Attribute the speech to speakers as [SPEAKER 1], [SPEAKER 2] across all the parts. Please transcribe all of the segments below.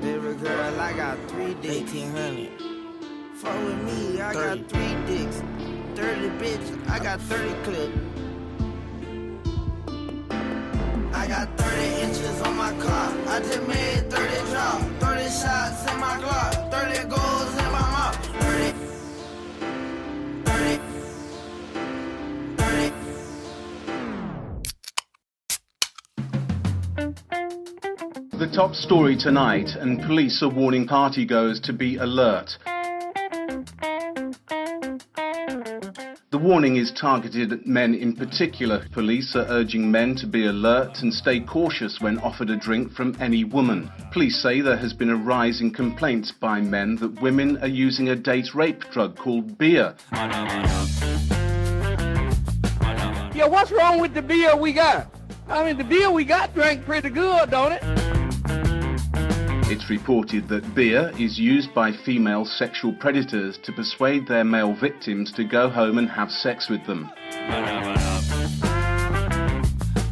[SPEAKER 1] Baby girl, I got three dicks.
[SPEAKER 2] 1800.
[SPEAKER 1] Fuck with me, I got
[SPEAKER 2] 30.
[SPEAKER 1] three dicks. 30 bitch, I got 30 clip. I got 30 inches on my clock. I just made 30 drop. 30 shots in my Glock. 30 goals in my mouth. 30. 30. 30.
[SPEAKER 3] The top story tonight, and police are warning partygoers to be alert. The warning is targeted at men in particular. Police are urging men to be alert and stay cautious when offered a drink from any woman. Police say there has been a rise in complaints by men that women are using a date rape drug called beer.
[SPEAKER 4] Yeah, what's wrong with the beer we got? I mean, the beer we got drank pretty good, don't it?
[SPEAKER 3] It's reported that beer is used by female sexual predators to persuade their male victims to go home and have sex with them.
[SPEAKER 4] And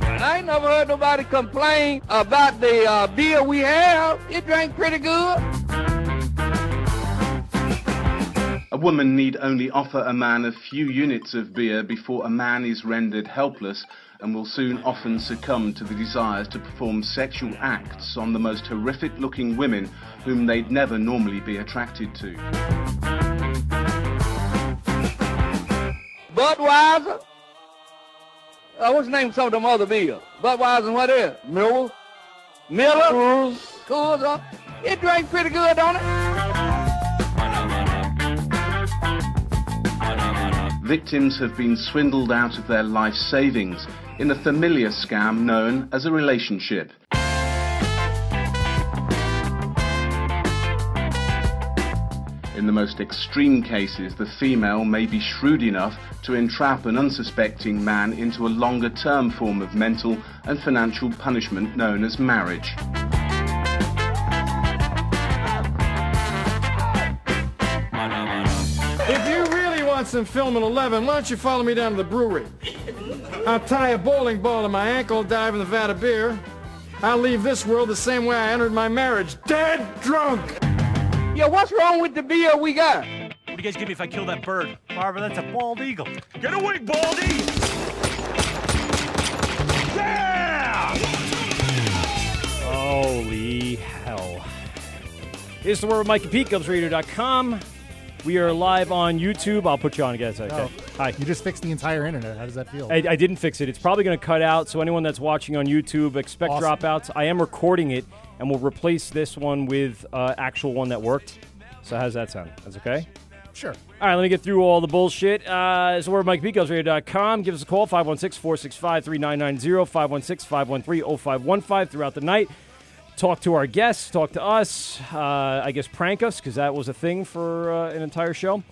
[SPEAKER 4] I ain't never heard nobody complain about the uh, beer we have. It drank pretty good.
[SPEAKER 3] A woman need only offer a man a few units of beer before a man is rendered helpless and will soon often succumb to the desires to perform sexual acts on the most horrific looking women whom they'd never normally be attracted to.
[SPEAKER 4] Budweiser. Uh, what's the name of some of them other beers? Budweiser and what else? Miller. Miller. Coors. Coors. uh, It drank pretty good, don't it?
[SPEAKER 3] Victims have been swindled out of their life savings in a familiar scam known as a relationship. In the most extreme cases, the female may be shrewd enough to entrap an unsuspecting man into a longer term form of mental and financial punishment known as marriage.
[SPEAKER 5] If you really want some film at 11, why don't you follow me down to the brewery? I'll tie a bowling ball to my ankle, dive in the vat of beer. I'll leave this world the same way I entered my marriage, dead drunk.
[SPEAKER 4] Yeah, what's wrong with the beer we got?
[SPEAKER 6] What do you guys give me if I kill that bird?
[SPEAKER 7] Barbara, that's a bald eagle.
[SPEAKER 6] Get away, Baldy! Yeah!
[SPEAKER 7] Holy hell. It's the word with Mike and Pete, GubsRadio.com. We are live on YouTube. I'll put you on again. Okay. Hi.
[SPEAKER 8] You just fixed the entire internet. How does that feel?
[SPEAKER 7] I, I didn't fix it. It's probably going to cut out. So anyone that's watching on YouTube, expect
[SPEAKER 8] Awesome.
[SPEAKER 7] dropouts. I am recording it, and we'll replace this one with uh, actual one that worked. So how's that sound? That's okay.
[SPEAKER 8] Sure.
[SPEAKER 7] All right, let me get through all the bullshit. Uh, it's the word Mike com. Give us a call, 516-465-3990, 516-513-0515 throughout the night. Talk to our guests, talk to us, uh, I guess prank us, because that was a thing for uh, an entire show.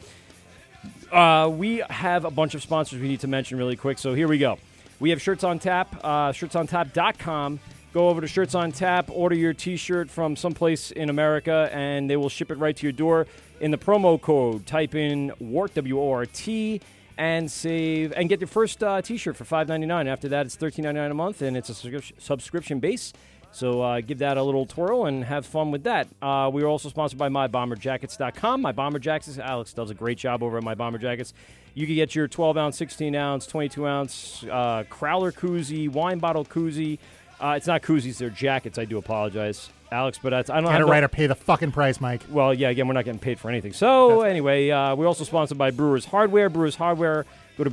[SPEAKER 7] Uh, we have a bunch of sponsors we need to mention really quick, so here we go. We have Shirts on Tap, uh, shirtsontap.com. Go over to Shirts on Tap, order your t shirt from someplace in America, and they will ship it right to your door. In the promo code, type in WORT, W O R T, and save and get your first uh, t shirt for five ninety nine. After that, it's thirteen ninety nine a month, and it's a subscrip- subscription base. So uh, give that a little twirl and have fun with that. Uh, we are also sponsored by MyBomberJackets.com. My Bomber Jackets, Alex does a great job over at My Bomber Jackets. You can get your 12 ounce, 16 ounce, 22 ounce uh, Crowler koozie, wine bottle koozie. Uh, it's not koozies, they're jackets. I do apologize, Alex, but that's, I don't
[SPEAKER 8] Had a
[SPEAKER 7] have no-
[SPEAKER 8] writer pay the fucking price, Mike.
[SPEAKER 7] well, yeah, again, we're not getting paid for anything. So, anyway, uh, we're also sponsored by Brewers Hardware. Brewers Hardware, go to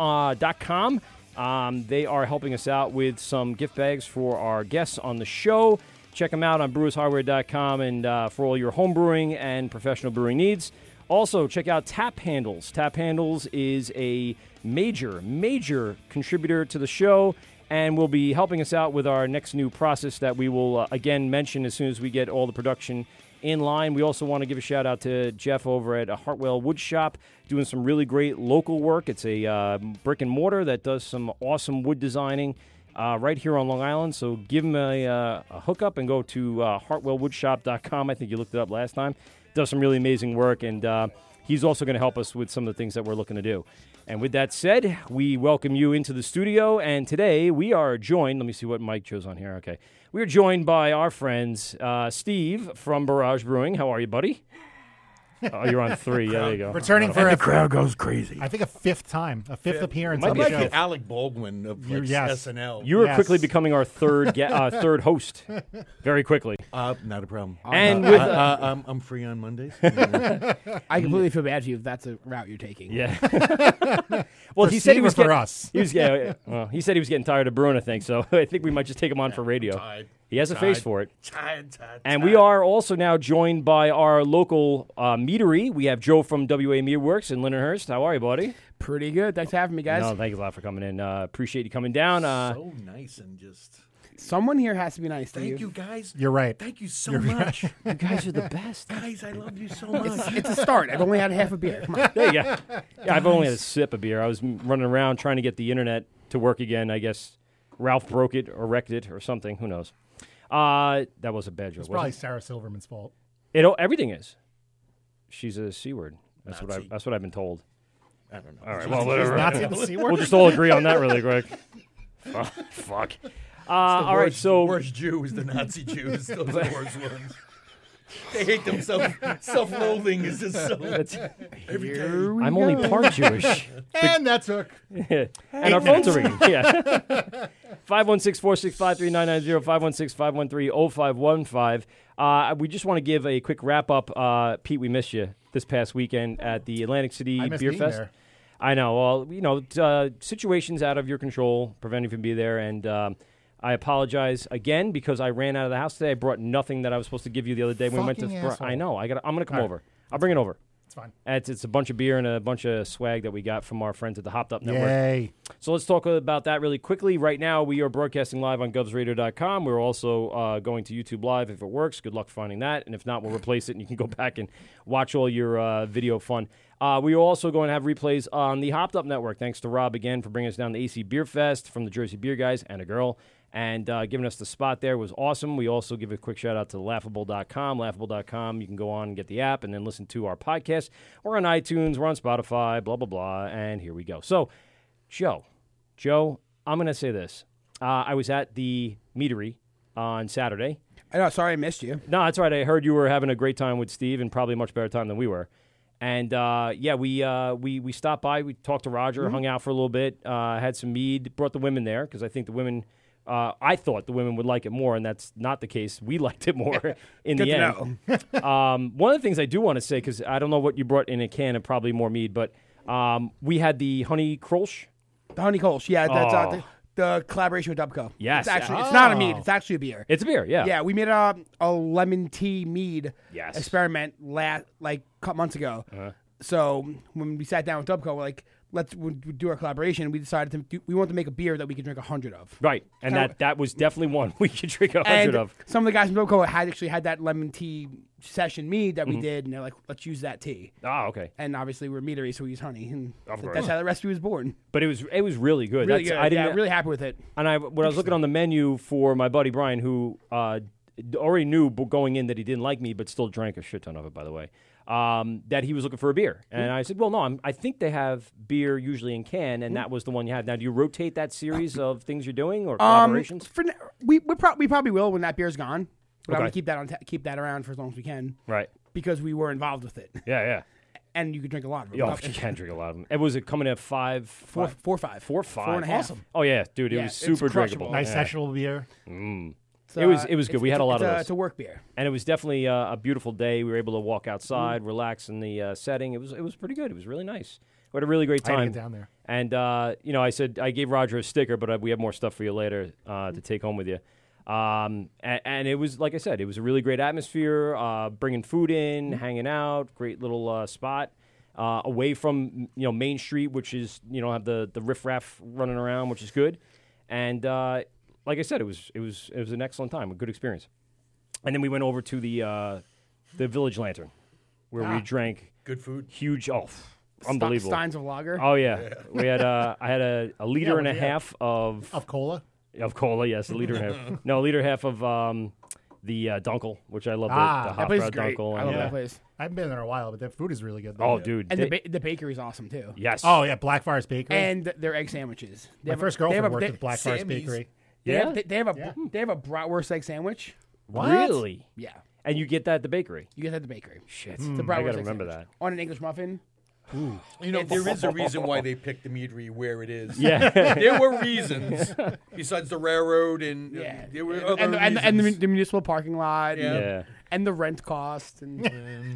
[SPEAKER 7] brewershardware.com. Um, they are helping us out with some gift bags for our guests on the show. Check them out on brewershardware.com and uh, for all your home brewing and professional brewing needs. Also, check out Tap Handles. Tap Handles is a major, major contributor to the show and will be helping us out with our next new process that we will uh, again mention as soon as we get all the production in line. We also want to give a shout out to Jeff over at uh, Hartwell Wood Shop doing some really great local work. It's a uh, brick and mortar that does some awesome wood designing uh, right here on Long Island. So give him a, uh, a hookup and go to uh, hartwellwoodshop.com. I think you looked it up last time. Does some really amazing work and uh, He's also going to help us with some of the things that we're looking to do. And with that said, we welcome you into the studio. And today we are joined. Let me see what Mike chose on here. Okay. We are joined by our friends, uh, Steve from Barrage Brewing. How are you, buddy? Oh, you're on three. Yeah, there you go.
[SPEAKER 8] Returning for
[SPEAKER 2] And
[SPEAKER 8] a,
[SPEAKER 2] the crowd goes crazy.
[SPEAKER 8] I think a fifth time, a fifth appearance
[SPEAKER 7] Might
[SPEAKER 8] on
[SPEAKER 7] be
[SPEAKER 8] the
[SPEAKER 7] a
[SPEAKER 8] show.
[SPEAKER 7] fifth.
[SPEAKER 2] Alec Baldwin of
[SPEAKER 8] You-
[SPEAKER 2] like,
[SPEAKER 8] yes.
[SPEAKER 2] SNL.
[SPEAKER 7] You are
[SPEAKER 8] Oh, Yes.
[SPEAKER 7] quickly becoming our third ga- uh, third host, very quickly.
[SPEAKER 2] uh, not a problem.
[SPEAKER 7] And
[SPEAKER 2] Uh,
[SPEAKER 7] with-
[SPEAKER 2] uh, uh, I'm, I'm free on Mondays. yeah,
[SPEAKER 9] I completely feel bad for you if that's the route you're taking.
[SPEAKER 7] Yeah. well,
[SPEAKER 8] For
[SPEAKER 7] he said he
[SPEAKER 8] Steve or
[SPEAKER 7] was
[SPEAKER 8] for
[SPEAKER 7] get-
[SPEAKER 8] us?
[SPEAKER 7] He was yeah. Well, he said he was getting tired of Bruin, I think. So I think we might just take him on for radio.
[SPEAKER 2] tired.
[SPEAKER 7] He has a face for it.
[SPEAKER 2] tired, tired,
[SPEAKER 7] And
[SPEAKER 2] tired.
[SPEAKER 7] we are also now joined by our local uh, meadery. We have Joe from WA Meadworks in Lindenhurst. How are you, buddy?
[SPEAKER 9] Pretty good. Thanks for having me, guys.
[SPEAKER 7] No, thanks a lot for coming in. Uh, appreciate you coming down. Uh,
[SPEAKER 2] so nice and just.
[SPEAKER 9] Someone here has to be nice to
[SPEAKER 2] Thank you guys.
[SPEAKER 8] You're right.
[SPEAKER 2] Thank you so much,
[SPEAKER 7] you guys are the best.
[SPEAKER 2] guys. I love you so much.
[SPEAKER 9] It's a start. I've only had half a beer. Come on.
[SPEAKER 7] There you go. Yeah, I've only had a sip of beer. I was m- running around trying to get the internet to work again. I guess Ralph broke it or wrecked it or something. Who knows? Uh, that was a bad joke.
[SPEAKER 8] It's probably
[SPEAKER 7] wasn't
[SPEAKER 8] Sarah Silverman's fault.
[SPEAKER 7] It, it everything is. She's a c word. That's what I. That's what I've been told.
[SPEAKER 2] I don't know.
[SPEAKER 7] All right. Well,
[SPEAKER 8] Is
[SPEAKER 7] whatever.
[SPEAKER 8] Nazi the C word?
[SPEAKER 7] We'll just all agree on that really quick. Fu- Fuck. Uh, all right.
[SPEAKER 2] Worst-
[SPEAKER 7] So
[SPEAKER 2] worst Jew is the Nazi Jews. Those are the worst ones. They hate themselves. Self-loathing is just so. Every day.
[SPEAKER 7] I'm only part Jewish.
[SPEAKER 8] and that's hook.
[SPEAKER 7] and our phones are ringing. Yeah. 516 465 3990, 516 513 0515. Uh, We just want to give a quick wrap up. Uh, Pete, we missed you this past weekend at the Atlantic City
[SPEAKER 8] I missed
[SPEAKER 7] Beer
[SPEAKER 8] being
[SPEAKER 7] Fest.
[SPEAKER 8] there.
[SPEAKER 7] I know. Well, you know, t- uh, situations out of your control prevent you from being there. And um, I apologize again because I ran out of the house today. I brought nothing that I was supposed to give you the other day when we went to.
[SPEAKER 8] Fucking
[SPEAKER 7] Bra-
[SPEAKER 8] asshole.
[SPEAKER 7] I know. I got. I'm going to come over. I'll bring it over.
[SPEAKER 8] It's fine.
[SPEAKER 7] It's, it's a bunch of beer and a bunch of swag that we got from our friends at the Hopped Up Network.
[SPEAKER 8] Yay.
[SPEAKER 7] So let's talk about that really quickly. Right now, we are broadcasting live on govsradio.com. We're also uh, going to YouTube Live if it works. Good luck finding that. And if not, we'll replace it and you can go back and watch all your uh, video fun. Uh, we are also going to have replays on the Hopped Up Network. Thanks to Rob again for bringing us down to AC Beer Fest from the Jersey Beer Guys and a girl. And uh, giving us the spot there was awesome. We also give a quick shout out to laughable.com. Laughable.com, you can go on and get the app and then listen to our podcast. We're on iTunes, we're on Spotify, blah, blah, blah. And here we go. So, Joe, Joe, I'm going to say this. Uh, I was at the meadery on Saturday.
[SPEAKER 9] I know. Sorry, I missed you.
[SPEAKER 7] No, that's right. I heard you were having a great time with Steve and probably a much better time than we were. And uh, yeah, we, uh, we we stopped by. We talked to Roger,
[SPEAKER 9] Mm-hmm.
[SPEAKER 7] hung out for a little bit, uh, had some mead, brought the women there because I think the women, uh, I thought the women would like it more, and that's not the case. We liked it more in the
[SPEAKER 9] Good to
[SPEAKER 7] end.
[SPEAKER 9] know.
[SPEAKER 7] Um, one of the things I do want to say, because I don't know what you brought in a can and probably more mead, but um, we had the honey Krolsch.
[SPEAKER 9] The Honey Kolsch. Yeah, that's
[SPEAKER 7] Oh.
[SPEAKER 9] uh, the, the collaboration with Dubco.
[SPEAKER 7] Yes.
[SPEAKER 9] It's actually it's not a mead. It's actually a beer.
[SPEAKER 7] It's a beer, yeah.
[SPEAKER 9] yeah, we made a, a lemon tea mead
[SPEAKER 7] Yes. Uh-huh.
[SPEAKER 9] experiment last like a couple months ago. So when we sat down with Dubco, we're like, let's we do our collaboration. We decided to do, we want to make a beer that we can drink a hundred of.
[SPEAKER 7] Right, and
[SPEAKER 9] Kinda-
[SPEAKER 7] that, that was definitely one we could drink a
[SPEAKER 9] And
[SPEAKER 7] hundred of.
[SPEAKER 9] some of the guys from Dubco had actually had that lemon tea session mead that we did, and they're like, let's use that tea.
[SPEAKER 7] Mm-hmm. Ah, okay,
[SPEAKER 9] And obviously we're meadery, so we use honey, and
[SPEAKER 7] course.
[SPEAKER 9] that's how the recipe was born.
[SPEAKER 7] but it was it was really good.
[SPEAKER 9] Really
[SPEAKER 7] That's,
[SPEAKER 9] good.
[SPEAKER 7] I didn't
[SPEAKER 9] yeah, really happy with it.
[SPEAKER 7] And I when I was looking on the menu for my buddy Brian, who uh, d- already knew b- going in that he didn't like me, but still drank a shit ton of it. By the way, um, that he was looking for a beer, and
[SPEAKER 9] Hmm.
[SPEAKER 7] I said, "Well, no, I'm, I think they have beer usually in can, and that was the one you had." Now, do you rotate that series of things you're doing or
[SPEAKER 9] Um,
[SPEAKER 7] collaborations?
[SPEAKER 9] For n- we we, prob- we probably will when that beer's gone. But I'm
[SPEAKER 7] Okay.
[SPEAKER 9] gonna keep that on ta- keep that around for as long as we can.
[SPEAKER 7] right.
[SPEAKER 9] Because we were involved with it,
[SPEAKER 7] Yeah, yeah.
[SPEAKER 9] and you could oh, drink a lot of it.
[SPEAKER 7] Yeah, you can drink a lot of them. It was it coming at five,
[SPEAKER 9] Four,
[SPEAKER 7] five-
[SPEAKER 9] four or five.
[SPEAKER 7] four, five.
[SPEAKER 9] Four and a half.
[SPEAKER 7] Awesome. Oh yeah, dude, it
[SPEAKER 9] Yeah,
[SPEAKER 7] was
[SPEAKER 9] it's
[SPEAKER 7] super
[SPEAKER 9] crushable.
[SPEAKER 7] drinkable.
[SPEAKER 8] Nice
[SPEAKER 7] Yeah. Mm.
[SPEAKER 8] sexual beer.
[SPEAKER 9] It's,
[SPEAKER 7] It was-
[SPEAKER 9] uh,
[SPEAKER 7] it was good.
[SPEAKER 9] it's-
[SPEAKER 7] We had
[SPEAKER 9] it's
[SPEAKER 7] a lot
[SPEAKER 9] it's
[SPEAKER 7] of those.
[SPEAKER 9] It's a work beer.
[SPEAKER 7] and it was definitely uh, a beautiful day. We were able to walk outside,
[SPEAKER 9] Mm.
[SPEAKER 7] relax in the uh, setting. It was it was pretty good. It was really nice. We had a really great
[SPEAKER 8] I
[SPEAKER 7] time
[SPEAKER 8] gotta get down there.
[SPEAKER 7] And uh, you know, I said I gave Roger a sticker, but uh, we have more stuff for you later uh, to take home with you. Um, and, and it was like I said, it was a really great atmosphere. Uh, bringing food in, hanging out, great little uh, spot. Uh, away from you know Main Street, which is you know have the the riffraff running around, which is good, and uh, like I said, it was it was it was an excellent time, a good experience. And then we went over to the uh, the Village Lantern, where we drank
[SPEAKER 2] Good food.
[SPEAKER 7] huge, oh, pff, unbelievable
[SPEAKER 9] Steins of lager.
[SPEAKER 7] Oh yeah, we had uh, I had a, a liter and a
[SPEAKER 8] yeah.
[SPEAKER 7] half of
[SPEAKER 8] Of cola.
[SPEAKER 7] of cola. Yes, a liter and a half. No, a liter and a half of um, the uh, Dunkel, which I love.
[SPEAKER 8] Ah,
[SPEAKER 7] the, the
[SPEAKER 8] that
[SPEAKER 7] hop
[SPEAKER 9] place is
[SPEAKER 7] bread
[SPEAKER 9] great.
[SPEAKER 7] Dunkel. and,
[SPEAKER 9] I
[SPEAKER 7] uh,
[SPEAKER 9] love
[SPEAKER 7] yeah.
[SPEAKER 9] that place.
[SPEAKER 8] I haven't been there in a while, but that food is really good.
[SPEAKER 7] Oh,
[SPEAKER 8] though.
[SPEAKER 7] dude.
[SPEAKER 9] And
[SPEAKER 7] they-
[SPEAKER 9] the, ba- the bakery's awesome too.
[SPEAKER 7] yes.
[SPEAKER 8] Oh yeah, Blackfriars Bakery.
[SPEAKER 9] And their egg sandwiches. They
[SPEAKER 8] My
[SPEAKER 9] have a-
[SPEAKER 8] first
[SPEAKER 9] they have
[SPEAKER 8] girlfriend
[SPEAKER 9] a-
[SPEAKER 8] worked
[SPEAKER 9] they-
[SPEAKER 8] at Blackfriars
[SPEAKER 2] Sammy's.
[SPEAKER 8] Bakery.
[SPEAKER 9] They have,
[SPEAKER 7] Yeah?
[SPEAKER 9] they, they have a they have a bratwurst egg sandwich.
[SPEAKER 7] Really?
[SPEAKER 9] Yeah,
[SPEAKER 7] And you get that at the bakery.
[SPEAKER 9] you get that at the bakery. Shit,
[SPEAKER 7] Mm,
[SPEAKER 9] the
[SPEAKER 7] I
[SPEAKER 9] bratwurst
[SPEAKER 7] gotta
[SPEAKER 9] egg
[SPEAKER 7] remember
[SPEAKER 9] sandwich.
[SPEAKER 7] that.
[SPEAKER 9] on an English muffin.
[SPEAKER 2] You know, there is a reason why they picked the meadery where it is.
[SPEAKER 7] Yeah.
[SPEAKER 2] there were reasons besides the railroad and uh,
[SPEAKER 9] Yeah,
[SPEAKER 2] there were
[SPEAKER 9] and,
[SPEAKER 2] other
[SPEAKER 9] and, the- and, the- and the, the municipal parking lot.
[SPEAKER 2] Yeah.
[SPEAKER 9] And,
[SPEAKER 7] yeah.
[SPEAKER 9] and the rent cost and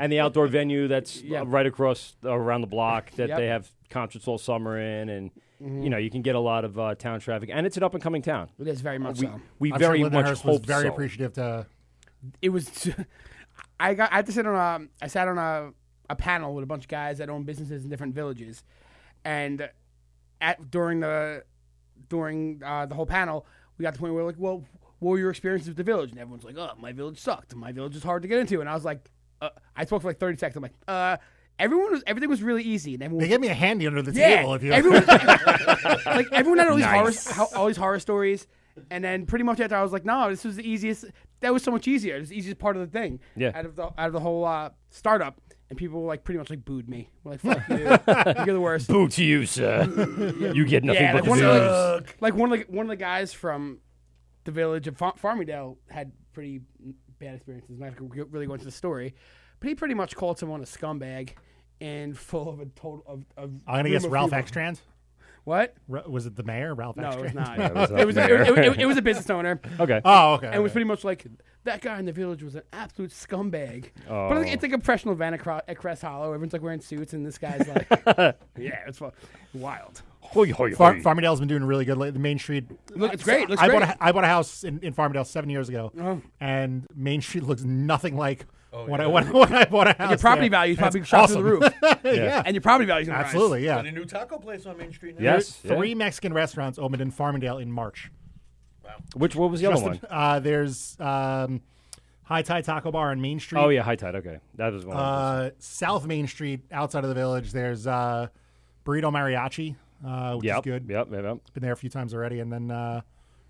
[SPEAKER 7] And the outdoor venue that's
[SPEAKER 9] Yeah.
[SPEAKER 7] uh, right across around the block that
[SPEAKER 9] Yep. Mm-hmm.
[SPEAKER 7] they have concerts all summer in, and you know you can get a lot of uh, town traffic, and it's an up and coming town.
[SPEAKER 9] it is very much
[SPEAKER 7] We,
[SPEAKER 9] so.
[SPEAKER 7] we
[SPEAKER 8] I'm sure
[SPEAKER 7] very
[SPEAKER 8] Linda
[SPEAKER 7] much
[SPEAKER 8] Hurst was
[SPEAKER 7] hope
[SPEAKER 8] very
[SPEAKER 7] so.
[SPEAKER 8] appreciative to
[SPEAKER 9] It was. I got. I had to sit on a. I sat on a a panel with a bunch of guys that own businesses in different villages, and at during the during uh, the whole panel, we got to the point where we're like, well, what were your experiences with the village? And everyone's like, oh, my village sucked. My village is hard to get into. And I was like, uh, I spoke for like thirty seconds. I'm like, uh, everyone was everything was really easy, and everyone
[SPEAKER 8] They
[SPEAKER 9] was
[SPEAKER 8] gave me a handy under the
[SPEAKER 9] yeah,
[SPEAKER 8] table. If you
[SPEAKER 9] everyone, like everyone had all these horror, ho- all these horror stories, and then pretty much after I was like, no, this was the easiest. That was so much easier. It was the easiest part of the thing.
[SPEAKER 7] Yeah.
[SPEAKER 9] Out of the out of the whole uh, startup, and people were like pretty much like booed me. We're like, fuck you, you're the worst.
[SPEAKER 7] Boo to you, sir. you get nothing
[SPEAKER 9] Yeah,
[SPEAKER 7] but
[SPEAKER 9] like
[SPEAKER 7] the
[SPEAKER 9] one, of uh,
[SPEAKER 7] news.
[SPEAKER 9] the, like one of the one of the guys from the village of Far- Farmingdale had pretty bad experiences. I'm not gonna re- really go into the story, but he pretty much called someone a scumbag. And full of a total of, of
[SPEAKER 8] I'm gonna
[SPEAKER 9] room
[SPEAKER 8] guess
[SPEAKER 9] of
[SPEAKER 8] Ralph
[SPEAKER 9] people.
[SPEAKER 8] Extrand.
[SPEAKER 9] What?
[SPEAKER 8] Ra- was it the mayor, Ralph
[SPEAKER 9] No, it
[SPEAKER 8] Extrand?
[SPEAKER 9] was not.
[SPEAKER 7] was not
[SPEAKER 9] it, was a,
[SPEAKER 7] there.
[SPEAKER 9] it, it- it was a business owner.
[SPEAKER 7] Okay.
[SPEAKER 8] Oh, okay.
[SPEAKER 9] And it
[SPEAKER 8] okay.
[SPEAKER 9] was pretty much like that guy in the village was an absolute scumbag. But like,
[SPEAKER 7] Oh.
[SPEAKER 9] it's like a professional event at, Cro- at Crest Hollow. Everyone's like wearing suits, and this guy's like, yeah, it's fu- wild.
[SPEAKER 7] Hoy, hoy,
[SPEAKER 8] Far-
[SPEAKER 7] hoy.
[SPEAKER 8] Farmingdale's been doing really good. Like, the Main Street.
[SPEAKER 9] Look, it's great. It looks
[SPEAKER 8] I
[SPEAKER 9] great. Uh-huh.
[SPEAKER 8] bought a, I bought a house in, in Farmingdale seven years ago, and Main Street looks nothing like
[SPEAKER 7] Oh,
[SPEAKER 8] when I when, when I bought a house.
[SPEAKER 9] your property
[SPEAKER 8] there.
[SPEAKER 9] value is
[SPEAKER 8] And it's
[SPEAKER 9] probably shot
[SPEAKER 8] awesome.
[SPEAKER 9] through the roof,
[SPEAKER 8] yeah.
[SPEAKER 9] and your property value is gonna rise.
[SPEAKER 8] absolutely. Yeah,
[SPEAKER 2] Got a new taco place on Main Street. Now.
[SPEAKER 7] Yes.
[SPEAKER 8] three
[SPEAKER 7] yeah.
[SPEAKER 8] Mexican restaurants opened in Farmingdale in March.
[SPEAKER 7] Which what was the other
[SPEAKER 8] Just the-
[SPEAKER 7] one?
[SPEAKER 8] uh, there's um, High Tide Taco Bar on Main Street.
[SPEAKER 7] Oh yeah, high tide. Okay, that was one. of
[SPEAKER 8] Uh, South Main Street, outside of the village, there's uh, Burrito Mariachi, uh, which
[SPEAKER 7] those.
[SPEAKER 8] is good.
[SPEAKER 7] Yep. Yep. Yep.
[SPEAKER 8] Been there a few times already. And then uh,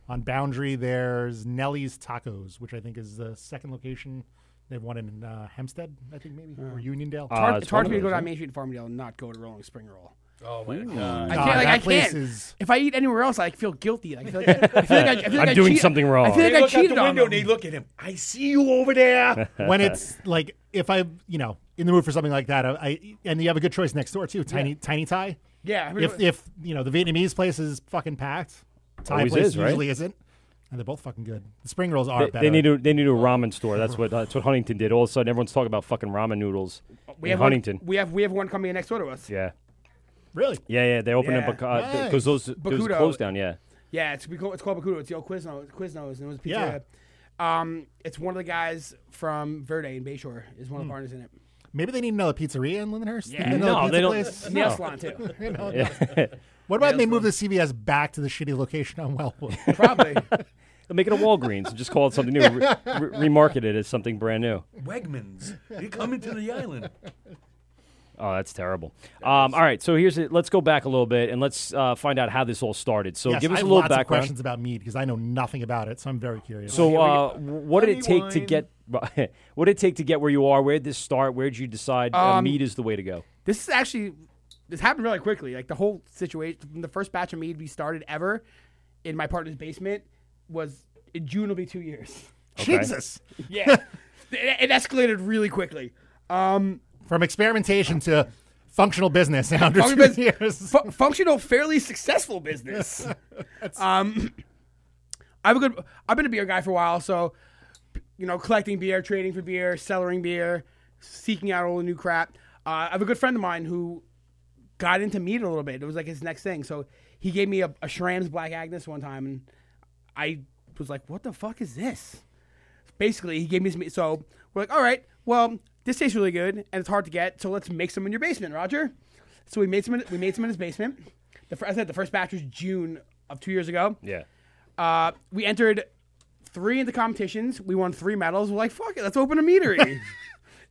[SPEAKER 8] on Boundary, there's Nelly's Tacos, which I think is the second location. They have one in uh, Hempstead, I think, maybe, or Uniondale.
[SPEAKER 9] It's hard,
[SPEAKER 7] Uh,
[SPEAKER 9] it's
[SPEAKER 7] it's one
[SPEAKER 9] hard for me
[SPEAKER 7] of those,
[SPEAKER 9] to go down
[SPEAKER 7] yeah.
[SPEAKER 9] Main Street in Farmingdale and not go to Rolling Spring Roll.
[SPEAKER 2] Oh my god.
[SPEAKER 9] I can't. Like,
[SPEAKER 8] that
[SPEAKER 9] I
[SPEAKER 8] place
[SPEAKER 9] can't.
[SPEAKER 8] is-
[SPEAKER 9] If I eat anywhere else, I feel guilty. Like, I feel like I, I feel like I, I feel like
[SPEAKER 7] I'm
[SPEAKER 9] I
[SPEAKER 7] doing
[SPEAKER 9] cheat-
[SPEAKER 7] something wrong.
[SPEAKER 9] I feel like
[SPEAKER 2] They
[SPEAKER 9] I
[SPEAKER 2] look out
[SPEAKER 9] cheated
[SPEAKER 2] the
[SPEAKER 9] on
[SPEAKER 2] window
[SPEAKER 9] them.
[SPEAKER 2] and they look at him. I see you over there.
[SPEAKER 8] when it's like, if I'm, you know, in the mood for something like that, I, I and you have a good choice next door, too. Tiny Tiny Thai.
[SPEAKER 9] Yeah, I mean, uh,
[SPEAKER 8] If, if, you know, the Vietnamese place is fucking packed, Thai
[SPEAKER 7] Always
[SPEAKER 8] place
[SPEAKER 7] is, right?
[SPEAKER 8] usually isn't. And they're both fucking good. The spring rolls are
[SPEAKER 7] They,
[SPEAKER 8] better.
[SPEAKER 7] they need a they need a ramen store. That's what that's what Huntington did. All of a sudden, everyone's talking about fucking ramen noodles in
[SPEAKER 9] one-
[SPEAKER 7] Huntington.
[SPEAKER 9] we have we have one coming in next door to us.
[SPEAKER 7] yeah,
[SPEAKER 8] really?
[SPEAKER 7] yeah, yeah. They opened
[SPEAKER 9] Yeah.
[SPEAKER 7] up uh, because
[SPEAKER 8] Nice.
[SPEAKER 7] those those
[SPEAKER 9] Bakudo.
[SPEAKER 7] closed down. Yeah,
[SPEAKER 9] Yeah, it's we call, it's called Bakudo. It's the old Quiznos, Quiznos, and it was a
[SPEAKER 8] Yeah.
[SPEAKER 9] pizzeria. Um, it's one of the guys from Verde in Bayshore is
[SPEAKER 8] Hmm.
[SPEAKER 9] one of the partners in it.
[SPEAKER 8] Maybe they need another pizzeria in Lindenhurst.
[SPEAKER 9] Yeah.
[SPEAKER 8] Another
[SPEAKER 7] No,
[SPEAKER 8] pizza
[SPEAKER 7] they don't-
[SPEAKER 8] place?
[SPEAKER 9] Nail salon too,
[SPEAKER 8] What about if they move the CVS back to the shitty location on Wellwood?
[SPEAKER 9] probably.
[SPEAKER 7] They'll make it a Walgreens and just call it something new. Re- re- remarket it as something brand new.
[SPEAKER 2] Wegmans. They come into the island.
[SPEAKER 7] Oh, that's terrible. Um, all right, so here's it. Let's go back a little bit and let's uh, find out how this all started. So
[SPEAKER 8] yes,
[SPEAKER 7] give us a
[SPEAKER 8] I have
[SPEAKER 7] little
[SPEAKER 8] lots of
[SPEAKER 7] background.
[SPEAKER 8] questions about mead because I know nothing about it, so I'm very curious.
[SPEAKER 7] So, uh, what did it take to
[SPEAKER 2] wine.
[SPEAKER 7] get? what did it take to get where you are? Where did this start? Where did you decide
[SPEAKER 9] Um,
[SPEAKER 7] uh, meat is the way to go?
[SPEAKER 9] this is actually this happened really quickly. Like the whole situation, from the first batch of mead we started ever in my partner's basement was in June. Will be two years.
[SPEAKER 8] Jesus,
[SPEAKER 9] Yeah, it, it escalated really quickly. Um,
[SPEAKER 8] from experimentation to functional business after two
[SPEAKER 9] Functional business.
[SPEAKER 8] years.
[SPEAKER 9] fu- functional, fairly successful business. um, I'm a good. I've been a beer guy for a while, so you know, collecting beer, trading for beer, cellaring beer, seeking out all the new crap. Uh, I have a good friend of mine who got into meat a little bit. It was like his next thing. So he gave me a, a Shram's Black Agnes one time, and I was like, "What the fuck is this?" Basically, he gave me some. So we're like, "All right, well, this tastes really good, and it's hard to get, so let's make some in your basement, Roger." So we made some. In, we made some in his basement. The, fir- I said the first batch was June of two years ago.
[SPEAKER 7] Yeah.
[SPEAKER 9] Uh, we entered three into competitions. We won three medals. We're like, fuck it, let's open a meadery.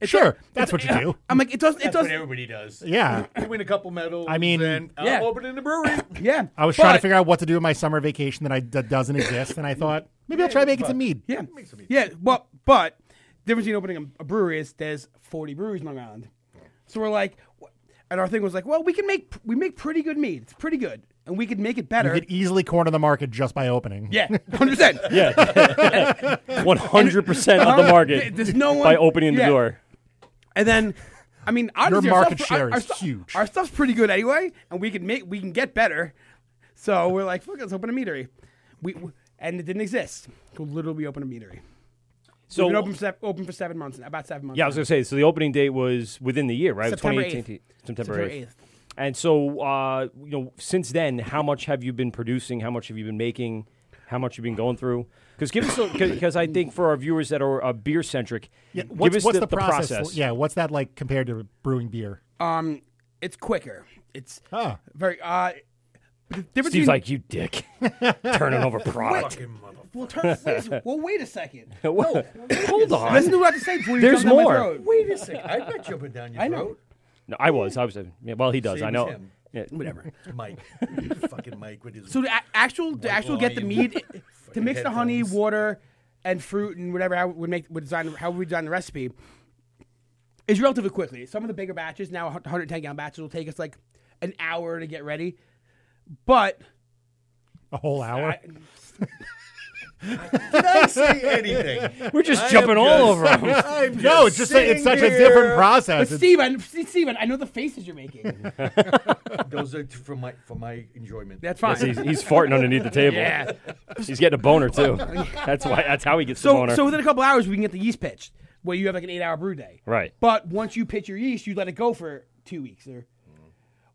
[SPEAKER 9] It's
[SPEAKER 8] Sure,
[SPEAKER 9] a-
[SPEAKER 8] that's
[SPEAKER 9] it's-
[SPEAKER 8] what you do.
[SPEAKER 9] I'm like, it doesn't. It
[SPEAKER 2] That's what
[SPEAKER 9] doesn't.
[SPEAKER 2] everybody does.
[SPEAKER 8] Yeah.
[SPEAKER 2] You win a couple medals.
[SPEAKER 8] I mean-
[SPEAKER 2] and uh, I'm
[SPEAKER 9] Yeah.
[SPEAKER 2] opening a brewery.
[SPEAKER 9] Yeah,
[SPEAKER 8] I was trying to
[SPEAKER 9] but-
[SPEAKER 8] figure out what to do with my summer vacation that I that doesn't exist, and I thought maybe I'll try making some mead.
[SPEAKER 9] Yeah, yeah. Well, but the difference between opening a, a brewery is there's 40 breweries in Long Island, so we're like, wh- and our thing was like, well, we can make we make pretty good mead. It's pretty good, and we could make it
[SPEAKER 8] You
[SPEAKER 9] better.
[SPEAKER 8] could easily corner the market just by opening.
[SPEAKER 9] yeah, hundred percent.
[SPEAKER 7] Yeah. 100% of the market
[SPEAKER 9] uh, There's no one
[SPEAKER 7] by opening the
[SPEAKER 9] yeah.
[SPEAKER 7] door.
[SPEAKER 9] And then, I mean, honestly,
[SPEAKER 8] Your
[SPEAKER 9] our
[SPEAKER 8] market
[SPEAKER 9] stuff-
[SPEAKER 8] share
[SPEAKER 9] our- our
[SPEAKER 8] is
[SPEAKER 9] stuff-
[SPEAKER 8] huge.
[SPEAKER 9] Our stuff's pretty good anyway, and we can make we can get better. So we're like, fuck, it, let's open a meadery. We w- and it didn't exist. We'll literally open a meadery.
[SPEAKER 7] So
[SPEAKER 9] So we've been open for, se- open for seven months, now, about seven months.
[SPEAKER 7] Yeah, I was
[SPEAKER 9] now.
[SPEAKER 7] gonna say. So the opening date was within the year, right? It was
[SPEAKER 9] September
[SPEAKER 7] 2018
[SPEAKER 9] 8th.
[SPEAKER 7] September
[SPEAKER 9] September
[SPEAKER 7] eighth.
[SPEAKER 9] 8th.
[SPEAKER 7] And so, uh, you know, since then, how much have you been producing? How much have you been making? How much have you been going through? Because give us because I think for our viewers that are uh, beer centric,
[SPEAKER 8] Yeah,
[SPEAKER 7] give
[SPEAKER 8] what's,
[SPEAKER 7] us
[SPEAKER 8] what's
[SPEAKER 7] the, process.
[SPEAKER 8] Yeah, what's that like compared to brewing beer?
[SPEAKER 9] um, it's quicker. It's
[SPEAKER 8] Huh.
[SPEAKER 9] very uh. the difference
[SPEAKER 7] Steve's
[SPEAKER 9] between-
[SPEAKER 7] like, you dick, turning over product.
[SPEAKER 9] well, turn, wait a, well, wait a second.
[SPEAKER 7] What? Hold on.
[SPEAKER 9] Listen to what I have to say before you
[SPEAKER 7] There's
[SPEAKER 9] jump down my
[SPEAKER 7] more.
[SPEAKER 9] throat.
[SPEAKER 2] Wait a second. I bet you up and down your
[SPEAKER 9] I know.
[SPEAKER 2] throat.
[SPEAKER 7] No, I was. I was. Yeah, well, he does.
[SPEAKER 2] Same
[SPEAKER 7] I
[SPEAKER 2] as
[SPEAKER 7] know.
[SPEAKER 2] him.
[SPEAKER 7] Yeah.
[SPEAKER 9] Whatever.
[SPEAKER 2] Mike. fucking Mike with his.
[SPEAKER 9] So the a- actual, the actual get the
[SPEAKER 2] lion.
[SPEAKER 9] mead to
[SPEAKER 2] Fucking
[SPEAKER 9] mix the honey,
[SPEAKER 2] headphones.
[SPEAKER 9] water, and fruit and whatever I would make would design how we design the recipe is relatively quickly. Some of the bigger batches now, 110 gallon batches, will take us like an hour to get ready. But
[SPEAKER 8] A whole hour?
[SPEAKER 9] I,
[SPEAKER 2] Did I say anything?
[SPEAKER 7] We're just
[SPEAKER 2] I am
[SPEAKER 7] jumping all
[SPEAKER 2] just-
[SPEAKER 7] over him.
[SPEAKER 2] I'm just
[SPEAKER 8] no, it's just a,
[SPEAKER 2] sitting
[SPEAKER 8] it's such a
[SPEAKER 2] here.
[SPEAKER 8] different process.
[SPEAKER 9] but
[SPEAKER 8] It's-
[SPEAKER 9] Steven, Steven, I know the faces you're making.
[SPEAKER 2] Those are for my for my enjoyment.
[SPEAKER 9] That's fine.
[SPEAKER 7] He's, he's farting underneath the table.
[SPEAKER 9] yeah.
[SPEAKER 7] He's getting a boner too. That's why. That's how he gets the
[SPEAKER 9] So,
[SPEAKER 7] boner.
[SPEAKER 9] so within a couple hours, we can get the yeast pitched, where you have like an eight hour brew day.
[SPEAKER 7] Right.
[SPEAKER 9] But once you pitch your yeast, you let it go for two weeks. Or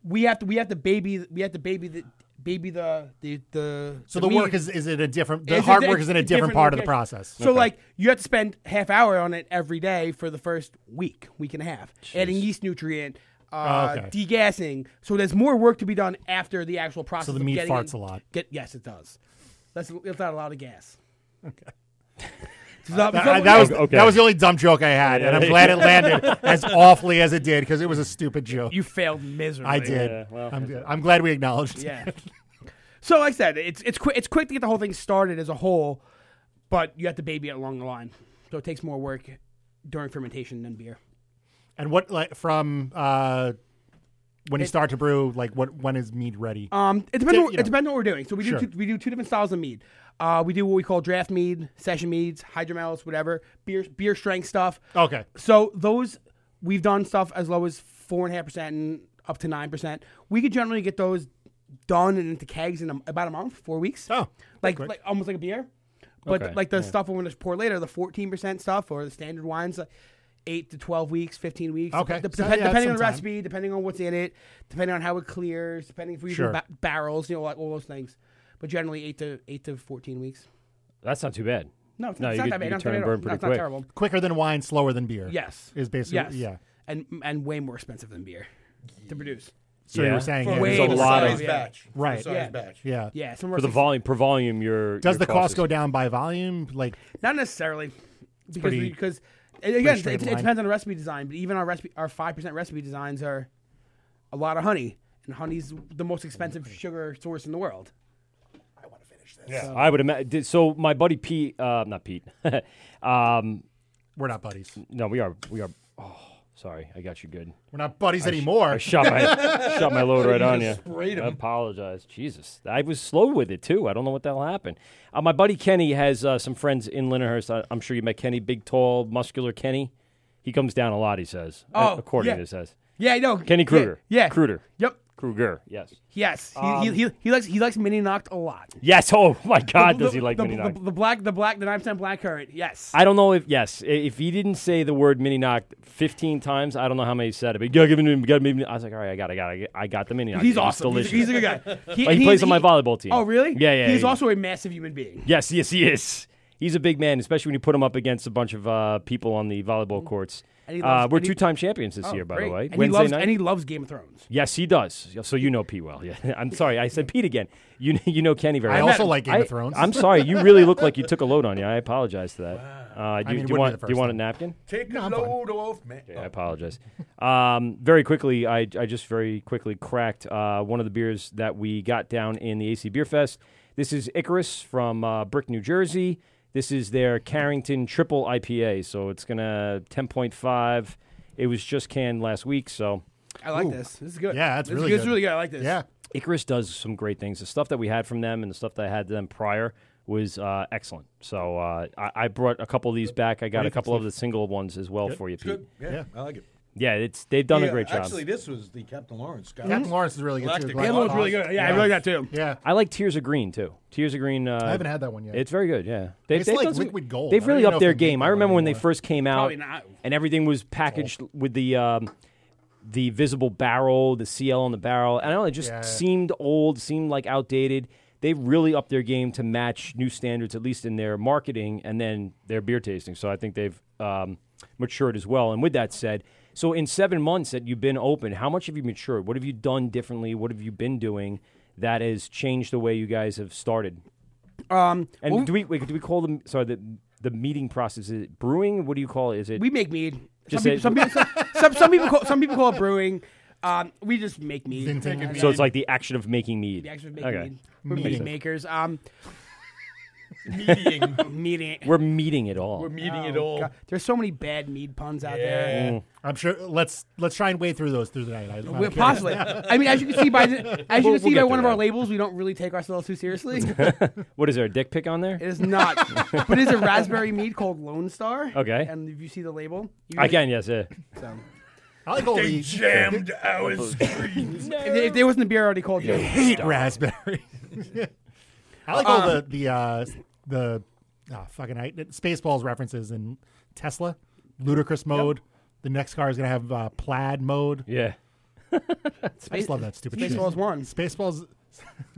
[SPEAKER 9] we have to we have to baby we have to baby the baby the the the.
[SPEAKER 8] so the
[SPEAKER 9] meat.
[SPEAKER 8] work is, is in a different. The
[SPEAKER 9] It's a
[SPEAKER 8] hard
[SPEAKER 9] di-
[SPEAKER 8] work is in a different, part of the
[SPEAKER 9] location.
[SPEAKER 8] process.
[SPEAKER 9] So like you have to spend half hour on it every day for the first week week and a half, adding yeast nutrient. Uh,
[SPEAKER 8] Oh, okay.
[SPEAKER 9] Degassing, so there's more work to be done after the actual process.
[SPEAKER 8] the
[SPEAKER 9] of
[SPEAKER 8] meat
[SPEAKER 9] getting
[SPEAKER 8] farts
[SPEAKER 9] it-
[SPEAKER 8] a lot.
[SPEAKER 9] Get, yes, it does. That's it's not a lot of gas. Okay.
[SPEAKER 8] I- that was
[SPEAKER 7] Okay.
[SPEAKER 8] that was the only dumb joke I had, and I'm glad it landed as awfully as it did because it was a stupid joke.
[SPEAKER 9] You failed miserably.
[SPEAKER 8] I did.
[SPEAKER 7] Yeah, well,
[SPEAKER 8] I'm, good. I'm glad we acknowledged. it.
[SPEAKER 9] Yeah. so like I said, it's it's quick it's quick to get the whole thing started as a whole, but you have to baby it along the line. So it takes more work during fermentation than beer.
[SPEAKER 8] And what like from uh, when you start to brew, like what when is mead ready?
[SPEAKER 9] Um, it depends.
[SPEAKER 8] Yeah,
[SPEAKER 9] on,
[SPEAKER 8] you
[SPEAKER 9] It
[SPEAKER 8] know.
[SPEAKER 9] depends on what we're doing. So we do
[SPEAKER 8] Sure.
[SPEAKER 9] two, we do two different styles of mead. Uh, we do what we call draft mead, session meads, hydromels, whatever beer beer strength stuff.
[SPEAKER 8] Okay.
[SPEAKER 9] So those we've done stuff as low as four and a half percent and up to nine percent. We could generally get those done and into kegs in a, about a month, four weeks.
[SPEAKER 8] Oh,
[SPEAKER 9] like
[SPEAKER 8] quick.
[SPEAKER 9] like almost like a beer, but
[SPEAKER 7] Okay,
[SPEAKER 9] like the stuff when it's poured later, the fourteen percent stuff or the standard wines. Like, Eight to twelve weeks, fifteen weeks.
[SPEAKER 8] Okay.
[SPEAKER 9] dep-
[SPEAKER 8] So,
[SPEAKER 9] dep-
[SPEAKER 8] yeah, that's
[SPEAKER 9] depending
[SPEAKER 8] some
[SPEAKER 9] on the
[SPEAKER 8] time.
[SPEAKER 9] recipe, depending on what's in it, depending on how it clears, depending if we
[SPEAKER 8] Sure.
[SPEAKER 9] use ba- barrels, you know, like all those things. But generally, eight to eight to fourteen weeks.
[SPEAKER 7] that's not too bad.
[SPEAKER 9] No, it's,
[SPEAKER 7] No, you
[SPEAKER 9] it's not
[SPEAKER 7] could-
[SPEAKER 9] that bad.
[SPEAKER 7] you
[SPEAKER 9] Not
[SPEAKER 7] could turn
[SPEAKER 9] that
[SPEAKER 7] and
[SPEAKER 9] bad
[SPEAKER 7] burn
[SPEAKER 9] at all. No,
[SPEAKER 7] pretty
[SPEAKER 9] it's not
[SPEAKER 7] quick.
[SPEAKER 9] terrible.
[SPEAKER 8] Quicker than wine, slower than beer.
[SPEAKER 9] Yes,
[SPEAKER 8] is basically
[SPEAKER 9] yes.
[SPEAKER 8] yeah.
[SPEAKER 9] and and way more expensive than beer to produce.
[SPEAKER 8] So you
[SPEAKER 7] Yeah.
[SPEAKER 8] were saying
[SPEAKER 2] For
[SPEAKER 8] yeah,
[SPEAKER 9] way
[SPEAKER 8] there's
[SPEAKER 9] more
[SPEAKER 8] a lot
[SPEAKER 2] size
[SPEAKER 8] of
[SPEAKER 9] Yeah.
[SPEAKER 2] batch. For
[SPEAKER 8] Right.
[SPEAKER 2] size
[SPEAKER 9] Yeah.
[SPEAKER 2] batch.
[SPEAKER 8] yeah.
[SPEAKER 9] Yeah, somewhere
[SPEAKER 7] For the
[SPEAKER 9] six-
[SPEAKER 7] volume, per volume, your
[SPEAKER 8] Does
[SPEAKER 7] your
[SPEAKER 8] the cost
[SPEAKER 7] is-
[SPEAKER 8] go down by volume? Like
[SPEAKER 9] Not necessarily, because
[SPEAKER 8] pretty-
[SPEAKER 9] we, because and again, it,
[SPEAKER 8] straight
[SPEAKER 9] it
[SPEAKER 8] line.
[SPEAKER 9] depends on the recipe design. But even our recipe, our five percent recipe designs are a lot of honey, and honey's the most expensive sugar source in the world.
[SPEAKER 7] I would imagine. So my buddy Pete, uh, not Pete. um,
[SPEAKER 8] we're not buddies.
[SPEAKER 7] no, we are. We are. Oh, sorry, I got you good.
[SPEAKER 8] We're not buddies anymore.
[SPEAKER 7] I shot my shot my load right on you.
[SPEAKER 2] just sprayed
[SPEAKER 7] I
[SPEAKER 2] him.
[SPEAKER 7] apologize. Jesus, I was slow with it too. I don't know what that'll happen. Uh, my buddy Kenny has uh, some friends in Lindenhurst. I, I'm sure you met Kenny, big, tall, muscular Kenny. He comes down a lot. He says,
[SPEAKER 9] Oh,
[SPEAKER 7] according
[SPEAKER 9] yeah.
[SPEAKER 7] to says
[SPEAKER 9] Yeah, I know.
[SPEAKER 7] Kenny
[SPEAKER 9] Yeah,
[SPEAKER 7] Kruger.
[SPEAKER 9] Yeah,
[SPEAKER 7] Kruger.
[SPEAKER 9] Yep.
[SPEAKER 7] Kruger. Yes.
[SPEAKER 9] Yes, he,
[SPEAKER 8] Um,
[SPEAKER 9] he, he, he likes he likes mini knocked a lot.
[SPEAKER 7] Yes. Oh my God,
[SPEAKER 9] The-
[SPEAKER 7] does he like
[SPEAKER 9] the,
[SPEAKER 7] mini
[SPEAKER 9] the,
[SPEAKER 7] knock?
[SPEAKER 9] The, black, the black, the nine percent black currant. Yes,
[SPEAKER 7] I don't know if yes, i- if he didn't say the word mini knock fifteen times, I don't know how many he said it. But yeah, give him, give him. I was like, all right, I got, it, I got, it, I got the mini knock.
[SPEAKER 9] he's
[SPEAKER 7] It was
[SPEAKER 9] awesome. He's,
[SPEAKER 7] delicious.
[SPEAKER 9] he's a good guy.
[SPEAKER 7] Like, he
[SPEAKER 9] he's-
[SPEAKER 7] plays on my volleyball team.
[SPEAKER 9] Oh, really?
[SPEAKER 7] Yeah, yeah.
[SPEAKER 9] He's
[SPEAKER 7] yeah.
[SPEAKER 9] also a massive human being.
[SPEAKER 7] yes, yes, he is. He's a big man, especially when you put him up against a bunch of uh, people on the volleyball courts.
[SPEAKER 9] Mm. And he
[SPEAKER 7] uh,
[SPEAKER 9] loves-
[SPEAKER 7] we're
[SPEAKER 9] and he-
[SPEAKER 7] two-time champions this
[SPEAKER 9] Oh,
[SPEAKER 7] year, by
[SPEAKER 9] great.
[SPEAKER 7] the way.
[SPEAKER 9] And he
[SPEAKER 7] Wednesday
[SPEAKER 9] loves
[SPEAKER 7] night.
[SPEAKER 9] and he loves Game of Thrones.
[SPEAKER 7] Yes, he does. So you know Pete well. Yeah, I'm sorry, I said Pete again. You you know Kenny very.
[SPEAKER 8] I
[SPEAKER 7] well.
[SPEAKER 8] also like Game of
[SPEAKER 7] I-
[SPEAKER 8] Thrones.
[SPEAKER 7] I'm sorry, you really look like you took a load on you. I apologize for that. Uh, do,
[SPEAKER 8] mean, it
[SPEAKER 7] you-
[SPEAKER 8] wouldn't
[SPEAKER 7] do
[SPEAKER 8] be
[SPEAKER 7] you want do you want
[SPEAKER 8] the first
[SPEAKER 7] a
[SPEAKER 8] time.
[SPEAKER 7] napkin?
[SPEAKER 2] Take a load off me.
[SPEAKER 7] I apologize. Um, very quickly, I, I just very quickly cracked uh, one of the beers that we got down in the AC Beer Fest. This is Icarus from uh, Brick, New Jersey. This is their Carrington Triple IPA. So it's going to 10.5. It was just canned last week. So
[SPEAKER 9] I like this. This is good.
[SPEAKER 8] Yeah, that's
[SPEAKER 9] This is
[SPEAKER 8] really
[SPEAKER 9] good. It's
[SPEAKER 8] good.
[SPEAKER 9] really good. I like this.
[SPEAKER 8] Yeah.
[SPEAKER 7] Icarus does some great things. The stuff that we had from them and the stuff that I had them prior was uh, excellent. So uh, I, I brought a couple of these back. I got a couple of the single ones as well for you, Pete.
[SPEAKER 2] Good. Yeah, I like it.
[SPEAKER 7] Yeah, it's they've done a
[SPEAKER 2] Yeah,
[SPEAKER 7] great job.
[SPEAKER 2] Actually, this was the Captain Lawrence. Guy.
[SPEAKER 8] Captain Lawrence is really good.
[SPEAKER 2] Galactic
[SPEAKER 8] too.
[SPEAKER 2] Lawrence.
[SPEAKER 9] That one's really good. Yeah, I really got too.
[SPEAKER 8] Yeah.
[SPEAKER 7] I like Tears of Green too. Tears of Green. Uh, I
[SPEAKER 8] haven't had that one yet.
[SPEAKER 7] It's very good. Yeah, they,
[SPEAKER 8] It's like liquid gold. I
[SPEAKER 7] They've
[SPEAKER 8] don't
[SPEAKER 7] really
[SPEAKER 8] even know
[SPEAKER 7] upped
[SPEAKER 8] if
[SPEAKER 7] their
[SPEAKER 8] they make
[SPEAKER 7] game.
[SPEAKER 8] that
[SPEAKER 7] I
[SPEAKER 8] one
[SPEAKER 7] remember when they
[SPEAKER 8] anymore.
[SPEAKER 7] first came out,
[SPEAKER 9] Probably not.
[SPEAKER 7] and everything was packaged with the um, the visible barrel, the CL on the barrel. I don't know. It just
[SPEAKER 8] Yeah.
[SPEAKER 7] seemed old, seemed like outdated. They really upped their game to match new standards, at least in their marketing and then their beer tasting. So I think they've um, matured as well. And with that said, so in seven months that you've been open, how much have you matured? What have you done differently? What have you been doing that has changed the way you guys have started?
[SPEAKER 9] Um,
[SPEAKER 7] And
[SPEAKER 9] well,
[SPEAKER 7] do we wait, do we call them sorry the the meeting process? Is it brewing? What do you call it? Is it
[SPEAKER 9] we make mead. Some
[SPEAKER 7] Just say-
[SPEAKER 9] people, some, people, some, some, some people call some people call it brewing. Um, we just make mead.
[SPEAKER 8] Vintage
[SPEAKER 9] I
[SPEAKER 8] mead.
[SPEAKER 7] so it's like the action of making mead.
[SPEAKER 9] The actual making
[SPEAKER 7] Okay.
[SPEAKER 9] mead. We're
[SPEAKER 8] Mead.
[SPEAKER 9] mead makers. Um,
[SPEAKER 2] meeting.
[SPEAKER 9] mead.
[SPEAKER 7] We're meeting it all.
[SPEAKER 2] We're meeting it all.
[SPEAKER 9] Oh, God, there's so many bad mead puns out
[SPEAKER 2] Yeah.
[SPEAKER 9] there.
[SPEAKER 8] eh, I'm sure. Let's let's try and wade through those through the night. I, I'm
[SPEAKER 9] We're
[SPEAKER 8] curious.
[SPEAKER 9] possibly. I mean, as you can see by the, as you
[SPEAKER 7] We'll-
[SPEAKER 9] can see
[SPEAKER 7] we'll
[SPEAKER 9] by
[SPEAKER 7] get
[SPEAKER 9] one
[SPEAKER 7] to
[SPEAKER 9] of our
[SPEAKER 7] that.
[SPEAKER 9] labels, we don't really take ourselves too seriously.
[SPEAKER 7] What is there a dick pic on there?
[SPEAKER 9] It is not. but it is a raspberry mead called Lone Star.
[SPEAKER 7] Okay.
[SPEAKER 9] And if you see the label, you
[SPEAKER 7] I can yes. Yeah.
[SPEAKER 9] So.
[SPEAKER 8] I like all
[SPEAKER 2] They
[SPEAKER 8] these
[SPEAKER 2] jammed our screens.
[SPEAKER 9] If, there- if there wasn't a beer already called you,
[SPEAKER 8] hate raspberry. I like all the the uh, the oh, fucking I, Spaceballs references in Tesla, ludicrous mode. The next car is gonna have uh, plaid mode.
[SPEAKER 7] yeah.
[SPEAKER 8] I just love that stupid
[SPEAKER 9] Spaceballs
[SPEAKER 8] shit.
[SPEAKER 9] won.
[SPEAKER 8] Spaceballs.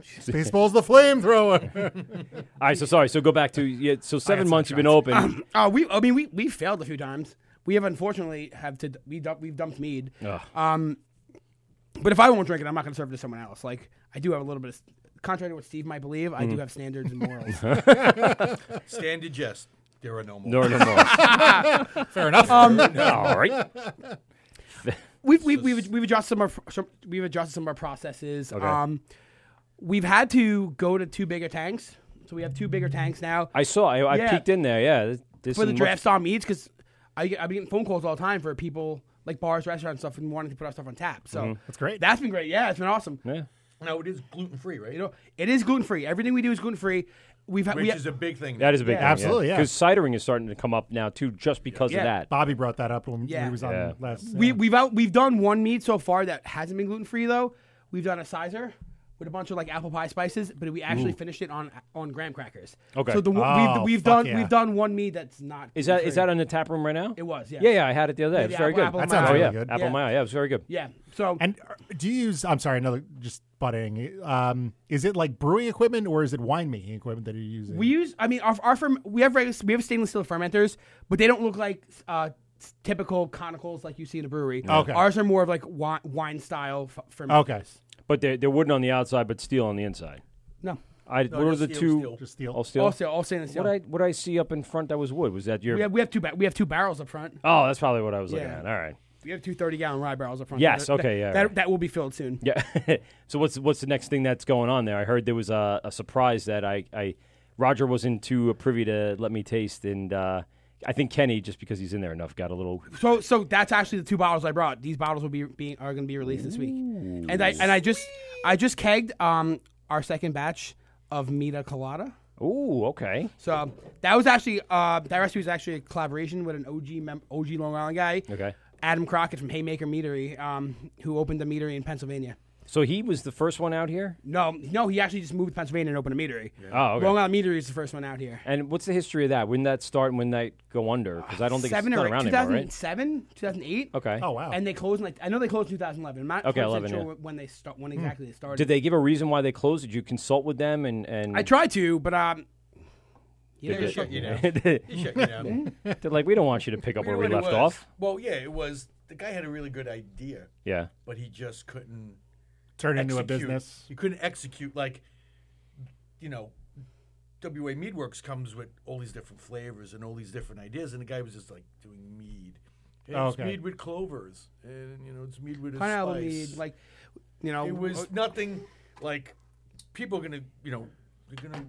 [SPEAKER 8] Spaceballs the flamethrower.
[SPEAKER 7] All right. So sorry. So go back to yeah. So seven months you've been open.
[SPEAKER 9] Uh, we, I mean, we we failed a few times. We have unfortunately have to we dump, we've dumped mead. Um, but if I won't drink it, I'm not going to serve it to someone else. Like I do have a little bit of. Contrary to what Steve might believe, I
[SPEAKER 7] Mm.
[SPEAKER 9] do have standards and morals.
[SPEAKER 2] Stand to jest. There are no more.
[SPEAKER 7] No, no, no.
[SPEAKER 8] Fair enough.
[SPEAKER 7] all right.
[SPEAKER 9] Um, we've we've we've, we've adjusted some of our some, we've adjusted some of our processes. Um, we've had to go to two bigger tanks, so we have two bigger tanks now.
[SPEAKER 7] I saw. I, I
[SPEAKER 9] Yeah.
[SPEAKER 7] peeked in there. Yeah. This- This
[SPEAKER 9] for the
[SPEAKER 7] is
[SPEAKER 9] draft saw meets because I get- I've been getting phone calls all the time for people like bars, restaurants, and stuff, and wanting to put our stuff on tap. So
[SPEAKER 8] That's great.
[SPEAKER 9] That's been great. Yeah, it's been awesome.
[SPEAKER 7] Much, Mm-hmm. yeah.
[SPEAKER 2] No, it is gluten free, right?
[SPEAKER 9] You know, it is gluten free. Everything we do is gluten free. We've had
[SPEAKER 2] Which
[SPEAKER 9] we
[SPEAKER 2] is a big thing.
[SPEAKER 7] That is a big
[SPEAKER 9] Yeah.
[SPEAKER 7] thing,
[SPEAKER 8] Absolutely, yeah.
[SPEAKER 7] Because cidering is starting to come up now too, just because
[SPEAKER 9] Yeah.
[SPEAKER 7] of that.
[SPEAKER 8] Bobby brought that up when
[SPEAKER 9] Yeah.
[SPEAKER 8] he was on
[SPEAKER 7] Yeah.
[SPEAKER 8] last. uh,
[SPEAKER 9] we we've out we've done one meat so far that hasn't been gluten free though. We've done a sizer with a bunch of like apple pie spices, but we actually finished it on on graham crackers.
[SPEAKER 7] Okay.
[SPEAKER 9] So the one
[SPEAKER 8] Oh,
[SPEAKER 9] we've, we've
[SPEAKER 8] fuck
[SPEAKER 9] done
[SPEAKER 8] yeah.
[SPEAKER 9] we've done one meat that's not
[SPEAKER 7] Is that is that
[SPEAKER 9] gluten-free.
[SPEAKER 7] on the tap room right now?
[SPEAKER 9] it was yeah
[SPEAKER 7] Yeah, yeah. I had it the other day.
[SPEAKER 9] Yeah,
[SPEAKER 7] It was
[SPEAKER 9] the
[SPEAKER 7] very
[SPEAKER 9] apple-
[SPEAKER 7] good.
[SPEAKER 9] apple
[SPEAKER 8] That sounds
[SPEAKER 7] oh
[SPEAKER 8] really
[SPEAKER 7] yeah.
[SPEAKER 8] good.
[SPEAKER 7] Apple
[SPEAKER 9] Yeah.
[SPEAKER 7] mayo. Yeah, it was very good.
[SPEAKER 9] yeah so
[SPEAKER 8] And uh, do you use? I'm sorry, another just butting. Um, is it like brewing equipment or is it winemaking equipment that you're using?
[SPEAKER 9] We use, I mean, our, our firm, we have regular, we have stainless steel fermenters, but they don't look like uh, s- typical conicals like you see in a brewery.
[SPEAKER 8] Okay.
[SPEAKER 9] Ours are more of like wine, wine style f- fermenters.
[SPEAKER 8] okay.
[SPEAKER 7] But they're, they're wooden on the outside, but steel on the inside.
[SPEAKER 9] No.
[SPEAKER 7] I what are the
[SPEAKER 2] steel,
[SPEAKER 7] two?
[SPEAKER 2] steel.
[SPEAKER 8] Just steel.
[SPEAKER 7] All steel.
[SPEAKER 9] All steel, all stainless steel.
[SPEAKER 7] What I what I see up in front that was wood. Was that your?
[SPEAKER 9] we, have, we have two ba- we have two barrels up front.
[SPEAKER 7] oh, that's probably what I was looking
[SPEAKER 9] Yeah.
[SPEAKER 7] at. All right.
[SPEAKER 9] We have two 30 gallon rye barrels up front.
[SPEAKER 7] Yes,
[SPEAKER 9] That-
[SPEAKER 7] okay, yeah,
[SPEAKER 9] That,
[SPEAKER 7] right.
[SPEAKER 9] that will be filled soon.
[SPEAKER 7] Yeah. so what's what's the next thing that's going on there? I heard there was a, a surprise that I, I Roger wasn't too privy to let me taste, and uh, I think Kenny just because he's in there enough got a little.
[SPEAKER 9] So so that's actually the two bottles I brought. These bottles will be being are going to be released this week. And I and I just I just kegged um our second batch of Mita Colada.
[SPEAKER 7] Ooh, okay.
[SPEAKER 9] So um, that was actually uh, that recipe was actually a collaboration with an OG mem- OG Long Island guy,
[SPEAKER 7] Okay.
[SPEAKER 9] Adam Crockett from Haymaker Meadery, um, who opened a meadery in Pennsylvania.
[SPEAKER 7] So he was the first one out here.
[SPEAKER 9] No, no, he actually just moved to Pennsylvania and opened a meadery.
[SPEAKER 7] Oh, okay.
[SPEAKER 9] Long Island Meadery is the first one out here.
[SPEAKER 7] And what's the history of that? When that start and when that go under? Because I don't think
[SPEAKER 9] Seven
[SPEAKER 7] it's
[SPEAKER 9] or
[SPEAKER 7] not
[SPEAKER 9] eight,
[SPEAKER 7] around anymore, right?
[SPEAKER 9] 2007, 2008.
[SPEAKER 7] Okay.
[SPEAKER 8] Oh wow.
[SPEAKER 9] And they closed in like I know they closed in 2011. I'm not
[SPEAKER 7] Okay,
[SPEAKER 9] 100%
[SPEAKER 7] 11,
[SPEAKER 9] sure
[SPEAKER 7] yeah.
[SPEAKER 9] when they start when exactly they started.
[SPEAKER 7] Did they give a reason why they closed? Did you consult with them and and
[SPEAKER 9] I tried to, but um,
[SPEAKER 7] They
[SPEAKER 2] Yeah,
[SPEAKER 7] Hmm. did.
[SPEAKER 2] shut you down. You shut you down.
[SPEAKER 7] They're like, we don't want you to pick up where
[SPEAKER 2] You
[SPEAKER 7] we
[SPEAKER 2] know what
[SPEAKER 7] left
[SPEAKER 2] it was?
[SPEAKER 7] off.
[SPEAKER 2] Well, yeah, it was. The guy had a really good idea.
[SPEAKER 7] Yeah.
[SPEAKER 2] But he just couldn't
[SPEAKER 8] Turn into a
[SPEAKER 2] execute.
[SPEAKER 8] business.
[SPEAKER 2] You couldn't execute like, you know, WA Meadworks comes with all these different flavors and all these different ideas, and the guy was just like doing mead. Hey,
[SPEAKER 8] Oh,
[SPEAKER 2] It's
[SPEAKER 8] okay.
[SPEAKER 2] mead with clovers, and you know, it's mead with a
[SPEAKER 9] Pineapple
[SPEAKER 2] spice.
[SPEAKER 9] mead, like, you know, uh,
[SPEAKER 2] it was nothing like people are gonna, you know, they're gonna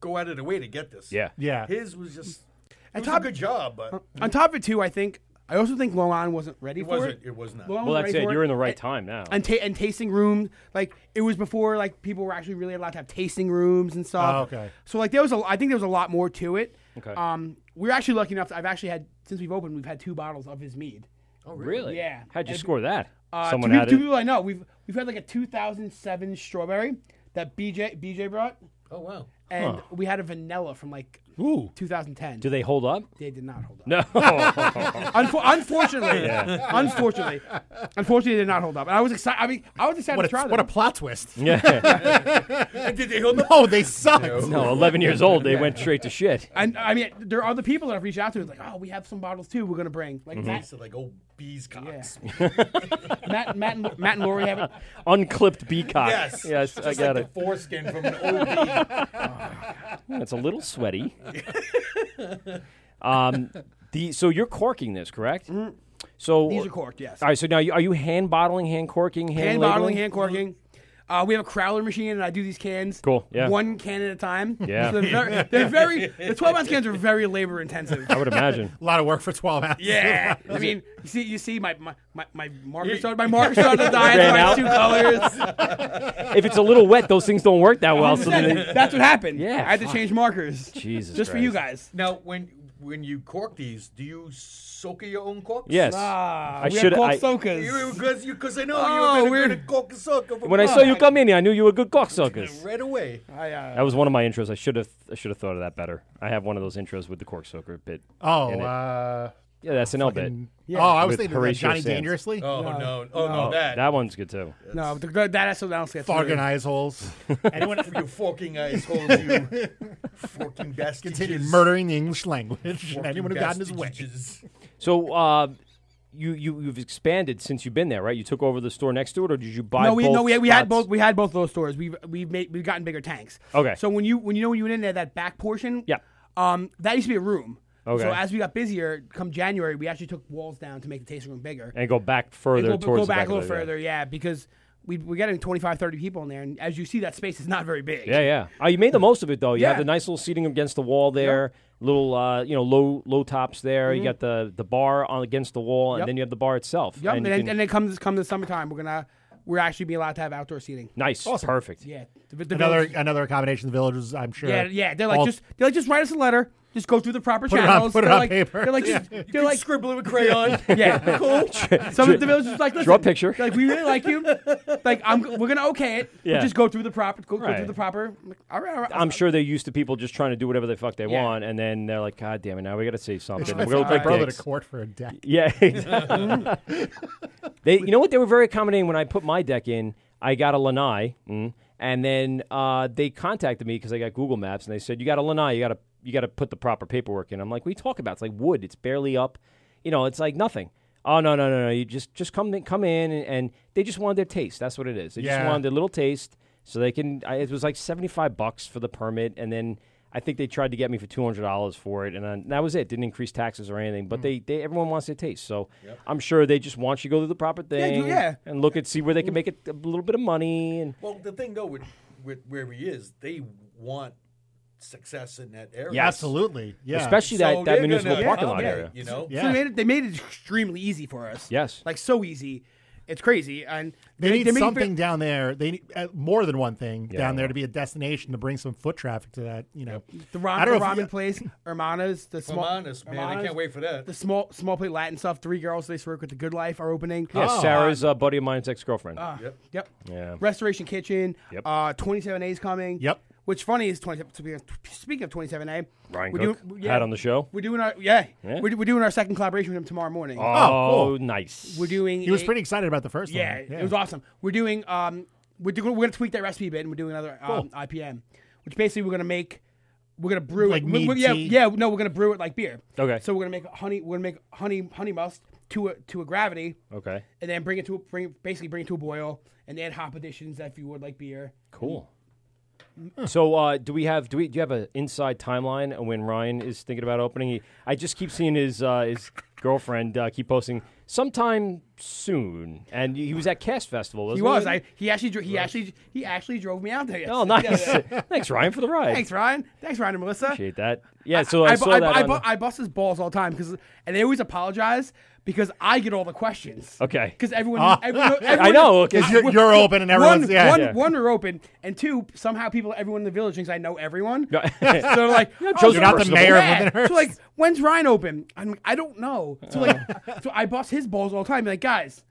[SPEAKER 2] go out of their way to get this.
[SPEAKER 7] Yeah.
[SPEAKER 8] Yeah.
[SPEAKER 2] His was just. It was a
[SPEAKER 9] top-
[SPEAKER 2] good job, but
[SPEAKER 9] on top of it too. I think I also think Long Island wasn't ready
[SPEAKER 2] it
[SPEAKER 9] for
[SPEAKER 2] wasn't.
[SPEAKER 9] it.
[SPEAKER 2] It was not.
[SPEAKER 9] Long Island
[SPEAKER 7] Well,
[SPEAKER 9] wasn't
[SPEAKER 7] that's it.
[SPEAKER 9] ready for
[SPEAKER 7] You're in the right
[SPEAKER 9] And-
[SPEAKER 7] time now.
[SPEAKER 9] and, ta- and tasting rooms. Like it was before, like people were actually really allowed to have tasting rooms and stuff.
[SPEAKER 8] Oh, okay.
[SPEAKER 9] So like there was a, I think there was a lot more to it.
[SPEAKER 7] Okay.
[SPEAKER 9] Um, we we're actually lucky enough. To, I've actually had since we've opened, we've had two bottles of his mead.
[SPEAKER 2] Oh,
[SPEAKER 7] Really?
[SPEAKER 9] Yeah.
[SPEAKER 7] How'd you
[SPEAKER 9] And-
[SPEAKER 7] score that?
[SPEAKER 9] Uh,
[SPEAKER 7] Someone
[SPEAKER 9] two,
[SPEAKER 7] had
[SPEAKER 9] two
[SPEAKER 7] it.
[SPEAKER 9] people I know. We've we've had like a 2007 strawberry that BJ BJ brought,
[SPEAKER 2] Oh wow.
[SPEAKER 9] and we had a vanilla from like
[SPEAKER 7] Ooh. Oh.
[SPEAKER 9] 2010.
[SPEAKER 7] Do they hold up?
[SPEAKER 9] they did not hold up.
[SPEAKER 7] No.
[SPEAKER 9] Unfor- unfortunately, unfortunately, unfortunately, they did not hold up. And I was excited. I mean, I was excited
[SPEAKER 8] What
[SPEAKER 9] to try
[SPEAKER 8] a,
[SPEAKER 9] them.
[SPEAKER 8] what a plot twist.
[SPEAKER 7] yeah.
[SPEAKER 2] Did they hold the
[SPEAKER 8] Oh, they suck.
[SPEAKER 7] No. Eleven years old, they went straight to shit.
[SPEAKER 9] And I mean, there are other people that I've reached out to. Like, oh, we have some bottles too. We're gonna bring like
[SPEAKER 7] Mm-hmm.
[SPEAKER 2] It's like old bees cocks.
[SPEAKER 9] Matt, Matt, Matt, and, Matt and Lori have it.
[SPEAKER 7] Unclipped beacock.
[SPEAKER 2] Yes.
[SPEAKER 7] Yes,
[SPEAKER 2] Just
[SPEAKER 7] I got
[SPEAKER 2] like
[SPEAKER 7] it.
[SPEAKER 2] The foreskin from an old bee.
[SPEAKER 7] It's a little sweaty. um, the so you're corking this, correct? So
[SPEAKER 9] Mm. These are corked, yes.
[SPEAKER 7] All right. So now, you, are you hand bottling, hand corking, hand,
[SPEAKER 9] Hand
[SPEAKER 7] labeling?
[SPEAKER 9] bottling, hand corking. Uh, we have a crowler machine, and I do these cans.
[SPEAKER 7] Cool, yeah.
[SPEAKER 9] One can at a time.
[SPEAKER 7] Yeah.
[SPEAKER 9] So they're very. They're very the twelve ounce cans are very labor intensive.
[SPEAKER 7] I would imagine.
[SPEAKER 8] A lot of work for 12 ounces.
[SPEAKER 9] Yeah, I mean, you see, you see my my my, my marker soda, my marker soda
[SPEAKER 7] Ran
[SPEAKER 9] diet, my
[SPEAKER 7] out.
[SPEAKER 9] two colors.
[SPEAKER 7] if it's a little wet, those things don't work that well. So then they-
[SPEAKER 9] That's what happened.
[SPEAKER 7] Yeah,
[SPEAKER 9] I had to
[SPEAKER 7] fuck.
[SPEAKER 9] change markers.
[SPEAKER 7] Jesus
[SPEAKER 9] just for you
[SPEAKER 7] Christ.
[SPEAKER 9] guys.
[SPEAKER 2] Now, when when you cork these, do you soak your own corks?
[SPEAKER 7] yes.
[SPEAKER 9] Ah,
[SPEAKER 7] I
[SPEAKER 9] we
[SPEAKER 7] should-
[SPEAKER 9] have
[SPEAKER 7] I-
[SPEAKER 9] called sokas.
[SPEAKER 2] Because because I know
[SPEAKER 9] Oh,
[SPEAKER 2] you're
[SPEAKER 9] we're-
[SPEAKER 2] going to cork a sock of a
[SPEAKER 7] when I saw you come in, here, I knew you were good cocksuckers.
[SPEAKER 2] right away.
[SPEAKER 9] I, uh,
[SPEAKER 7] That was one of my intros. I should have I should have thought of that better. I have one of those intros with the corksucker bit.
[SPEAKER 8] Oh,
[SPEAKER 7] in it.
[SPEAKER 8] uh,
[SPEAKER 7] yeah, that's an L bit.
[SPEAKER 8] oh, I was
[SPEAKER 7] With
[SPEAKER 8] thinking of that
[SPEAKER 7] Horatio
[SPEAKER 8] Johnny
[SPEAKER 7] Sands.
[SPEAKER 8] Dangerously.
[SPEAKER 2] Oh no! Oh no! that
[SPEAKER 7] That one's good too.
[SPEAKER 9] No, the, that that's something else. That's
[SPEAKER 8] Fargan eyes holes.
[SPEAKER 2] anyone for your forking eyes holds you forking baskets.
[SPEAKER 8] Continued murdering the English language. And anyone who got in his way.
[SPEAKER 7] So uh, you you you've expanded since you've been there, right? You took over the store next to it, or did you buy?
[SPEAKER 9] No, we
[SPEAKER 7] both
[SPEAKER 9] no we, we had
[SPEAKER 7] spots?
[SPEAKER 9] both we had both of those stores. We've we've made we've gotten bigger tanks.
[SPEAKER 7] Okay.
[SPEAKER 9] So when you when you know when you went in there that back portion,
[SPEAKER 7] Yeah.
[SPEAKER 9] um, that used to be a room.
[SPEAKER 7] Okay.
[SPEAKER 9] So as we got busier, come January, we actually took walls down to make the tasting room bigger.
[SPEAKER 7] and go back further
[SPEAKER 9] go,
[SPEAKER 7] towards
[SPEAKER 9] go
[SPEAKER 7] the
[SPEAKER 9] back
[SPEAKER 7] back
[SPEAKER 9] a little
[SPEAKER 7] of the-
[SPEAKER 9] further, yeah, because we we're getting 25, 30 people in there, and as you see, that space is not very big.
[SPEAKER 7] Yeah, yeah. Oh, you made the most of it though. You have
[SPEAKER 9] Yeah.
[SPEAKER 7] the nice little seating against the wall there, little uh, you know low low tops there. You got the the bar on against the wall, and
[SPEAKER 9] Mm-hmm. Yep.
[SPEAKER 7] then you have the bar itself.
[SPEAKER 9] Yep. And,
[SPEAKER 7] you
[SPEAKER 9] then,
[SPEAKER 7] can-
[SPEAKER 9] and then comes come the summertime, we're gonna we're actually be allowed to have outdoor seating.
[SPEAKER 7] nice, perfect.
[SPEAKER 9] Yeah. The, the
[SPEAKER 8] Another
[SPEAKER 9] village-
[SPEAKER 8] another accommodation of the villagers, I'm sure.
[SPEAKER 9] Yeah, yeah. They're like
[SPEAKER 8] all-
[SPEAKER 9] just they're like just write us a letter. Just go through the proper
[SPEAKER 8] it on-
[SPEAKER 9] channels.
[SPEAKER 8] put it
[SPEAKER 9] they're
[SPEAKER 8] on
[SPEAKER 9] like,
[SPEAKER 8] paper.
[SPEAKER 9] They're like,
[SPEAKER 8] Yeah.
[SPEAKER 9] just, they're like
[SPEAKER 2] scribbling with crayon.
[SPEAKER 9] Yeah, cool. Some of the villagers was like, listen,
[SPEAKER 7] Draw a picture.
[SPEAKER 9] they're Like we really like you. Like I'm, we're gonna okay it. but
[SPEAKER 7] Yeah.
[SPEAKER 9] just go through the proper, go, go
[SPEAKER 7] Right.
[SPEAKER 9] through the proper. I'm like, all right, all right.
[SPEAKER 8] uh,
[SPEAKER 7] I'm sure they're used to people just trying to do whatever the fuck they
[SPEAKER 9] Yeah.
[SPEAKER 7] want, and then they're like, "God damn it! Now we got to say something. We're
[SPEAKER 8] Took
[SPEAKER 7] gonna look
[SPEAKER 8] my
[SPEAKER 7] like
[SPEAKER 8] brother
[SPEAKER 7] dicks."
[SPEAKER 8] to court for a deck.
[SPEAKER 7] Yeah. exactly. they, you know what? They were very accommodating when I put my deck in. I got a lanai, mm, and then uh, they contacted me because I got Google Maps, and they said, "You got a lanai. You got to you got to put the proper paperwork in." I'm like, "What are you talking about? It's like wood. It's barely up. You know, it's like nothing." Oh no no no no! You just just come in, come in, and, and they just wanted their taste. That's what it is. They just
[SPEAKER 8] Yeah.
[SPEAKER 7] wanted their little taste, so they can. I, it was like seventy five bucks for the permit, and then I think they tried to get me for two hundred dollars for it, and, I, that was it. Didn't increase taxes or anything,
[SPEAKER 9] Hmm.
[SPEAKER 7] but they, they everyone wants their taste, so I'm sure they just want you to go through the proper thing,
[SPEAKER 9] do- yeah.
[SPEAKER 7] and look at see where they can make it a little bit of money, and
[SPEAKER 2] Well, the thing though, with, with where he is, they want success in that area.
[SPEAKER 7] Yes.
[SPEAKER 8] Absolutely. Yeah.
[SPEAKER 7] especially that,
[SPEAKER 2] So
[SPEAKER 7] that
[SPEAKER 2] they're
[SPEAKER 7] municipal
[SPEAKER 2] gonna
[SPEAKER 7] parking lot
[SPEAKER 2] accommodate,
[SPEAKER 7] area.
[SPEAKER 2] You know,
[SPEAKER 9] So
[SPEAKER 8] Yeah.
[SPEAKER 9] they, made it, they made it extremely easy for us.
[SPEAKER 7] Yes.
[SPEAKER 9] like so easy. It's crazy, and
[SPEAKER 8] They
[SPEAKER 9] make-
[SPEAKER 8] need
[SPEAKER 9] they make it
[SPEAKER 8] something
[SPEAKER 9] ve-
[SPEAKER 8] down there. They need uh, more than one thing down
[SPEAKER 7] I
[SPEAKER 8] there
[SPEAKER 7] know.
[SPEAKER 8] to be a destination to bring some foot traffic to that. You know,
[SPEAKER 9] the ramen,
[SPEAKER 8] I don't
[SPEAKER 9] the
[SPEAKER 8] know if
[SPEAKER 9] ramen
[SPEAKER 8] you-
[SPEAKER 9] place, Hermanas, the
[SPEAKER 2] I'm
[SPEAKER 9] small
[SPEAKER 2] honest, man. I
[SPEAKER 9] Hermanas,
[SPEAKER 2] can't wait for that.
[SPEAKER 9] The small small plate Latin stuff. Three girls they work with the Good Life are opening. Uh,
[SPEAKER 7] Yeah, Sarah's a buddy of mine's ex
[SPEAKER 9] Oh,
[SPEAKER 7] girlfriend.
[SPEAKER 2] Yep.
[SPEAKER 9] Yep.
[SPEAKER 7] Yeah.
[SPEAKER 9] Restoration Kitchen.
[SPEAKER 7] Yep.
[SPEAKER 9] Uh, 27A's coming.
[SPEAKER 8] Yep.
[SPEAKER 9] Which funny is 27. Speaking of 27A,
[SPEAKER 7] Ryan
[SPEAKER 9] we're
[SPEAKER 7] Cook
[SPEAKER 9] doing-
[SPEAKER 7] had on the show.
[SPEAKER 9] We're doing our yeah.
[SPEAKER 7] Yeah.
[SPEAKER 9] We're, we're doing our second collaboration with him tomorrow morning.
[SPEAKER 7] Oh,
[SPEAKER 8] cool.
[SPEAKER 7] nice.
[SPEAKER 9] we're doing.
[SPEAKER 8] he was
[SPEAKER 9] a-
[SPEAKER 8] pretty excited about the first
[SPEAKER 9] Yeah,
[SPEAKER 8] one.
[SPEAKER 9] it was awesome. We're doing. Um, we're doing, we're gonna tweak that recipe a bit, and we're doing another um, IPM, which basically we're gonna make We're gonna brew
[SPEAKER 8] Like
[SPEAKER 9] it. We- we-
[SPEAKER 8] mead
[SPEAKER 9] yeah,
[SPEAKER 8] tea?
[SPEAKER 9] yeah. No, we're gonna brew it like beer.
[SPEAKER 7] Okay.
[SPEAKER 9] So we're gonna make honey. We're gonna make honey honey must to a to a gravity,
[SPEAKER 7] Okay.
[SPEAKER 9] and then bring it to a, bring basically bring it to a boil, and add hop additions if you would like beer.
[SPEAKER 7] Cool. So uh, do we have do we do you have an inside timeline on when Ryan is thinking about opening? He, I just keep seeing his uh, his girlfriend uh, keep posting sometime soon, and he was at Cast Festival. Wasn't
[SPEAKER 9] He
[SPEAKER 7] he
[SPEAKER 9] was. I he actually dro- he actually he actually drove me out there.
[SPEAKER 7] Oh,
[SPEAKER 9] yesterday.
[SPEAKER 7] nice!
[SPEAKER 9] Yeah, yeah.
[SPEAKER 7] Thanks, Ryan, for the ride.
[SPEAKER 9] Thanks, Ryan. Thanks, Ryan and Melissa.
[SPEAKER 7] Appreciate that. Yeah. So I,
[SPEAKER 9] I, bu-
[SPEAKER 7] saw
[SPEAKER 9] I, bu-
[SPEAKER 7] that.
[SPEAKER 9] I,
[SPEAKER 7] on
[SPEAKER 9] bu-
[SPEAKER 7] the-
[SPEAKER 9] I bust his balls all the time because, and they always apologize because I get all the questions.
[SPEAKER 7] Okay.
[SPEAKER 9] Because everyone,
[SPEAKER 8] Ah.
[SPEAKER 9] everyone, everyone,
[SPEAKER 7] I know, 'cause
[SPEAKER 9] I-
[SPEAKER 8] you're- you're open and everyone's-
[SPEAKER 9] one,
[SPEAKER 8] yeah.
[SPEAKER 9] one,
[SPEAKER 8] Yeah.
[SPEAKER 9] one, we're open, and two, somehow people, everyone in the village thinks I know everyone. so they're like, oh,
[SPEAKER 7] Joe's
[SPEAKER 9] so-
[SPEAKER 7] not the
[SPEAKER 8] mayor of
[SPEAKER 9] yeah.
[SPEAKER 8] Lindenhurst.
[SPEAKER 9] So like, when's Ryan open? I'm, like, I don't know. So like, so I bust his balls all the time. Like, guys.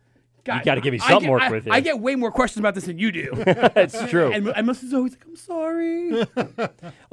[SPEAKER 9] Guys,
[SPEAKER 7] Uh. gotta give me
[SPEAKER 9] I
[SPEAKER 7] something
[SPEAKER 9] get-
[SPEAKER 7] work
[SPEAKER 9] I-
[SPEAKER 7] with
[SPEAKER 9] I
[SPEAKER 7] here.
[SPEAKER 9] get way more questions about this than you do.
[SPEAKER 7] That's true.
[SPEAKER 9] and, and Melissa's always like, I'm sorry.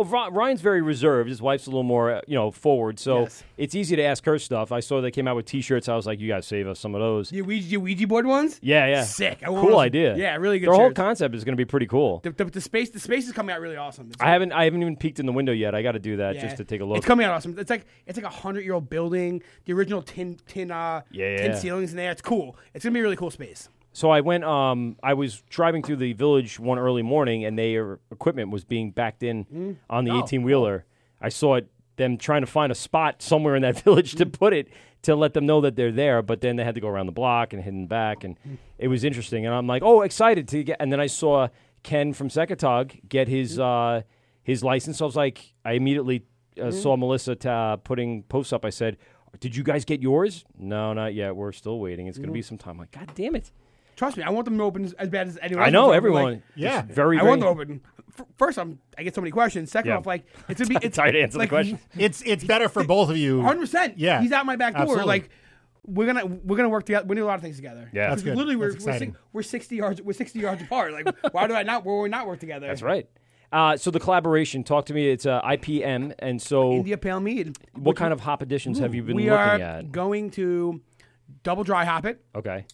[SPEAKER 7] Well, Oh, Ri- Ryan's very reserved. His wife's a little more, uh, you know, forward. So
[SPEAKER 9] Yes.
[SPEAKER 7] it's easy to ask her stuff. I saw they came out with T-shirts. I was like, you gotta save us some of those.
[SPEAKER 9] The Ouija, your Ouija board ones?
[SPEAKER 7] Yeah, yeah.
[SPEAKER 9] Sick. I want
[SPEAKER 7] cool
[SPEAKER 9] those-
[SPEAKER 7] idea.
[SPEAKER 9] Yeah, really good
[SPEAKER 7] Their whole
[SPEAKER 9] shirts.
[SPEAKER 7] concept is gonna be pretty cool.
[SPEAKER 9] The, the, the space, the space is coming out really awesome. It's,
[SPEAKER 7] I haven't, I haven't even peeked in the window yet. I got to do that
[SPEAKER 9] yeah.
[SPEAKER 7] just to take a look.
[SPEAKER 9] It's coming out awesome. It's like it's like a hundred year old building. The original tin tin uh
[SPEAKER 7] Yeah.
[SPEAKER 9] tin ceilings in there. It's cool. It's gonna be a really cool space.
[SPEAKER 7] so I went. Um, I was driving through the village one early morning, and their equipment was being backed in on the eighteen wheeler. I saw it, them trying to find a spot somewhere in that village to put it to let them know that they're there. But then they had to go around the block and hidden back, and it was interesting. And I'm like, oh, excited to get. And then I saw Ken from Secatog get his uh, his license. So I was like, I immediately uh, saw Melissa t- uh, putting posts up. I said. Did you guys get yours? No, not yet. We're still waiting. It's going
[SPEAKER 9] Mm.
[SPEAKER 7] to be some time. I'm like, God damn it!
[SPEAKER 9] Mm-hmm. Trust me, I want them to open as, as bad as anyone.
[SPEAKER 7] I
[SPEAKER 9] else
[SPEAKER 7] know
[SPEAKER 9] wants to open,
[SPEAKER 7] everyone.
[SPEAKER 9] like,
[SPEAKER 8] yeah.
[SPEAKER 7] It's very.
[SPEAKER 9] I want them
[SPEAKER 7] very-
[SPEAKER 9] open. F- First, I'm I get so many questions. Second
[SPEAKER 7] Yeah.
[SPEAKER 9] off, like it's gonna be it's
[SPEAKER 7] Sorry to answer the question.
[SPEAKER 8] It's it's better for both of you.
[SPEAKER 9] Hundred percent.
[SPEAKER 8] Yeah.
[SPEAKER 9] he's out my back door.
[SPEAKER 8] Absolutely.
[SPEAKER 9] Like we're gonna we're gonna work together. We do a lot of things together.
[SPEAKER 7] Yeah. That's
[SPEAKER 9] 'Cause
[SPEAKER 8] good.
[SPEAKER 9] Literally, we're
[SPEAKER 8] That's
[SPEAKER 9] we're,
[SPEAKER 8] exciting.
[SPEAKER 9] si- we're sixty yards we're sixty yards apart. Like why do I not why would we not work together?
[SPEAKER 7] That's right. Uh, so the collaboration. Talk to me. It's uh, IPM, and so
[SPEAKER 9] India Pale Mead.
[SPEAKER 7] what kind of hop additions have you been
[SPEAKER 9] we
[SPEAKER 7] looking
[SPEAKER 9] are
[SPEAKER 7] at?
[SPEAKER 9] going to double dry hop it.
[SPEAKER 7] Okay,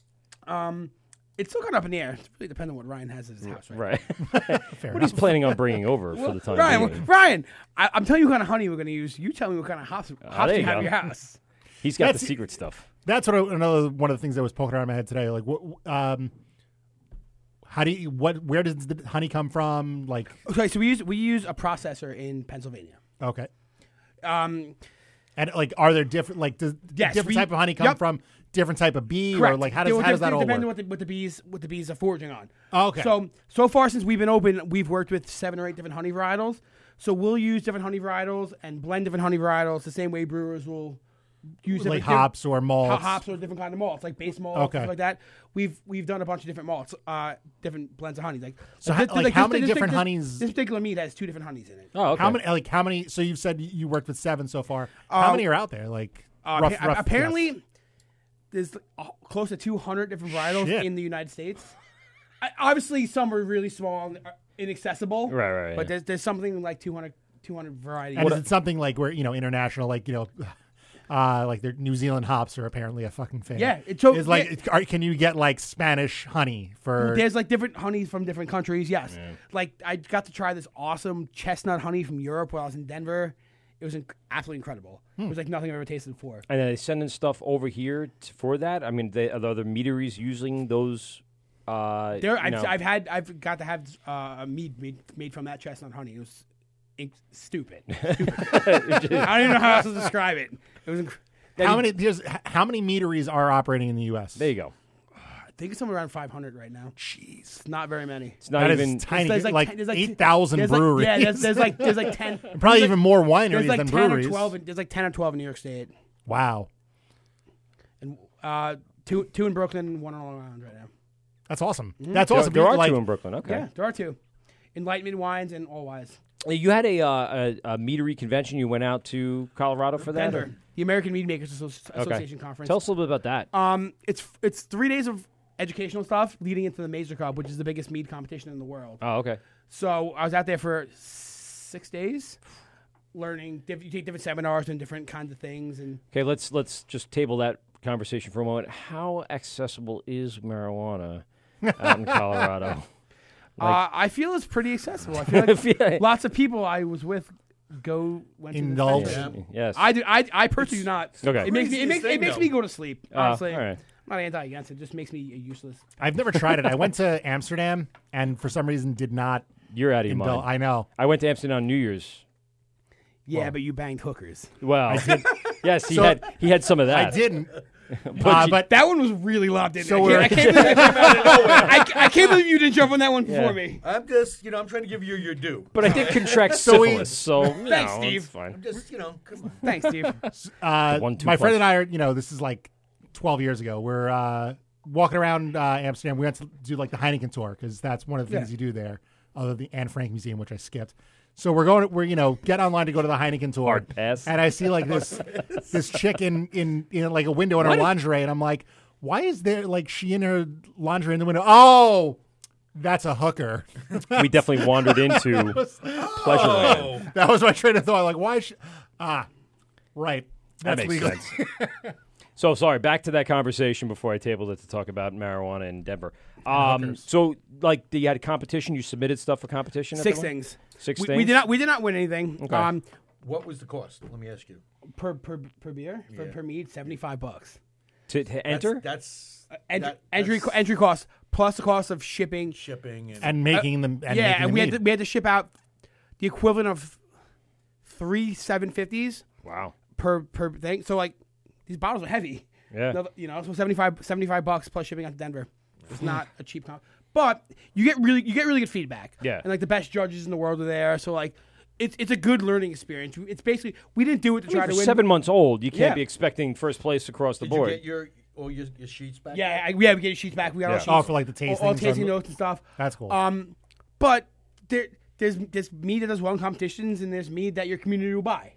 [SPEAKER 9] Um, It's still kind of up in the air. It really depends on what Ryan has at his house, right?
[SPEAKER 7] right. what he's planning on bringing over for the time
[SPEAKER 9] Ryan,
[SPEAKER 7] being.
[SPEAKER 9] Ryan, I, I'm telling you what kind of honey we're going to use. You tell me what kind of hops, hops
[SPEAKER 7] Ah, there
[SPEAKER 9] you
[SPEAKER 7] you
[SPEAKER 9] have
[SPEAKER 7] go.
[SPEAKER 9] in your house.
[SPEAKER 7] He's got the
[SPEAKER 8] That's-
[SPEAKER 7] secret stuff.
[SPEAKER 8] That's what I, another one of the things that was poking around my head today. Like, what, um, how do you what? Where does the honey come from? Like,
[SPEAKER 9] Okay, so we use we use a processor in Pennsylvania.
[SPEAKER 8] okay,
[SPEAKER 9] Um,
[SPEAKER 8] and like, are there different like does
[SPEAKER 9] Yes,
[SPEAKER 8] different
[SPEAKER 9] we-
[SPEAKER 8] type of honey come
[SPEAKER 9] yep.
[SPEAKER 8] from different type of bee
[SPEAKER 9] correct.
[SPEAKER 8] or like how does
[SPEAKER 9] They-
[SPEAKER 8] how does
[SPEAKER 9] they-
[SPEAKER 8] that all
[SPEAKER 9] depending on
[SPEAKER 8] work?
[SPEAKER 9] what the, what the bees what the bees are foraging on?
[SPEAKER 8] Oh, okay.
[SPEAKER 9] So so far since we've been open, we've worked with seven or eight different honey varietals. So we'll use different honey varietals and blend different honey varietals the same way brewers will use
[SPEAKER 8] Like
[SPEAKER 9] different-
[SPEAKER 8] hops or malts.
[SPEAKER 9] Ho- hops or different kind of malts, like base malts,
[SPEAKER 8] Okay.
[SPEAKER 9] stuff like that. We've we've done a bunch of different malts, uh, different blends of honeys. Like
[SPEAKER 8] So
[SPEAKER 9] like
[SPEAKER 8] how- like, how many different
[SPEAKER 9] this-
[SPEAKER 8] honeys-
[SPEAKER 9] This particular mead has two different honeys in it.
[SPEAKER 7] Oh, okay.
[SPEAKER 8] How many like how many? So you've said you worked with seven so far. how many are out there? Like,
[SPEAKER 9] Uh,
[SPEAKER 8] rough,
[SPEAKER 9] appa-
[SPEAKER 8] rough
[SPEAKER 9] apparently,
[SPEAKER 8] guess.
[SPEAKER 9] there's uh, close to 200 different varietals
[SPEAKER 8] Shit.
[SPEAKER 9] in the United States. I, obviously, some are really small and uh, inaccessible.
[SPEAKER 7] Right, right, right,
[SPEAKER 9] But
[SPEAKER 7] yeah.
[SPEAKER 9] there's there's something like 200 200 varieties.
[SPEAKER 8] and is it something like where you know international, like you know. Uh, like their New Zealand hops are apparently a fucking thing.
[SPEAKER 9] Yeah, it's so-
[SPEAKER 8] Is like,
[SPEAKER 9] yeah.
[SPEAKER 8] it's- are, can you get like Spanish honey for?
[SPEAKER 9] There's like different honeys from different countries. Yes, like I got to try this awesome chestnut honey from Europe while I was in Denver. It was inc- absolutely incredible.
[SPEAKER 8] Hmm.
[SPEAKER 9] It was like nothing I've ever tasted before.
[SPEAKER 7] And are they sending stuff over here t- for that? I mean, they, are the other meteries using those? Uh,
[SPEAKER 9] There,
[SPEAKER 7] you
[SPEAKER 9] I've,
[SPEAKER 7] know-
[SPEAKER 9] I've had, I've got to have uh, a mead made, made from that chestnut honey. It was inc- stupid. stupid. I don't even know how else to describe it. It was. Inc-
[SPEAKER 8] how many? There's h- how many meaderies are operating in the U.S.
[SPEAKER 7] there you go.
[SPEAKER 9] I think it's somewhere around 500 right now. Jeez, it's not very many.
[SPEAKER 7] It's not
[SPEAKER 8] That is
[SPEAKER 7] even.
[SPEAKER 8] tiny.
[SPEAKER 9] There's
[SPEAKER 8] Like,
[SPEAKER 9] ten- there's ten-
[SPEAKER 8] eight thousand
[SPEAKER 9] there's like-
[SPEAKER 8] breweries.
[SPEAKER 9] yeah, there's, there's like there's like ten.
[SPEAKER 8] probably
[SPEAKER 9] there's
[SPEAKER 8] even
[SPEAKER 9] like-
[SPEAKER 8] more wineries
[SPEAKER 9] There's like
[SPEAKER 8] than
[SPEAKER 9] ten
[SPEAKER 8] breweries.
[SPEAKER 9] or twelve. In, there's like ten or twelve in New York State,
[SPEAKER 8] Wow,
[SPEAKER 9] and uh, two two in Brooklyn, and one on Long Island right now.
[SPEAKER 8] that's awesome. Mm-hmm. That's
[SPEAKER 7] There,
[SPEAKER 8] awesome.
[SPEAKER 7] there are
[SPEAKER 8] like,
[SPEAKER 7] two in Brooklyn. Okay.
[SPEAKER 9] Yeah, there are two. Enlightenment Wines and All Wise.
[SPEAKER 7] You had a, uh, a, a meadery convention. You went out to Colorado for that? or-
[SPEAKER 9] Denver, the American Mead Makers Asso-
[SPEAKER 7] Okay.
[SPEAKER 9] Association Conference.
[SPEAKER 7] Tell us a little bit about that.
[SPEAKER 9] Um, it's it's three days of educational stuff leading into the Major Cup, which is the biggest mead competition in the world.
[SPEAKER 7] oh, okay.
[SPEAKER 9] So I was out there for six days, learning. diff- You take different seminars and different kinds of things, and
[SPEAKER 7] Okay, let's let's just table that conversation for a moment. How accessible is marijuana out in Colorado?
[SPEAKER 9] uh, I feel it's pretty accessible. I feel like
[SPEAKER 7] Yeah.
[SPEAKER 9] lots of people I was with go went
[SPEAKER 8] Indulge.
[SPEAKER 9] to the fridge.
[SPEAKER 7] Yeah. Yes.
[SPEAKER 9] I do. I, I personally do not.
[SPEAKER 7] Okay.
[SPEAKER 9] It makes me. It
[SPEAKER 2] Craziest
[SPEAKER 9] makes,
[SPEAKER 2] thing,
[SPEAKER 9] it makes
[SPEAKER 2] though.
[SPEAKER 9] me go to sleep.
[SPEAKER 7] Uh,
[SPEAKER 9] Honestly,
[SPEAKER 7] all right.
[SPEAKER 9] I'm not anti against it. It Just makes me useless.
[SPEAKER 8] I've never tried it. I went to Amsterdam and for some reason did not.
[SPEAKER 7] You're out of your
[SPEAKER 8] indul-
[SPEAKER 7] mind.
[SPEAKER 8] I know.
[SPEAKER 7] I went to Amsterdam on New Year's.
[SPEAKER 9] Yeah, but you banged hookers.
[SPEAKER 7] Well, yes, he
[SPEAKER 8] So-
[SPEAKER 7] had he had some of that.
[SPEAKER 8] I didn't.
[SPEAKER 7] but,
[SPEAKER 8] Uh,
[SPEAKER 7] you-
[SPEAKER 8] but
[SPEAKER 9] That one was really lobbed in.
[SPEAKER 8] So
[SPEAKER 9] I, can't, I, can't believe, I, ca- I can't believe you didn't jump on that one before
[SPEAKER 7] Yeah.
[SPEAKER 9] me.
[SPEAKER 2] I'm just, you know, I'm trying to give you your due.
[SPEAKER 7] but I did contract
[SPEAKER 8] we-
[SPEAKER 7] syphilis, so you
[SPEAKER 9] Thanks,
[SPEAKER 7] know,
[SPEAKER 9] Steve.
[SPEAKER 7] It's fine.
[SPEAKER 2] Just, you know, come on.
[SPEAKER 9] Thanks, Steve.
[SPEAKER 8] uh,
[SPEAKER 7] one, two
[SPEAKER 8] my
[SPEAKER 7] punch.
[SPEAKER 8] friend and I are, you know, this is like 12 years ago. We're uh, walking around uh, Amsterdam. We went to do like the Heineken tour because that's one of the things
[SPEAKER 9] Yeah.
[SPEAKER 8] you do there, other than the Anne Frank Museum, which I skipped. So we're going. We're you know get online to go to the Heineken tour.
[SPEAKER 7] Hard pass.
[SPEAKER 8] And I see like this this chick in in, in like a window in her lingerie, and I'm like, why is there like she in her lingerie in the window? Oh, that's a hooker.
[SPEAKER 7] We definitely wandered into pleasure
[SPEAKER 9] Oh.
[SPEAKER 7] land.
[SPEAKER 8] That was my train of thought. Like why? Is she, ah, right.
[SPEAKER 7] That
[SPEAKER 8] That's
[SPEAKER 7] makes
[SPEAKER 8] legal.
[SPEAKER 7] sense. so sorry. Back to that conversation before I tabled it to talk about marijuana in Denver. Um, so like you had a competition. You submitted stuff for competition. at
[SPEAKER 9] Six
[SPEAKER 7] that one?
[SPEAKER 9] things.
[SPEAKER 7] Six
[SPEAKER 9] we,
[SPEAKER 7] things.
[SPEAKER 9] We did not. We did not win anything.
[SPEAKER 7] Okay.
[SPEAKER 9] Um,
[SPEAKER 2] What was the cost? Let me ask you.
[SPEAKER 9] per per per beer per,
[SPEAKER 2] Yeah.
[SPEAKER 9] per mead, seventy five bucks.
[SPEAKER 7] to, to
[SPEAKER 2] That's-
[SPEAKER 7] enter.
[SPEAKER 2] That's,
[SPEAKER 9] Ent-
[SPEAKER 2] that-
[SPEAKER 9] entry
[SPEAKER 2] that's
[SPEAKER 9] entry cost plus the cost of shipping.
[SPEAKER 2] shipping and,
[SPEAKER 8] And making them. And
[SPEAKER 9] yeah,
[SPEAKER 8] making
[SPEAKER 9] and
[SPEAKER 8] the
[SPEAKER 9] we had
[SPEAKER 8] meat.
[SPEAKER 9] to, we had to ship out the equivalent of three seven fifties
[SPEAKER 7] wow.
[SPEAKER 9] per per thing. So like these bottles are heavy.
[SPEAKER 7] Yeah.
[SPEAKER 9] No, You know, so 75, 75 bucks plus shipping out to Denver. It's not a cheap comp. But you get really you get really good feedback.
[SPEAKER 7] Yeah.
[SPEAKER 9] And like the best judges in the world are there. So like it's it's a good learning experience. It's basically we didn't do it to
[SPEAKER 7] I mean,
[SPEAKER 9] try
[SPEAKER 7] if
[SPEAKER 9] to
[SPEAKER 7] you're
[SPEAKER 9] win.
[SPEAKER 7] seven months old, you can't
[SPEAKER 9] Yeah.
[SPEAKER 7] be expecting first place across the
[SPEAKER 2] did
[SPEAKER 7] board.
[SPEAKER 2] you get your all your, your sheets back?
[SPEAKER 9] Yeah, I, yeah, we get sheets back. We got
[SPEAKER 7] Yeah.
[SPEAKER 9] our sheets.
[SPEAKER 8] Oh, for, like, the
[SPEAKER 9] all-
[SPEAKER 8] tastings
[SPEAKER 9] all
[SPEAKER 8] or-
[SPEAKER 9] tasting notes and stuff.
[SPEAKER 8] That's cool.
[SPEAKER 9] Um, but there there's there's mead that does well in competitions, and there's mead that your community will buy.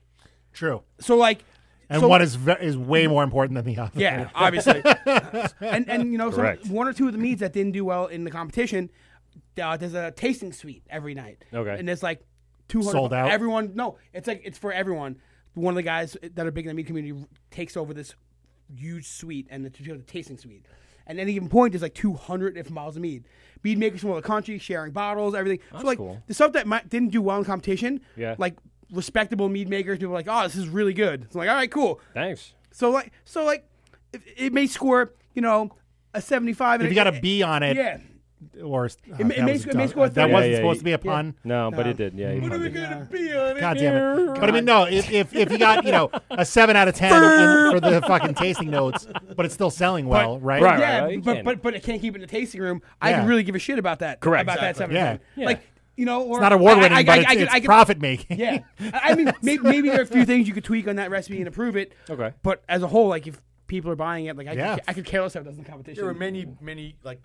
[SPEAKER 8] True.
[SPEAKER 9] So like,
[SPEAKER 8] And
[SPEAKER 9] so-
[SPEAKER 8] one is ve- is way more important than the other.
[SPEAKER 9] Yeah, obviously. and and you know, some,
[SPEAKER 7] Correct.
[SPEAKER 9] one or two of the meads that didn't do well in the competition, uh, there's a tasting suite every night.
[SPEAKER 7] Okay.
[SPEAKER 9] And there's like 200
[SPEAKER 8] Sold out?
[SPEAKER 9] Everyone, no, it's like it's for everyone. One of the guys that are big in the mead community takes over this huge suite and the, the tasting suite. And at any given point, there's like 200 if miles of mead. Mead makers from all the country, sharing bottles, everything. so like
[SPEAKER 7] cool.
[SPEAKER 9] the stuff that might, didn't do well in competition,
[SPEAKER 7] Yeah.
[SPEAKER 9] like respectable mead makers, people are like, oh, this is really good. It's like, all right, cool.
[SPEAKER 7] Thanks.
[SPEAKER 9] So like, so like, it, it may score, you know, a seventy-five.
[SPEAKER 8] If
[SPEAKER 9] and
[SPEAKER 8] you
[SPEAKER 9] it-
[SPEAKER 8] got a B on it,
[SPEAKER 9] yeah.
[SPEAKER 8] or it,
[SPEAKER 9] may- it may sc- it may score
[SPEAKER 8] that
[SPEAKER 9] three.
[SPEAKER 8] wasn't
[SPEAKER 7] Yeah, yeah,
[SPEAKER 8] supposed
[SPEAKER 7] yeah.
[SPEAKER 8] to be a pun.
[SPEAKER 7] No, but it did. Yeah. you probably did.
[SPEAKER 8] God damn it! But I mean, no. If, if if you got you know a seven out of ten in- for the fucking tasting notes, but it's still selling well, right?
[SPEAKER 7] Right.
[SPEAKER 9] yeah,
[SPEAKER 7] you
[SPEAKER 9] but
[SPEAKER 7] can.
[SPEAKER 9] but but it can't keep it in the tasting room. I
[SPEAKER 8] Yeah.
[SPEAKER 9] can really give a shit about that.
[SPEAKER 7] Correct.
[SPEAKER 9] About
[SPEAKER 2] Exactly.
[SPEAKER 9] that seventy-five.
[SPEAKER 7] Yeah.
[SPEAKER 9] Like,
[SPEAKER 7] Yeah.
[SPEAKER 9] you know, or,
[SPEAKER 8] It's not a award winning, but it's,
[SPEAKER 9] could-
[SPEAKER 8] it's
[SPEAKER 9] could-
[SPEAKER 8] profit making.
[SPEAKER 9] Yeah, I I mean, maybe, maybe there are a few things you could tweak on that recipe and improve it.
[SPEAKER 7] Okay.
[SPEAKER 9] But as a whole, like if people are buying it, like I,
[SPEAKER 8] Yeah.
[SPEAKER 9] could, I could care less if it doesn't competition.
[SPEAKER 2] There are many, many like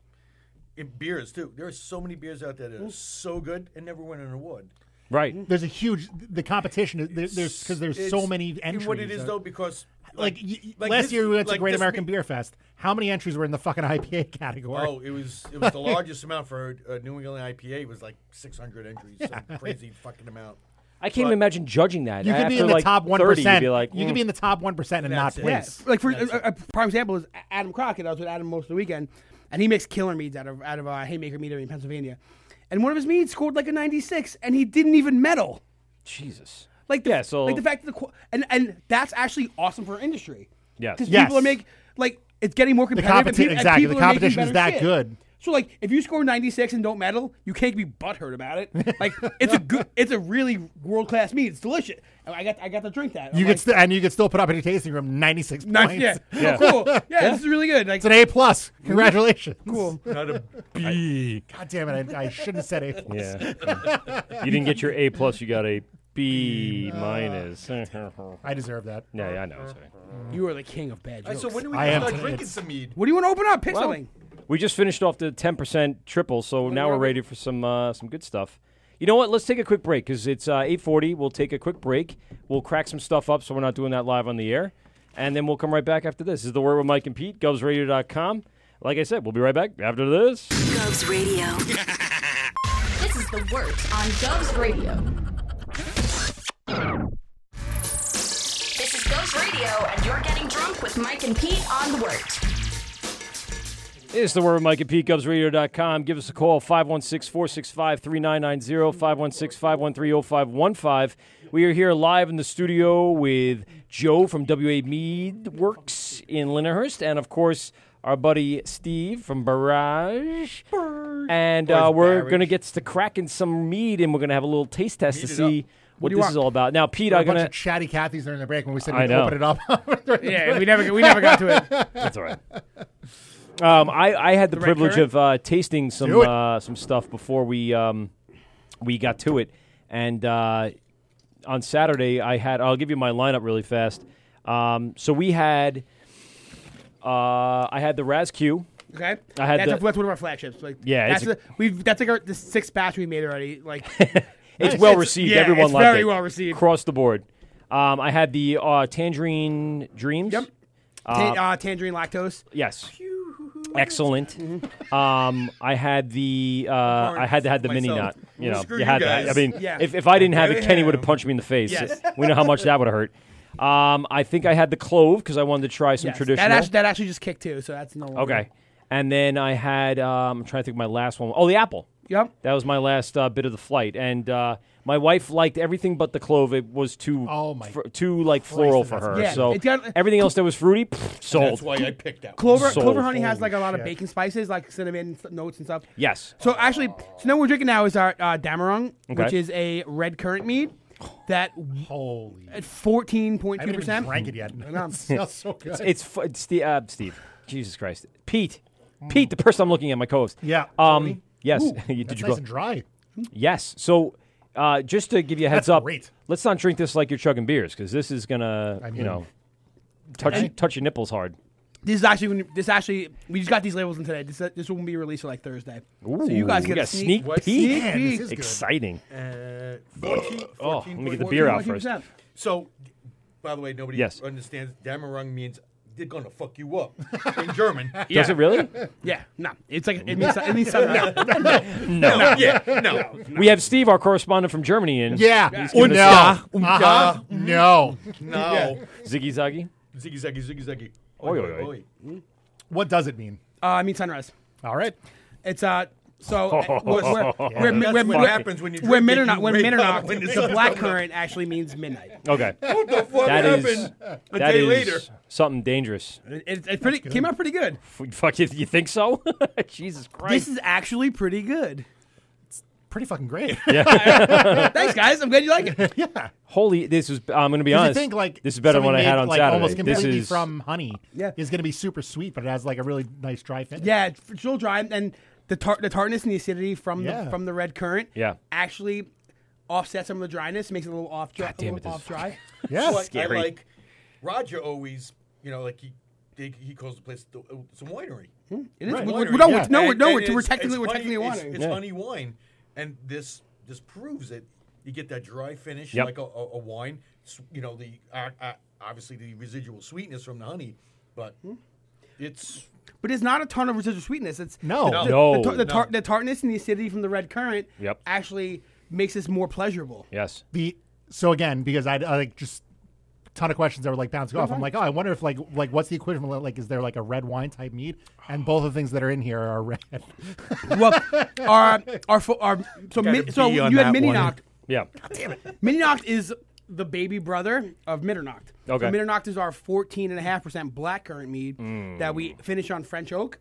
[SPEAKER 2] in beers too. There are so many beers out there that are so good and never win an award.
[SPEAKER 7] Right.
[SPEAKER 8] Mm-hmm. There's a huge the competition. is- There, there's because there's so
[SPEAKER 2] It's-
[SPEAKER 8] many
[SPEAKER 2] you
[SPEAKER 8] entries.
[SPEAKER 2] know What it is though, because
[SPEAKER 8] Like, y y-
[SPEAKER 2] like
[SPEAKER 8] last
[SPEAKER 2] this-
[SPEAKER 8] year we went to
[SPEAKER 2] like
[SPEAKER 8] Great
[SPEAKER 2] this
[SPEAKER 8] American
[SPEAKER 2] me-
[SPEAKER 8] Beer Fest. How many entries were in the fucking IPA category?
[SPEAKER 2] Oh, it was it was the largest amount for a New England IPA. It was like 600 entries, some crazy fucking amount.
[SPEAKER 7] I can't even imagine judging that.
[SPEAKER 8] you could be
[SPEAKER 7] After,
[SPEAKER 8] in the
[SPEAKER 7] like,
[SPEAKER 8] top
[SPEAKER 7] 30,
[SPEAKER 8] one percent.
[SPEAKER 7] You'd be like,
[SPEAKER 8] You could
[SPEAKER 7] mm.
[SPEAKER 8] be in the top one percent and not
[SPEAKER 2] That's it.
[SPEAKER 9] Yeah,
[SPEAKER 8] place.
[SPEAKER 9] like for a, a, a prime example is A- Adam Crockett. I was with Adam most of the weekend, and he makes killer meads out of out of uh, Haymaker Meadery in Pennsylvania, and one of his meads scored like a 96, and he didn't even medal.
[SPEAKER 7] Jesus.
[SPEAKER 9] Like the,
[SPEAKER 7] Yeah, so-
[SPEAKER 9] like the fact that the qu- and and that's actually awesome for our industry.
[SPEAKER 7] Yes.
[SPEAKER 9] because
[SPEAKER 8] Yes.
[SPEAKER 9] people are make like it's getting more competitive. and
[SPEAKER 8] competi-
[SPEAKER 9] peop- and
[SPEAKER 8] exactly,
[SPEAKER 9] people
[SPEAKER 8] the
[SPEAKER 9] are making
[SPEAKER 8] competition is
[SPEAKER 9] better
[SPEAKER 8] that
[SPEAKER 9] shit.
[SPEAKER 8] good.
[SPEAKER 9] So like, if you score 96 and don't medal, you can't be butthurt about it. Like it's a good, it's a really world class mead. It's delicious. And I got I got to drink that. I'm
[SPEAKER 8] You
[SPEAKER 9] like,
[SPEAKER 8] could st- and you could still put up in your tasting room ninety six points.
[SPEAKER 9] nice, yeah, yeah. cool. Yeah, this is really good. Like,
[SPEAKER 8] It's an A plus. Congratulations.
[SPEAKER 9] cool.
[SPEAKER 2] Not a
[SPEAKER 8] God damn it! I, I shouldn't have said A plus.
[SPEAKER 7] Yeah. you didn't get your A plus. You got a B minus. yeah,
[SPEAKER 8] Mm. I deserve that.
[SPEAKER 7] yeah, I know. Sorry.
[SPEAKER 9] Mm-hmm. You are the king of bad jokes.
[SPEAKER 2] so when do we
[SPEAKER 8] I am
[SPEAKER 2] start
[SPEAKER 8] today.
[SPEAKER 2] drinking
[SPEAKER 8] It's-
[SPEAKER 2] some mead?
[SPEAKER 9] what do you want to open up? Pick something.
[SPEAKER 7] We just finished off the 10% triple, so now we're ready for some uh, some good stuff. You know what? Let's take a quick break because it's uh, 8:40. We'll take a quick break. We'll crack some stuff up, so we're not doing that live on the air, and then we'll come right back after this. This is the word with Mike and Pete, GovsRadio.com. Like I said, we'll be right back after this.
[SPEAKER 10] Govs Radio. this is the worst on Govs Radio. This is Govs Radio, and you're getting drunk with Mike and Pete on the Wort.
[SPEAKER 7] It's the word with Mike at PeteGubsRadio.com. Give us a call, 516 465 3990, 516 513 0515. We are here live in the studio with Joe from WA Mead Works in Lindenhurst, and of course, our buddy Steve from Barrage. And uh, we're going to get to cracking some mead, and we're going to have a little taste test to see what,
[SPEAKER 8] do you
[SPEAKER 7] this
[SPEAKER 8] want?
[SPEAKER 7] is all about. Now, Pete,
[SPEAKER 8] We're
[SPEAKER 7] I'm
[SPEAKER 8] a bunch
[SPEAKER 7] going to.
[SPEAKER 8] of chatty Cathy's during the break when we said
[SPEAKER 7] I
[SPEAKER 8] we'd
[SPEAKER 7] know.
[SPEAKER 8] open it up.
[SPEAKER 9] Yeah, we never- we never got to it.
[SPEAKER 7] That's all right. Um, I, I had the,
[SPEAKER 9] The red
[SPEAKER 7] privilege
[SPEAKER 9] currant?
[SPEAKER 7] of uh, tasting some
[SPEAKER 9] Do it.
[SPEAKER 7] uh, some stuff before we um, we got to it, and uh, on Saturday I had. I'll give you my lineup really fast. Um, so we had. Uh, I had the Raz Q.
[SPEAKER 9] Okay,
[SPEAKER 7] I had
[SPEAKER 9] that's,
[SPEAKER 7] the-
[SPEAKER 9] a- that's one of our flagships. Like,
[SPEAKER 7] Yeah,
[SPEAKER 9] that's
[SPEAKER 7] it's a-
[SPEAKER 9] the- we've that's like our the sixth batch we made already. Like,
[SPEAKER 7] It's well received.
[SPEAKER 9] yeah,
[SPEAKER 7] Everyone
[SPEAKER 9] it's
[SPEAKER 7] loved
[SPEAKER 9] very
[SPEAKER 7] it.
[SPEAKER 9] well received.
[SPEAKER 7] across the board. Um, I had the uh, Tangerine Dreams. Um, Yep.
[SPEAKER 9] Ta- uh, tangerine lactose.
[SPEAKER 7] Yes. Excellent. Um, I had the uh, I had to had the mini knot.
[SPEAKER 9] Mm-hmm. myself.
[SPEAKER 7] You know,
[SPEAKER 9] Screw
[SPEAKER 7] you had
[SPEAKER 9] you
[SPEAKER 7] to. I
[SPEAKER 9] guys.
[SPEAKER 7] mean,
[SPEAKER 9] Yeah.
[SPEAKER 7] if, if I didn't have it,
[SPEAKER 9] Yeah.
[SPEAKER 7] Kenny would have punched me in the face.
[SPEAKER 9] Yes.
[SPEAKER 7] we know how much that would have hurt. Um, I think I had the clove because I wanted to try some
[SPEAKER 9] Yes.
[SPEAKER 7] traditional.
[SPEAKER 9] That actually, that actually just kicked too, so that's no.
[SPEAKER 7] okay, and then I had um, I'm trying to think of my last one. Oh, the apple.
[SPEAKER 9] Yep.
[SPEAKER 7] That was my last uh, bit of the flight, and uh, my wife liked everything but the clove. It was too
[SPEAKER 9] Oh, my
[SPEAKER 7] fr- too like floral for
[SPEAKER 9] that's
[SPEAKER 7] her.
[SPEAKER 9] good. Yeah,
[SPEAKER 7] So
[SPEAKER 9] it's got-
[SPEAKER 7] everything else that was fruity pff, sold.
[SPEAKER 2] that's why I picked that.
[SPEAKER 9] Clover,
[SPEAKER 7] Sold.
[SPEAKER 9] clover honey has like a lot of
[SPEAKER 2] shit.
[SPEAKER 9] baking spices, like cinnamon and s- notes and stuff.
[SPEAKER 7] Yes.
[SPEAKER 9] So actually, so now we're drinking now is our uh, Damarong,
[SPEAKER 7] Okay.
[SPEAKER 9] which is a red currant mead that
[SPEAKER 8] holy
[SPEAKER 9] at fourteen point
[SPEAKER 8] I
[SPEAKER 9] two
[SPEAKER 8] haven't even
[SPEAKER 9] percent.
[SPEAKER 8] drank it yet.
[SPEAKER 9] I know.
[SPEAKER 8] It smells so good.
[SPEAKER 7] It's, it's, fu- it's the uh, Steve. Jesus Christ, Pete, Pete, the person I'm looking at, my co-host.
[SPEAKER 8] Mm. Yeah.
[SPEAKER 7] Um. Yes.
[SPEAKER 8] Ooh,
[SPEAKER 7] You- Did
[SPEAKER 8] that's
[SPEAKER 7] you go?
[SPEAKER 8] nice and dry. Hmm.
[SPEAKER 7] Yes. So, uh, just to give you a heads
[SPEAKER 8] That's
[SPEAKER 7] up,
[SPEAKER 8] great.
[SPEAKER 7] let's not drink this like you're chugging beers because this is gonna, you
[SPEAKER 8] mean-
[SPEAKER 7] know, touch
[SPEAKER 9] And-
[SPEAKER 7] touch your nipples hard.
[SPEAKER 9] This is actually when- this actually we just got these labels in today. This uh, this will be released like Thursday. so you guys
[SPEAKER 7] Ooh,
[SPEAKER 9] get
[SPEAKER 7] we
[SPEAKER 9] a
[SPEAKER 7] got
[SPEAKER 9] sneak,
[SPEAKER 7] sneak peek.
[SPEAKER 9] sneak peek.
[SPEAKER 7] Exciting.
[SPEAKER 2] Uh, 14,
[SPEAKER 7] Oh, let me get the
[SPEAKER 2] 14.1.
[SPEAKER 7] beer out first. 14%.
[SPEAKER 2] So, by the way, nobody
[SPEAKER 7] Yes.
[SPEAKER 2] understands Damerung means they're gonna fuck you up in German.
[SPEAKER 7] Does it really?
[SPEAKER 9] Yeah, no, it's like it means it means something.
[SPEAKER 2] No,
[SPEAKER 7] No.
[SPEAKER 9] else.
[SPEAKER 2] No, yeah, no.
[SPEAKER 7] We have Steve, our correspondent from Germany, in.
[SPEAKER 8] Yeah.
[SPEAKER 7] He's
[SPEAKER 8] Und
[SPEAKER 7] giving
[SPEAKER 8] ja.
[SPEAKER 7] us the-
[SPEAKER 8] Uh-huh. No.
[SPEAKER 2] No.
[SPEAKER 7] Ziggy Zaggy.
[SPEAKER 2] Ziggy zaggy ziggy zaggy.
[SPEAKER 7] Oi, oi, Hmm? oi.
[SPEAKER 8] What does it mean?
[SPEAKER 9] Uh, I mean sunrise.
[SPEAKER 8] All right.
[SPEAKER 9] It's uh so uh, we're, we're,
[SPEAKER 7] Yeah,
[SPEAKER 9] we're,
[SPEAKER 2] that's
[SPEAKER 9] we're,
[SPEAKER 2] what
[SPEAKER 9] we're-
[SPEAKER 2] happens when you
[SPEAKER 9] we're
[SPEAKER 2] drink it,
[SPEAKER 9] midnight
[SPEAKER 2] you
[SPEAKER 9] when
[SPEAKER 2] wake
[SPEAKER 9] midnight
[SPEAKER 2] up when the
[SPEAKER 9] the
[SPEAKER 2] sun's
[SPEAKER 9] black
[SPEAKER 2] up.
[SPEAKER 9] current actually means midnight.
[SPEAKER 7] Okay.
[SPEAKER 2] What the fuck
[SPEAKER 7] That
[SPEAKER 2] happened
[SPEAKER 7] is
[SPEAKER 2] a
[SPEAKER 7] that
[SPEAKER 2] day
[SPEAKER 7] is
[SPEAKER 2] later?
[SPEAKER 7] something dangerous.
[SPEAKER 9] It, it, it pretty came out pretty good.
[SPEAKER 7] F- Fuck you, you think so? Jesus Christ!
[SPEAKER 9] This is actually pretty good.
[SPEAKER 8] Pretty fucking great.
[SPEAKER 9] Thanks guys, I'm glad you like it.
[SPEAKER 8] yeah.
[SPEAKER 7] Holy, this is. I'm going to be
[SPEAKER 8] Because
[SPEAKER 7] honest.
[SPEAKER 8] you think like
[SPEAKER 7] this is better than what I
[SPEAKER 8] something
[SPEAKER 7] had
[SPEAKER 8] made,
[SPEAKER 7] on
[SPEAKER 8] like,
[SPEAKER 7] Saturday.
[SPEAKER 8] Almost
[SPEAKER 7] this
[SPEAKER 8] completely
[SPEAKER 7] is
[SPEAKER 8] from honey.
[SPEAKER 9] Yeah.
[SPEAKER 8] is going to be super sweet, but it has like a really nice dry finish.
[SPEAKER 9] Yeah, it's it's real dry and the tart the tartness and the acidity from the
[SPEAKER 8] Yeah.
[SPEAKER 9] from the red current
[SPEAKER 7] Yeah.
[SPEAKER 9] actually offsets some of the dryness, makes it a little off dry,
[SPEAKER 7] God damn
[SPEAKER 9] a
[SPEAKER 7] it,
[SPEAKER 9] little
[SPEAKER 7] this
[SPEAKER 9] off
[SPEAKER 7] is
[SPEAKER 9] dry.
[SPEAKER 8] Yeah.
[SPEAKER 2] But
[SPEAKER 7] Scary.
[SPEAKER 2] I like Roger always, you know, like he they, he calls the place the, uh, it's a winery.
[SPEAKER 9] It is.
[SPEAKER 2] Right.
[SPEAKER 9] We're- we're-
[SPEAKER 2] Winery. And-
[SPEAKER 9] no, we're- no, we're- no,
[SPEAKER 2] and
[SPEAKER 9] we're- we're
[SPEAKER 2] it's-
[SPEAKER 9] technically-
[SPEAKER 2] it's
[SPEAKER 9] we're
[SPEAKER 2] honey-
[SPEAKER 9] technically
[SPEAKER 2] it's-
[SPEAKER 9] winery.
[SPEAKER 2] It's
[SPEAKER 7] Yeah.
[SPEAKER 2] honey wine, and this this proves that you get that dry finish
[SPEAKER 7] Yep.
[SPEAKER 2] like a, a, a wine. s- You know the uh, uh, obviously the residual sweetness from the honey, but it's
[SPEAKER 9] But it's not a ton of residual sweetness. It's
[SPEAKER 8] No.
[SPEAKER 9] the, the-
[SPEAKER 7] No.
[SPEAKER 9] the, tar- the, tar-
[SPEAKER 2] No.
[SPEAKER 9] the tartness and the acidity from the red currant
[SPEAKER 7] Yep.
[SPEAKER 9] actually makes this more pleasurable.
[SPEAKER 7] yes.
[SPEAKER 8] The so again because I, I like just ton of questions that were like bouncing off. I'm like, oh, I wonder if like like what's the equivalent? Like, is there like a red wine type mead? And both of the things that are in here are red.
[SPEAKER 9] well, our our fo- our so min, so
[SPEAKER 2] be on
[SPEAKER 9] you had
[SPEAKER 2] that
[SPEAKER 9] mini
[SPEAKER 2] one.
[SPEAKER 9] knocked.
[SPEAKER 7] Yeah.
[SPEAKER 9] Mini knocked is the baby brother of Mitternacht.
[SPEAKER 7] Okay.
[SPEAKER 9] So Mitternacht is our 14.5% black currant mead
[SPEAKER 7] Mm.
[SPEAKER 9] that we finish on French oak.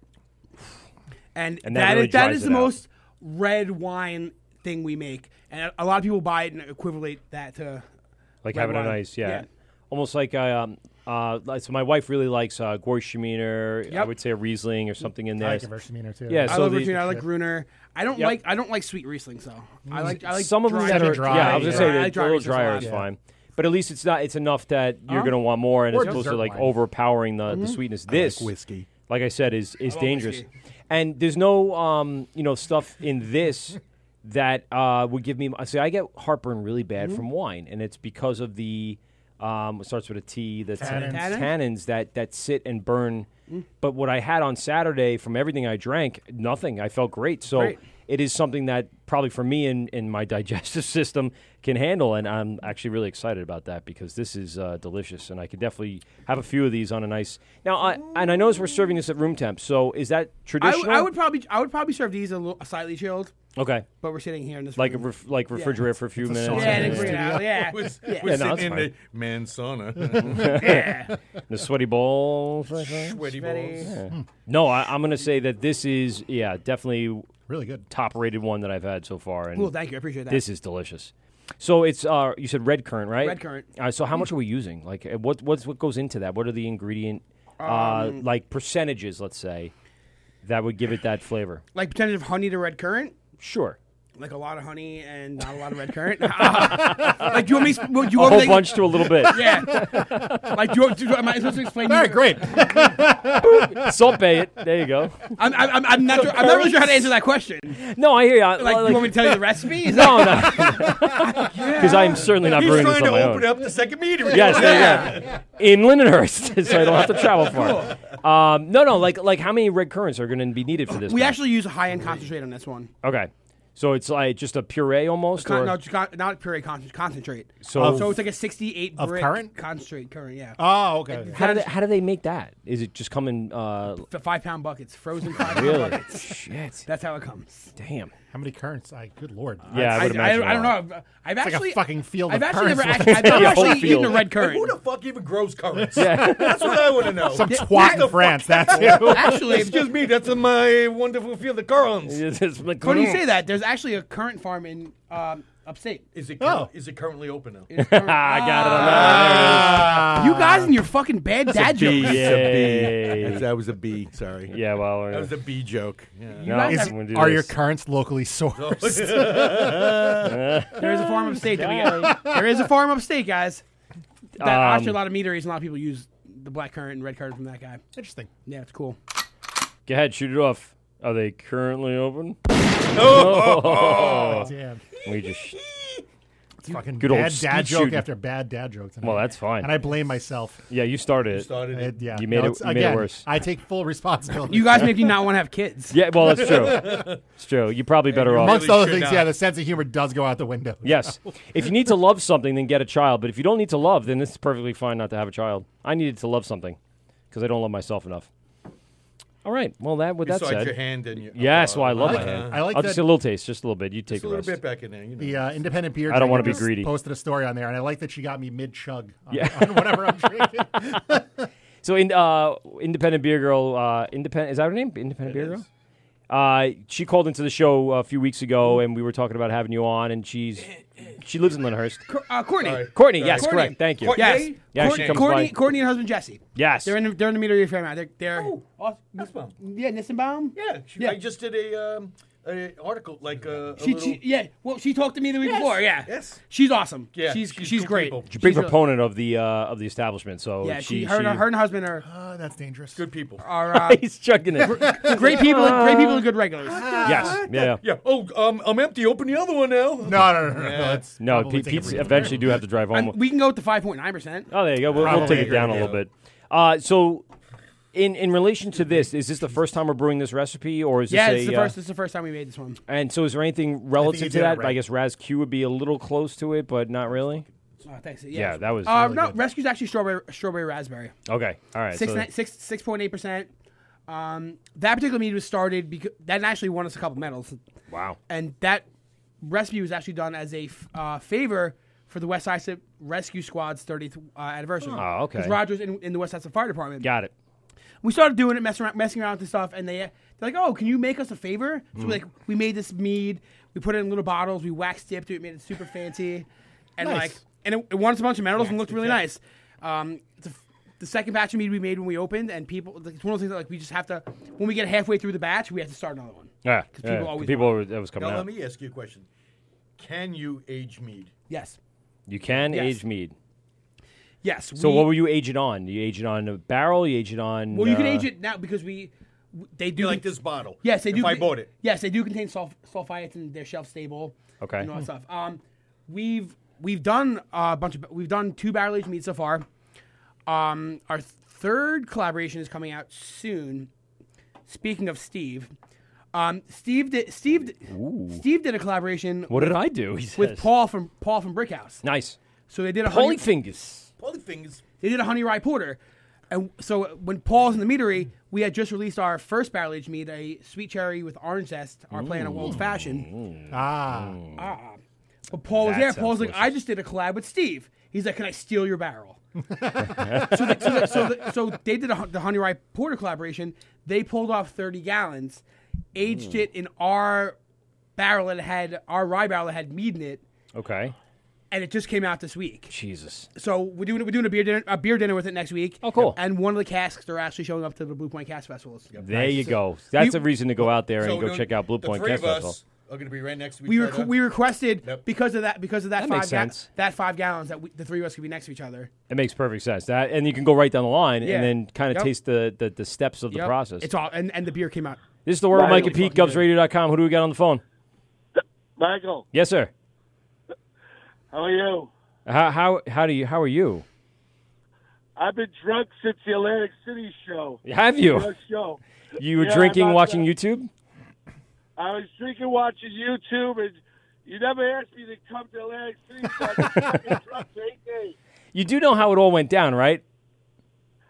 [SPEAKER 9] And,
[SPEAKER 7] And that
[SPEAKER 9] that
[SPEAKER 7] really
[SPEAKER 9] is, that
[SPEAKER 7] dries
[SPEAKER 9] is
[SPEAKER 7] it
[SPEAKER 9] the
[SPEAKER 7] out.
[SPEAKER 9] most red wine thing we make. And a lot of people buy it and equivalent that to
[SPEAKER 7] Like
[SPEAKER 9] red
[SPEAKER 7] having
[SPEAKER 9] wine.
[SPEAKER 7] a nice, yeah.
[SPEAKER 9] Yeah.
[SPEAKER 7] Almost like uh, um, uh, like- so my wife really likes uh, Gewürztraminer. I
[SPEAKER 9] Yep.
[SPEAKER 7] would say a Riesling or something in there.
[SPEAKER 8] I like Gewürztraminer, too.
[SPEAKER 7] Yeah,
[SPEAKER 9] I
[SPEAKER 7] so
[SPEAKER 9] love
[SPEAKER 7] the-
[SPEAKER 9] Virginia. I like Gruner. I don't
[SPEAKER 7] Yep. Mm.
[SPEAKER 9] like I don't like sweet Riesling so I like I like
[SPEAKER 7] some of them
[SPEAKER 9] dry-
[SPEAKER 7] that are
[SPEAKER 8] dry,
[SPEAKER 7] yeah. I was gonna
[SPEAKER 8] yeah.
[SPEAKER 7] say
[SPEAKER 9] I
[SPEAKER 7] the
[SPEAKER 9] like dry
[SPEAKER 7] little
[SPEAKER 9] Riesling a
[SPEAKER 7] drier
[SPEAKER 9] lot.
[SPEAKER 7] is
[SPEAKER 9] Yeah.
[SPEAKER 7] fine, but at least it's not. It's enough that you're
[SPEAKER 9] Uh-huh.
[SPEAKER 7] gonna want more, and
[SPEAKER 8] Or
[SPEAKER 7] as opposed to
[SPEAKER 8] dessert
[SPEAKER 7] like
[SPEAKER 8] wine.
[SPEAKER 7] overpowering the, the sweetness. This
[SPEAKER 2] whiskey.
[SPEAKER 7] like I said, is is
[SPEAKER 9] love
[SPEAKER 7] dangerous,
[SPEAKER 9] whiskey.
[SPEAKER 7] and there's no um you know stuff in this. That uh, would give me. See, I get heartburn really bad from wine, and it's because of the um, it starts with a T. The tannins,
[SPEAKER 9] Tannins.
[SPEAKER 7] tannins that that sit and burn. But what I had on Saturday from everything I drank, nothing. I felt great. So
[SPEAKER 9] Great.
[SPEAKER 7] it is something that probably for me and, and my digestive system can handle. And I'm actually really excited about that because this is uh, delicious. And I could definitely have a few of these on a nice. Now, I, and I notice we're serving this at room temp. So is that
[SPEAKER 9] I,
[SPEAKER 7] traditional?
[SPEAKER 9] w- I would probably I would probably serve these a little slightly chilled,
[SPEAKER 7] Okay.
[SPEAKER 9] but we're sitting here in this
[SPEAKER 7] Like a
[SPEAKER 9] room.
[SPEAKER 7] ref, like
[SPEAKER 9] Yeah.
[SPEAKER 7] refrigerator for a few minutes.
[SPEAKER 9] Yeah, then bring it out. Yeah,
[SPEAKER 2] We're,
[SPEAKER 9] yeah.
[SPEAKER 2] we're
[SPEAKER 7] Yeah,
[SPEAKER 2] sitting
[SPEAKER 7] no, that's
[SPEAKER 2] in
[SPEAKER 7] fine.
[SPEAKER 2] the man sauna.
[SPEAKER 7] Yeah. the sweaty balls. I think.
[SPEAKER 2] Sweaty balls. Hmm.
[SPEAKER 7] Yeah. No, I, I'm going to say that this is yeah definitely
[SPEAKER 8] really good
[SPEAKER 7] top rated one that I've had so far. And
[SPEAKER 9] Cool, thank you. I appreciate that.
[SPEAKER 7] This is delicious. So it's uh you said red currant right?
[SPEAKER 9] Red currant.
[SPEAKER 7] Uh, so how much are we using? Like uh, what what's what goes into that? What are the ingredient uh,
[SPEAKER 9] Um,
[SPEAKER 7] like percentages? Let's say that would give it that flavor.
[SPEAKER 9] like percentage of honey to red currant.
[SPEAKER 7] Sure.
[SPEAKER 9] Like a lot of honey and not a lot of red currant. Uh, like, do you want me? sp- Do you
[SPEAKER 7] A
[SPEAKER 9] want
[SPEAKER 7] whole
[SPEAKER 9] me-
[SPEAKER 7] bunch to a little bit.
[SPEAKER 9] Yeah. like, do you, do, am I supposed to explain?
[SPEAKER 7] All
[SPEAKER 9] you-
[SPEAKER 7] right, great. Salt bay it. There you go.
[SPEAKER 9] I'm, I'm, I'm- I'm not. Sure, I'm not really sure how to answer that question.
[SPEAKER 7] No, I hear you. I-
[SPEAKER 9] Like, do you want me to tell you the recipe? Is
[SPEAKER 7] No,
[SPEAKER 9] that-
[SPEAKER 7] Because I am certainly not
[SPEAKER 2] He's
[SPEAKER 7] brewing this
[SPEAKER 2] trying
[SPEAKER 7] on
[SPEAKER 2] to
[SPEAKER 7] my
[SPEAKER 2] open
[SPEAKER 7] own.
[SPEAKER 2] up the second meter.
[SPEAKER 7] Yes, there you go. In Lindenhurst, so I don't have to travel far. Um, no, no, like like how many red currants are going to be needed for this?
[SPEAKER 9] We
[SPEAKER 7] one?
[SPEAKER 9] actually use a high end concentrate on this one.
[SPEAKER 7] okay, so it's like just a puree almost,
[SPEAKER 9] Con-
[SPEAKER 7] or
[SPEAKER 9] no, it's con- not puree con- concentrate. Oh.
[SPEAKER 7] So- Of-
[SPEAKER 9] so it's like a 68
[SPEAKER 7] of
[SPEAKER 9] brick
[SPEAKER 7] currant?
[SPEAKER 9] concentrate current. Yeah.
[SPEAKER 8] Oh, okay.
[SPEAKER 7] how do they how do they make that? Is it just coming? Uh,
[SPEAKER 9] The five pound buckets, frozen five pound
[SPEAKER 7] Really?
[SPEAKER 9] buckets.
[SPEAKER 7] Shit.
[SPEAKER 9] That's how it comes.
[SPEAKER 7] damn.
[SPEAKER 8] How many currents? I good lord.
[SPEAKER 7] Yeah, I would imagine a
[SPEAKER 9] I don't know.
[SPEAKER 7] lot.
[SPEAKER 8] It's like
[SPEAKER 9] I've, I've
[SPEAKER 8] a
[SPEAKER 9] actually
[SPEAKER 8] fucking field
[SPEAKER 9] I've
[SPEAKER 8] of
[SPEAKER 9] actually never
[SPEAKER 8] currants.
[SPEAKER 9] actually, I've never
[SPEAKER 7] Yeah,
[SPEAKER 9] actually
[SPEAKER 7] whole
[SPEAKER 9] eaten
[SPEAKER 7] field.
[SPEAKER 9] a red
[SPEAKER 2] Like, who
[SPEAKER 9] currant.
[SPEAKER 2] the fuck even grows currants?
[SPEAKER 7] Yeah.
[SPEAKER 2] That's what I want to know.
[SPEAKER 8] Some twat in France. That's you.
[SPEAKER 9] actually,
[SPEAKER 2] Excuse me, that's in my wonderful field of currants.
[SPEAKER 7] It's- it's like-
[SPEAKER 9] funny you say that. There's actually a currant farm in um, upstate.
[SPEAKER 2] Is it is it currently open now?
[SPEAKER 9] It's current-
[SPEAKER 7] Oh. I got it on
[SPEAKER 9] Ah, you guys and your fucking bad dad jokes.
[SPEAKER 7] that. Yay.
[SPEAKER 2] That's- That was a B. Sorry.
[SPEAKER 7] Yeah, well,
[SPEAKER 2] That
[SPEAKER 7] we're,
[SPEAKER 2] was a B joke. Yeah.
[SPEAKER 7] no,
[SPEAKER 9] guys
[SPEAKER 7] I'm
[SPEAKER 8] Is-
[SPEAKER 7] gonna do
[SPEAKER 8] are
[SPEAKER 7] this.
[SPEAKER 8] your currents locally sourced?
[SPEAKER 9] There is a farm upstate that we got. There is a farm upstate, guys. That
[SPEAKER 7] Um,
[SPEAKER 9] actually a lot of meat eaters. A lot of people use the black currant and red currant from that guy.
[SPEAKER 8] Interesting.
[SPEAKER 9] Yeah, it's cool.
[SPEAKER 7] Go ahead, shoot it off. Are they currently open?
[SPEAKER 8] Oh! Damn.
[SPEAKER 7] We just
[SPEAKER 8] It's fucking
[SPEAKER 7] good old
[SPEAKER 8] bad dad
[SPEAKER 7] skeet
[SPEAKER 8] joke
[SPEAKER 7] shooting.
[SPEAKER 8] after bad dad joke tonight.
[SPEAKER 7] well, that's fine.
[SPEAKER 8] and I blame myself.
[SPEAKER 7] yeah, you started it.
[SPEAKER 2] Started
[SPEAKER 8] It-
[SPEAKER 2] it.
[SPEAKER 8] yeah,
[SPEAKER 7] You made it-
[SPEAKER 8] it's-
[SPEAKER 7] you made it
[SPEAKER 8] again,
[SPEAKER 7] worse.
[SPEAKER 8] I take full responsibility.
[SPEAKER 9] You guys make me not want to have kids.
[SPEAKER 7] Yeah, well, that's true. it's true. You're probably better off.
[SPEAKER 8] amongst
[SPEAKER 2] really
[SPEAKER 8] other
[SPEAKER 2] should
[SPEAKER 8] things,
[SPEAKER 2] not.
[SPEAKER 8] yeah, the sense of humor does go out the window.
[SPEAKER 7] Yes. If you need to love something, then get a child. But if you don't need to love, then it's perfectly fine not to have a child. I needed to love something because I don't love myself enough. All right. Well, that with that
[SPEAKER 2] Besides
[SPEAKER 7] said,
[SPEAKER 2] your hand and your.
[SPEAKER 7] yes. Well, I love
[SPEAKER 8] I
[SPEAKER 7] my
[SPEAKER 8] like-
[SPEAKER 7] hand.
[SPEAKER 8] I like
[SPEAKER 7] will
[SPEAKER 8] that-
[SPEAKER 7] just a little taste, just a little bit. You take
[SPEAKER 2] Just a
[SPEAKER 7] the
[SPEAKER 2] little bit
[SPEAKER 7] rest.
[SPEAKER 2] back in there. You know.
[SPEAKER 8] The uh, independent
[SPEAKER 7] I
[SPEAKER 8] beer.
[SPEAKER 7] don't
[SPEAKER 8] drinker
[SPEAKER 7] wanna be
[SPEAKER 8] just
[SPEAKER 7] greedy.
[SPEAKER 8] Posted a story on there, and I like that she got me mid chug on, on whatever I'm drinking.
[SPEAKER 7] So, in, uh, independent beer girl, uh, independent is that her name? Independent beer girl. Uh, she called into the show a few weeks ago, and we were talking about having you on. And she's she lives in Lyndhurst.
[SPEAKER 9] Uh, Courtney.
[SPEAKER 2] Sorry.
[SPEAKER 7] Courtney, yes,
[SPEAKER 9] Courtney.
[SPEAKER 7] correct. Thank you.
[SPEAKER 2] Courtney?
[SPEAKER 9] Yes.
[SPEAKER 7] Yeah, she
[SPEAKER 9] Courtney,
[SPEAKER 7] comes
[SPEAKER 9] Courtney,
[SPEAKER 7] by.
[SPEAKER 9] Courtney and her husband Jesse.
[SPEAKER 7] Yes.
[SPEAKER 9] They're in the, they're in the meter fair now. They're, they're
[SPEAKER 2] Oh, that's one.
[SPEAKER 9] yeah, Nissenbaum.
[SPEAKER 2] Yeah, she,
[SPEAKER 9] Yeah.
[SPEAKER 2] I just did a, um, a article like uh, a
[SPEAKER 9] She,
[SPEAKER 2] little.
[SPEAKER 9] she yeah. Well, she talked to me the week before. Yeah.
[SPEAKER 2] yes.
[SPEAKER 9] She's awesome.
[SPEAKER 2] Yeah,
[SPEAKER 9] She's she's,
[SPEAKER 2] she's cool
[SPEAKER 9] great.
[SPEAKER 2] people.
[SPEAKER 7] She's a big
[SPEAKER 9] She's a-
[SPEAKER 7] proponent of the uh, of the establishment. So
[SPEAKER 9] Yeah.
[SPEAKER 7] Oh, she,
[SPEAKER 9] She, her,
[SPEAKER 7] she-
[SPEAKER 9] her and her husband are
[SPEAKER 8] Oh, that's dangerous.
[SPEAKER 2] Good people.
[SPEAKER 9] are uh,
[SPEAKER 7] he's chugging it.
[SPEAKER 9] great people. Great people and good regulars.
[SPEAKER 8] Ah.
[SPEAKER 7] yes, yeah. yeah.
[SPEAKER 2] Yeah. Oh, um, I'm empty. Open the other one now.
[SPEAKER 8] No, no, no, no. no. That's
[SPEAKER 7] No,
[SPEAKER 8] probably
[SPEAKER 7] Pete,
[SPEAKER 8] take a
[SPEAKER 7] Pete's
[SPEAKER 8] breather.
[SPEAKER 7] eventually do have to drive home.
[SPEAKER 9] And we can go up to five point nine percent.
[SPEAKER 7] oh, there you go. We'll, we'll
[SPEAKER 8] Probably
[SPEAKER 7] take it down a
[SPEAKER 2] agree,
[SPEAKER 7] little
[SPEAKER 2] yeah.
[SPEAKER 7] bit. Uh, so, in in relation to this, is this the first time we're brewing this recipe, or is this
[SPEAKER 9] Yeah,
[SPEAKER 7] a
[SPEAKER 9] it's the
[SPEAKER 7] uh,
[SPEAKER 9] first. It's the first time we made this one.
[SPEAKER 7] And so, is there anything
[SPEAKER 8] you
[SPEAKER 7] relative to
[SPEAKER 8] did it
[SPEAKER 7] that?
[SPEAKER 8] right.
[SPEAKER 7] I guess Raz Q would be a little close to it, but not really.
[SPEAKER 9] Oh, thanks. Yeah,
[SPEAKER 7] Yeah, that was
[SPEAKER 9] Uh,
[SPEAKER 7] really
[SPEAKER 9] no,
[SPEAKER 7] good.
[SPEAKER 9] rescue's actually strawberry, strawberry raspberry.
[SPEAKER 7] okay. All right.
[SPEAKER 9] Six
[SPEAKER 7] so-
[SPEAKER 9] ni- six six point eight percent. Um, that particular mead was started because that actually won us a couple medals,
[SPEAKER 7] wow.
[SPEAKER 9] and that recipe was actually done as a f- uh, favor for the West Isaac Rescue Squad's 30th uh, anniversary.
[SPEAKER 7] Oh, okay.
[SPEAKER 9] Because Rogers in, in the West Isaac Fire Department.
[SPEAKER 7] Got it.
[SPEAKER 9] We started doing it, messing around, messing around with this stuff, and they they're like, "Oh, can you make us a favor?" So
[SPEAKER 7] Mm.
[SPEAKER 9] we like we made this mead, we put it in little bottles, we wax dipped it, made it super fancy, and
[SPEAKER 8] Nice.
[SPEAKER 9] like and it, it won us a bunch of medals and looked really nice. Um, the, f- the second batch of mead we made when we opened, and people, it's one of those things that like we just have to when we get halfway through the batch, we have to start another one.
[SPEAKER 7] Yeah.
[SPEAKER 9] 'Cause
[SPEAKER 7] yeah,
[SPEAKER 9] people always
[SPEAKER 7] people were- that was coming
[SPEAKER 2] Now
[SPEAKER 7] out.
[SPEAKER 2] let me ask you a question. Can you age mead?
[SPEAKER 9] Yes,
[SPEAKER 7] You can
[SPEAKER 9] Yes.
[SPEAKER 7] age mead.
[SPEAKER 9] yes.
[SPEAKER 7] So,
[SPEAKER 9] we,
[SPEAKER 7] what were you age it on? You age it on a barrel. You age it on.
[SPEAKER 9] Well, you can
[SPEAKER 7] uh,
[SPEAKER 9] age it now because we w- they do
[SPEAKER 2] Like this bottle.
[SPEAKER 9] Yes, they do.
[SPEAKER 2] If I
[SPEAKER 9] con-
[SPEAKER 2] bought it.
[SPEAKER 9] Yes, they do contain sulf- sulfites and they're shelf stable.
[SPEAKER 7] Okay.
[SPEAKER 9] and all that stuff. Um, we've we've done uh, a bunch of we've done two barrel aged meats so far. Um, our third collaboration is coming out soon. Speaking of Steve, Um, Steve did Steve di- Steve did a collaboration.
[SPEAKER 7] What did
[SPEAKER 9] with-
[SPEAKER 7] I do? He
[SPEAKER 9] with
[SPEAKER 7] says.
[SPEAKER 9] Paul from Paul from Brickhouse.
[SPEAKER 7] Nice.
[SPEAKER 9] So they did a
[SPEAKER 7] Holy
[SPEAKER 9] honey,
[SPEAKER 7] fingers.
[SPEAKER 2] Holy fingers.
[SPEAKER 9] They did a honey rye porter, and so when Paul's in the meadery, we had just released our first barrel aged mead, a sweet cherry with orange zest. Our plan of old fashioned.
[SPEAKER 8] Ah.
[SPEAKER 9] Ah. But Paul was
[SPEAKER 8] That
[SPEAKER 9] there. Paul's
[SPEAKER 8] sounds
[SPEAKER 9] like, I just did a collab with Steve. He's like, Can I steal your barrel? so, the, so, the- so, the- so they did a, hun- the Honey Rye Porter collaboration. They pulled off 30 gallons, aged
[SPEAKER 7] Mm.
[SPEAKER 9] it in our barrel that had our rye barrel that had mead in it,
[SPEAKER 7] Okay.
[SPEAKER 9] and it just came out this week.
[SPEAKER 7] Jesus.
[SPEAKER 9] So we're doing we're doing a beer dinner a beer dinner with it next week. Oh, cool! And one of the casks are actually showing up to the Blue Point Cask Festivals.
[SPEAKER 7] There you go. That's a reason to go out there and
[SPEAKER 9] So
[SPEAKER 7] go
[SPEAKER 9] the-
[SPEAKER 7] check out Blue
[SPEAKER 9] the
[SPEAKER 7] Point
[SPEAKER 9] three
[SPEAKER 7] Cast
[SPEAKER 9] of us-
[SPEAKER 7] Festival.
[SPEAKER 2] Are going to be right next to each
[SPEAKER 9] we
[SPEAKER 2] other.
[SPEAKER 9] rec- we requested because of that because of that,
[SPEAKER 7] That
[SPEAKER 9] five
[SPEAKER 7] makes
[SPEAKER 9] ga-
[SPEAKER 7] sense.
[SPEAKER 9] that five gallons that we, the three of us could be next to each other.
[SPEAKER 7] It makes perfect sense. That and you can go right down the line
[SPEAKER 9] Yeah.
[SPEAKER 7] and then kind of
[SPEAKER 9] Yep.
[SPEAKER 7] taste the, the, the steps of the
[SPEAKER 9] Yep.
[SPEAKER 7] process.
[SPEAKER 9] It's all and, and the beer came out.
[SPEAKER 7] this is the word with Mike
[SPEAKER 9] Really
[SPEAKER 7] and Pete,
[SPEAKER 9] fucking good.
[SPEAKER 7] GubsRadio.com. Who do we got on the phone?
[SPEAKER 11] Michael,
[SPEAKER 7] Yes, sir.
[SPEAKER 11] how are you?
[SPEAKER 7] How how how do you how are you?
[SPEAKER 11] I've been drunk since the Atlantic City show.
[SPEAKER 7] Have you?
[SPEAKER 11] Your show.
[SPEAKER 7] You were
[SPEAKER 11] Yeah,
[SPEAKER 7] drinking,
[SPEAKER 11] I'm-
[SPEAKER 7] watching YouTube.
[SPEAKER 11] I was drinking, watching YouTube, and you never asked me to come to Atlantic City. So I just fucking drunk eight days.
[SPEAKER 7] You do know how it all went down, right?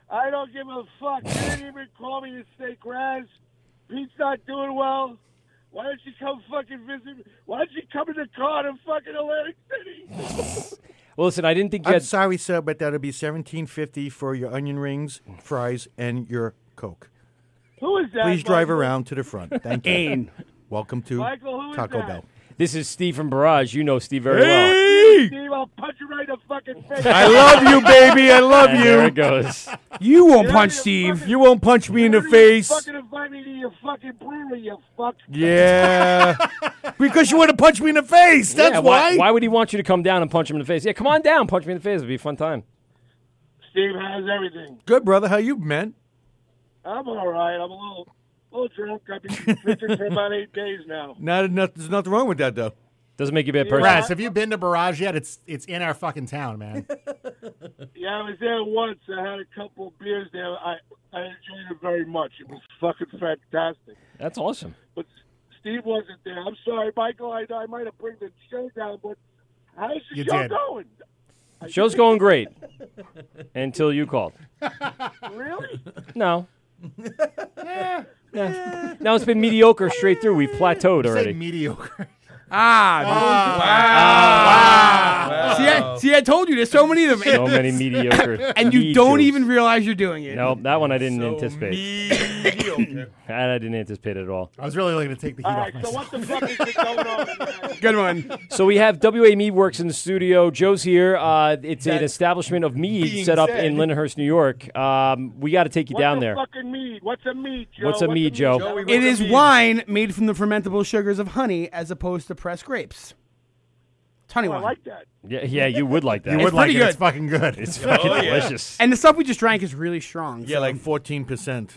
[SPEAKER 11] I don't give a fuck. You didn't even call me to say, Graz, Pete's not doing well. Why don't you come fucking visit me? Why don't you come in the car to fucking Atlantic City?
[SPEAKER 7] Well, listen, I didn't think you
[SPEAKER 12] I'm
[SPEAKER 7] had-
[SPEAKER 12] sorry, sir, but that'll be seventeen fifty for your onion rings, fries, and your Coke.
[SPEAKER 11] Who is that?
[SPEAKER 12] Please drive
[SPEAKER 11] Michael?
[SPEAKER 12] around to the front. Thank you.
[SPEAKER 11] Ain.
[SPEAKER 12] Welcome to
[SPEAKER 11] Michael, who is
[SPEAKER 12] Taco
[SPEAKER 11] that?
[SPEAKER 12] Bell.
[SPEAKER 7] This is Steve from Barrage. You know Steve very
[SPEAKER 11] Steve, I'll punch you right in the fucking face.
[SPEAKER 12] I love you, baby. I love
[SPEAKER 7] And
[SPEAKER 12] you.
[SPEAKER 7] there it goes.
[SPEAKER 12] You won't punch Steve. You won't punch me in the face.
[SPEAKER 11] Fucking invite me to your fucking brewery, you fuck.
[SPEAKER 12] Yeah. because you want to punch me in the face. That's
[SPEAKER 7] Yeah,
[SPEAKER 12] why.
[SPEAKER 7] Why would he want you to come down and punch him in the face? Yeah, come on down, punch me in the face. It'd be a fun time.
[SPEAKER 11] Steve, how's everything?
[SPEAKER 12] Good, brother. How you, man?
[SPEAKER 11] I'm all right. I'm a little, a little drunk. I've been drinking for about eight days now.
[SPEAKER 12] Not enough. There's nothing wrong with that, though.
[SPEAKER 7] Doesn't make you a
[SPEAKER 11] bad person.
[SPEAKER 8] Raz, have you been to Barrage yet? It's it's in our fucking town, man.
[SPEAKER 11] Yeah, I was there once. I had a couple of beers there. I, I enjoyed it very much. It was fucking fantastic.
[SPEAKER 7] That's awesome.
[SPEAKER 11] But Steve wasn't there. I'm sorry, Michael. I, I might have bring the show down, but how's the
[SPEAKER 7] You
[SPEAKER 11] show
[SPEAKER 7] did.
[SPEAKER 11] going?
[SPEAKER 7] Show's going great until you called.
[SPEAKER 11] really?
[SPEAKER 7] No. Nah. Now it's been mediocre straight through. We've plateaued already.
[SPEAKER 8] mediocre.
[SPEAKER 9] Ah,
[SPEAKER 11] Oh,
[SPEAKER 7] Ah.
[SPEAKER 9] wow.
[SPEAKER 7] Wow.
[SPEAKER 9] See, I, see, I told you. There's so many of them.
[SPEAKER 7] So many mediocre.
[SPEAKER 9] and you don't
[SPEAKER 7] Me
[SPEAKER 9] even realize you're doing it.
[SPEAKER 7] Nope, that one I didn't anticipate. that I didn't anticipate at all.
[SPEAKER 8] I was really looking to take the heat off myself.
[SPEAKER 11] What the fuck is this going on?
[SPEAKER 9] Good one.
[SPEAKER 7] So we have WA Mead Works in the studio. Joe's here. Uh, it's an establishment of mead
[SPEAKER 11] being
[SPEAKER 7] set up in
[SPEAKER 11] said-
[SPEAKER 7] Lyndhurst, New York. Um, we got to take you
[SPEAKER 11] What's
[SPEAKER 7] down
[SPEAKER 11] a
[SPEAKER 7] there.
[SPEAKER 11] Fucking mead? What's a mead, Joe?
[SPEAKER 7] What's a mead, Joe?
[SPEAKER 9] It is wine made from the fermentable sugars of honey as opposed to pressed grapes. It's honey
[SPEAKER 11] Oh, I
[SPEAKER 9] wine.
[SPEAKER 11] like that.
[SPEAKER 7] Yeah, yeah, you would like that.
[SPEAKER 12] You would
[SPEAKER 9] It's
[SPEAKER 12] like
[SPEAKER 9] pretty
[SPEAKER 12] it.
[SPEAKER 9] good.
[SPEAKER 12] It's fucking good.
[SPEAKER 7] It's
[SPEAKER 12] Oh, fucking yeah. delicious.
[SPEAKER 9] And the stuff we just drank is really strong.
[SPEAKER 12] Yeah, like 14%.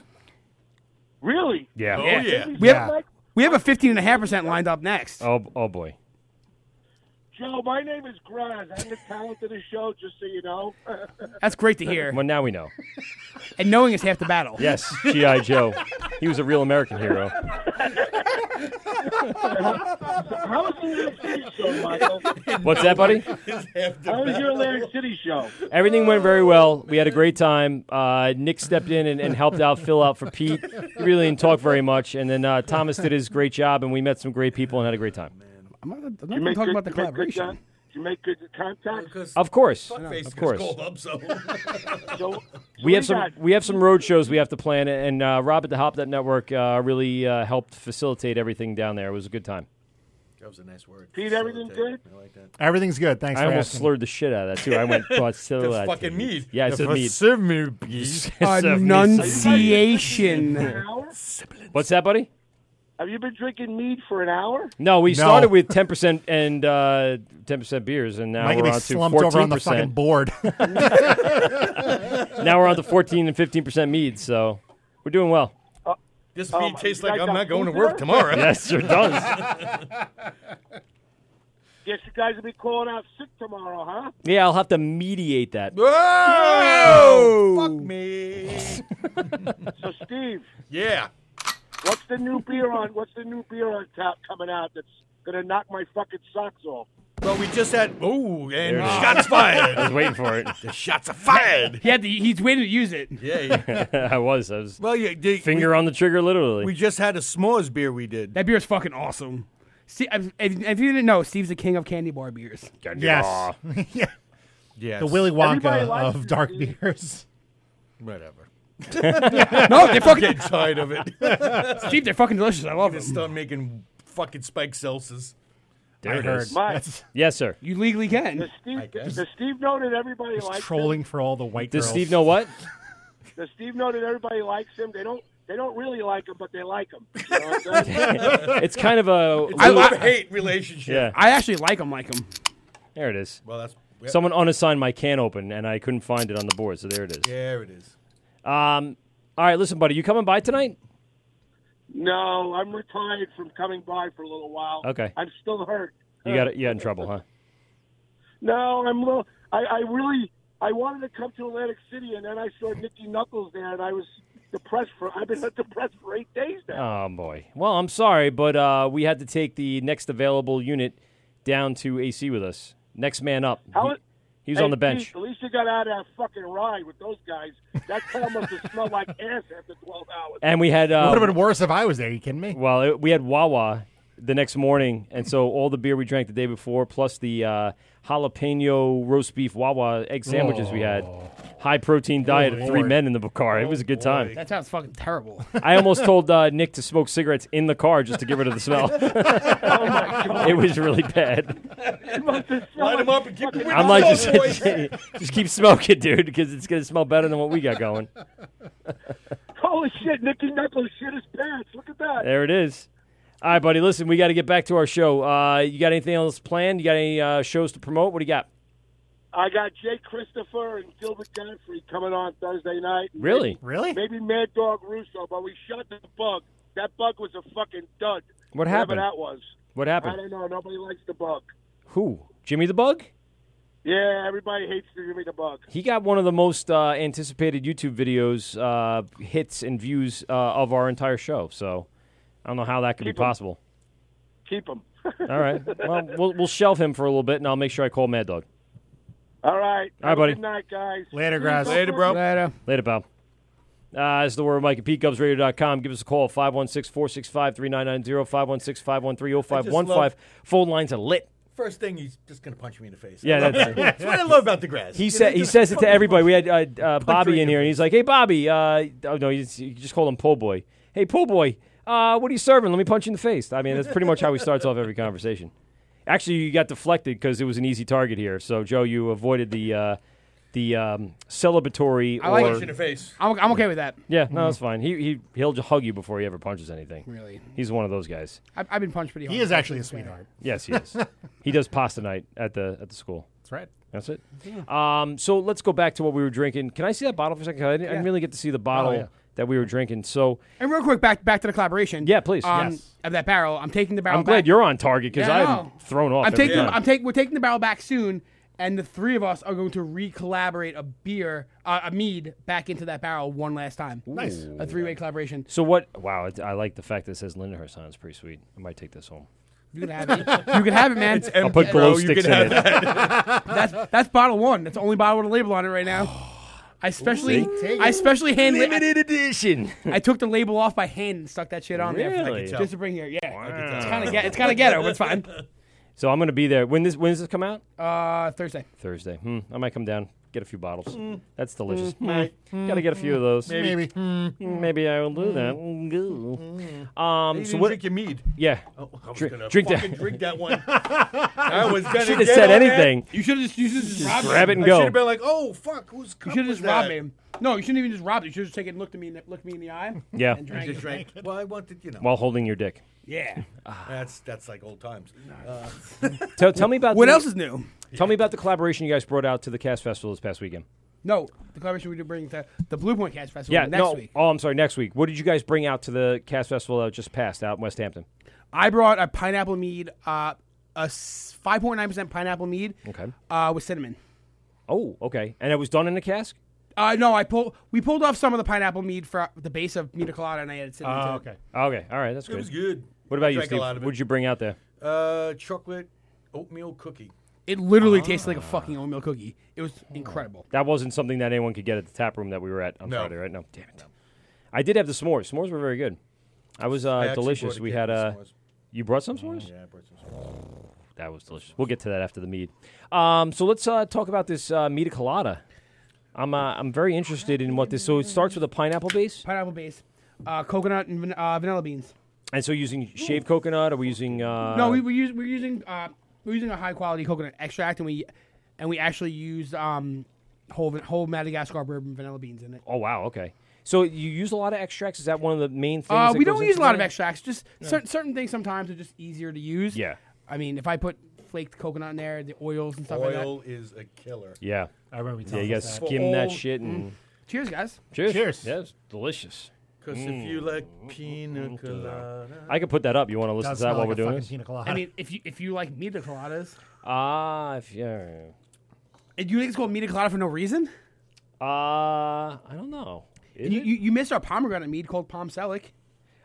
[SPEAKER 11] Really?
[SPEAKER 7] Yeah.
[SPEAKER 9] We have, we have a 15.5% lined up next.
[SPEAKER 7] Oh, oh boy.
[SPEAKER 11] Joe, my name is Graz. I'm the talent of the show, just so you know.
[SPEAKER 9] That's great to hear.
[SPEAKER 7] Well, now we know.
[SPEAKER 9] And knowing is half the battle.
[SPEAKER 7] Yes, G.I. Joe. He was a real American hero.
[SPEAKER 11] How was your Atlantic City show, Michael?
[SPEAKER 7] What's that, buddy?
[SPEAKER 11] How was your Atlantic City show?
[SPEAKER 7] Everything went very well. We had a great time. Uh, Nick stepped in and, and helped out, fill out for Pete. He really didn't talk very much. And then uh, Thomas did his great job, and we met some great people and had a great time.
[SPEAKER 9] I'm not, I'm
[SPEAKER 11] You
[SPEAKER 9] not
[SPEAKER 11] make
[SPEAKER 9] talking
[SPEAKER 11] good-
[SPEAKER 9] about the
[SPEAKER 11] you make good
[SPEAKER 9] collaboration.
[SPEAKER 11] con- You make good contacts.
[SPEAKER 7] Of course.
[SPEAKER 2] Fuckface
[SPEAKER 7] Of course.
[SPEAKER 2] Called up, so.
[SPEAKER 11] so
[SPEAKER 7] We have
[SPEAKER 11] we
[SPEAKER 7] some
[SPEAKER 11] got-
[SPEAKER 7] we have some road shows we have to plan, and uh, Rob at the Hop That Network uh, really uh, helped facilitate everything down there. It was a good time.
[SPEAKER 2] That was a nice word.
[SPEAKER 11] Pete, everything good?
[SPEAKER 2] I like that.
[SPEAKER 8] Everything's good. Thanks
[SPEAKER 7] I
[SPEAKER 8] for
[SPEAKER 7] almost
[SPEAKER 8] asking.
[SPEAKER 7] slurred the shit out of that too. I went
[SPEAKER 2] That's
[SPEAKER 7] That's
[SPEAKER 2] fucking mead.
[SPEAKER 7] Yeah, it's
[SPEAKER 2] That's
[SPEAKER 7] a mead.
[SPEAKER 2] fucking
[SPEAKER 9] Enunciation.
[SPEAKER 7] What's that, buddy?
[SPEAKER 11] Have you been drinking mead for an hour?
[SPEAKER 7] No, we
[SPEAKER 8] No.
[SPEAKER 7] started with ten percent and uh, ten percent beers, and now
[SPEAKER 8] Mike
[SPEAKER 7] we're
[SPEAKER 8] be
[SPEAKER 7] on to
[SPEAKER 8] slumped over
[SPEAKER 7] fourteen
[SPEAKER 8] on the
[SPEAKER 7] percent.
[SPEAKER 8] fucking board.
[SPEAKER 7] Now we're on to fourteen and fifteen percent mead, so we're doing well.
[SPEAKER 2] This
[SPEAKER 11] Oh,
[SPEAKER 2] mead
[SPEAKER 11] my-
[SPEAKER 2] tastes
[SPEAKER 11] you
[SPEAKER 2] like
[SPEAKER 11] guys
[SPEAKER 2] I'm
[SPEAKER 11] got
[SPEAKER 2] not going to
[SPEAKER 11] food
[SPEAKER 2] work
[SPEAKER 11] there?
[SPEAKER 2] tomorrow.
[SPEAKER 7] Yes, sure does.
[SPEAKER 11] Guess you guys will be calling out sick tomorrow, huh?
[SPEAKER 7] Yeah, I'll have to mediate that.
[SPEAKER 11] Whoa!
[SPEAKER 2] Oh, Fuck me.
[SPEAKER 11] so, Steve.
[SPEAKER 2] Yeah.
[SPEAKER 11] What's the new beer on? What's the new beer on tap coming out that's gonna knock my fucking socks off?
[SPEAKER 2] Well, we just had. Oh, and
[SPEAKER 11] it is.
[SPEAKER 2] shots fired.
[SPEAKER 7] I was waiting for it.
[SPEAKER 2] The shots are fired.
[SPEAKER 9] He had to, he's waiting to use it.
[SPEAKER 2] Yeah.
[SPEAKER 7] I was. I was.
[SPEAKER 2] Well, yeah, they-
[SPEAKER 7] finger on the trigger, literally.
[SPEAKER 2] We just had a s'mores beer. We did.
[SPEAKER 9] That beer is fucking awesome. See, if, if, if you didn't know, Steve's the king of candy bar beers.
[SPEAKER 8] Yes. yeah.
[SPEAKER 2] Yes.
[SPEAKER 8] The Willy Wonka
[SPEAKER 9] Everybody likes
[SPEAKER 8] of
[SPEAKER 9] it,
[SPEAKER 8] dark
[SPEAKER 9] dude.
[SPEAKER 8] beers.
[SPEAKER 2] Whatever.
[SPEAKER 9] no, they're fucking
[SPEAKER 2] Get tired of it.
[SPEAKER 9] Steve, they're fucking delicious. I love
[SPEAKER 2] it.
[SPEAKER 9] them.
[SPEAKER 2] Start making fucking spike seltzers.
[SPEAKER 7] There
[SPEAKER 2] I
[SPEAKER 7] it
[SPEAKER 2] heard.
[SPEAKER 7] is. Yes, sir.
[SPEAKER 9] You legally can.
[SPEAKER 11] Does Steve, does Steve know that everybody likes
[SPEAKER 8] Trolling for all the white
[SPEAKER 7] Does
[SPEAKER 8] girls.
[SPEAKER 7] Steve know what?
[SPEAKER 11] him? Does Steve know that everybody likes him? They don't. They don't really like him, but they like him. You know what I'm saying?
[SPEAKER 7] it's kind of a
[SPEAKER 11] I love
[SPEAKER 2] hate relationship.
[SPEAKER 7] Yeah.
[SPEAKER 9] I actually like them, like them.
[SPEAKER 7] There it is.
[SPEAKER 2] Well, that's
[SPEAKER 7] someone unassigned my can open, and I couldn't find it on the board, so there it is.
[SPEAKER 2] There it is.
[SPEAKER 7] Um, all right, listen, buddy, you coming by tonight?
[SPEAKER 11] No, I'm retired from coming by for a little while.
[SPEAKER 7] Okay.
[SPEAKER 11] I'm still hurt.
[SPEAKER 7] You
[SPEAKER 11] Uh,
[SPEAKER 7] got it. You got in trouble, huh?
[SPEAKER 11] No, I'm a little. I, I really. I wanted to come to Atlantic City, and then I saw Nicky Knuckles there, and I was depressed for. I've been depressed for eight days now.
[SPEAKER 7] Oh boy. Well, I'm sorry, but uh, we had to take the next available unit down to AC with us. Next man up.
[SPEAKER 11] How
[SPEAKER 7] he,
[SPEAKER 11] it-
[SPEAKER 7] he was
[SPEAKER 11] Hey,
[SPEAKER 7] on the bench.
[SPEAKER 11] Pete, at least you got out of that fucking ride with those guys. That car must have smelled like ass after 12 hours.
[SPEAKER 7] And we had. Uh,
[SPEAKER 8] Would have been worse if I was there. You kidding me?
[SPEAKER 7] Well, it, we had Wawa the next morning, and so all the beer we drank the day before, plus the uh, jalapeno roast beef Wawa egg sandwiches we had,
[SPEAKER 8] Oh.
[SPEAKER 7] high protein diet of three
[SPEAKER 9] Lord.
[SPEAKER 7] men in the car. It was a good time.
[SPEAKER 9] That sounds fucking terrible.
[SPEAKER 7] I almost told uh, Nick to smoke cigarettes in the car just to get rid of the smell. it was really bad.
[SPEAKER 11] Light him
[SPEAKER 2] up and keep him
[SPEAKER 7] I'm like, just, just keep smoking, dude, because it's gonna smell better than what we got going.
[SPEAKER 11] Holy shit, Nicky Knuckles shit his pants. Look at that.
[SPEAKER 7] There it is. All right, buddy. Listen, we got to get back to our show. Uh, you got anything else planned? You got any uh, shows to promote? What do you got?
[SPEAKER 11] I got Jay Christopher and Gilbert Godfrey coming on Thursday night.
[SPEAKER 7] Really?
[SPEAKER 11] Maybe-
[SPEAKER 7] Really?
[SPEAKER 11] Maybe Mad Dog Russo, but we shot the bug. That bug was a fucking dud.
[SPEAKER 7] What
[SPEAKER 11] Whatever
[SPEAKER 7] happened?
[SPEAKER 11] that was.
[SPEAKER 7] What happened?
[SPEAKER 11] I don't know. Nobody likes the bug.
[SPEAKER 7] Who? Jimmy the Bug?
[SPEAKER 11] Yeah, everybody hates the Jimmy the Bug.
[SPEAKER 7] He got one of the most uh, anticipated YouTube videos, uh, hits and views uh, of our entire show. So I don't know how that could be possible.
[SPEAKER 11] Keep him.
[SPEAKER 7] All right. Well, we'll we'll shelve him for a little bit, and I'll make sure I call Mad Dog.
[SPEAKER 11] All right.
[SPEAKER 7] All right, buddy.
[SPEAKER 11] Good night, guys.
[SPEAKER 7] Later. Later, pal. Uh, it's the word of Mike at PeteGubsRadio.com. Give us a call, 516 465 3990, 516 513 0515. Phone lines are lit.
[SPEAKER 2] First thing, he's just gonna punch me in the face. I
[SPEAKER 7] Yeah,
[SPEAKER 2] love
[SPEAKER 7] that's,
[SPEAKER 2] that. that's what I love about the grass.
[SPEAKER 7] He
[SPEAKER 2] You
[SPEAKER 7] said
[SPEAKER 2] know,
[SPEAKER 7] he
[SPEAKER 2] just
[SPEAKER 7] says it to
[SPEAKER 2] fucking
[SPEAKER 7] everybody. We had uh, uh, Bobby
[SPEAKER 2] you
[SPEAKER 7] in here, and he's like, "Hey, Bobby." Uh, oh no, he's, you just call him Po' Boy. Hey, Po' Boy, uh, what are you serving? Let me punch you in the face. I mean, that's pretty much how he starts off every conversation. Actually, you got deflected because it was an easy target here. So, Joe, you avoided the uh, the um, celebratory.
[SPEAKER 9] I like
[SPEAKER 7] or-
[SPEAKER 9] punch in the face. I'm- I'm okay with that.
[SPEAKER 7] Yeah, no,
[SPEAKER 9] Mhm.
[SPEAKER 7] that's fine. He he he'll j- hug you before he ever punches anything.
[SPEAKER 9] Really?
[SPEAKER 7] he's one of those guys.
[SPEAKER 9] I've, I've been punched pretty hard.
[SPEAKER 8] He is actually a sweetheart.
[SPEAKER 7] Yes, he is. he does pasta night at the at the school.
[SPEAKER 8] That's right.
[SPEAKER 7] That's it. Um, so let's go back to what we were drinking. Can I see that bottle for a second? 'Cause I didn't, I didn't
[SPEAKER 9] Yeah. Oh,
[SPEAKER 7] really get to see the bottle
[SPEAKER 9] yeah.
[SPEAKER 7] that we were drinking. So
[SPEAKER 9] And real quick, back back to the collaboration.
[SPEAKER 7] Yeah, please.
[SPEAKER 9] Um,
[SPEAKER 7] Yes.
[SPEAKER 9] Of that barrel, I'm taking the barrel.
[SPEAKER 7] I'm glad
[SPEAKER 9] back.
[SPEAKER 7] you're on target because
[SPEAKER 9] Yeah, I
[SPEAKER 7] I'm
[SPEAKER 9] know.
[SPEAKER 7] thrown off.
[SPEAKER 9] I'm
[SPEAKER 7] every
[SPEAKER 9] taking.
[SPEAKER 7] time.
[SPEAKER 9] I'm taking. We're taking the barrel back soon, and the three of us are going to re-collaborate a beer, uh, a mead, back into that barrel one last time.
[SPEAKER 7] Nice.
[SPEAKER 9] A three-way collaboration.
[SPEAKER 7] so what? Wow, it, I like the fact that it says Lindenhurst on. it. It's pretty sweet. I might take this home.
[SPEAKER 9] You can have it. You can have it, man.
[SPEAKER 7] It's I'll put empty, glow bro. You sticks can in have it. that.
[SPEAKER 9] that's that's bottle one. That's the only bottle with a label on it right now. I especially,
[SPEAKER 7] Ooh, take
[SPEAKER 9] I
[SPEAKER 7] it.
[SPEAKER 9] especially hand
[SPEAKER 7] Limited edition.
[SPEAKER 9] I took the label off by hand and stuck that shit on there,
[SPEAKER 7] Really? I can tell.
[SPEAKER 9] just to bring here. Yeah,
[SPEAKER 7] tell.
[SPEAKER 9] it's kind of get, it's kind of ghetto, but it's fine.
[SPEAKER 7] Oh. So I'm going to be there. When this when does this come out?
[SPEAKER 9] Uh, Thursday.
[SPEAKER 7] Thursday. Hmm. I might come down, get a few bottles.
[SPEAKER 9] Mm.
[SPEAKER 7] That's delicious.
[SPEAKER 9] Mm. Might.
[SPEAKER 7] Hmm. Gotta get a few of those.
[SPEAKER 2] Maybe. Maybe.
[SPEAKER 7] Hmm. Maybe I will do that. Mm, goo. Um,
[SPEAKER 9] Hmm.
[SPEAKER 2] You
[SPEAKER 7] so
[SPEAKER 2] didn't
[SPEAKER 7] what?
[SPEAKER 2] drink your mead.
[SPEAKER 7] Yeah.
[SPEAKER 2] Oh, I was
[SPEAKER 7] Drink-
[SPEAKER 2] gonna
[SPEAKER 7] drink that.
[SPEAKER 2] fucking drink that one. I was gonna
[SPEAKER 7] Should've
[SPEAKER 2] get
[SPEAKER 7] said
[SPEAKER 2] on that.
[SPEAKER 7] anything.
[SPEAKER 9] You should have just, you should've just,
[SPEAKER 7] Just
[SPEAKER 9] robbed
[SPEAKER 7] grab
[SPEAKER 9] me.
[SPEAKER 7] it and I go. should've been
[SPEAKER 2] like, oh fuck, who's
[SPEAKER 9] You should have just
[SPEAKER 2] with
[SPEAKER 9] robbed
[SPEAKER 2] that?
[SPEAKER 9] me. No, you shouldn't even just rob it. You should have just taken, looked at me, in the- looked me in the eye.
[SPEAKER 7] Yeah.
[SPEAKER 9] and
[SPEAKER 7] You
[SPEAKER 9] drank
[SPEAKER 2] just
[SPEAKER 9] it.
[SPEAKER 2] drank. Well, I wanted, you know.
[SPEAKER 7] While holding your dick.
[SPEAKER 9] Yeah.
[SPEAKER 2] Ah. that's that's like old times. Uh,
[SPEAKER 7] Tell, tell me about
[SPEAKER 9] What
[SPEAKER 7] the-
[SPEAKER 9] else is new?
[SPEAKER 7] Tell me about the collaboration you guys brought out to the Cast Festival this past weekend.
[SPEAKER 9] No, the collaboration we do bring to the Blue Point Cast Festival
[SPEAKER 7] yeah,
[SPEAKER 9] next
[SPEAKER 7] no.
[SPEAKER 9] week.
[SPEAKER 7] Oh, I'm sorry. Next week. What did you guys bring out to the Cast Festival that just passed out in West Hampton?
[SPEAKER 9] I brought a pineapple mead, uh, a five point nine percent pineapple mead,
[SPEAKER 7] Okay.
[SPEAKER 9] uh, with cinnamon.
[SPEAKER 7] Oh, okay. And it was done in a cask.
[SPEAKER 9] Uh, no, I pulled. We pulled off some of the pineapple mead for the base of Mita Colada, and I added cinnamon. to
[SPEAKER 7] Oh,
[SPEAKER 9] it.
[SPEAKER 7] okay. Okay. All right. That's
[SPEAKER 2] It
[SPEAKER 7] good.
[SPEAKER 2] was good.
[SPEAKER 7] What about
[SPEAKER 2] I
[SPEAKER 7] you,
[SPEAKER 2] drank a
[SPEAKER 7] Steve?
[SPEAKER 2] lot of it.
[SPEAKER 7] What'd you bring out there?
[SPEAKER 2] Uh, chocolate oatmeal cookie.
[SPEAKER 9] It literally tasted like a fucking oatmeal cookie. It was incredible.
[SPEAKER 7] That wasn't something that anyone could get at the tap room that we were at on
[SPEAKER 9] No.
[SPEAKER 7] Friday, right? No, damn it. I did have the s'mores. S'mores were very good. I was uh,
[SPEAKER 2] I actually
[SPEAKER 7] delicious.
[SPEAKER 2] brought a
[SPEAKER 7] We
[SPEAKER 2] kit
[SPEAKER 7] had
[SPEAKER 2] with
[SPEAKER 7] uh,
[SPEAKER 2] s'mores.
[SPEAKER 7] you brought some s'mores.
[SPEAKER 2] Oh, Yeah, I brought some.
[SPEAKER 7] That was delicious. We'll get to that after the mead. Um, so let's uh, talk about this uh, meat colada. I'm uh, I'm very interested in what this. So it starts with a pineapple base,
[SPEAKER 9] Pineapple base, uh, coconut and van- uh, vanilla beans.
[SPEAKER 7] and so using shaved coconut. Are we using? Uh,
[SPEAKER 9] no, we were, us- we we're using uh, we we're using a high quality coconut extract, and we and we actually used um, whole van- whole Madagascar bourbon vanilla beans in it.
[SPEAKER 7] Oh wow. Okay. So you use a lot of extracts. Is that one of the main things?
[SPEAKER 9] Uh,
[SPEAKER 7] that
[SPEAKER 9] we
[SPEAKER 7] goes
[SPEAKER 9] don't
[SPEAKER 7] into
[SPEAKER 9] use a lot of
[SPEAKER 7] that?
[SPEAKER 9] extracts. Just certain certain things sometimes are just easier to use.
[SPEAKER 7] Yeah.
[SPEAKER 9] I mean, if I put flaked coconut in there, the oils and stuff like that.
[SPEAKER 2] Oil is a killer.
[SPEAKER 7] Yeah.
[SPEAKER 8] I remember.
[SPEAKER 7] Yeah, you gotta skim that shit and.
[SPEAKER 9] Mm. Cheers, guys.
[SPEAKER 7] Cheers. Cheers. Yeah, it's delicious.
[SPEAKER 2] Because
[SPEAKER 7] Mm.
[SPEAKER 2] if you like pina colada,
[SPEAKER 7] I could put that up. You want to listen to that while we're doing this?
[SPEAKER 9] I mean, if you if you like meat coladas,
[SPEAKER 7] Ah, if yeah.
[SPEAKER 9] and you think it's called meat colada for no reason?
[SPEAKER 7] Uh, I don't know. Is
[SPEAKER 9] You, you, you missed our pomegranate mead called Palm Selic.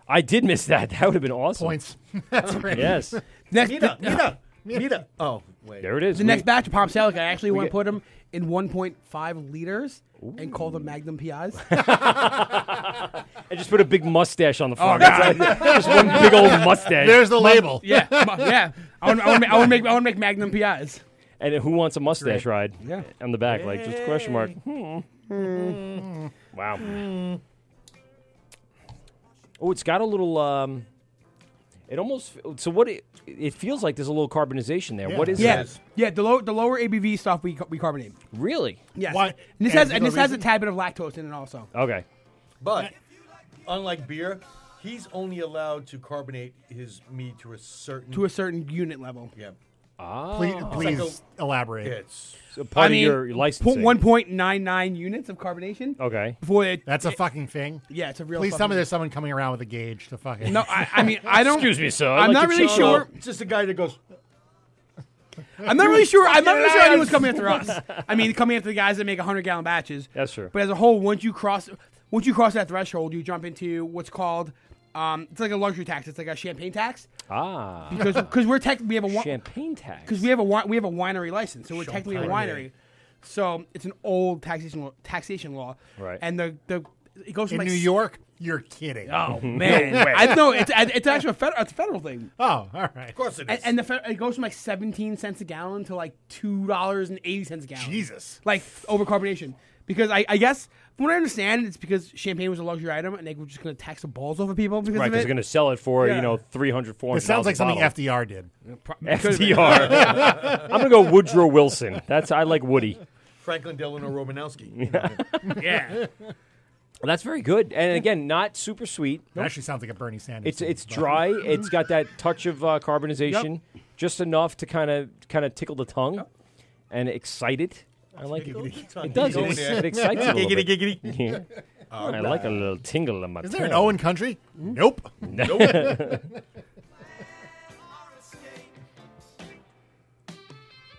[SPEAKER 7] I did miss that. That would have been awesome. Points.
[SPEAKER 9] That's
[SPEAKER 7] Yes.
[SPEAKER 9] Next,
[SPEAKER 2] Mita,
[SPEAKER 9] the-
[SPEAKER 2] Mita, Mita. Oh, wait.
[SPEAKER 7] There it is.
[SPEAKER 9] The next batch of Palm Selic, I actually
[SPEAKER 2] We
[SPEAKER 9] want to
[SPEAKER 2] get-
[SPEAKER 9] put them in 1.5 liters and call them Magnum PIs.
[SPEAKER 7] I just put a big mustache on the front.
[SPEAKER 9] Oh, God.
[SPEAKER 7] just one big old mustache.
[SPEAKER 9] Mu- Yeah, mu- yeah. I want, I want, to make, I want to make I want to make Magnum PIs.
[SPEAKER 7] And who wants a mustache ride?
[SPEAKER 9] Yeah.
[SPEAKER 7] On the back, like just question mark.
[SPEAKER 13] Hmm.
[SPEAKER 7] Mm. Wow.
[SPEAKER 9] Mm.
[SPEAKER 7] Oh, it's got a little. um It almost. So what? It, it feels like there's a little carbonization there. What is
[SPEAKER 9] yeah.
[SPEAKER 7] that?
[SPEAKER 9] Yeah, the low, the lower ABV stuff we ca- we carbonate.
[SPEAKER 7] Really?
[SPEAKER 9] Yes.
[SPEAKER 7] Why-
[SPEAKER 9] And this
[SPEAKER 7] and
[SPEAKER 9] has
[SPEAKER 7] for
[SPEAKER 9] and
[SPEAKER 7] no
[SPEAKER 9] this has a
[SPEAKER 7] reason?
[SPEAKER 9] tad bit of lactose in it also.
[SPEAKER 7] Okay.
[SPEAKER 2] But unlike beer, he's only allowed to carbonate his meat to a certain
[SPEAKER 9] To a certain unit level.
[SPEAKER 2] Yeah.
[SPEAKER 7] Ah.
[SPEAKER 8] Please,
[SPEAKER 2] It's like
[SPEAKER 8] please
[SPEAKER 2] a-
[SPEAKER 8] elaborate.
[SPEAKER 2] It's
[SPEAKER 7] part of your
[SPEAKER 9] po-
[SPEAKER 7] licensing.
[SPEAKER 9] 1.99 units of carbonation.
[SPEAKER 7] Okay.
[SPEAKER 9] Before it,
[SPEAKER 8] That's a
[SPEAKER 9] it-
[SPEAKER 8] fucking thing.
[SPEAKER 9] Yeah, it's a real
[SPEAKER 8] Please tell me
[SPEAKER 9] fucking-
[SPEAKER 8] there's someone coming around with a gauge to fucking.
[SPEAKER 9] No, I, I mean I don't. I'm not really sure.
[SPEAKER 2] just a guy that goes.
[SPEAKER 9] I'm not really sure. I'm not really sure
[SPEAKER 2] Lions.
[SPEAKER 9] anyone's coming after us. I mean, coming after the guys that make 100 gallon batches.
[SPEAKER 7] That's true.
[SPEAKER 9] But as a whole, once you cross, once you cross that threshold, you jump into what's called, um, it's like a luxury tax. It's like a champagne tax
[SPEAKER 7] Ah.
[SPEAKER 9] because because we're technically we have a wi-
[SPEAKER 7] champagne tax.
[SPEAKER 9] because we have a wi- we have a winery license, so we're technically a
[SPEAKER 7] Champagne.
[SPEAKER 9] winery. So it's an old taxation law, taxation law.
[SPEAKER 8] Right.
[SPEAKER 9] And the the it goes from
[SPEAKER 8] In
[SPEAKER 9] like
[SPEAKER 8] New
[SPEAKER 9] s-
[SPEAKER 8] York, you're kidding.
[SPEAKER 9] Oh man, I know it's it's actually a federal it's a federal thing.
[SPEAKER 8] Oh, all right. Of
[SPEAKER 2] course
[SPEAKER 9] And, and the fe- it goes from like seventeen cents a gallon to like two dollars and eighty cents a gallon. Jesus, like overcarbonation. Because I, I guess from what I understand, it's because champagne was a luxury item, and they were just going to tax the balls off of people because
[SPEAKER 7] Right,
[SPEAKER 9] of
[SPEAKER 7] because
[SPEAKER 9] it.
[SPEAKER 7] they're going to sell it for
[SPEAKER 9] Yeah.
[SPEAKER 7] you know 300, 400
[SPEAKER 8] This sounds like something
[SPEAKER 7] bottle.
[SPEAKER 8] FDR did.
[SPEAKER 7] FDR. I'm going to go Woodrow Wilson. That's I like Woody.
[SPEAKER 2] Franklin Delano Romanowski.
[SPEAKER 9] yeah.
[SPEAKER 7] Well, that's very good, and again, not super sweet.
[SPEAKER 8] That actually sounds like a Bernie Sanders.
[SPEAKER 7] It's
[SPEAKER 8] thing,
[SPEAKER 7] it's
[SPEAKER 8] but-
[SPEAKER 7] dry. It's got that touch of uh, carbonization, just enough to kind of kind of tickle the tongue and excite it. I like it. It does. It, it excites it a little
[SPEAKER 8] Giggity,
[SPEAKER 7] bit.
[SPEAKER 8] giggity.
[SPEAKER 7] Yeah.
[SPEAKER 9] Oh,
[SPEAKER 8] All
[SPEAKER 7] I like a
[SPEAKER 8] right.
[SPEAKER 7] little tingle in my.
[SPEAKER 8] Is there an
[SPEAKER 7] tongue.
[SPEAKER 8] Owen Country?
[SPEAKER 7] Hmm?
[SPEAKER 8] Nope.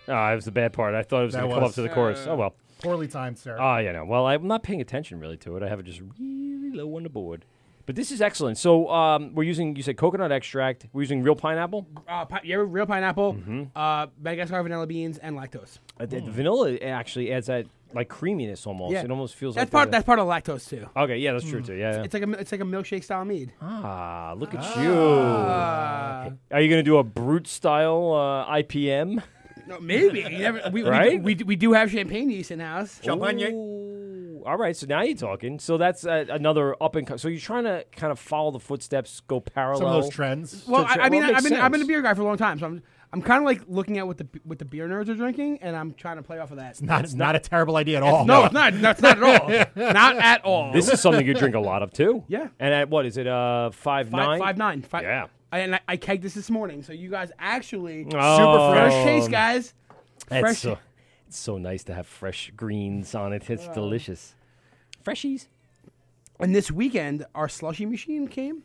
[SPEAKER 7] Ah, it was the bad part. I thought it was
[SPEAKER 8] That
[SPEAKER 7] going to come up
[SPEAKER 8] was-
[SPEAKER 7] to
[SPEAKER 8] uh,
[SPEAKER 7] the chorus. Oh well.
[SPEAKER 8] Poorly timed, sir.
[SPEAKER 7] Ah, yeah, no. Well, I'm not paying attention really to it. I have it just really low on the board. But this is excellent. So um, we're using, you said coconut extract. We're using real pineapple.
[SPEAKER 9] uh, pi- yeah, real pineapple,
[SPEAKER 7] Mhm.
[SPEAKER 9] uh, Madagascar vanilla beans, and lactose.
[SPEAKER 7] Uh, the, the vanilla actually adds that like creaminess almost.
[SPEAKER 9] Mm. Yeah.
[SPEAKER 7] It almost feels
[SPEAKER 9] that's
[SPEAKER 7] like
[SPEAKER 9] part.
[SPEAKER 7] the-
[SPEAKER 9] That's part of lactose too. Mm.
[SPEAKER 7] Okay, yeah, that's true too. Yeah. yeah.
[SPEAKER 9] Hmm. It's like a it's like a milkshake style mead.
[SPEAKER 7] ah, look at you. Are you going to do a brute style uh, IPM?
[SPEAKER 9] No, maybe you never, we, we-
[SPEAKER 7] Right?
[SPEAKER 9] we, we do have champagne yeast in house.
[SPEAKER 7] Ooh. All right, so now you're talking. So that's uh, another up and co- so you're trying to kind of follow the footsteps, go parallel.
[SPEAKER 9] Well,
[SPEAKER 7] To
[SPEAKER 9] I,
[SPEAKER 7] tr-
[SPEAKER 9] I mean,
[SPEAKER 7] it makes
[SPEAKER 9] I've been I've been a
[SPEAKER 7] sense.
[SPEAKER 9] beer guy for a long time, so I'm I'm kind of like looking at what the what the beer nerds are drinking, and I'm trying to play off of that. It's
[SPEAKER 8] Not, it's not a terrible idea at all.
[SPEAKER 9] No, it's not. No, it's not at all. not at all.
[SPEAKER 7] Oh, This is something you drink a lot of too.
[SPEAKER 9] Yeah.
[SPEAKER 7] And at what is it? Uh, five,
[SPEAKER 9] Five,
[SPEAKER 7] nine?
[SPEAKER 9] five nine. Five,
[SPEAKER 7] Yeah.
[SPEAKER 9] I, and I, I kegged this this morning, so you guys actually
[SPEAKER 8] Uh.
[SPEAKER 7] Oh.
[SPEAKER 9] fresh taste, guys.
[SPEAKER 7] That's
[SPEAKER 9] Fresh.
[SPEAKER 7] So, it's so nice to have fresh greens on it. It's
[SPEAKER 9] Wow.
[SPEAKER 7] delicious. Freshies.
[SPEAKER 9] And this weekend, our slushy machine came.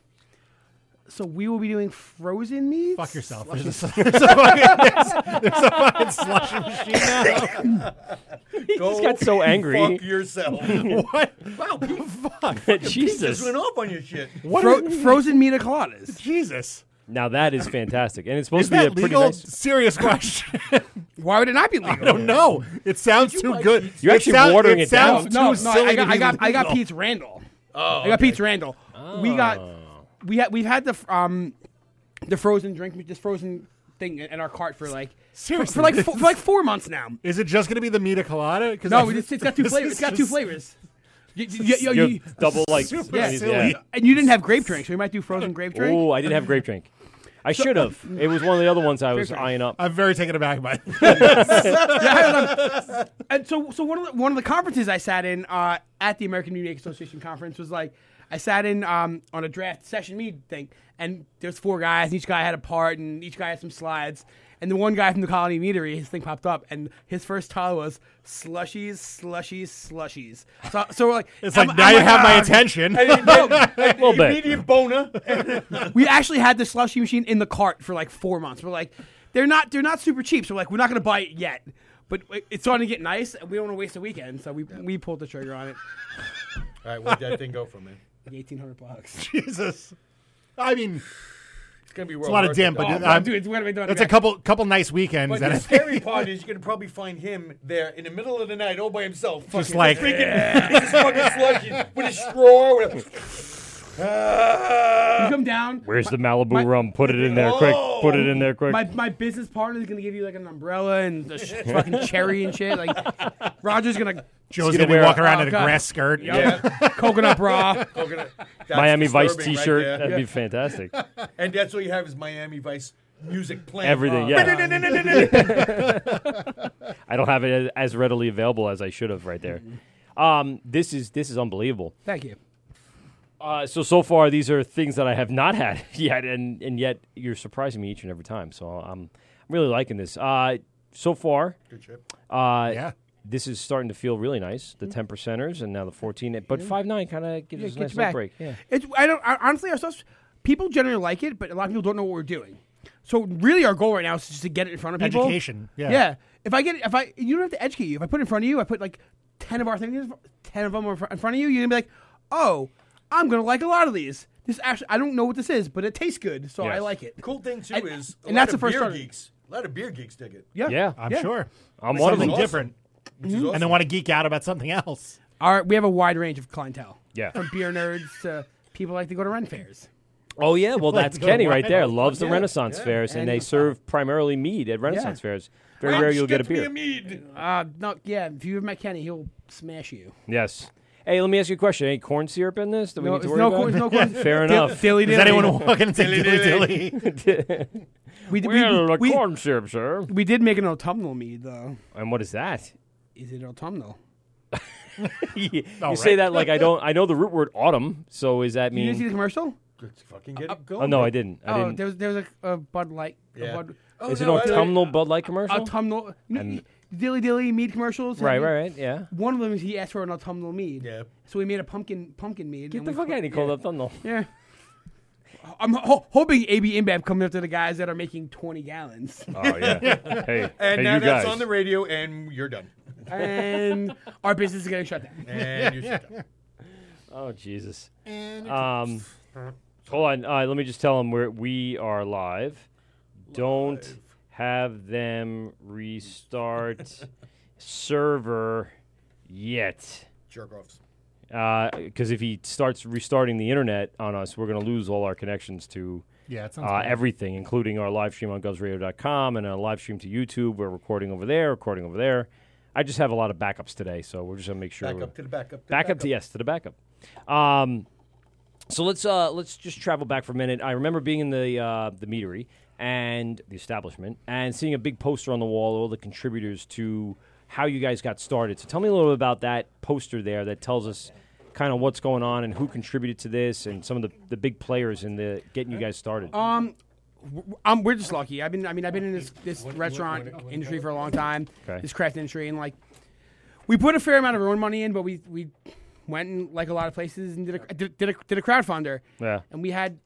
[SPEAKER 9] So we will be doing frozen meats. Fuck
[SPEAKER 8] yourself. There's a, there's a fucking, there's, there's a fucking slushing machine now.
[SPEAKER 7] He just got so angry.
[SPEAKER 2] Fuck yourself.
[SPEAKER 7] What?
[SPEAKER 2] Wow, Pete.
[SPEAKER 7] Fuck.
[SPEAKER 2] fucking Pete
[SPEAKER 7] Jesus.
[SPEAKER 2] just went off on your shit.
[SPEAKER 9] Fro- frozen meat coladas.
[SPEAKER 8] Jesus.
[SPEAKER 7] Now that is fantastic, and it's supposed
[SPEAKER 8] Is
[SPEAKER 7] to be
[SPEAKER 8] that
[SPEAKER 7] a pretty
[SPEAKER 8] legal?
[SPEAKER 7] nice.
[SPEAKER 8] Serious question.
[SPEAKER 9] Why would it not be legal? I
[SPEAKER 8] don't know. It sounds too good.
[SPEAKER 7] You're
[SPEAKER 8] It
[SPEAKER 7] actually
[SPEAKER 8] sound-
[SPEAKER 7] watering it
[SPEAKER 8] sounds
[SPEAKER 7] down.
[SPEAKER 8] Too
[SPEAKER 9] No, no,
[SPEAKER 8] silly
[SPEAKER 9] I
[SPEAKER 8] to
[SPEAKER 9] got,
[SPEAKER 8] be
[SPEAKER 9] I got, I got
[SPEAKER 8] legal.
[SPEAKER 9] Pete's Randall.
[SPEAKER 2] Oh,
[SPEAKER 9] I got
[SPEAKER 2] okay.
[SPEAKER 9] Pete's Randall. We got,
[SPEAKER 7] Oh.
[SPEAKER 9] we had, we've had the f- um, the frozen drink, this frozen thing in in our cart for like
[SPEAKER 8] Seriously,
[SPEAKER 9] for, for like four, for like four months now.
[SPEAKER 8] Is it just going to be the mita colada? 'Cause
[SPEAKER 9] No,
[SPEAKER 8] I-
[SPEAKER 9] it's, it's got two
[SPEAKER 8] this is
[SPEAKER 9] flavors. It's got two
[SPEAKER 8] just-
[SPEAKER 9] flavors. You, you- you-
[SPEAKER 7] You're
[SPEAKER 9] you-
[SPEAKER 7] double, like,
[SPEAKER 9] yeah.
[SPEAKER 7] silly. Yeah.
[SPEAKER 9] and you didn't have grape drinks. so We might do frozen grape drink.
[SPEAKER 7] Oh, I didn't have grape drink. I should have. It was one of the other ones I was eyeing up.
[SPEAKER 8] I'm very taken aback by.
[SPEAKER 9] Yeah, I don't know. and so, so one of the, one of the conferences I sat in uh, at the American Music Association conference was like I sat in um, on a draft session meeting thing, and there's four guys, and each guy had a part, and each guy had some slides. And the one guy from the Colony Meadery, his thing popped up, and his first title was slushies, slushies, slushies. So, so we're like, uh,
[SPEAKER 8] It's like, now you have my attention.
[SPEAKER 9] I mean, no,
[SPEAKER 8] A little bit.
[SPEAKER 2] Immediate boner.
[SPEAKER 9] we actually had the slushy machine in the cart for like four months. We're like, they're not they're not super cheap, so we're like, we're not gonna buy it yet. But it- it's starting to get nice, and we don't want to waste a weekend, so we we pulled the trigger on it.
[SPEAKER 2] All right, where'd that thing go for, man?
[SPEAKER 9] Eighteen hundred bucks.
[SPEAKER 8] Jesus, I mean,
[SPEAKER 2] It's gonna be
[SPEAKER 8] It's a lot of damn,
[SPEAKER 9] Oh,
[SPEAKER 8] but I'm- that's a couple couple nice weekends.
[SPEAKER 2] But
[SPEAKER 8] that I
[SPEAKER 2] the
[SPEAKER 8] think-
[SPEAKER 2] scary part is you could probably find him there in the middle of the night all by himself.
[SPEAKER 8] Just
[SPEAKER 2] fucking
[SPEAKER 8] like-
[SPEAKER 2] drinking his fucking slushie with a straw. With a,
[SPEAKER 9] you come down.
[SPEAKER 7] Where's the
[SPEAKER 9] my-
[SPEAKER 7] Malibu
[SPEAKER 9] my- Oh,
[SPEAKER 7] rum? Put it in there quick. Put it in there quick.
[SPEAKER 9] My, my business partner is gonna give you like an umbrella and a sh- fucking cherry and shit. Like Roger's gonna
[SPEAKER 8] Joe's gonna be walking around in a
[SPEAKER 9] God.
[SPEAKER 8] grass skirt.
[SPEAKER 9] Yep. coconut bra,
[SPEAKER 2] Coconut. That's
[SPEAKER 7] Miami Vice
[SPEAKER 2] disturbing right
[SPEAKER 7] T-shirt.
[SPEAKER 2] there.
[SPEAKER 7] That'd be fantastic.
[SPEAKER 2] and that's what you have is Miami Vice music playing.
[SPEAKER 7] Everything, yeah. I don't have it as readily available as I should have right there. Um, this is this is unbelievable.
[SPEAKER 9] Thank you.
[SPEAKER 7] Uh, so so far, these are things that I have not had yet, and and yet you're surprising me each and every time. So I'm I'm really liking this. Uh, so far,
[SPEAKER 2] Good chip.
[SPEAKER 7] Uh, yeah. This is starting to feel really nice. The ten percenters and now the fourteen, but five nine kind of gives
[SPEAKER 9] Mm-hmm. Yeah,
[SPEAKER 7] us a
[SPEAKER 9] gets
[SPEAKER 7] nice little
[SPEAKER 9] you back.
[SPEAKER 7] break. Yeah.
[SPEAKER 9] It's I don't I, honestly our stuff. People generally like it, but a lot of people don't know what we're doing. So really, our goal right now is just to get it in front of people.
[SPEAKER 8] Education, yeah.
[SPEAKER 9] Yeah. If I get it, if I you don't have to educate you. If I put it in front of you, I put like ten of our things, ten of them are in front of you. You're gonna be like, oh, I'm gonna like a lot of these. This actually, I don't know what this is, but it tastes good, so I
[SPEAKER 7] Yes.
[SPEAKER 9] like it.
[SPEAKER 2] Cool thing too
[SPEAKER 9] And-
[SPEAKER 2] is, a
[SPEAKER 9] and
[SPEAKER 2] lot
[SPEAKER 9] that's
[SPEAKER 2] of
[SPEAKER 9] the first
[SPEAKER 2] beer
[SPEAKER 9] starter.
[SPEAKER 2] geeks. A lot of beer geeks dig it.
[SPEAKER 9] Yeah,
[SPEAKER 7] Yeah.
[SPEAKER 8] I'm
[SPEAKER 9] Yeah.
[SPEAKER 8] sure.
[SPEAKER 7] I'm
[SPEAKER 8] Like
[SPEAKER 7] one of
[SPEAKER 8] something
[SPEAKER 7] them.
[SPEAKER 8] different,
[SPEAKER 2] Which is
[SPEAKER 8] and
[SPEAKER 2] awesome.
[SPEAKER 8] then want to geek out about something else.
[SPEAKER 9] Our we have a wide range of clientele.
[SPEAKER 7] Yeah.
[SPEAKER 9] From beer nerds to people like to go to rent fairs.
[SPEAKER 7] Oh yeah, well
[SPEAKER 9] Like,
[SPEAKER 7] that's
[SPEAKER 9] go to
[SPEAKER 7] Kenny right
[SPEAKER 9] wine
[SPEAKER 7] there.
[SPEAKER 9] all the
[SPEAKER 7] Loves the
[SPEAKER 9] time. Yeah,
[SPEAKER 7] Renaissance
[SPEAKER 9] yeah.
[SPEAKER 7] fairs, and,
[SPEAKER 9] And-
[SPEAKER 7] they serve primarily mead at Renaissance fairs. Very rare you'll get a beer.
[SPEAKER 9] Uh, no, yeah. If you have met Kenny, he'll smash you.
[SPEAKER 7] Yes. Hey, let me ask you a question. Any corn syrup in this that we
[SPEAKER 9] No,
[SPEAKER 7] need to
[SPEAKER 9] it's
[SPEAKER 7] worry
[SPEAKER 9] no
[SPEAKER 7] about?
[SPEAKER 9] corn- it's no corn-
[SPEAKER 7] Fair
[SPEAKER 9] Dil-
[SPEAKER 7] enough.
[SPEAKER 9] dilly Does dilly. anyone walk in and say dilly We, we-
[SPEAKER 7] Well, the
[SPEAKER 9] we-
[SPEAKER 7] corn syrup, sir.
[SPEAKER 9] We did make an autumnal mead, though.
[SPEAKER 7] And what is that?
[SPEAKER 9] Is it autumnal?
[SPEAKER 7] you
[SPEAKER 9] All
[SPEAKER 7] say
[SPEAKER 9] right.
[SPEAKER 7] that like I don't. I know the root word autumn. So is that
[SPEAKER 9] You didn't see
[SPEAKER 7] mean?
[SPEAKER 9] the commercial?
[SPEAKER 2] Let's fucking get it
[SPEAKER 7] Oh,
[SPEAKER 2] going.
[SPEAKER 7] no, I didn't. I
[SPEAKER 9] oh,
[SPEAKER 7] didn't.
[SPEAKER 9] there was there was a, a Bud Light. a
[SPEAKER 2] Yeah.
[SPEAKER 9] Bud-
[SPEAKER 2] Oh,
[SPEAKER 7] Is it
[SPEAKER 2] no,
[SPEAKER 7] an
[SPEAKER 2] I-
[SPEAKER 7] autumnal Bud Light
[SPEAKER 9] Uh,
[SPEAKER 7] commercial?
[SPEAKER 9] Autumnal.
[SPEAKER 7] And-
[SPEAKER 9] dilly dilly mead commercials.
[SPEAKER 7] Right, right, right, yeah.
[SPEAKER 9] One of them is he asked for an autumnal mead. Yeah. So we made a pumpkin pumpkin mead.
[SPEAKER 7] Get
[SPEAKER 9] and
[SPEAKER 7] the
[SPEAKER 9] we
[SPEAKER 7] fuck
[SPEAKER 9] put-
[SPEAKER 7] out! He called autumnal.
[SPEAKER 9] Yeah. I'm ho- hoping AB InBev coming after the guys that are making 20 gallons.
[SPEAKER 7] Oh, yeah. Hey,
[SPEAKER 2] And
[SPEAKER 7] hey,
[SPEAKER 2] now
[SPEAKER 7] you
[SPEAKER 2] that's
[SPEAKER 7] guys.
[SPEAKER 2] on the radio, and you're done.
[SPEAKER 9] and our business is getting shut down.
[SPEAKER 2] And you shut down.
[SPEAKER 7] Oh Jesus.
[SPEAKER 2] And you
[SPEAKER 7] um, hold on. Uh, let me just tell them we're, we are live. Don't have them restart server yet.
[SPEAKER 2] Jerk offs.
[SPEAKER 7] Because Uh, if he starts restarting the internet on us, we're going to lose all our connections to
[SPEAKER 8] Yeah, that sounds
[SPEAKER 7] uh,
[SPEAKER 8] bad.
[SPEAKER 7] everything, including our live stream on govsradio.com and a live stream to YouTube. We're recording over there, recording over there. I just have a lot of backups today, so we're just going to make sure
[SPEAKER 2] Back
[SPEAKER 7] we're-
[SPEAKER 2] up to the backup. to the
[SPEAKER 7] backup to yes to the backup. Um, so let's uh, let's just travel back for a minute. I remember being in the uh, the meadery and the establishment and seeing a big poster on the wall, all the contributors to how you guys got started. So tell me a little bit about that poster there that tells us kind of what's going on and who contributed to this and some of the, the big players in the getting you guys started.
[SPEAKER 9] Um, w- I'm, we're just lucky. I've been, I mean, I've been in this, this restaurant industry for a long time.
[SPEAKER 7] Okay.
[SPEAKER 9] This craft industry, and like, we put a fair amount of our own money in, but we we went and like a lot of places and did a did, did a did a crowdfunder,
[SPEAKER 7] Yeah.
[SPEAKER 9] and we had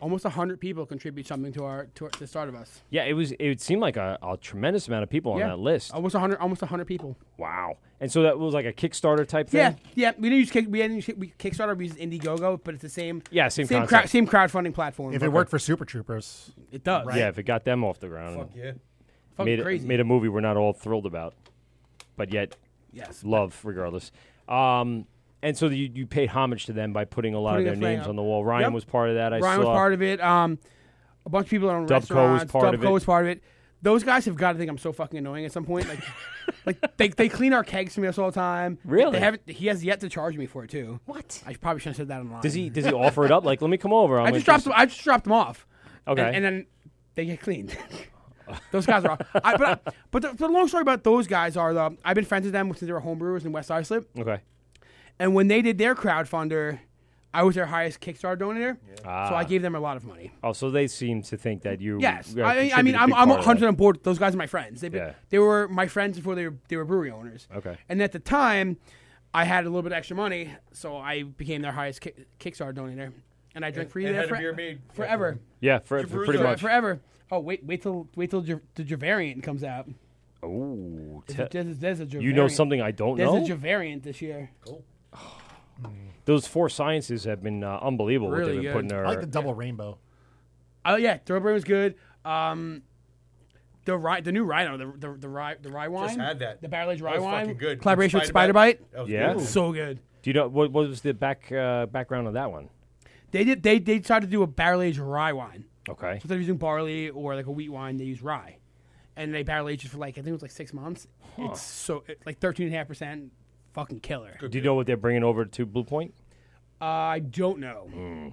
[SPEAKER 9] almost hundred people contribute something to our to, our- to the start of us.
[SPEAKER 7] Yeah, it was. It seemed like a, a tremendous amount of people on
[SPEAKER 9] Yeah.
[SPEAKER 7] that list.
[SPEAKER 9] Almost hundred, almost hundred people.
[SPEAKER 7] Wow! And so that was like a Kickstarter type thing.
[SPEAKER 9] Yeah, yeah. We didn't use kick, we didn't use, we Kickstarter. We used Indiegogo, but it's the same.
[SPEAKER 7] Yeah, same
[SPEAKER 9] same,
[SPEAKER 7] concept.
[SPEAKER 9] same crowdfunding platform.
[SPEAKER 8] If it worked for Super Troopers,
[SPEAKER 9] It does.
[SPEAKER 7] Yeah, if it got them off the ground.
[SPEAKER 9] Fuck yeah. Fucking
[SPEAKER 7] Made,
[SPEAKER 9] crazy.
[SPEAKER 7] made a movie we're not all thrilled about, but yet
[SPEAKER 9] Yes.
[SPEAKER 7] love regardless. Um, and so you, you paid homage to them by putting a lot
[SPEAKER 9] putting
[SPEAKER 7] of their
[SPEAKER 9] the flag
[SPEAKER 7] names
[SPEAKER 9] up.
[SPEAKER 7] on the wall. Ryan
[SPEAKER 9] Yep.
[SPEAKER 7] was part of that. I
[SPEAKER 9] Ryan
[SPEAKER 7] saw.
[SPEAKER 9] was part of it. Um, a bunch of people on
[SPEAKER 7] Dubco was
[SPEAKER 9] restaurants.
[SPEAKER 7] part of
[SPEAKER 9] Dubco
[SPEAKER 7] it.
[SPEAKER 9] was part of it. Those guys have got to think I'm so fucking annoying at some point. Like, like they, they clean our kegs for me us all the time.
[SPEAKER 7] Really?
[SPEAKER 9] They haven't. He has yet to charge me for it too.
[SPEAKER 7] What?
[SPEAKER 9] I probably shouldn't have said that online.
[SPEAKER 7] Does he does he offer it up? Like, let me come over. I'm
[SPEAKER 9] I
[SPEAKER 7] like,
[SPEAKER 9] just dropped. Them, I just dropped them off.
[SPEAKER 7] Okay.
[SPEAKER 9] And, and then they get cleaned. those guys are. I, but but the, the long story about those guys are though. I've been friends with them since they were homebrewers in West Islip.
[SPEAKER 7] Okay.
[SPEAKER 9] And when they did their crowdfunder, I was their highest Kickstarter donor. So
[SPEAKER 7] Ah.
[SPEAKER 9] I gave them a lot of money.
[SPEAKER 7] Oh, so they seem to think that you.
[SPEAKER 9] Yes,
[SPEAKER 7] uh,
[SPEAKER 9] I, I
[SPEAKER 7] contributed
[SPEAKER 9] mean,
[SPEAKER 7] a
[SPEAKER 9] I'm,
[SPEAKER 7] big part of
[SPEAKER 9] I'm
[SPEAKER 7] that.
[SPEAKER 9] 100 on board. Those guys are my friends. They,
[SPEAKER 7] Yeah.
[SPEAKER 9] they were my friends before they were, they were brewery owners.
[SPEAKER 7] Okay.
[SPEAKER 9] And at the time, I had a little bit of extra money, so I became their highest kick, Kickstarter donator, and I drank
[SPEAKER 2] And-
[SPEAKER 9] free
[SPEAKER 2] and
[SPEAKER 9] there
[SPEAKER 2] had a
[SPEAKER 9] fore-
[SPEAKER 2] beer made.
[SPEAKER 9] forever.
[SPEAKER 7] Yeah, for, for pretty
[SPEAKER 9] Forever-
[SPEAKER 7] much.
[SPEAKER 9] forever. Oh wait, wait till wait till J- the Javariant comes out.
[SPEAKER 7] Oh,
[SPEAKER 9] There's a-
[SPEAKER 7] te-
[SPEAKER 9] there's a- there's a
[SPEAKER 7] you know
[SPEAKER 9] Javariant.
[SPEAKER 7] something I don't
[SPEAKER 9] There's
[SPEAKER 7] know.
[SPEAKER 9] a Javariant this year. Cool.
[SPEAKER 7] Those four sciences have been uh, unbelievable. what
[SPEAKER 9] Really
[SPEAKER 7] they've been
[SPEAKER 9] good.
[SPEAKER 7] putting their
[SPEAKER 8] I like the double rainbow.
[SPEAKER 9] Oh yeah, Thoroughbred was good. Um, the rye, the new rhino, the the the rye, the rye wine.
[SPEAKER 2] had that.
[SPEAKER 9] The barrel aged
[SPEAKER 2] That
[SPEAKER 9] rye
[SPEAKER 2] was
[SPEAKER 9] wine.
[SPEAKER 2] fucking good.
[SPEAKER 9] Collaboration with
[SPEAKER 2] Spider
[SPEAKER 9] Spider
[SPEAKER 2] Bite.
[SPEAKER 9] Bite.
[SPEAKER 2] That was
[SPEAKER 7] yeah,
[SPEAKER 9] so good.
[SPEAKER 7] Do you know what, what was the back uh, background of that one?
[SPEAKER 9] They did. They they tried to do a barrel aged rye wine.
[SPEAKER 7] Okay.
[SPEAKER 9] So instead of using barley or like a wheat wine, they use rye, and they barrel aged it for like I think it was like six months.
[SPEAKER 7] Huh.
[SPEAKER 9] It's so it, like thirteen and a half percent, fucking killer.
[SPEAKER 7] Do you know what they're bringing over to Blue Point?
[SPEAKER 9] Uh, I don't know.
[SPEAKER 7] Hmm.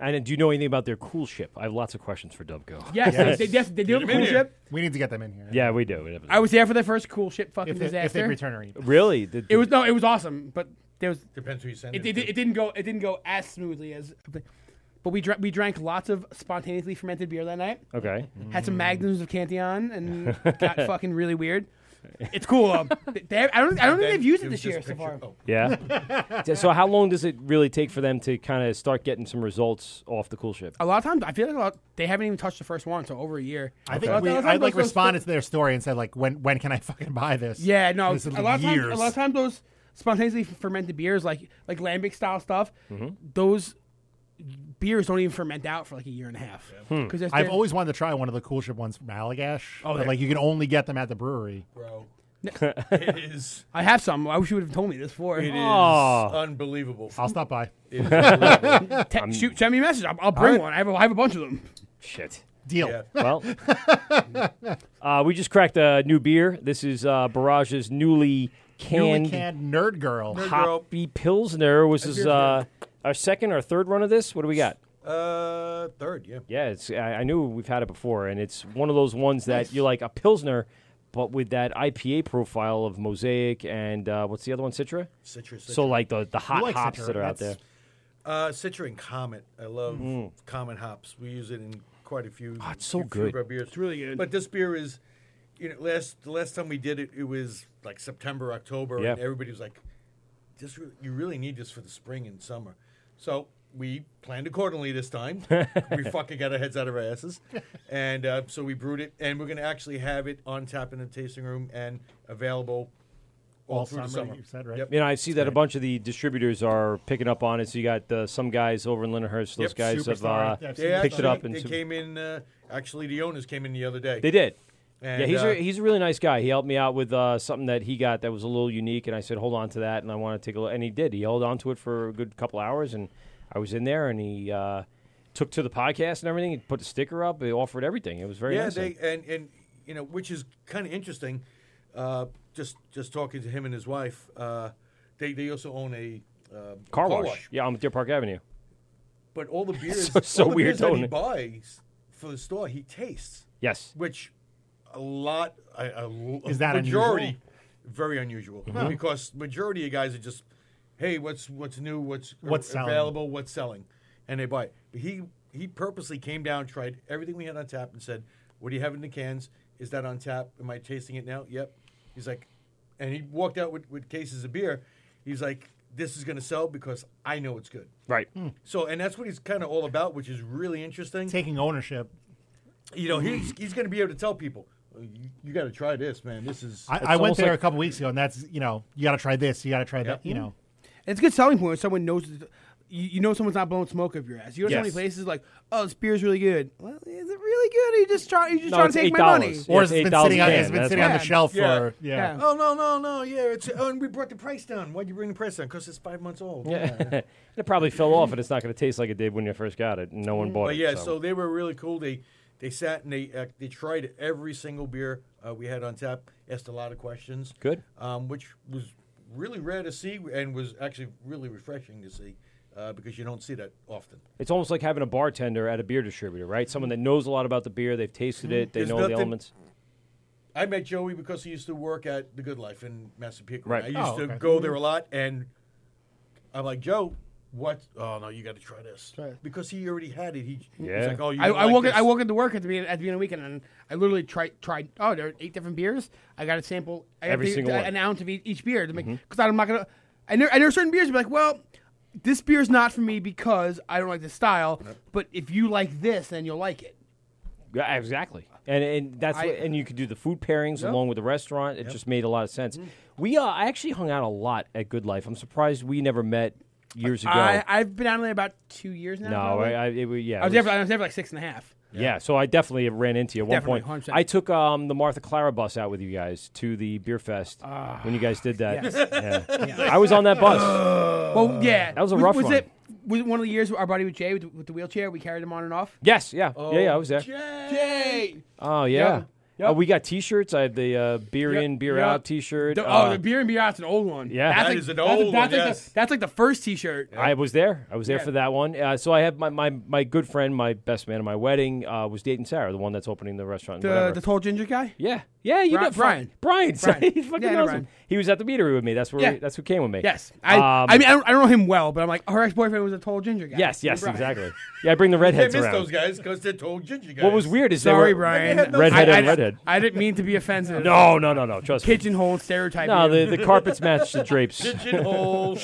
[SPEAKER 7] And uh, do you know anything about their cool ship? I have lots of questions for Dubco.
[SPEAKER 9] Yes, they, they, def- they do have a cool ship.
[SPEAKER 8] We need to get them in here.
[SPEAKER 7] Yeah, we do. We definitely-
[SPEAKER 9] I was there for their first cool ship fucking
[SPEAKER 8] If they- if they
[SPEAKER 9] disaster.
[SPEAKER 8] return or anything.
[SPEAKER 7] Really? Did-
[SPEAKER 9] It was no, it was awesome, but there was
[SPEAKER 2] Depends who you send
[SPEAKER 9] it.
[SPEAKER 2] it
[SPEAKER 9] It, it, didn't go. It didn't go as smoothly as. But we drank, we drank lots of spontaneously fermented beer that night.
[SPEAKER 7] Okay.
[SPEAKER 9] Had some magnums of Canteon and got fucking really weird. It's cool. though. They- I don't. I don't think they've used it this year so far.
[SPEAKER 7] Yeah. D- so how long does it really take for them to kind of start getting some results off the cool ship?
[SPEAKER 9] A lot of times, I feel like a lot, they haven't even touched the first one, so over a year.
[SPEAKER 8] I think
[SPEAKER 9] A lot of
[SPEAKER 8] we,
[SPEAKER 9] times
[SPEAKER 8] I like
[SPEAKER 9] those-
[SPEAKER 8] responded to their story and said like, when when can I fucking buy this?
[SPEAKER 9] Yeah, no.
[SPEAKER 8] This is
[SPEAKER 9] a lot of
[SPEAKER 8] years.
[SPEAKER 9] times, a lot of times, those spontaneously fermented beers, like like lambic style stuff,
[SPEAKER 8] Mhm.
[SPEAKER 9] those beers don't even ferment out for like a year and a half. Because
[SPEAKER 8] Hmm. I've always wanted to try one of the cool ship ones from Allagash.
[SPEAKER 9] Oh,
[SPEAKER 8] but
[SPEAKER 9] they're-
[SPEAKER 8] like you can only get them at the brewery.
[SPEAKER 2] Bro.
[SPEAKER 9] it
[SPEAKER 2] is.
[SPEAKER 9] I have some. I wish you would have told me this before.
[SPEAKER 2] It is unbelievable.
[SPEAKER 8] Ah. I'll stop by.
[SPEAKER 2] It is unbelievable.
[SPEAKER 9] Te- shoot, send me a message. I'll, I'll bring
[SPEAKER 7] Alright.
[SPEAKER 9] one. I have, a, I have a bunch of them.
[SPEAKER 7] Shit.
[SPEAKER 8] Deal.
[SPEAKER 7] Well, uh, we just cracked a new beer. This is uh, Barrage's newly canned,
[SPEAKER 8] Newly canned Nerd Girl. Nerd Girl.
[SPEAKER 7] Oh, hoppy pilsner. Was
[SPEAKER 8] That's
[SPEAKER 7] this
[SPEAKER 8] your
[SPEAKER 7] uh, our second or third run of this? What do we got?
[SPEAKER 2] Uh, third, yeah.
[SPEAKER 7] Yeah, it's. I, I knew we've had it before, and it's one of those ones that you're like a pilsner, but with that IPA profile of mosaic and uh, what's the other one? Citra.
[SPEAKER 2] Citra,
[SPEAKER 7] So
[SPEAKER 2] Citra.
[SPEAKER 7] like the the
[SPEAKER 2] You
[SPEAKER 7] hot
[SPEAKER 2] like
[SPEAKER 7] hops
[SPEAKER 2] Citra,
[SPEAKER 7] that are out there.
[SPEAKER 2] that's- Uh, Citra and Comet. I love
[SPEAKER 7] Mm. Oh,
[SPEAKER 2] Comet hops. We use it in quite a few.
[SPEAKER 7] it's so
[SPEAKER 2] few
[SPEAKER 7] good.
[SPEAKER 2] of our beers. It's really good. But this beer is, you know, last the last time we did it, it was like September, October,
[SPEAKER 7] Yeah.
[SPEAKER 2] and everybody was like, "This re- you really need this for the spring and summer." So we planned accordingly this time. we fucking got our heads out of our asses, and uh, so we brewed it, and we're going to actually have it on tap in the tasting room and available all,
[SPEAKER 8] All
[SPEAKER 2] through the
[SPEAKER 8] summer,
[SPEAKER 2] summer.
[SPEAKER 8] you said, right?
[SPEAKER 2] Yep.
[SPEAKER 7] You know, I see that a bunch of the distributors are picking up on it. So you got uh, some guys over in Lindenhurst. Those
[SPEAKER 2] Yep,
[SPEAKER 7] guys have
[SPEAKER 2] Superstar.
[SPEAKER 7] uh,
[SPEAKER 2] Yeah, I've seen
[SPEAKER 7] picked
[SPEAKER 2] that.
[SPEAKER 7] it up.
[SPEAKER 2] They
[SPEAKER 7] And
[SPEAKER 2] actually-
[SPEAKER 7] super-
[SPEAKER 2] they came in. Uh, actually, the owners came in the other day.
[SPEAKER 7] They did.
[SPEAKER 2] And,
[SPEAKER 7] yeah, he's
[SPEAKER 2] uh,
[SPEAKER 7] a, he's a really nice guy. He helped me out with uh, something that he got that was a little unique, and I said, "Hold on to that," and I want to take a look. And he did. He held on to it for a good couple hours, and I was in there, and he uh, took to the podcast and everything. He put the sticker up. He offered everything. It was very
[SPEAKER 2] yeah,
[SPEAKER 7] nice. of him.
[SPEAKER 2] they and and you know, which is kind of interesting. Uh, just just talking to him and his wife, uh, they they also own a uh,
[SPEAKER 7] car, wash. Yeah, on Deer Park Avenue.
[SPEAKER 2] But all the beers,
[SPEAKER 7] So- so
[SPEAKER 2] all the
[SPEAKER 7] weird,
[SPEAKER 2] beers that
[SPEAKER 7] don't
[SPEAKER 2] he
[SPEAKER 7] it?
[SPEAKER 2] buys for the store, he tastes.
[SPEAKER 7] Yes.
[SPEAKER 2] which a lot a, a l-
[SPEAKER 8] Is that
[SPEAKER 2] majority
[SPEAKER 8] unusual?
[SPEAKER 2] very unusual
[SPEAKER 7] Mm-hmm.
[SPEAKER 8] Huh.
[SPEAKER 2] because majority of guys are just, hey, what's what's new, what's
[SPEAKER 8] What's selling?
[SPEAKER 2] available, what's selling, and they buy. It. But he he purposely came down, tried everything we had on tap, and said, "What do you have in the cans? Is that on tap? Am I tasting it now? Yep." He's like, and he walked out with, with cases of beer. He's like, this is going to sell because I know it's good.
[SPEAKER 7] Right.
[SPEAKER 2] So, and that's what he's kind of all about, which is really interesting.
[SPEAKER 8] Taking ownership.
[SPEAKER 2] You know, he's, he's going to be able to tell people, "Oh, you, you got to try this, man. This is.
[SPEAKER 8] I, I went there a couple weeks ago, and that's you know you got to try this, you got to try that,
[SPEAKER 9] Mm-hmm.
[SPEAKER 8] you know.
[SPEAKER 9] it's a good selling point. when Someone knows. You, you know someone's not blowing smoke up your ass. You know so many
[SPEAKER 8] Yes.
[SPEAKER 9] places like, oh, this beer's really good. Well, is it really good? Or you just try, you just
[SPEAKER 2] No,
[SPEAKER 9] trying
[SPEAKER 2] it's
[SPEAKER 9] to take my
[SPEAKER 2] $8.
[SPEAKER 9] money.
[SPEAKER 2] Yeah, Or it's it's been $8 sitting on- can, it's been Oh, that's sitting on the why. shelf
[SPEAKER 9] Yeah.
[SPEAKER 8] for- yeah.
[SPEAKER 2] Oh no no no yeah! It's oh, and we brought the price down. Why'd you bring the price down? Because it's five months old.
[SPEAKER 7] Yeah. it probably fell off, and it's not going to taste like it did when you first got it. and No one bought
[SPEAKER 2] But
[SPEAKER 7] it.
[SPEAKER 2] yeah, so. they were really cool. They they sat and they uh, they tried every single beer uh, we had on tap. Asked a lot of questions.
[SPEAKER 7] Good.
[SPEAKER 2] um, which was really rare to see and was actually really refreshing to see uh, because you don't see that often.
[SPEAKER 7] It's almost like having a bartender at a beer distributor, right? Someone that knows a lot about the beer, they've tasted it, they
[SPEAKER 2] There's
[SPEAKER 7] know the
[SPEAKER 2] nothing-
[SPEAKER 7] elements.
[SPEAKER 2] I met Joey because he used to work at the Good Life in Massapequa.
[SPEAKER 7] Right.
[SPEAKER 2] I used
[SPEAKER 7] Oh,
[SPEAKER 2] to
[SPEAKER 7] okay.
[SPEAKER 2] go there a lot, and I'm like, Joe, what? Oh no, you got to try this because he already had it. He, he's like, oh, you
[SPEAKER 9] I,
[SPEAKER 2] don't
[SPEAKER 9] I
[SPEAKER 2] like
[SPEAKER 9] woke
[SPEAKER 2] this.
[SPEAKER 9] I woke into work at the beginning, at the beginning of the weekend and I literally tried tried oh there are eight different beers. I got a sample I got
[SPEAKER 7] Every
[SPEAKER 9] the-
[SPEAKER 7] single
[SPEAKER 9] the-
[SPEAKER 7] one. Mm-hmm.
[SPEAKER 9] an ounce of each, each beer to make because I'm not gonna I know I know certain beers and be like well this beer's not for me because I don't like the style but if you like this then you'll like it.
[SPEAKER 7] Yeah, exactly. And and that's
[SPEAKER 9] I-
[SPEAKER 7] what, and you could do the food pairings
[SPEAKER 9] Yep.
[SPEAKER 7] along with the restaurant. It
[SPEAKER 9] Yep. Mm-hmm.
[SPEAKER 7] just made a lot of sense. We uh, I actually hung out a lot at Good Life. I'm surprised we never met years ago.
[SPEAKER 9] I I've been out there about two years now.
[SPEAKER 7] no,
[SPEAKER 9] probably.
[SPEAKER 7] I, I it, was- yeah.
[SPEAKER 9] I
[SPEAKER 7] it
[SPEAKER 9] was there for, I was there for like six and a half.
[SPEAKER 7] Yeah. so I definitely ran into you at one
[SPEAKER 9] Definitely,
[SPEAKER 7] point.
[SPEAKER 9] 100%.
[SPEAKER 7] I took um, the Martha Clara bus out with you guys to the beer fest when you guys did that.
[SPEAKER 9] Ah, yes.
[SPEAKER 7] Yeah.
[SPEAKER 9] Yes. Oh.
[SPEAKER 7] I was on that bus.
[SPEAKER 9] well, yeah,
[SPEAKER 7] that was a
[SPEAKER 9] was,
[SPEAKER 7] rough
[SPEAKER 9] was
[SPEAKER 7] one.
[SPEAKER 9] It, was it one of the years our buddy with Jay with the, with the wheelchair we carried him on and off? Oh,
[SPEAKER 7] Yes, yeah, yeah, yeah. I was there.
[SPEAKER 9] Jay.
[SPEAKER 7] Oh yeah. Uh, we got T-shirts. I have the uh, beer in, beer
[SPEAKER 9] yeah.
[SPEAKER 7] out T-shirt.
[SPEAKER 9] The-
[SPEAKER 7] Uh,
[SPEAKER 9] oh, the beer and beer out's an old one.
[SPEAKER 7] Yeah.
[SPEAKER 9] that's
[SPEAKER 7] That
[SPEAKER 9] like,
[SPEAKER 7] is an
[SPEAKER 9] that's
[SPEAKER 7] old
[SPEAKER 9] like-
[SPEAKER 7] one,
[SPEAKER 9] That's like
[SPEAKER 7] yes.
[SPEAKER 9] the, that's like the first T-shirt.
[SPEAKER 7] I was there. I was there
[SPEAKER 9] Yeah.
[SPEAKER 7] for that one. Uh, so I had my, my, my good friend, my best man at my wedding, uh, was dating Sarah, the one that's opening the restaurant. and
[SPEAKER 9] the,
[SPEAKER 7] whatever.
[SPEAKER 9] uh, the tall ginger guy.
[SPEAKER 7] Yeah, yeah, you
[SPEAKER 9] Bri-
[SPEAKER 7] got
[SPEAKER 9] Brian.
[SPEAKER 7] Brian.
[SPEAKER 9] Brian.
[SPEAKER 7] He's fucking
[SPEAKER 9] Yeah, I know
[SPEAKER 7] awesome.
[SPEAKER 9] Brian.
[SPEAKER 7] He was at the meetery with me. That's where
[SPEAKER 9] Yeah.
[SPEAKER 7] we, that's who came with me.
[SPEAKER 9] Yes, I.
[SPEAKER 7] Um,
[SPEAKER 9] I mean, I don't, I don't know him well, but I'm like her ex-boyfriend was a tall ginger guy.
[SPEAKER 7] yes, yes,
[SPEAKER 9] Brian.
[SPEAKER 7] exactly. Yeah, I bring the redheads
[SPEAKER 2] I miss
[SPEAKER 7] around.
[SPEAKER 2] those guys because they're told ginger guys.
[SPEAKER 7] What was weird is they
[SPEAKER 9] Sorry,
[SPEAKER 7] were-
[SPEAKER 9] Brian.
[SPEAKER 7] They had no- Redhead
[SPEAKER 9] I- I,
[SPEAKER 7] and redhead.
[SPEAKER 9] I didn't mean to be offensive.
[SPEAKER 7] Oh, No, no, no, no. Trust me.
[SPEAKER 9] Pigeonhole stereotype.
[SPEAKER 7] No, the, the carpets match the drapes.
[SPEAKER 9] Pigeonhole.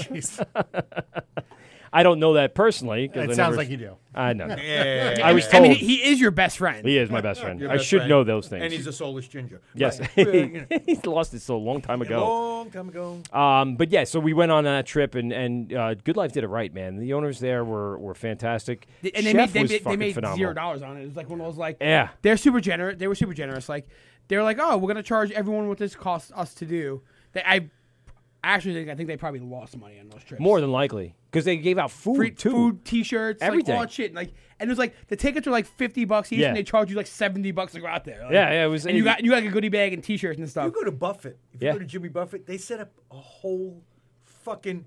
[SPEAKER 7] I don't know that personally. 'cause
[SPEAKER 9] It
[SPEAKER 7] I
[SPEAKER 9] sounds
[SPEAKER 7] never-
[SPEAKER 9] like you do.
[SPEAKER 7] I know.
[SPEAKER 2] Yeah.
[SPEAKER 7] I was
[SPEAKER 9] I
[SPEAKER 7] told.
[SPEAKER 9] mean, he, he is your best friend.
[SPEAKER 7] He is my best friend.
[SPEAKER 2] Your
[SPEAKER 7] I
[SPEAKER 2] best
[SPEAKER 7] should
[SPEAKER 2] friend.
[SPEAKER 7] know those things.
[SPEAKER 2] And he's a soulless ginger.
[SPEAKER 7] Yes,
[SPEAKER 2] Right. Yeah, you know.
[SPEAKER 7] he's lost it so a long time ago.
[SPEAKER 2] long time ago.
[SPEAKER 7] Um, but yeah, so we went on that trip, and and uh, Good Life did it right, man. The owners there were were fantastic.
[SPEAKER 9] Th- and they
[SPEAKER 7] Chef
[SPEAKER 9] made, they,
[SPEAKER 7] was
[SPEAKER 9] made, they
[SPEAKER 7] fucking
[SPEAKER 9] made
[SPEAKER 7] phenomenal.
[SPEAKER 9] zero dollars on it. It was like one of those like
[SPEAKER 7] Yeah.
[SPEAKER 9] they're super generous. They were super generous. Like they were like, oh, we're gonna charge everyone what this costs us to do. They, I actually think I think they probably lost money on those trips.
[SPEAKER 7] More than likely, because they gave out food
[SPEAKER 9] Free
[SPEAKER 7] too.
[SPEAKER 9] food, t-shirts,
[SPEAKER 7] Everything.
[SPEAKER 9] like all that shit. Like and it was like the tickets were like fifty bucks each,
[SPEAKER 7] Yeah.
[SPEAKER 9] and they charge you like seventy bucks to go out there. Like,
[SPEAKER 7] Yeah, yeah, it was-
[SPEAKER 9] And you got you got like a goodie bag and t-shirts and stuff.
[SPEAKER 2] You go to Buffett. If
[SPEAKER 9] Yeah.
[SPEAKER 2] you go to Jimmy Buffett, they set up a whole fucking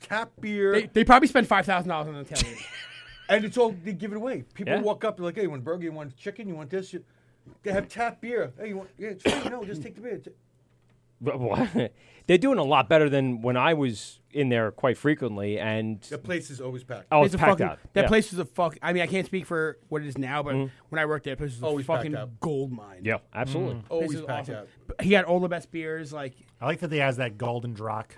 [SPEAKER 2] tap beer.
[SPEAKER 9] They, they probably spent five thousand dollars on the tailgate.
[SPEAKER 2] and it's all they give it away. People
[SPEAKER 9] Yeah.
[SPEAKER 2] walk up, they're like, "Hey, you want a burger? You want chicken? You want this?" You, they have tap beer. Hey, you want? Yeah, it's free. No, just take the beer. It's-
[SPEAKER 7] But what- They're doing a lot better than when I was in there quite frequently, and
[SPEAKER 2] The place is always packed.
[SPEAKER 7] Oh, it's,
[SPEAKER 9] It's a
[SPEAKER 7] packed
[SPEAKER 9] fucking-
[SPEAKER 7] out.
[SPEAKER 9] That
[SPEAKER 7] yeah.
[SPEAKER 9] place was a fuck. I mean, I can't speak for what it is now, but
[SPEAKER 7] Mhm.
[SPEAKER 9] when I worked there, that place was
[SPEAKER 2] Always
[SPEAKER 9] a fucking
[SPEAKER 2] packed out. Mm-hmm.
[SPEAKER 9] gold mine.
[SPEAKER 7] Yeah, absolutely.
[SPEAKER 9] Place
[SPEAKER 2] Always
[SPEAKER 9] was
[SPEAKER 2] packed
[SPEAKER 9] awesome.
[SPEAKER 2] out.
[SPEAKER 9] But He had all the best beers. Like
[SPEAKER 8] I like that they has that golden drock.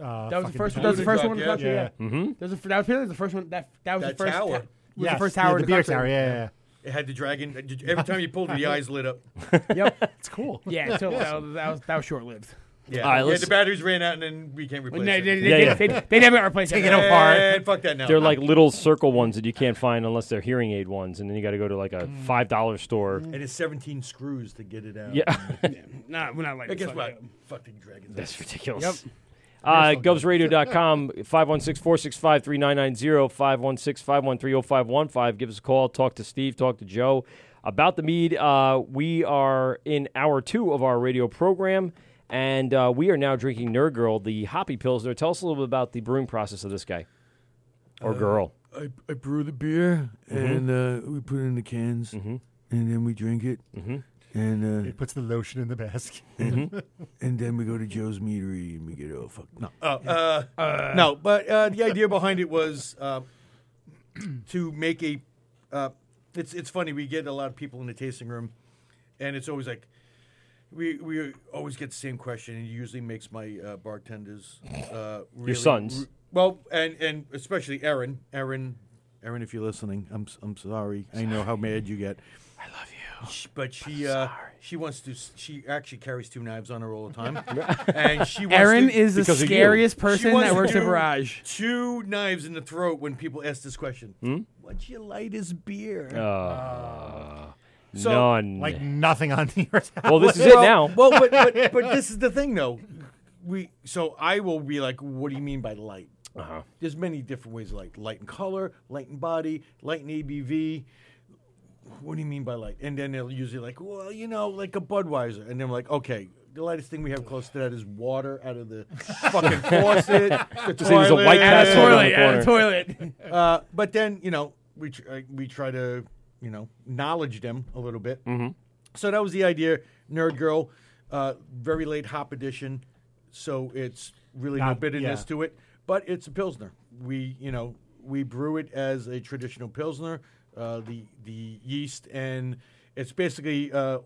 [SPEAKER 8] Uh,
[SPEAKER 9] that was
[SPEAKER 8] fucking
[SPEAKER 9] the first.
[SPEAKER 8] thing.
[SPEAKER 9] That was the first one in the country. Yeah.
[SPEAKER 8] Mhm.
[SPEAKER 9] That was the, that was really the first one. That that was
[SPEAKER 2] That
[SPEAKER 9] the first
[SPEAKER 2] tower.
[SPEAKER 9] ta- was
[SPEAKER 8] Yes,
[SPEAKER 9] the first
[SPEAKER 8] yeah,
[SPEAKER 9] tower.
[SPEAKER 8] the
[SPEAKER 9] in
[SPEAKER 8] beer
[SPEAKER 9] country.
[SPEAKER 8] tower, yeah, yeah, yeah.
[SPEAKER 2] It had the dragon. Every time you pulled it, the eyes lit up.
[SPEAKER 9] Yep,
[SPEAKER 8] it's cool.
[SPEAKER 9] Yeah, so that, was, that was that was short lived.
[SPEAKER 2] Yeah, yeah the batteries ran out, and then we can't replace
[SPEAKER 9] No,
[SPEAKER 2] it.
[SPEAKER 9] they- they- Yeah, they- yeah. they- they never replaced it. Take it apart.
[SPEAKER 2] And fuck that now.
[SPEAKER 7] They're like little circle ones that you can't find unless they're hearing aid ones, and then you got to go to like a five dollar store.
[SPEAKER 9] Mm.
[SPEAKER 2] It is 17 screws to get it out.
[SPEAKER 7] Yeah.
[SPEAKER 9] Nah, we're not like
[SPEAKER 2] But
[SPEAKER 9] this
[SPEAKER 2] guess
[SPEAKER 9] like
[SPEAKER 2] what? Fucking dragons.
[SPEAKER 7] That's ridiculous.
[SPEAKER 2] Yep.
[SPEAKER 7] Uh, GovsRadio.com, 516-465-3990, 516-513-0515. Give us a call. Talk to Steve. Talk to Joe. About the mead, uh, we are in hour two of our radio program, and uh, we are now drinking Nerd Girl, the hoppy pilsner. Tell us a little bit about the brewing process of this guy or
[SPEAKER 14] Uh,
[SPEAKER 7] girl.
[SPEAKER 14] I, I brew the beer
[SPEAKER 7] Mhm.
[SPEAKER 14] and uh, we put it in the cans and then we drink it.
[SPEAKER 8] Mhm.
[SPEAKER 14] And uh,
[SPEAKER 8] It puts the lotion in the basket.
[SPEAKER 14] and, and then we go to Joe's Meadery and we get all fucked. No,
[SPEAKER 2] Oh, uh, no, but uh, the idea behind it was uh, to make a. Uh, it's it's funny we get a lot of people in the tasting room, and it's always like, we we always get the same question, and it usually makes my uh, bartenders uh, really,
[SPEAKER 7] sons.
[SPEAKER 2] well, and and especially Aaron, Aaron, Aaron, if you're listening, I'm s- I'm sorry. I know how mad you get. I love you. but she uh, she wants to. s- She actually carries two knives on her all the time, and she. Wants
[SPEAKER 9] Aaron
[SPEAKER 2] to-
[SPEAKER 9] is the Because of you. scariest
[SPEAKER 2] She
[SPEAKER 9] person
[SPEAKER 2] wants
[SPEAKER 9] that
[SPEAKER 2] to
[SPEAKER 9] works at
[SPEAKER 2] do
[SPEAKER 9] Barrage.
[SPEAKER 2] Two knives in the throat when people ask this question.
[SPEAKER 7] Hmm?
[SPEAKER 2] What's your lightest beer?
[SPEAKER 7] Uh,
[SPEAKER 2] So-
[SPEAKER 7] none.
[SPEAKER 2] Like
[SPEAKER 8] nothing on the earth.
[SPEAKER 7] Well, this is it now.
[SPEAKER 2] Well, but, but but this is the thing though. We so I will be like, what do you mean by light?
[SPEAKER 7] Uh-huh.
[SPEAKER 2] There's many different ways, like light in color, light in body, light in ABV. What do you mean by light? And then they'll usually like, well, you know, like a Budweiser, and then I'm like, okay. The lightest thing we have close to that is water out of the fucking faucet. The
[SPEAKER 7] Just saying there's a
[SPEAKER 2] toilet.
[SPEAKER 7] White Out of Castle toilet, around the out of
[SPEAKER 9] toilet.
[SPEAKER 2] uh, but then you know we tr- uh, we try to you know knowledge them a little bit.
[SPEAKER 12] Mm-hmm.
[SPEAKER 7] Mhm.
[SPEAKER 2] So that was the idea, Nerd Girl, uh, very late hop edition. So it's really no
[SPEAKER 12] Not-
[SPEAKER 2] bitterness
[SPEAKER 12] yeah.
[SPEAKER 2] to it, but it's a pilsner. We you know we brew it as a traditional pilsner. Uh, the the yeast and it's basically uh,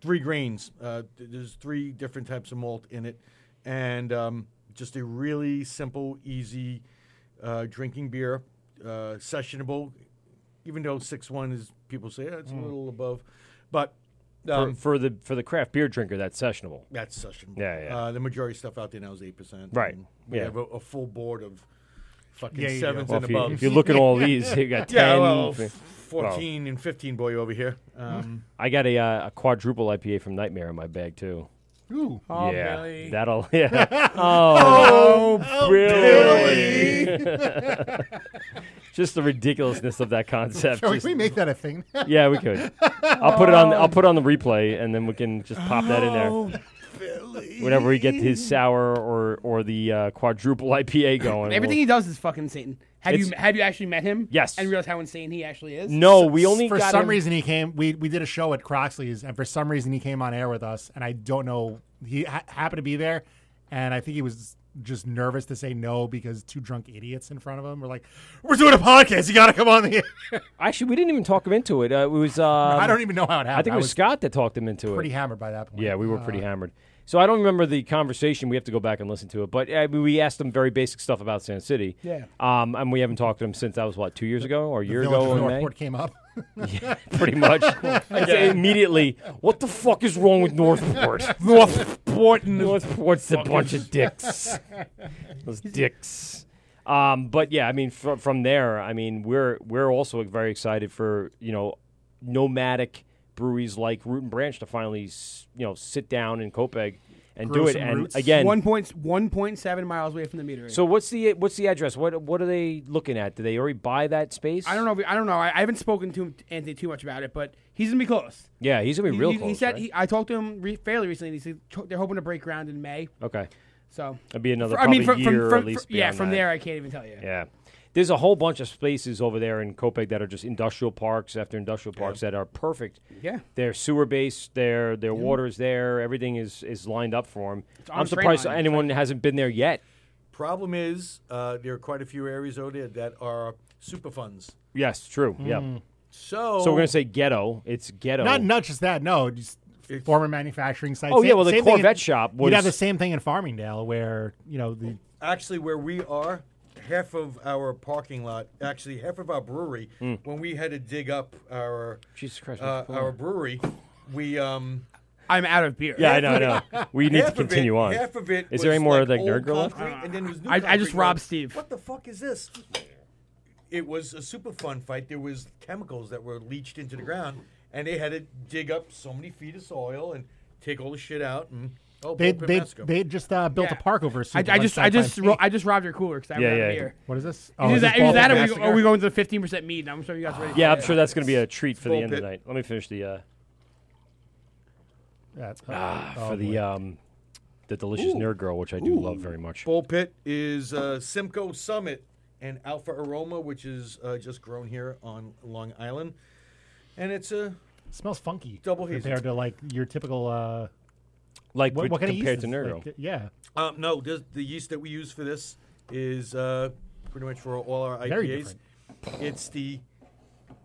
[SPEAKER 2] three grains. Uh, th- there's three different types of malt in it, and um, just a really simple, easy uh, drinking beer, uh, sessionable. Even though six one is people say "Oh, it's a
[SPEAKER 7] Mm.
[SPEAKER 2] little above, but
[SPEAKER 7] for,
[SPEAKER 2] um,
[SPEAKER 7] for the for the craft beer drinker, that's sessionable.
[SPEAKER 2] that's sessionable.
[SPEAKER 7] Yeah, yeah.
[SPEAKER 2] Uh, the majority of stuff out there now is eight percent.
[SPEAKER 7] Right,
[SPEAKER 2] We
[SPEAKER 7] yeah.
[SPEAKER 2] have a, a full board of fucking
[SPEAKER 7] Yeah, you do.
[SPEAKER 2] sevens
[SPEAKER 7] Well,
[SPEAKER 2] and
[SPEAKER 7] if you-
[SPEAKER 2] above.
[SPEAKER 7] if you look at all these, you got
[SPEAKER 2] yeah,
[SPEAKER 7] 10,
[SPEAKER 2] well,
[SPEAKER 7] fi-
[SPEAKER 2] f- fourteen and fifteen boy over here.
[SPEAKER 7] Hmm.
[SPEAKER 2] Um,
[SPEAKER 7] I got a, uh, a quadruple IPA from Nightmare in my bag too.
[SPEAKER 2] Ooh.
[SPEAKER 9] Oh,
[SPEAKER 7] yeah,
[SPEAKER 9] Billy.
[SPEAKER 7] that'll yeah.
[SPEAKER 9] Oh,
[SPEAKER 7] oh,
[SPEAKER 9] oh,
[SPEAKER 7] Billy.
[SPEAKER 8] Billy.
[SPEAKER 7] Just the ridiculousness of that concept.
[SPEAKER 8] Shall we-
[SPEAKER 7] Just-
[SPEAKER 8] we make that a thing?
[SPEAKER 7] yeah, we could. I'll put it on. I'll put it on the replay, and then we can just pop that in
[SPEAKER 8] Oh,
[SPEAKER 7] there. Whenever we get his sour or or the uh, quadruple IPA going,
[SPEAKER 9] Everything he does is fucking insane. Have you
[SPEAKER 7] It's-
[SPEAKER 9] have you actually met him?
[SPEAKER 7] Yes.
[SPEAKER 9] And realized how insane he actually is?
[SPEAKER 7] No, we only
[SPEAKER 8] for
[SPEAKER 7] got
[SPEAKER 8] some
[SPEAKER 7] him-
[SPEAKER 8] reason he came. We we did a show at Croxley's, and for some reason he came on air with us, and I don't know. He ha- happened to be there, and I think he was just nervous to say no because two drunk idiots in front of him were like, "We're doing a podcast. You got to come on the air."
[SPEAKER 7] Actually, we didn't even talk him into it. Uh, it was um, I
[SPEAKER 8] don't even know how it
[SPEAKER 7] I
[SPEAKER 8] happened.
[SPEAKER 7] think
[SPEAKER 8] I
[SPEAKER 7] it was,
[SPEAKER 8] was
[SPEAKER 7] Scott that talked him into it.
[SPEAKER 8] pretty hammered by that point.
[SPEAKER 7] Yeah, we were pretty
[SPEAKER 8] Uh,
[SPEAKER 7] hammered. So I don't remember the conversation. We have to go back and listen to it. But I mean, we asked him very basic stuff about San City.
[SPEAKER 8] Yeah.
[SPEAKER 7] Um, and we haven't talked to him since that was what two years ago or a
[SPEAKER 8] the
[SPEAKER 7] year
[SPEAKER 8] Village
[SPEAKER 7] ago
[SPEAKER 8] of
[SPEAKER 7] in May.
[SPEAKER 8] Northport came up.
[SPEAKER 7] Yeah, pretty much. I'd say immediately, what the fuck is wrong with Northport?
[SPEAKER 8] Northport
[SPEAKER 9] and the
[SPEAKER 7] Northport's a
[SPEAKER 9] fuckers.
[SPEAKER 7] bunch of dicks. Those dicks. Um, but yeah, I mean, from, from there, I mean, we're we're also very excited for you know nomadic breweries like Root and Branch to finally s- you know sit down in Copeg and do it. And again,
[SPEAKER 9] one point one point seven miles away from the meter.
[SPEAKER 7] so what's the what's the address? What what are they looking at? Do they already buy that space?
[SPEAKER 9] I don't know. If, I don't know. I, I haven't spoken to Anthony too much about it, but he's gonna be close.
[SPEAKER 7] Yeah, he's gonna be
[SPEAKER 9] He-
[SPEAKER 7] real
[SPEAKER 9] he, He
[SPEAKER 7] close,
[SPEAKER 9] said
[SPEAKER 7] right?
[SPEAKER 9] he, I talked to him re- fairly recently. and He said t- they're hoping to break ground in May.
[SPEAKER 7] Okay.
[SPEAKER 9] So
[SPEAKER 7] That'd be another
[SPEAKER 9] I mean,
[SPEAKER 7] probably
[SPEAKER 9] from,
[SPEAKER 7] year
[SPEAKER 9] from,
[SPEAKER 7] or
[SPEAKER 9] from,
[SPEAKER 7] at least.
[SPEAKER 9] from- yeah,
[SPEAKER 7] beyond
[SPEAKER 9] from
[SPEAKER 7] that.
[SPEAKER 9] there I can't even tell you.
[SPEAKER 7] Yeah. There's a whole bunch of spaces over there in Copeg that are just industrial parks after industrial parks that are perfect.
[SPEAKER 9] Yeah.
[SPEAKER 7] They're sewer based, their their water is there, everything is is lined up for them.
[SPEAKER 2] on
[SPEAKER 7] I'm
[SPEAKER 2] train
[SPEAKER 7] surprised
[SPEAKER 2] line,
[SPEAKER 7] anyone hasn't been there yet.
[SPEAKER 2] Problem is, uh, there are quite a few areas out there that are super funds.
[SPEAKER 7] Yes, true. Yeah.
[SPEAKER 8] Mm.
[SPEAKER 2] So-
[SPEAKER 7] So we're gonna say ghetto. It's ghetto.
[SPEAKER 8] Not not just that. No, just former manufacturing sites.
[SPEAKER 7] Oh, yeah,
[SPEAKER 8] Same-
[SPEAKER 7] well, the
[SPEAKER 8] same thing in-
[SPEAKER 7] Corvette shop
[SPEAKER 8] You'd
[SPEAKER 7] was-
[SPEAKER 8] have the same thing in Farmingdale, where you know the
[SPEAKER 2] Actually, where we are, half of our parking lot, actually half of our brewery,
[SPEAKER 7] Mm.
[SPEAKER 2] when we had to dig up our
[SPEAKER 7] Jesus Christ,
[SPEAKER 2] uh,
[SPEAKER 7] what's going
[SPEAKER 2] our
[SPEAKER 7] on?
[SPEAKER 2] brewery, we um.
[SPEAKER 9] I'm out of beer.
[SPEAKER 7] Yeah, I know, I know. We need to
[SPEAKER 2] Half of it-
[SPEAKER 7] continue on.
[SPEAKER 2] Half of it.
[SPEAKER 7] Is there
[SPEAKER 2] was
[SPEAKER 7] any more,
[SPEAKER 2] like,
[SPEAKER 7] like,
[SPEAKER 2] old
[SPEAKER 7] Nerd Girl left?
[SPEAKER 2] concrete, and then there was new
[SPEAKER 9] Uh, I- I just
[SPEAKER 2] concrete. We're
[SPEAKER 9] robbed
[SPEAKER 2] like,
[SPEAKER 9] Steve.
[SPEAKER 2] What the fuck is this? It was a super fun fight. There was chemicals that were leached into the ground, and they had to dig up so many feet of soil and take all the shit out. And oh,
[SPEAKER 8] they
[SPEAKER 2] Bo
[SPEAKER 8] they
[SPEAKER 2] Pemasco.
[SPEAKER 8] they just uh, built
[SPEAKER 9] Yeah.
[SPEAKER 8] a park over.
[SPEAKER 9] I,
[SPEAKER 8] Super
[SPEAKER 9] I
[SPEAKER 8] Lake
[SPEAKER 9] just I just
[SPEAKER 8] sometime.
[SPEAKER 9] ro- I just robbed your cooler because I
[SPEAKER 7] Yeah,
[SPEAKER 9] ran out
[SPEAKER 7] yeah.
[SPEAKER 9] of beer.
[SPEAKER 8] What is this?
[SPEAKER 9] Oh, is that, is
[SPEAKER 8] Bald
[SPEAKER 9] that or
[SPEAKER 8] Head
[SPEAKER 9] we,
[SPEAKER 8] Massacre?
[SPEAKER 9] are we going to the fifteen percent mead? and I'm sure you guys ready.
[SPEAKER 7] Yeah, I'm sure that's gonna be a treat for the end
[SPEAKER 9] Bull
[SPEAKER 7] of
[SPEAKER 9] pit.
[SPEAKER 7] the night. Let me finish the uh,
[SPEAKER 8] That's-
[SPEAKER 7] ah,
[SPEAKER 8] oh,
[SPEAKER 7] for the um, the delicious
[SPEAKER 2] Ooh.
[SPEAKER 7] nerd girl, which I do love very much.
[SPEAKER 2] Bull Pit is uh, Simcoe Summit and Alpha Aroma, which is uh, just grown here on Long Island, and it's a
[SPEAKER 8] smells funky
[SPEAKER 2] double hazy.
[SPEAKER 8] compared to like your typical uh,
[SPEAKER 7] like
[SPEAKER 8] what,
[SPEAKER 7] with-
[SPEAKER 8] what kind
[SPEAKER 7] compared
[SPEAKER 8] of yeast
[SPEAKER 7] to
[SPEAKER 8] is-
[SPEAKER 7] Nergo.
[SPEAKER 8] like, uh, yeah,
[SPEAKER 2] Um, no, this, the yeast that we use for this is uh, pretty much for all our
[SPEAKER 8] Very
[SPEAKER 2] IPAs. It's the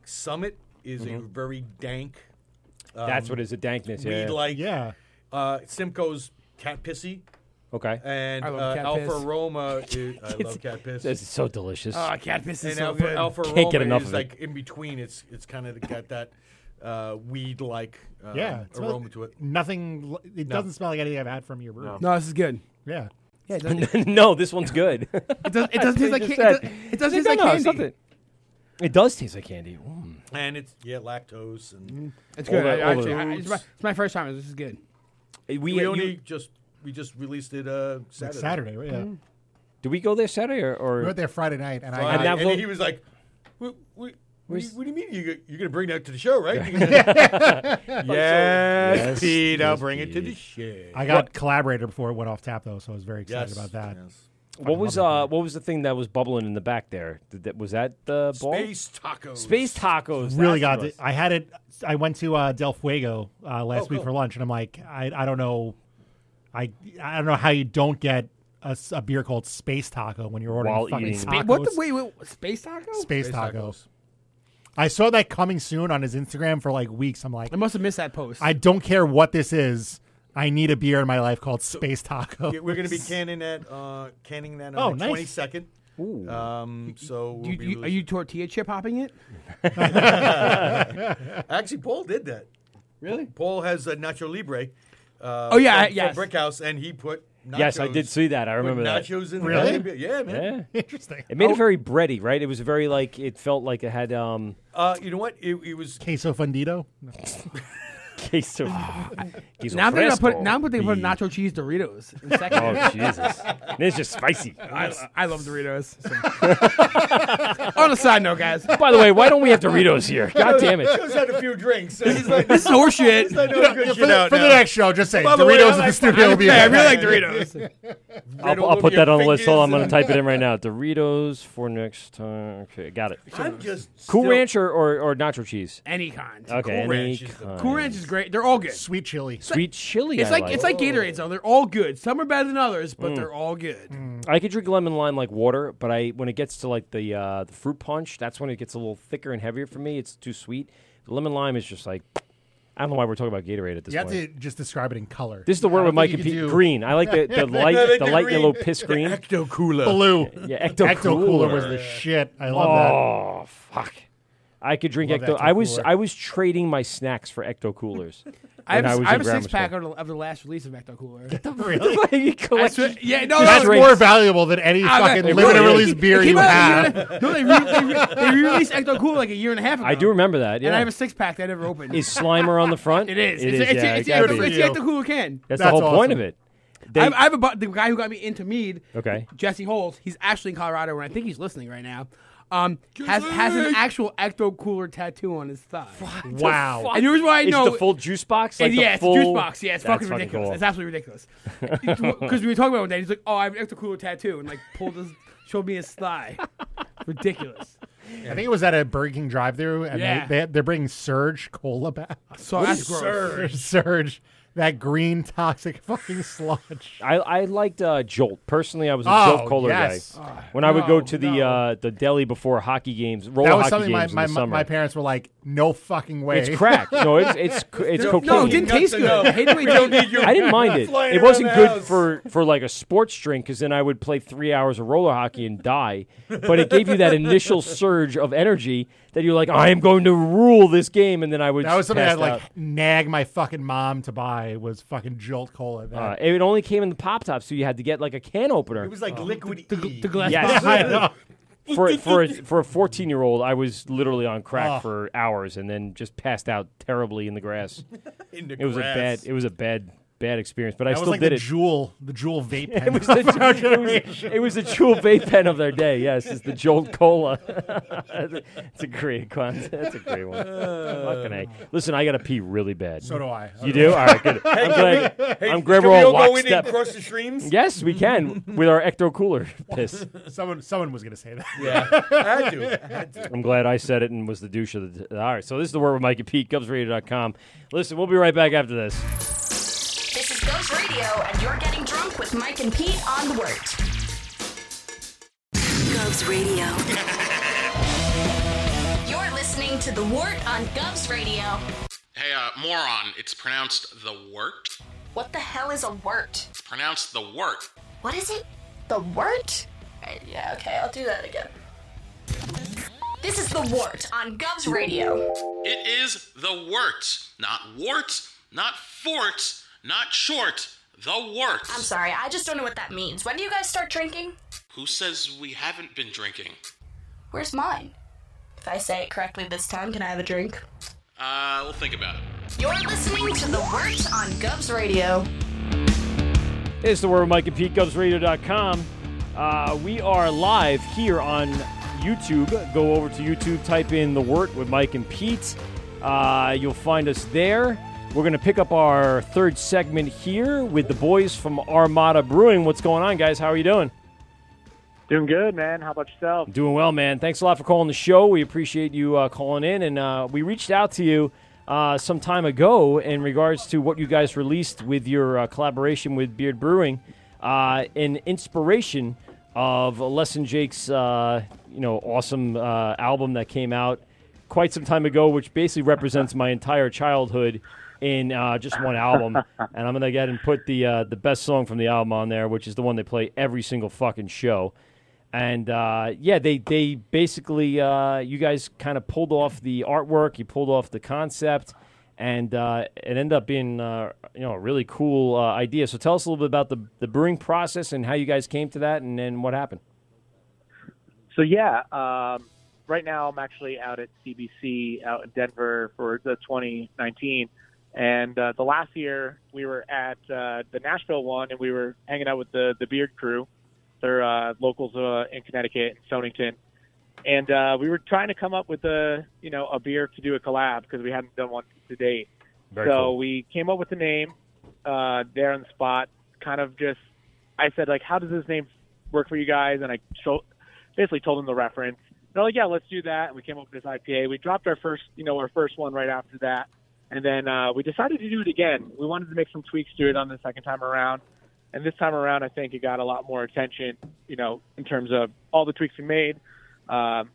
[SPEAKER 2] Summit is a
[SPEAKER 7] Mhm.
[SPEAKER 2] very dank
[SPEAKER 7] That's what it is, a dankness, yeah.
[SPEAKER 2] Weed like.
[SPEAKER 8] Yeah.
[SPEAKER 2] Uh, Simcoe's cat pissy.
[SPEAKER 7] Okay.
[SPEAKER 2] And
[SPEAKER 7] I love
[SPEAKER 2] uh,
[SPEAKER 7] cat
[SPEAKER 2] Alfa
[SPEAKER 7] piss.
[SPEAKER 2] Roma. Is, I
[SPEAKER 7] It's-
[SPEAKER 2] love cat piss.
[SPEAKER 7] this is so delicious. Oh, cat piss is
[SPEAKER 2] and
[SPEAKER 7] so
[SPEAKER 2] Alfa,
[SPEAKER 7] good.
[SPEAKER 2] Alfa
[SPEAKER 7] Can't
[SPEAKER 2] Roma
[SPEAKER 7] get enough
[SPEAKER 2] is
[SPEAKER 7] of it.
[SPEAKER 2] like in between. It's it's kind of got that uh, weed like um,
[SPEAKER 8] yeah, it smells-
[SPEAKER 2] aroma to it.
[SPEAKER 8] Nothing. li- It
[SPEAKER 2] No.
[SPEAKER 8] doesn't smell like anything I've had from your brewery.
[SPEAKER 2] No.
[SPEAKER 9] No, this is good.
[SPEAKER 8] Yeah.
[SPEAKER 9] Yeah,
[SPEAKER 7] no, this one's good. it,
[SPEAKER 9] does- it doesn't taste like ca- it does- it does taste like candy.
[SPEAKER 7] It does taste like candy. Mm.
[SPEAKER 2] And it's yeah lactose and
[SPEAKER 9] Mm. It's good. I, actually, I- it's, my, it's my first time. This is good.
[SPEAKER 7] We,
[SPEAKER 2] we,
[SPEAKER 7] you-
[SPEAKER 2] only just we just released it uh, Saturday. Uh,
[SPEAKER 8] Saturday, right? Yeah. Mhm.
[SPEAKER 7] Mm. Did we go there Saturday or? or
[SPEAKER 8] We went there Friday night, and
[SPEAKER 2] Friday.
[SPEAKER 8] I
[SPEAKER 2] And,
[SPEAKER 8] got,
[SPEAKER 2] he was like, "What, what, what, do, you, what do you mean you, you're going to bring that to the show, right?"
[SPEAKER 8] Yes,
[SPEAKER 2] Yes,
[SPEAKER 8] Pete, I'll
[SPEAKER 2] bring it to the
[SPEAKER 8] I got collaborator before it went off tap though, so I was very excited
[SPEAKER 2] Yes,
[SPEAKER 8] about that.
[SPEAKER 7] What was uh? What was the thing that was bubbling in the back there? Did that was that the ball?
[SPEAKER 2] Space tacos.
[SPEAKER 7] Space tacos.
[SPEAKER 8] Really
[SPEAKER 7] that's
[SPEAKER 8] got.
[SPEAKER 7] what it
[SPEAKER 8] To, I had it. I went to uh, Del Fuego uh,
[SPEAKER 7] Oh,
[SPEAKER 8] last week
[SPEAKER 7] cool.
[SPEAKER 8] for lunch, and I'm like, I, I don't know, I I don't know how you don't get a, s- a beer called Space Taco when you're ordering
[SPEAKER 7] While
[SPEAKER 8] fucking
[SPEAKER 7] eating.
[SPEAKER 9] Spa-
[SPEAKER 8] tacos.
[SPEAKER 9] what the wait, wait, space taco?
[SPEAKER 8] Space, tacos. I saw that coming soon on his Instagram for like weeks. I'm like,
[SPEAKER 9] I must have missed that post.
[SPEAKER 8] I don't care what this is. I need a beer in my life called Space Taco.
[SPEAKER 2] Yeah, we're going to be canning that, uh, canning that on
[SPEAKER 8] Oh,
[SPEAKER 2] the
[SPEAKER 8] nice.
[SPEAKER 2] 22nd. Um, so
[SPEAKER 9] Do
[SPEAKER 2] we'll
[SPEAKER 9] you,
[SPEAKER 2] be
[SPEAKER 9] you- are
[SPEAKER 2] releasing-
[SPEAKER 9] you tortilla chip hopping it?
[SPEAKER 2] Actually, Paul did that.
[SPEAKER 9] Really?
[SPEAKER 2] Paul has a Nacho Libre. Uh,
[SPEAKER 9] Oh,
[SPEAKER 2] from,
[SPEAKER 9] yeah, I- yes.
[SPEAKER 2] From Brickhouse, and he put. Nachos,
[SPEAKER 7] Yes, I did see that. I
[SPEAKER 2] put
[SPEAKER 7] remember that.
[SPEAKER 2] nachos in
[SPEAKER 7] Really?
[SPEAKER 2] there. Yeah, man. Oh,
[SPEAKER 8] Interesting.
[SPEAKER 7] It made it very bready, right? It was very like it felt like it had um
[SPEAKER 2] Uh, you know what? It, it was
[SPEAKER 8] Queso fundido.
[SPEAKER 7] queso. queso
[SPEAKER 9] now they're gonna put
[SPEAKER 7] fresco.
[SPEAKER 9] now they're gonna put nacho cheese Doritos. In second.
[SPEAKER 7] Oh, Jesus. It's just spicy.
[SPEAKER 9] I, I love Doritos. so. On a side note, guys.
[SPEAKER 7] By the way, why don't we have Doritos here? God damn it.
[SPEAKER 2] Joe's had a few drinks. so he's like,
[SPEAKER 9] This is horseshit.
[SPEAKER 2] He's like, no, good
[SPEAKER 8] for
[SPEAKER 2] shit
[SPEAKER 8] the,
[SPEAKER 2] out
[SPEAKER 8] for the
[SPEAKER 2] now.
[SPEAKER 8] next show, just say
[SPEAKER 2] By the
[SPEAKER 8] Doritos
[SPEAKER 2] way, I
[SPEAKER 8] in the
[SPEAKER 2] like-
[SPEAKER 8] studio
[SPEAKER 2] I-
[SPEAKER 8] will be
[SPEAKER 2] yeah, I really
[SPEAKER 9] like Doritos.
[SPEAKER 7] I'll, I'll put that on the list. Hold on, I'm gonna type it in right now. Doritos for next time. Okay, got it.
[SPEAKER 2] I'm just
[SPEAKER 7] Cool
[SPEAKER 2] still-
[SPEAKER 7] Ranch or, or, or nacho cheese?
[SPEAKER 9] Any kind.
[SPEAKER 7] Okay,
[SPEAKER 9] Cool
[SPEAKER 7] any
[SPEAKER 9] Ranch is the-
[SPEAKER 7] kind.
[SPEAKER 9] Cool Ranch is great. They're all good.
[SPEAKER 8] Sweet chili.
[SPEAKER 7] Sweet chili.
[SPEAKER 9] It's
[SPEAKER 7] I
[SPEAKER 9] like it's like Gatorades though. They're all good. Some are better than others, but
[SPEAKER 7] Mm.
[SPEAKER 9] they're all good.
[SPEAKER 7] I could drink lemon lime like water, but I when it gets to like the uh, the fruit punch, that's when it gets a little thicker and heavier for me. It's too sweet. The lemon lime is just like I don't know why we're talking about Gatorade at this
[SPEAKER 8] You have
[SPEAKER 7] point.
[SPEAKER 8] to just describe it in color.
[SPEAKER 7] This is the word
[SPEAKER 8] I
[SPEAKER 7] with
[SPEAKER 8] don't
[SPEAKER 7] Mike
[SPEAKER 8] think you
[SPEAKER 7] and
[SPEAKER 8] can
[SPEAKER 7] Pete.
[SPEAKER 8] do-
[SPEAKER 7] Green. I like the, the light,
[SPEAKER 8] Yeah,
[SPEAKER 7] the
[SPEAKER 8] the
[SPEAKER 7] light yellow
[SPEAKER 8] green.
[SPEAKER 7] piss green.
[SPEAKER 2] Ecto Cooler.
[SPEAKER 8] Blue.
[SPEAKER 7] Yeah, Ecto
[SPEAKER 8] Cooler was
[SPEAKER 7] Cooler.
[SPEAKER 8] the shit. I love
[SPEAKER 7] Oh fuck! I could drink
[SPEAKER 8] Love
[SPEAKER 7] Ecto.
[SPEAKER 8] Ecto
[SPEAKER 7] I was
[SPEAKER 8] Cooler.
[SPEAKER 7] I was trading my snacks for Ecto Coolers.
[SPEAKER 9] I have,
[SPEAKER 7] when
[SPEAKER 9] a-
[SPEAKER 7] was
[SPEAKER 9] I have
[SPEAKER 7] in
[SPEAKER 9] a
[SPEAKER 7] grammar
[SPEAKER 9] six pack of the, of the last release of Ecto Cooler.
[SPEAKER 8] that. Really?
[SPEAKER 9] I swear- yeah, no,
[SPEAKER 8] That's
[SPEAKER 9] no,
[SPEAKER 8] more valuable than any
[SPEAKER 9] I bet-
[SPEAKER 8] fucking
[SPEAKER 9] they
[SPEAKER 8] limited
[SPEAKER 9] really is.
[SPEAKER 8] release beer
[SPEAKER 9] It
[SPEAKER 8] you
[SPEAKER 9] came
[SPEAKER 8] have.
[SPEAKER 9] out a year and- No, they, re, they, re, they re-released Ecto Cooler like a year and a half ago.
[SPEAKER 7] I do remember that. Yeah,
[SPEAKER 9] And I have a six pack that I never opened.
[SPEAKER 7] is Slimer on the front?
[SPEAKER 9] It is.
[SPEAKER 7] It
[SPEAKER 9] it's
[SPEAKER 7] is.
[SPEAKER 9] it's,
[SPEAKER 7] yeah,
[SPEAKER 9] it's,
[SPEAKER 7] it gotta
[SPEAKER 9] it's,
[SPEAKER 7] be.
[SPEAKER 9] it's Ecto Cooler can.
[SPEAKER 7] That's, the whole point of it. They-
[SPEAKER 9] I, have, I have a bu- the guy who got me into mead.
[SPEAKER 7] Okay.
[SPEAKER 9] Jesse Holt. He's actually in Colorado, and I think he's listening right now. Um, has has an actual Ecto Cooler tattoo on his thigh.
[SPEAKER 7] Wow.
[SPEAKER 9] And here's why I
[SPEAKER 7] Is it
[SPEAKER 9] know
[SPEAKER 7] the full juice box?
[SPEAKER 9] And
[SPEAKER 7] Like the
[SPEAKER 9] yeah, it's a
[SPEAKER 7] full-
[SPEAKER 9] juice box. Yeah, it's
[SPEAKER 7] That's
[SPEAKER 9] fucking
[SPEAKER 7] fucking
[SPEAKER 9] ridiculous.
[SPEAKER 7] cool.
[SPEAKER 9] It's absolutely ridiculous. Because we were talking about it one day, he's like, "Oh, I have an Ecto Cooler tattoo," and like pulled his, showed me his thigh. ridiculous.
[SPEAKER 8] I think it was at a Burger King drive-through, and
[SPEAKER 9] Yeah.
[SPEAKER 8] they, they, they're bringing Surge Cola back.
[SPEAKER 9] So What that's is gross. Surge?
[SPEAKER 8] Surge, that green toxic fucking sludge.
[SPEAKER 7] I, I liked uh, Jolt personally. I was a
[SPEAKER 8] Oh,
[SPEAKER 7] Jolt Cola
[SPEAKER 8] yes.
[SPEAKER 7] guy.
[SPEAKER 8] Ah,
[SPEAKER 7] when I would go
[SPEAKER 8] no,
[SPEAKER 7] to the uh, the deli before hockey games, roller
[SPEAKER 8] That was
[SPEAKER 7] hockey
[SPEAKER 8] something my,
[SPEAKER 7] games
[SPEAKER 8] my,
[SPEAKER 7] in the
[SPEAKER 8] my,
[SPEAKER 7] summer.
[SPEAKER 8] parents were like, "No fucking way."
[SPEAKER 7] It's crack. No, it's it's c- it's cocaine.
[SPEAKER 8] No, it didn't taste good. I hate the way it tasted.
[SPEAKER 7] I didn't mind it.
[SPEAKER 8] Flying
[SPEAKER 7] It
[SPEAKER 8] around
[SPEAKER 7] wasn't
[SPEAKER 8] the
[SPEAKER 7] good
[SPEAKER 8] house.
[SPEAKER 7] for for like a sports drink because then I would play three hours of roller hockey and die. But it gave you that initial surge of energy that you're like, I am going to rule this game, and then I would.
[SPEAKER 8] that
[SPEAKER 7] just
[SPEAKER 8] was something I'd
[SPEAKER 7] pass
[SPEAKER 8] like
[SPEAKER 7] out.
[SPEAKER 8] nag my fucking mom to buy was fucking Jolt Cola. That-
[SPEAKER 7] Uh, it only came in the pop top, so you had to get like a can opener.
[SPEAKER 2] It was like liquid E. the,
[SPEAKER 9] glass
[SPEAKER 7] Yes.
[SPEAKER 8] I know.
[SPEAKER 7] for for a, for a fourteen year old, I was literally on crack
[SPEAKER 8] Oh.
[SPEAKER 7] for hours and then just passed out terribly in the grass.
[SPEAKER 2] In the
[SPEAKER 7] it was a bad
[SPEAKER 2] grass.
[SPEAKER 7] it was a bad bad experience, but I
[SPEAKER 8] that
[SPEAKER 7] still
[SPEAKER 8] was like
[SPEAKER 7] did
[SPEAKER 8] the
[SPEAKER 7] it.
[SPEAKER 8] Jewel, the Jewel vape pen.
[SPEAKER 7] it was the
[SPEAKER 8] of our
[SPEAKER 7] it was-
[SPEAKER 8] generation.
[SPEAKER 7] it was the Jewel vape pen of their day. Yes, it's the Jolt Cola. That's a great concept. That's a great one. Fucking A. Listen, I gotta pee really bad.
[SPEAKER 8] So do I. So
[SPEAKER 7] you
[SPEAKER 8] do
[SPEAKER 7] do?
[SPEAKER 8] I.
[SPEAKER 7] All right, good.
[SPEAKER 8] Hey,
[SPEAKER 7] I'm
[SPEAKER 8] can
[SPEAKER 7] glad.
[SPEAKER 8] we- hey,
[SPEAKER 7] I'm glad
[SPEAKER 8] can
[SPEAKER 7] we're
[SPEAKER 8] we
[SPEAKER 7] all
[SPEAKER 8] all go in and
[SPEAKER 7] lockstep.
[SPEAKER 8] cross the streams?
[SPEAKER 7] Yes, we can with our ecto cooler piss.
[SPEAKER 8] someone, someone was gonna say that.
[SPEAKER 2] I had to. I had to.
[SPEAKER 7] I'm glad I said it and was the douche of the. All right, so this is the word with Mike and Pete, GubsRadio.com. Listen, we'll be right back after this.
[SPEAKER 10] This is Ghost Radio, and you're getting drunk with Mike and Pete on the Wort. Govs Radio. You're listening to The Wort on Govs Radio.
[SPEAKER 15] Hey, uh, moron, it's pronounced the wort.
[SPEAKER 10] What the hell is a wort?
[SPEAKER 15] It's pronounced the wort.
[SPEAKER 10] What is it? The wort? Right, yeah, okay, I'll do that again. This is the wort on Gov's Radio.
[SPEAKER 15] It is the wort, not warts, not forts, not short, the wort.
[SPEAKER 10] I'm sorry, I just don't know what that means. When do you guys start drinking?
[SPEAKER 15] Who says we haven't been drinking?
[SPEAKER 10] Where's mine? If I say it correctly this time, can I have a drink?
[SPEAKER 15] Uh, we'll think about it.
[SPEAKER 10] You're listening to the wort on Gov's Radio.
[SPEAKER 7] It's the word with Mike and Pete, GovsRadio.com. Uh, we are live here on YouTube. Go over to YouTube, type in the word with Mike and Pete. Uh, you'll find us there. We're going to pick up our third segment here with the boys from Armada Brewing. What's going on, guys? How are you doing?
[SPEAKER 16] Doing good, man. How about yourself?
[SPEAKER 7] Doing well, man. Thanks a lot for calling the show. We appreciate you uh, calling in, and uh, we reached out to you uh, some time ago in regards to what you guys released with your uh, collaboration with Beard Brewing, uh, an inspiration of Lesson Jake's uh, you know awesome uh, album that came out quite some time ago, which basically represents my entire childhood in uh, just one album. and I'm gonna get and put the uh, the best song from the album on there, which is the one they play every single fucking show. And uh, yeah, they they basically uh, you guys kind of pulled off the artwork, you pulled off the concept, and uh, it ended up being uh, you know a really cool uh, idea. So tell us a little bit about the the brewing process and how you guys came to that, and then what happened.
[SPEAKER 16] So yeah, um, right now I'm actually out at CBC out in Denver for the 2019, and uh, the last year we were at uh, the Nashville one, and we were hanging out with the the Beard Crew. They're uh, locals uh, in Connecticut and Stonington, and uh, we were trying to come up with a you know a beer to do a collab because we hadn't done one to date.
[SPEAKER 17] Very
[SPEAKER 16] so
[SPEAKER 17] cool.
[SPEAKER 16] we came up with the name uh, there on the spot. Kind of just, I said like, how does this name work for you guys? And I show, basically told them the reference. They're like, yeah, let's do that. And we came up with this IPA. We dropped our first, you know, our first one right after that, and then uh, we decided to do it again. We wanted to make some tweaks to it on the second time around, and this time around, I think it got a lot more attention. You know, in terms of all the tweaks we made. Um,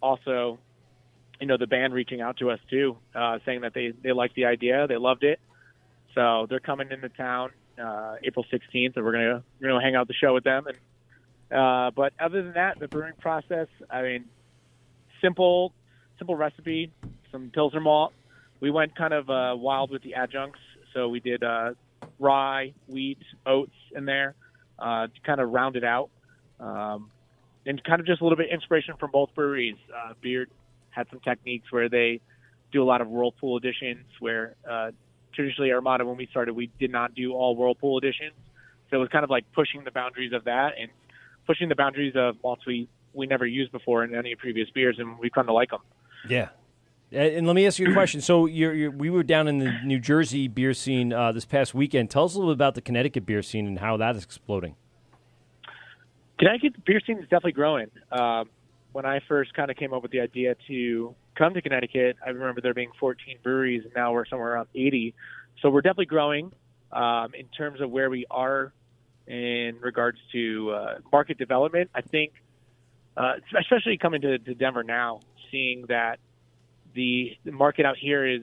[SPEAKER 16] also, you know, the band reaching out to us too, uh, saying that they, they liked the idea, they loved it. So they're coming into town uh, April 16th, and we're gonna we're gonna hang out the show with them. And uh, but other than that, the brewing process, I mean, simple simple recipe, some pilsner malt. We went kind of uh, wild with the adjuncts, so we did uh, rye, wheat, oats in there uh, to kind of round it out. Um, and kind of just a little bit of inspiration from both breweries. Uh, Beard had some techniques where they do a lot of whirlpool editions. Where uh, traditionally Armada, when we started, we did not do all whirlpool editions. So it was kind of like pushing the boundaries of that and pushing the boundaries of malts we we never used before in any previous beers, and we kind of like them.
[SPEAKER 7] Yeah. And and let me ask you a question. So, you're, you're, we were down in the New Jersey beer scene uh, this past weekend. Tell us a little bit about the Connecticut beer scene and how that is exploding.
[SPEAKER 16] Connecticut beer scene is definitely growing. Um, when I first kind of came up with the idea to come to Connecticut, I remember there being 14 breweries, and now we're somewhere around 80. So we're definitely growing um, in terms of where we are in regards to uh, market development. I think, uh, especially coming to, to Denver now, seeing that the, the market out here is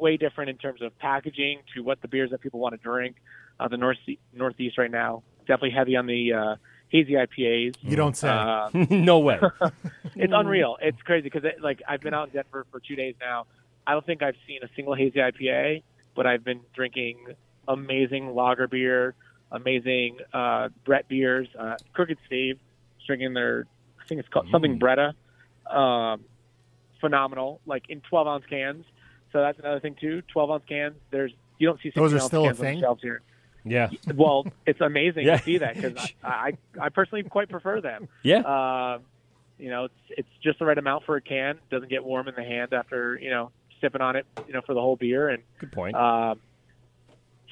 [SPEAKER 16] way different in terms of packaging to what the beers that people want to drink. Uh, the north northeast right now definitely heavy on the uh, hazy IPAs.
[SPEAKER 8] You don't say.
[SPEAKER 16] Uh,
[SPEAKER 7] no way.
[SPEAKER 16] it's
[SPEAKER 8] Hmm.
[SPEAKER 16] unreal. It's crazy because it, like I've been out in Denver for two days now. I don't think I've seen a single hazy IPA, but I've been drinking amazing lager beer, amazing uh, Brett beers. Uh, Crooked Steve is drinking their I think it's called something
[SPEAKER 8] Hmm.
[SPEAKER 16] Bretta. Um, phenomenal, like in 12 ounce cans. So that's another thing too. 12 ounce cans. There's you don't see 16
[SPEAKER 8] Those are
[SPEAKER 16] ounce
[SPEAKER 8] still a
[SPEAKER 16] cans on the
[SPEAKER 8] thing?
[SPEAKER 16] shelves here.
[SPEAKER 7] Yeah.
[SPEAKER 16] Well, it's amazing
[SPEAKER 7] Yeah.
[SPEAKER 16] to see that because I, I I personally quite prefer them.
[SPEAKER 7] Yeah.
[SPEAKER 16] Uh, you know, it's it's just the right amount for a can. Doesn't get warm in the hand after you know sipping on it. You know, for the whole beer and
[SPEAKER 7] Good point.
[SPEAKER 16] um,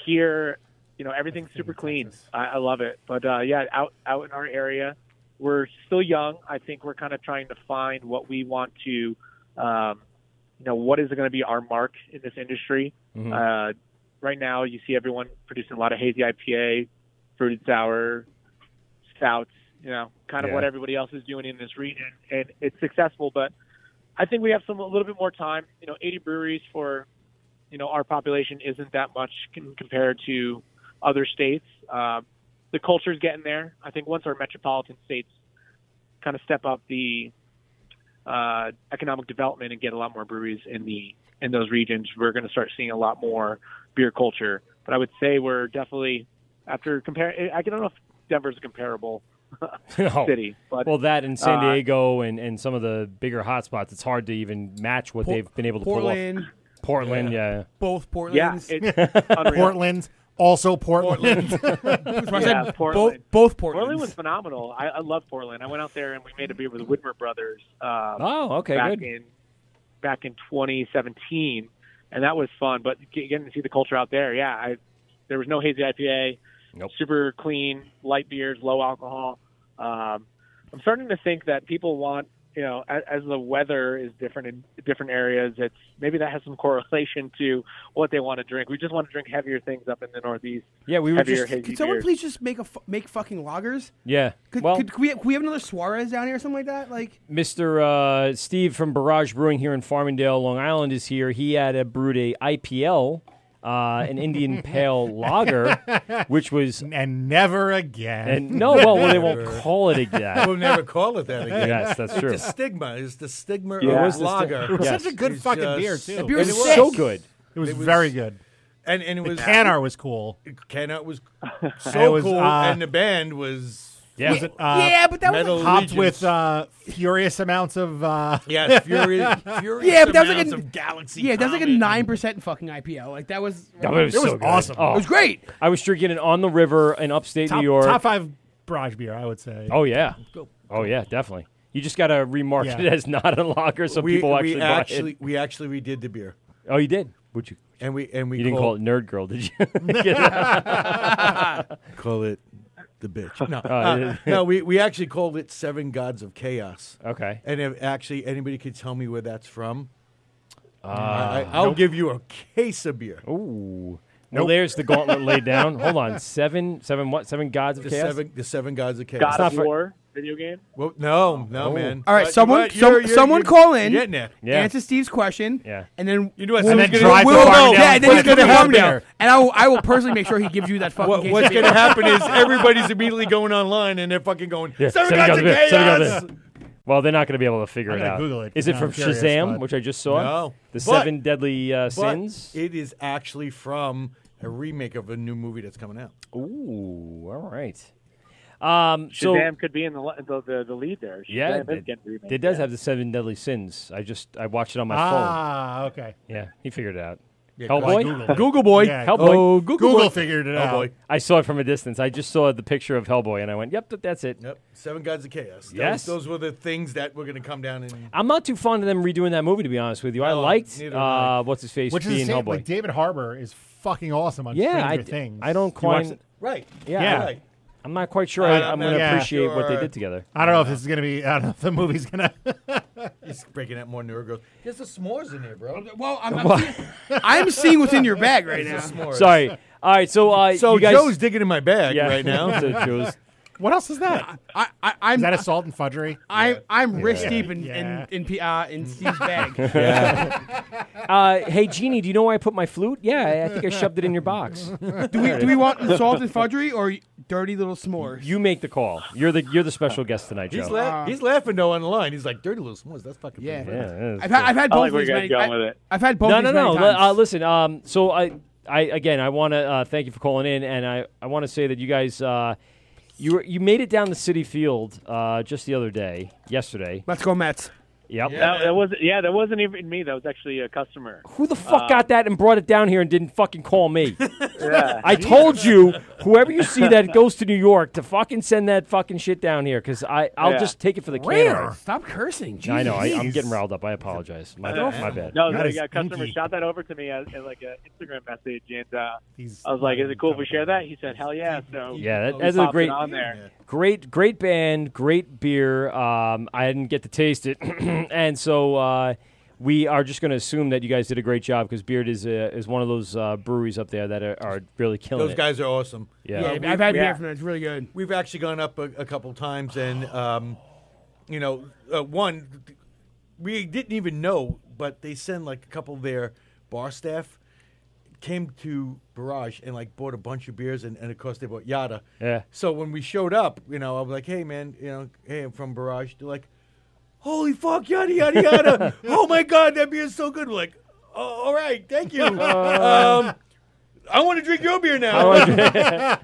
[SPEAKER 16] here, you know, everything's super clean. I, I love it. But uh, yeah, out out in our area, we're still young. I think we're kind of trying to find what we want to, um, you know, what is going to be our mark in this industry.
[SPEAKER 7] Mm-hmm.
[SPEAKER 13] Mhm.
[SPEAKER 16] Uh, right now, you see everyone producing a lot of hazy IPA, fruited sour, stouts. You know, kind of
[SPEAKER 13] Yeah.
[SPEAKER 16] what everybody else is doing in this region, and it's successful. But I think we have some a little bit more time. You know, 80 breweries for you know, our population isn't that much con- compared to other states. Um, the culture's getting there. I think once our metropolitan states kind of step up the uh, economic development and get a lot more breweries in the in those regions, we're going to start seeing a lot more beer culture. But I would say we're definitely after compare. I don't know if Denver's a comparable
[SPEAKER 7] No.
[SPEAKER 16] city, but
[SPEAKER 7] Oh. well, that and San
[SPEAKER 16] uh,
[SPEAKER 7] Diego and, and some of the bigger hotspots, it's hard to even match what
[SPEAKER 16] Por-
[SPEAKER 7] they've been able to pull
[SPEAKER 9] Portland.
[SPEAKER 7] off. Portland, yeah.
[SPEAKER 9] Both
[SPEAKER 16] Yeah,
[SPEAKER 9] Portlands.
[SPEAKER 16] it's unreal.
[SPEAKER 8] Portland, also Portland.
[SPEAKER 16] yeah, Portland.
[SPEAKER 9] both
[SPEAKER 16] Portland. Portland was phenomenal. I, I love Portland. I went out there and we made a beer with the Whitmer brothers. Um,
[SPEAKER 7] Oh, okay,
[SPEAKER 16] back
[SPEAKER 7] good.
[SPEAKER 16] In, back in 2017, and that was fun. But ge- getting to see the culture out there, yeah, I, there was no hazy IPA. Super clean, light beers, low alcohol. Um, I'm starting to think that people want, you know, as, as the weather is different in different areas, it's maybe that has some correlation to what they want to drink. We just want to drink heavier things up in the Northeast. heavier, hazy
[SPEAKER 9] Could someone
[SPEAKER 16] beers.
[SPEAKER 9] please just make a fu- make fucking lagers?
[SPEAKER 7] Yeah.
[SPEAKER 9] Could,
[SPEAKER 7] well,
[SPEAKER 9] could, could we could we have another Suarez down here or something like that? Like
[SPEAKER 7] Mr. Uh, Steve from Barrage Brewing here in Farmingdale, Long Island, is here. He had a brewed a IPL, uh, an Indian Pale Lager, which was
[SPEAKER 8] and never again.
[SPEAKER 7] And Eh, no, well, well, they won't call it again.
[SPEAKER 2] We'll never call it that again.
[SPEAKER 7] Yes, that's true.
[SPEAKER 2] The stigma is the stigma
[SPEAKER 7] Yeah. It
[SPEAKER 2] of
[SPEAKER 7] was the sti-
[SPEAKER 2] lager.
[SPEAKER 7] it was Yes.
[SPEAKER 8] such a good
[SPEAKER 2] It's
[SPEAKER 8] fucking
[SPEAKER 2] just-
[SPEAKER 8] beer, too.
[SPEAKER 2] That
[SPEAKER 8] It
[SPEAKER 2] was
[SPEAKER 8] was so good. It was very good.
[SPEAKER 2] And and it
[SPEAKER 8] The
[SPEAKER 2] was
[SPEAKER 8] Canar was cool.
[SPEAKER 2] Canar was
[SPEAKER 8] It
[SPEAKER 2] so
[SPEAKER 8] was,
[SPEAKER 2] cool,
[SPEAKER 8] uh,
[SPEAKER 2] and the band was
[SPEAKER 8] Was it, uh, hopped
[SPEAKER 2] Allegiance.
[SPEAKER 8] with uh, furious amounts of. Uh,
[SPEAKER 2] Yes, furious- furious
[SPEAKER 9] yeah, but that was like
[SPEAKER 2] amounts
[SPEAKER 9] a
[SPEAKER 2] of Galaxy
[SPEAKER 9] Yeah, that was like a nine percent fucking IPO. Like that was.
[SPEAKER 7] Oh, it was, so good. Oh.
[SPEAKER 9] It was great.
[SPEAKER 7] I was drinking it on the river in upstate
[SPEAKER 8] top,
[SPEAKER 7] New York.
[SPEAKER 8] top five barrage beer, I would say.
[SPEAKER 7] Oh yeah.
[SPEAKER 9] Go.
[SPEAKER 7] Oh yeah, definitely. You just got to remark
[SPEAKER 8] Yeah.
[SPEAKER 7] it as not a lager, so
[SPEAKER 2] we,
[SPEAKER 7] people
[SPEAKER 2] we
[SPEAKER 7] actually buy it.
[SPEAKER 2] actually we actually redid the beer.
[SPEAKER 7] Oh, you did. Would you?
[SPEAKER 2] And we and we
[SPEAKER 7] You didn't call
[SPEAKER 2] called-
[SPEAKER 7] it nerd girl, did you?
[SPEAKER 2] Call it the bitch. No,
[SPEAKER 7] Oh,
[SPEAKER 2] uh,
[SPEAKER 7] yeah.
[SPEAKER 2] no, we, we actually called it Seven Gods of Chaos.
[SPEAKER 7] Okay.
[SPEAKER 2] And if actually anybody could tell me where that's from,
[SPEAKER 7] Ah.
[SPEAKER 2] I, will
[SPEAKER 7] Nope.
[SPEAKER 2] give you a case of beer.
[SPEAKER 7] Ooh. Well, there's the gauntlet laid down. Hold on, seven, seven, what? Seven gods of
[SPEAKER 2] The
[SPEAKER 7] chaos.
[SPEAKER 2] seven, the seven gods of chaos.
[SPEAKER 7] God It's not of for-
[SPEAKER 16] War video game.
[SPEAKER 2] Well, no, no,
[SPEAKER 7] Oh.
[SPEAKER 2] man.
[SPEAKER 9] All right,
[SPEAKER 2] But-
[SPEAKER 9] someone,
[SPEAKER 2] but
[SPEAKER 9] some-
[SPEAKER 2] you're- you're-
[SPEAKER 9] someone
[SPEAKER 2] you're-
[SPEAKER 9] call in,
[SPEAKER 2] you're getting there.
[SPEAKER 9] answer Steve's question,
[SPEAKER 2] Yeah.
[SPEAKER 9] and then
[SPEAKER 2] You know what?
[SPEAKER 9] we'll-
[SPEAKER 2] And then drive to
[SPEAKER 9] we'll-
[SPEAKER 2] Farmingdale
[SPEAKER 9] Yeah,
[SPEAKER 2] and
[SPEAKER 9] then you
[SPEAKER 2] put it
[SPEAKER 9] can
[SPEAKER 2] in the
[SPEAKER 9] come down,
[SPEAKER 2] dinner.
[SPEAKER 9] and I will, I will personally make sure he gives you that fucking.
[SPEAKER 2] What-
[SPEAKER 9] case
[SPEAKER 2] what's
[SPEAKER 9] of beer.
[SPEAKER 2] going to happen is everybody's immediately going online and they're fucking going
[SPEAKER 7] Yeah,
[SPEAKER 2] seven, gods of
[SPEAKER 7] Death,
[SPEAKER 2] chaos.
[SPEAKER 7] Seven Gods of Death. Well, they're not going to be able to figure
[SPEAKER 2] I
[SPEAKER 7] it
[SPEAKER 2] gotta
[SPEAKER 7] out.
[SPEAKER 2] Google it,
[SPEAKER 7] Is
[SPEAKER 2] 'cause
[SPEAKER 7] it
[SPEAKER 2] now
[SPEAKER 7] from
[SPEAKER 2] I'm curious,
[SPEAKER 7] Shazam,
[SPEAKER 2] but-
[SPEAKER 7] which I just saw?
[SPEAKER 2] No.
[SPEAKER 7] The
[SPEAKER 2] But-
[SPEAKER 7] Seven Deadly uh,
[SPEAKER 2] But
[SPEAKER 7] Sins.
[SPEAKER 2] It is actually from a remake of a new movie that's coming out.
[SPEAKER 7] Ooh, all right. Um, so
[SPEAKER 16] Shazam could be in the le- the, the, the lead there. Shazam
[SPEAKER 7] yeah,
[SPEAKER 16] is
[SPEAKER 7] it,
[SPEAKER 16] getting remade.
[SPEAKER 7] it does have the Seven Deadly Sins. I just I watched it on my
[SPEAKER 8] Ah, okay.
[SPEAKER 7] phone. Yeah, he figured it out.
[SPEAKER 8] Yeah, 'cause I
[SPEAKER 7] Hellboy,
[SPEAKER 8] Googled it. Google boy. Yeah,
[SPEAKER 7] Hellboy.
[SPEAKER 8] Oh, Google Google boy. figured it out. Hellboy.
[SPEAKER 7] I saw it from a distance. I just saw the picture of Hellboy, and I went, "Yep, th- that's it."
[SPEAKER 2] Yep, Seven Gods of Chaos. Those-
[SPEAKER 7] Yes.
[SPEAKER 2] those, were the things that were going to come down and
[SPEAKER 7] I'm not too fond of them redoing that movie, to be honest with you. I liked
[SPEAKER 2] neither did I.
[SPEAKER 7] uh, what's his face
[SPEAKER 8] Which is
[SPEAKER 7] being
[SPEAKER 8] the same,
[SPEAKER 7] Hellboy.
[SPEAKER 8] like David Harbour is fucking awesome on
[SPEAKER 7] yeah, I,
[SPEAKER 8] Stranger
[SPEAKER 7] d-
[SPEAKER 8] Things.
[SPEAKER 7] I don't
[SPEAKER 8] You watched
[SPEAKER 7] quite
[SPEAKER 8] it?
[SPEAKER 2] Right.
[SPEAKER 7] Yeah,
[SPEAKER 8] Yeah.
[SPEAKER 2] Right.
[SPEAKER 7] I'm not quite sure.
[SPEAKER 2] I-
[SPEAKER 7] I,
[SPEAKER 2] I'm
[SPEAKER 7] I'm going to
[SPEAKER 2] not
[SPEAKER 7] appreciate what they
[SPEAKER 2] sure.
[SPEAKER 7] did together.
[SPEAKER 8] I don't know if this is gonna be. I don't know if the movie's gonna.
[SPEAKER 2] he's breaking out more neuro growth. There's a s'mores in there, bro.
[SPEAKER 9] Well, I'm, I'm, seeing, I'm seeing what's in your bag right now.
[SPEAKER 2] There's a s'mores.
[SPEAKER 7] Sorry. All right, so uh,
[SPEAKER 2] So
[SPEAKER 7] you guys,
[SPEAKER 2] Joe's digging in my bag
[SPEAKER 7] Yeah.
[SPEAKER 2] right now.
[SPEAKER 7] So Joe's-
[SPEAKER 8] What else is that?
[SPEAKER 9] I, I, I'm,
[SPEAKER 8] is that a salt and fudgery?
[SPEAKER 9] I'm, I'm wrist
[SPEAKER 8] Yeah.
[SPEAKER 9] deep in in in, P- uh, in Steve's bag.
[SPEAKER 7] uh, hey Jeannie, do you know where I put my flute? Yeah, I think I shoved it in your box.
[SPEAKER 9] Do we do we want salt and fudgery or dirty little s'mores?
[SPEAKER 7] You make the call. You're the you're the special guest tonight, Joe.
[SPEAKER 2] He's, la- he's laughing though on the line. He's like, "Dirty little s'mores." That's fucking
[SPEAKER 9] Uh, Yeah.
[SPEAKER 7] Yeah, it is.
[SPEAKER 9] I've had, I've had
[SPEAKER 7] I
[SPEAKER 9] both
[SPEAKER 7] like
[SPEAKER 9] of
[SPEAKER 7] where
[SPEAKER 9] these
[SPEAKER 7] you guys
[SPEAKER 9] many-
[SPEAKER 7] going
[SPEAKER 9] I-
[SPEAKER 7] with it.
[SPEAKER 9] I've had both
[SPEAKER 7] no,
[SPEAKER 9] of
[SPEAKER 7] no,
[SPEAKER 9] these
[SPEAKER 7] no.
[SPEAKER 9] many
[SPEAKER 7] Li-
[SPEAKER 9] times.
[SPEAKER 7] Uh, listen, um, so I, I again, I want to uh, thank you for calling in, and I, I want to say that you guys, uh, you were, you made it down the city field uh, just the other day, yesterday.
[SPEAKER 9] Let's go Mets.
[SPEAKER 7] Yep.
[SPEAKER 16] That, that was yeah, that wasn't even me. That was actually a customer.
[SPEAKER 7] Who the fuck got that and brought it down here and didn't fucking call me?
[SPEAKER 16] Yeah.
[SPEAKER 7] I told you, whoever you see that goes to New York to fucking send that fucking shit down here because I I'll
[SPEAKER 16] Yeah.
[SPEAKER 7] just take it for the
[SPEAKER 9] Rare.
[SPEAKER 7] can.
[SPEAKER 9] Stop cursing. Jesus.
[SPEAKER 7] I know I, I'm getting riled up. I apologize. My,
[SPEAKER 16] Uh,
[SPEAKER 7] my bad.
[SPEAKER 16] No, the uh, customer shot that over to me as, as like an Instagram message, and uh,
[SPEAKER 8] He's
[SPEAKER 16] I was like, "Is it cool if we share that?" He said, "Hell yeah!" So
[SPEAKER 7] Yeah,
[SPEAKER 16] we
[SPEAKER 7] that, that's a
[SPEAKER 16] popped it
[SPEAKER 7] great,
[SPEAKER 16] on there.
[SPEAKER 7] great, great band, great beer. Um, I didn't get to taste it, and so uh, we are just going to assume that you guys did a great job because Beard is a, is one of those uh, breweries up there that are, are really killing
[SPEAKER 2] Those
[SPEAKER 7] it.
[SPEAKER 2] guys are awesome.
[SPEAKER 7] Yeah,
[SPEAKER 9] I've had beer from it. It's really good.
[SPEAKER 2] Uh, We've actually gone up a, a couple times, and um, you know, uh, one we didn't even know, but they send like a couple of their bar staff, came to Barrage and like bought a bunch of beers, and, and of course they bought Yada.
[SPEAKER 7] Yeah.
[SPEAKER 2] So when we showed up, you know, I was like, "Hey, man, you know, hey, I'm from Barrage." They're like, "Holy fuck, yada yada yada! oh my god, that beer is so good!" We're like, oh, "All right, thank you." um, I want to drink your beer
[SPEAKER 7] I
[SPEAKER 2] now.
[SPEAKER 7] wanna drink-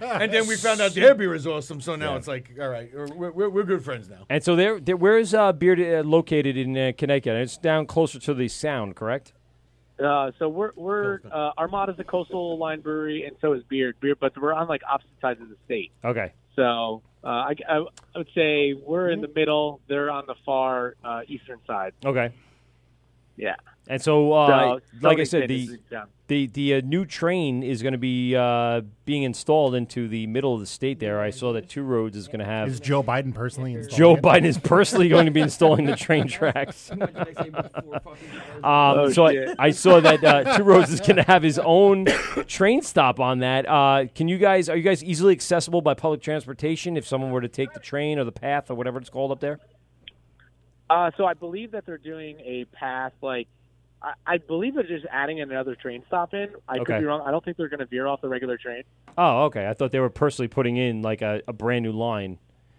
[SPEAKER 2] and then we found out their beer is awesome, so now it's like, all right, we're, we're, we're good friends now.
[SPEAKER 7] And so there, there where is uh, Beard uh, located in uh, Connecticut? It's down closer to the Sound, correct?
[SPEAKER 16] Uh, so we're we're uh, Armada's a coastal line brewery, and so is Beard. Beard, but we're on like opposite sides of the state.
[SPEAKER 7] Okay.
[SPEAKER 16] So uh, I, I, I would say we're in the middle. They're on the far uh, eastern side.
[SPEAKER 7] Okay.
[SPEAKER 16] Yeah.
[SPEAKER 7] And so, uh,
[SPEAKER 16] So,
[SPEAKER 7] like I
[SPEAKER 16] Sony
[SPEAKER 7] said,
[SPEAKER 16] Kid is
[SPEAKER 7] the
[SPEAKER 16] in town.
[SPEAKER 7] the the uh, new train is going to be uh, being installed into the middle of the state. There, I saw that Two Roads is going to have
[SPEAKER 8] Is Joe Biden personally installing
[SPEAKER 7] Joe
[SPEAKER 8] it?
[SPEAKER 7] Biden is personally going to be installing the train tracks. um,
[SPEAKER 8] Oh,
[SPEAKER 7] so I,
[SPEAKER 8] shit.
[SPEAKER 7] I saw that uh, Two Roads is going to have his own train stop on that. Uh, can you guys are you guys easily accessible by public transportation if someone were to take the train or the path or whatever it's called up there?
[SPEAKER 16] Uh, so I believe that they're doing a path like. I- I believe they're just adding another train stop in. I
[SPEAKER 7] Okay.
[SPEAKER 16] could be wrong. I don't think they're going to veer off the regular train.
[SPEAKER 7] Oh, okay. I thought they were personally putting in like a, a brand new line,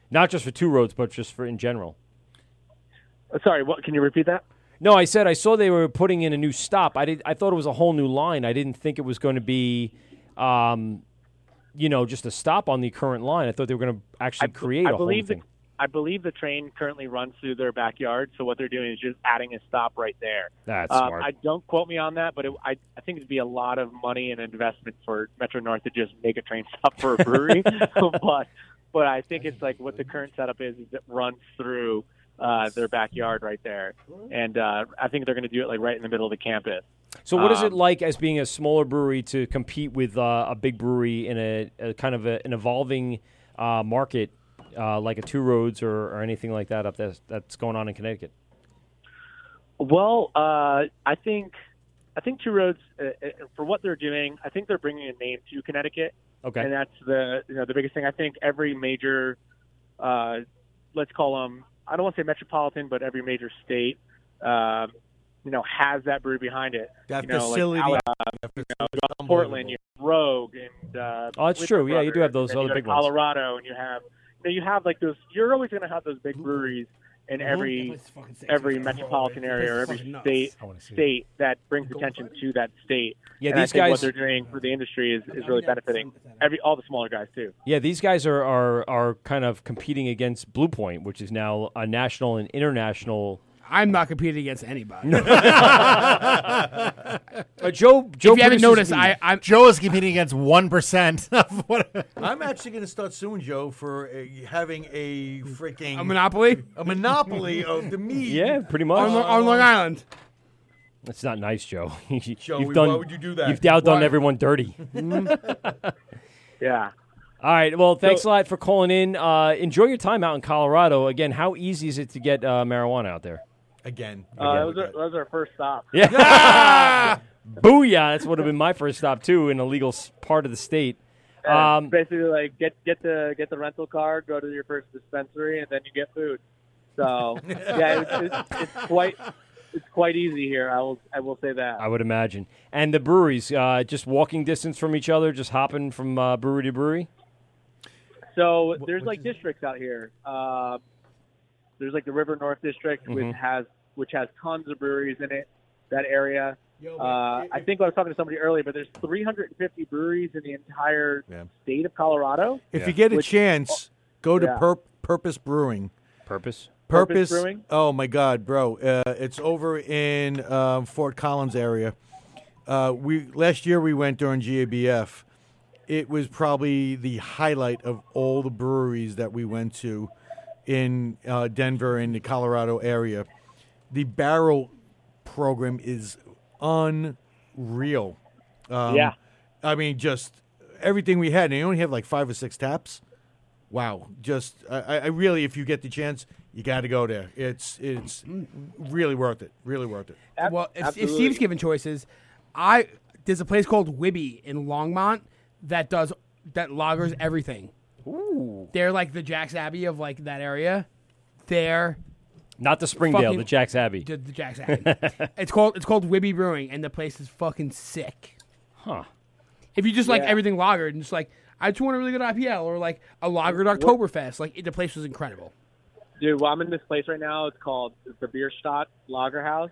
[SPEAKER 7] not just for Two Roads, but just for in general.
[SPEAKER 16] Uh, Sorry, what? Can you repeat that?
[SPEAKER 7] No, I said I saw they were putting in a new stop. I did. I thought it was a whole new line. I didn't think it was going to be, um, you know, just a stop on the current line. I thought they were going to actually create
[SPEAKER 16] I
[SPEAKER 7] a whole new
[SPEAKER 16] believe the,
[SPEAKER 7] thing.
[SPEAKER 16] I believe the train currently runs through their backyard. So what they're doing is just adding a stop right there.
[SPEAKER 7] That's
[SPEAKER 16] Um,
[SPEAKER 7] smart.
[SPEAKER 16] I don't quote me on that, but it, I I think it'd be a lot of money and investment for Metro North to just make a train stop for a brewery. but but I think it's like what the current setup is is it runs through uh, their backyard right there, and uh, I think they're going to do it like right in the middle of the campus.
[SPEAKER 7] So, what is
[SPEAKER 16] Um,
[SPEAKER 7] it like as being a smaller brewery to compete with uh, a big brewery in a, a kind of a, an evolving uh, market, uh, like a Two Roads or, or anything like that up there that's going on in Connecticut?
[SPEAKER 16] Well, uh, I think I think Two Roads uh, uh, for what they're doing. I think they're bringing a name to Connecticut.
[SPEAKER 7] Okay.
[SPEAKER 16] and that's the you know the biggest thing. I think every major, uh, let's call them, I don't want to say metropolitan, but every major state, um, you know, has that brew behind it.
[SPEAKER 2] That
[SPEAKER 16] you know,
[SPEAKER 2] facility-
[SPEAKER 16] like, Ala-
[SPEAKER 2] that
[SPEAKER 16] you
[SPEAKER 2] facility
[SPEAKER 16] know,
[SPEAKER 2] is
[SPEAKER 16] you have Portland, you have Rogue, and uh,
[SPEAKER 7] Oh, that's
[SPEAKER 16] Whitman
[SPEAKER 7] true. Yeah, you do have
[SPEAKER 16] Brothers,
[SPEAKER 7] those
[SPEAKER 16] and then
[SPEAKER 7] other
[SPEAKER 16] you
[SPEAKER 7] big
[SPEAKER 16] go to
[SPEAKER 7] ones.
[SPEAKER 16] Colorado, and you have you, know, you have like those. You're always going to have those big breweries in every every metropolitan area or every state state that brings attention to that state.
[SPEAKER 7] Yeah,
[SPEAKER 16] And I
[SPEAKER 7] these
[SPEAKER 16] think
[SPEAKER 7] guys-
[SPEAKER 16] what they're doing for the industry is, is really benefiting every all the smaller guys too.
[SPEAKER 7] Yeah, these guys are, are are kind of competing against Blue Point, which is now a national and international.
[SPEAKER 9] I'm not competing against anybody.
[SPEAKER 7] Uh, Joe,
[SPEAKER 9] Joe you haven't Bruce is noticed, the- I- I'm-
[SPEAKER 8] Joe is competing against one percent of what.
[SPEAKER 2] I'm actually going to start suing Joe for uh, having a freaking
[SPEAKER 9] A monopoly?
[SPEAKER 2] a monopoly of the meat.
[SPEAKER 7] Yeah, pretty much.
[SPEAKER 9] On Lo- on Long Island.
[SPEAKER 7] That's not nice, Joe. You-
[SPEAKER 2] Joey,
[SPEAKER 7] you've
[SPEAKER 2] why
[SPEAKER 7] done,
[SPEAKER 2] would you do that?
[SPEAKER 7] You've now done
[SPEAKER 2] Why?
[SPEAKER 7] everyone dirty.
[SPEAKER 16] yeah.
[SPEAKER 7] All right. Well, thanks
[SPEAKER 16] So-
[SPEAKER 7] a lot for calling in. Uh, enjoy your time out in Colorado. Again, how easy is it to get uh, marijuana out there?
[SPEAKER 2] Again.
[SPEAKER 16] Uh, that, was our, that was our first stop.
[SPEAKER 7] Yeah. Booyah. That's would have been my first stop, too, in a legal s- part of the state.
[SPEAKER 16] And
[SPEAKER 7] Um,
[SPEAKER 16] basically, like get get the get the rental car, go to your first dispensary, and then you get food. So yeah, it's, it's, it's quite it's quite easy here. I will I will say that.
[SPEAKER 7] I would imagine. And the breweries, uh, just walking distance from each other, just hopping from uh, brewery to brewery.
[SPEAKER 16] So there's like districts out here. Um, there's like the River North District,
[SPEAKER 7] Mhm.
[SPEAKER 2] Mm-hmm.
[SPEAKER 16] which has which has tons of breweries in it. That area.
[SPEAKER 2] Yo,
[SPEAKER 16] uh, I think I was talking to somebody earlier, but there's 350 breweries in the entire state of Colorado.
[SPEAKER 2] If you get a
[SPEAKER 16] which-
[SPEAKER 2] chance, go to
[SPEAKER 16] Yeah.
[SPEAKER 2] Purp Purpose Brewing.
[SPEAKER 7] Purpose.
[SPEAKER 2] Purpose.
[SPEAKER 16] Purpose Brewing?
[SPEAKER 2] Oh my God, bro! Uh, it's over in um, Fort Collins area. Uh, we last year we went during GABF. It was probably the highlight of all the breweries that we went to in uh, Denver and the Colorado area. The barrel program is unreal. Um,
[SPEAKER 16] Yeah.
[SPEAKER 2] I mean, just everything we had. And they only have like five or six taps. Wow. Just, I, I- I really, if you get the chance, you got to go there. It's it's really worth it. Really worth it.
[SPEAKER 9] well, if, if
[SPEAKER 2] absolutely.
[SPEAKER 9] Steve's given choices, I there's a place called Wibby in Longmont that does that loggers everything.
[SPEAKER 7] Ooh.
[SPEAKER 9] They're like the Jack's Abbey of like that area. They're
[SPEAKER 7] Not the Springdale,
[SPEAKER 9] fucking-
[SPEAKER 7] the Jack's Abbey.
[SPEAKER 9] The, the Jack's Abbey. it's called it's called Wibby Brewing, and the place is fucking sick.
[SPEAKER 7] Huh.
[SPEAKER 9] If you just like
[SPEAKER 7] Yeah.
[SPEAKER 9] everything lagered and just like, I just want a really good IPL or like a lagered Oktoberfest, like it, the place was incredible.
[SPEAKER 16] Dude, well, I'm in this place right now. It's called the Bierstadt Lager House.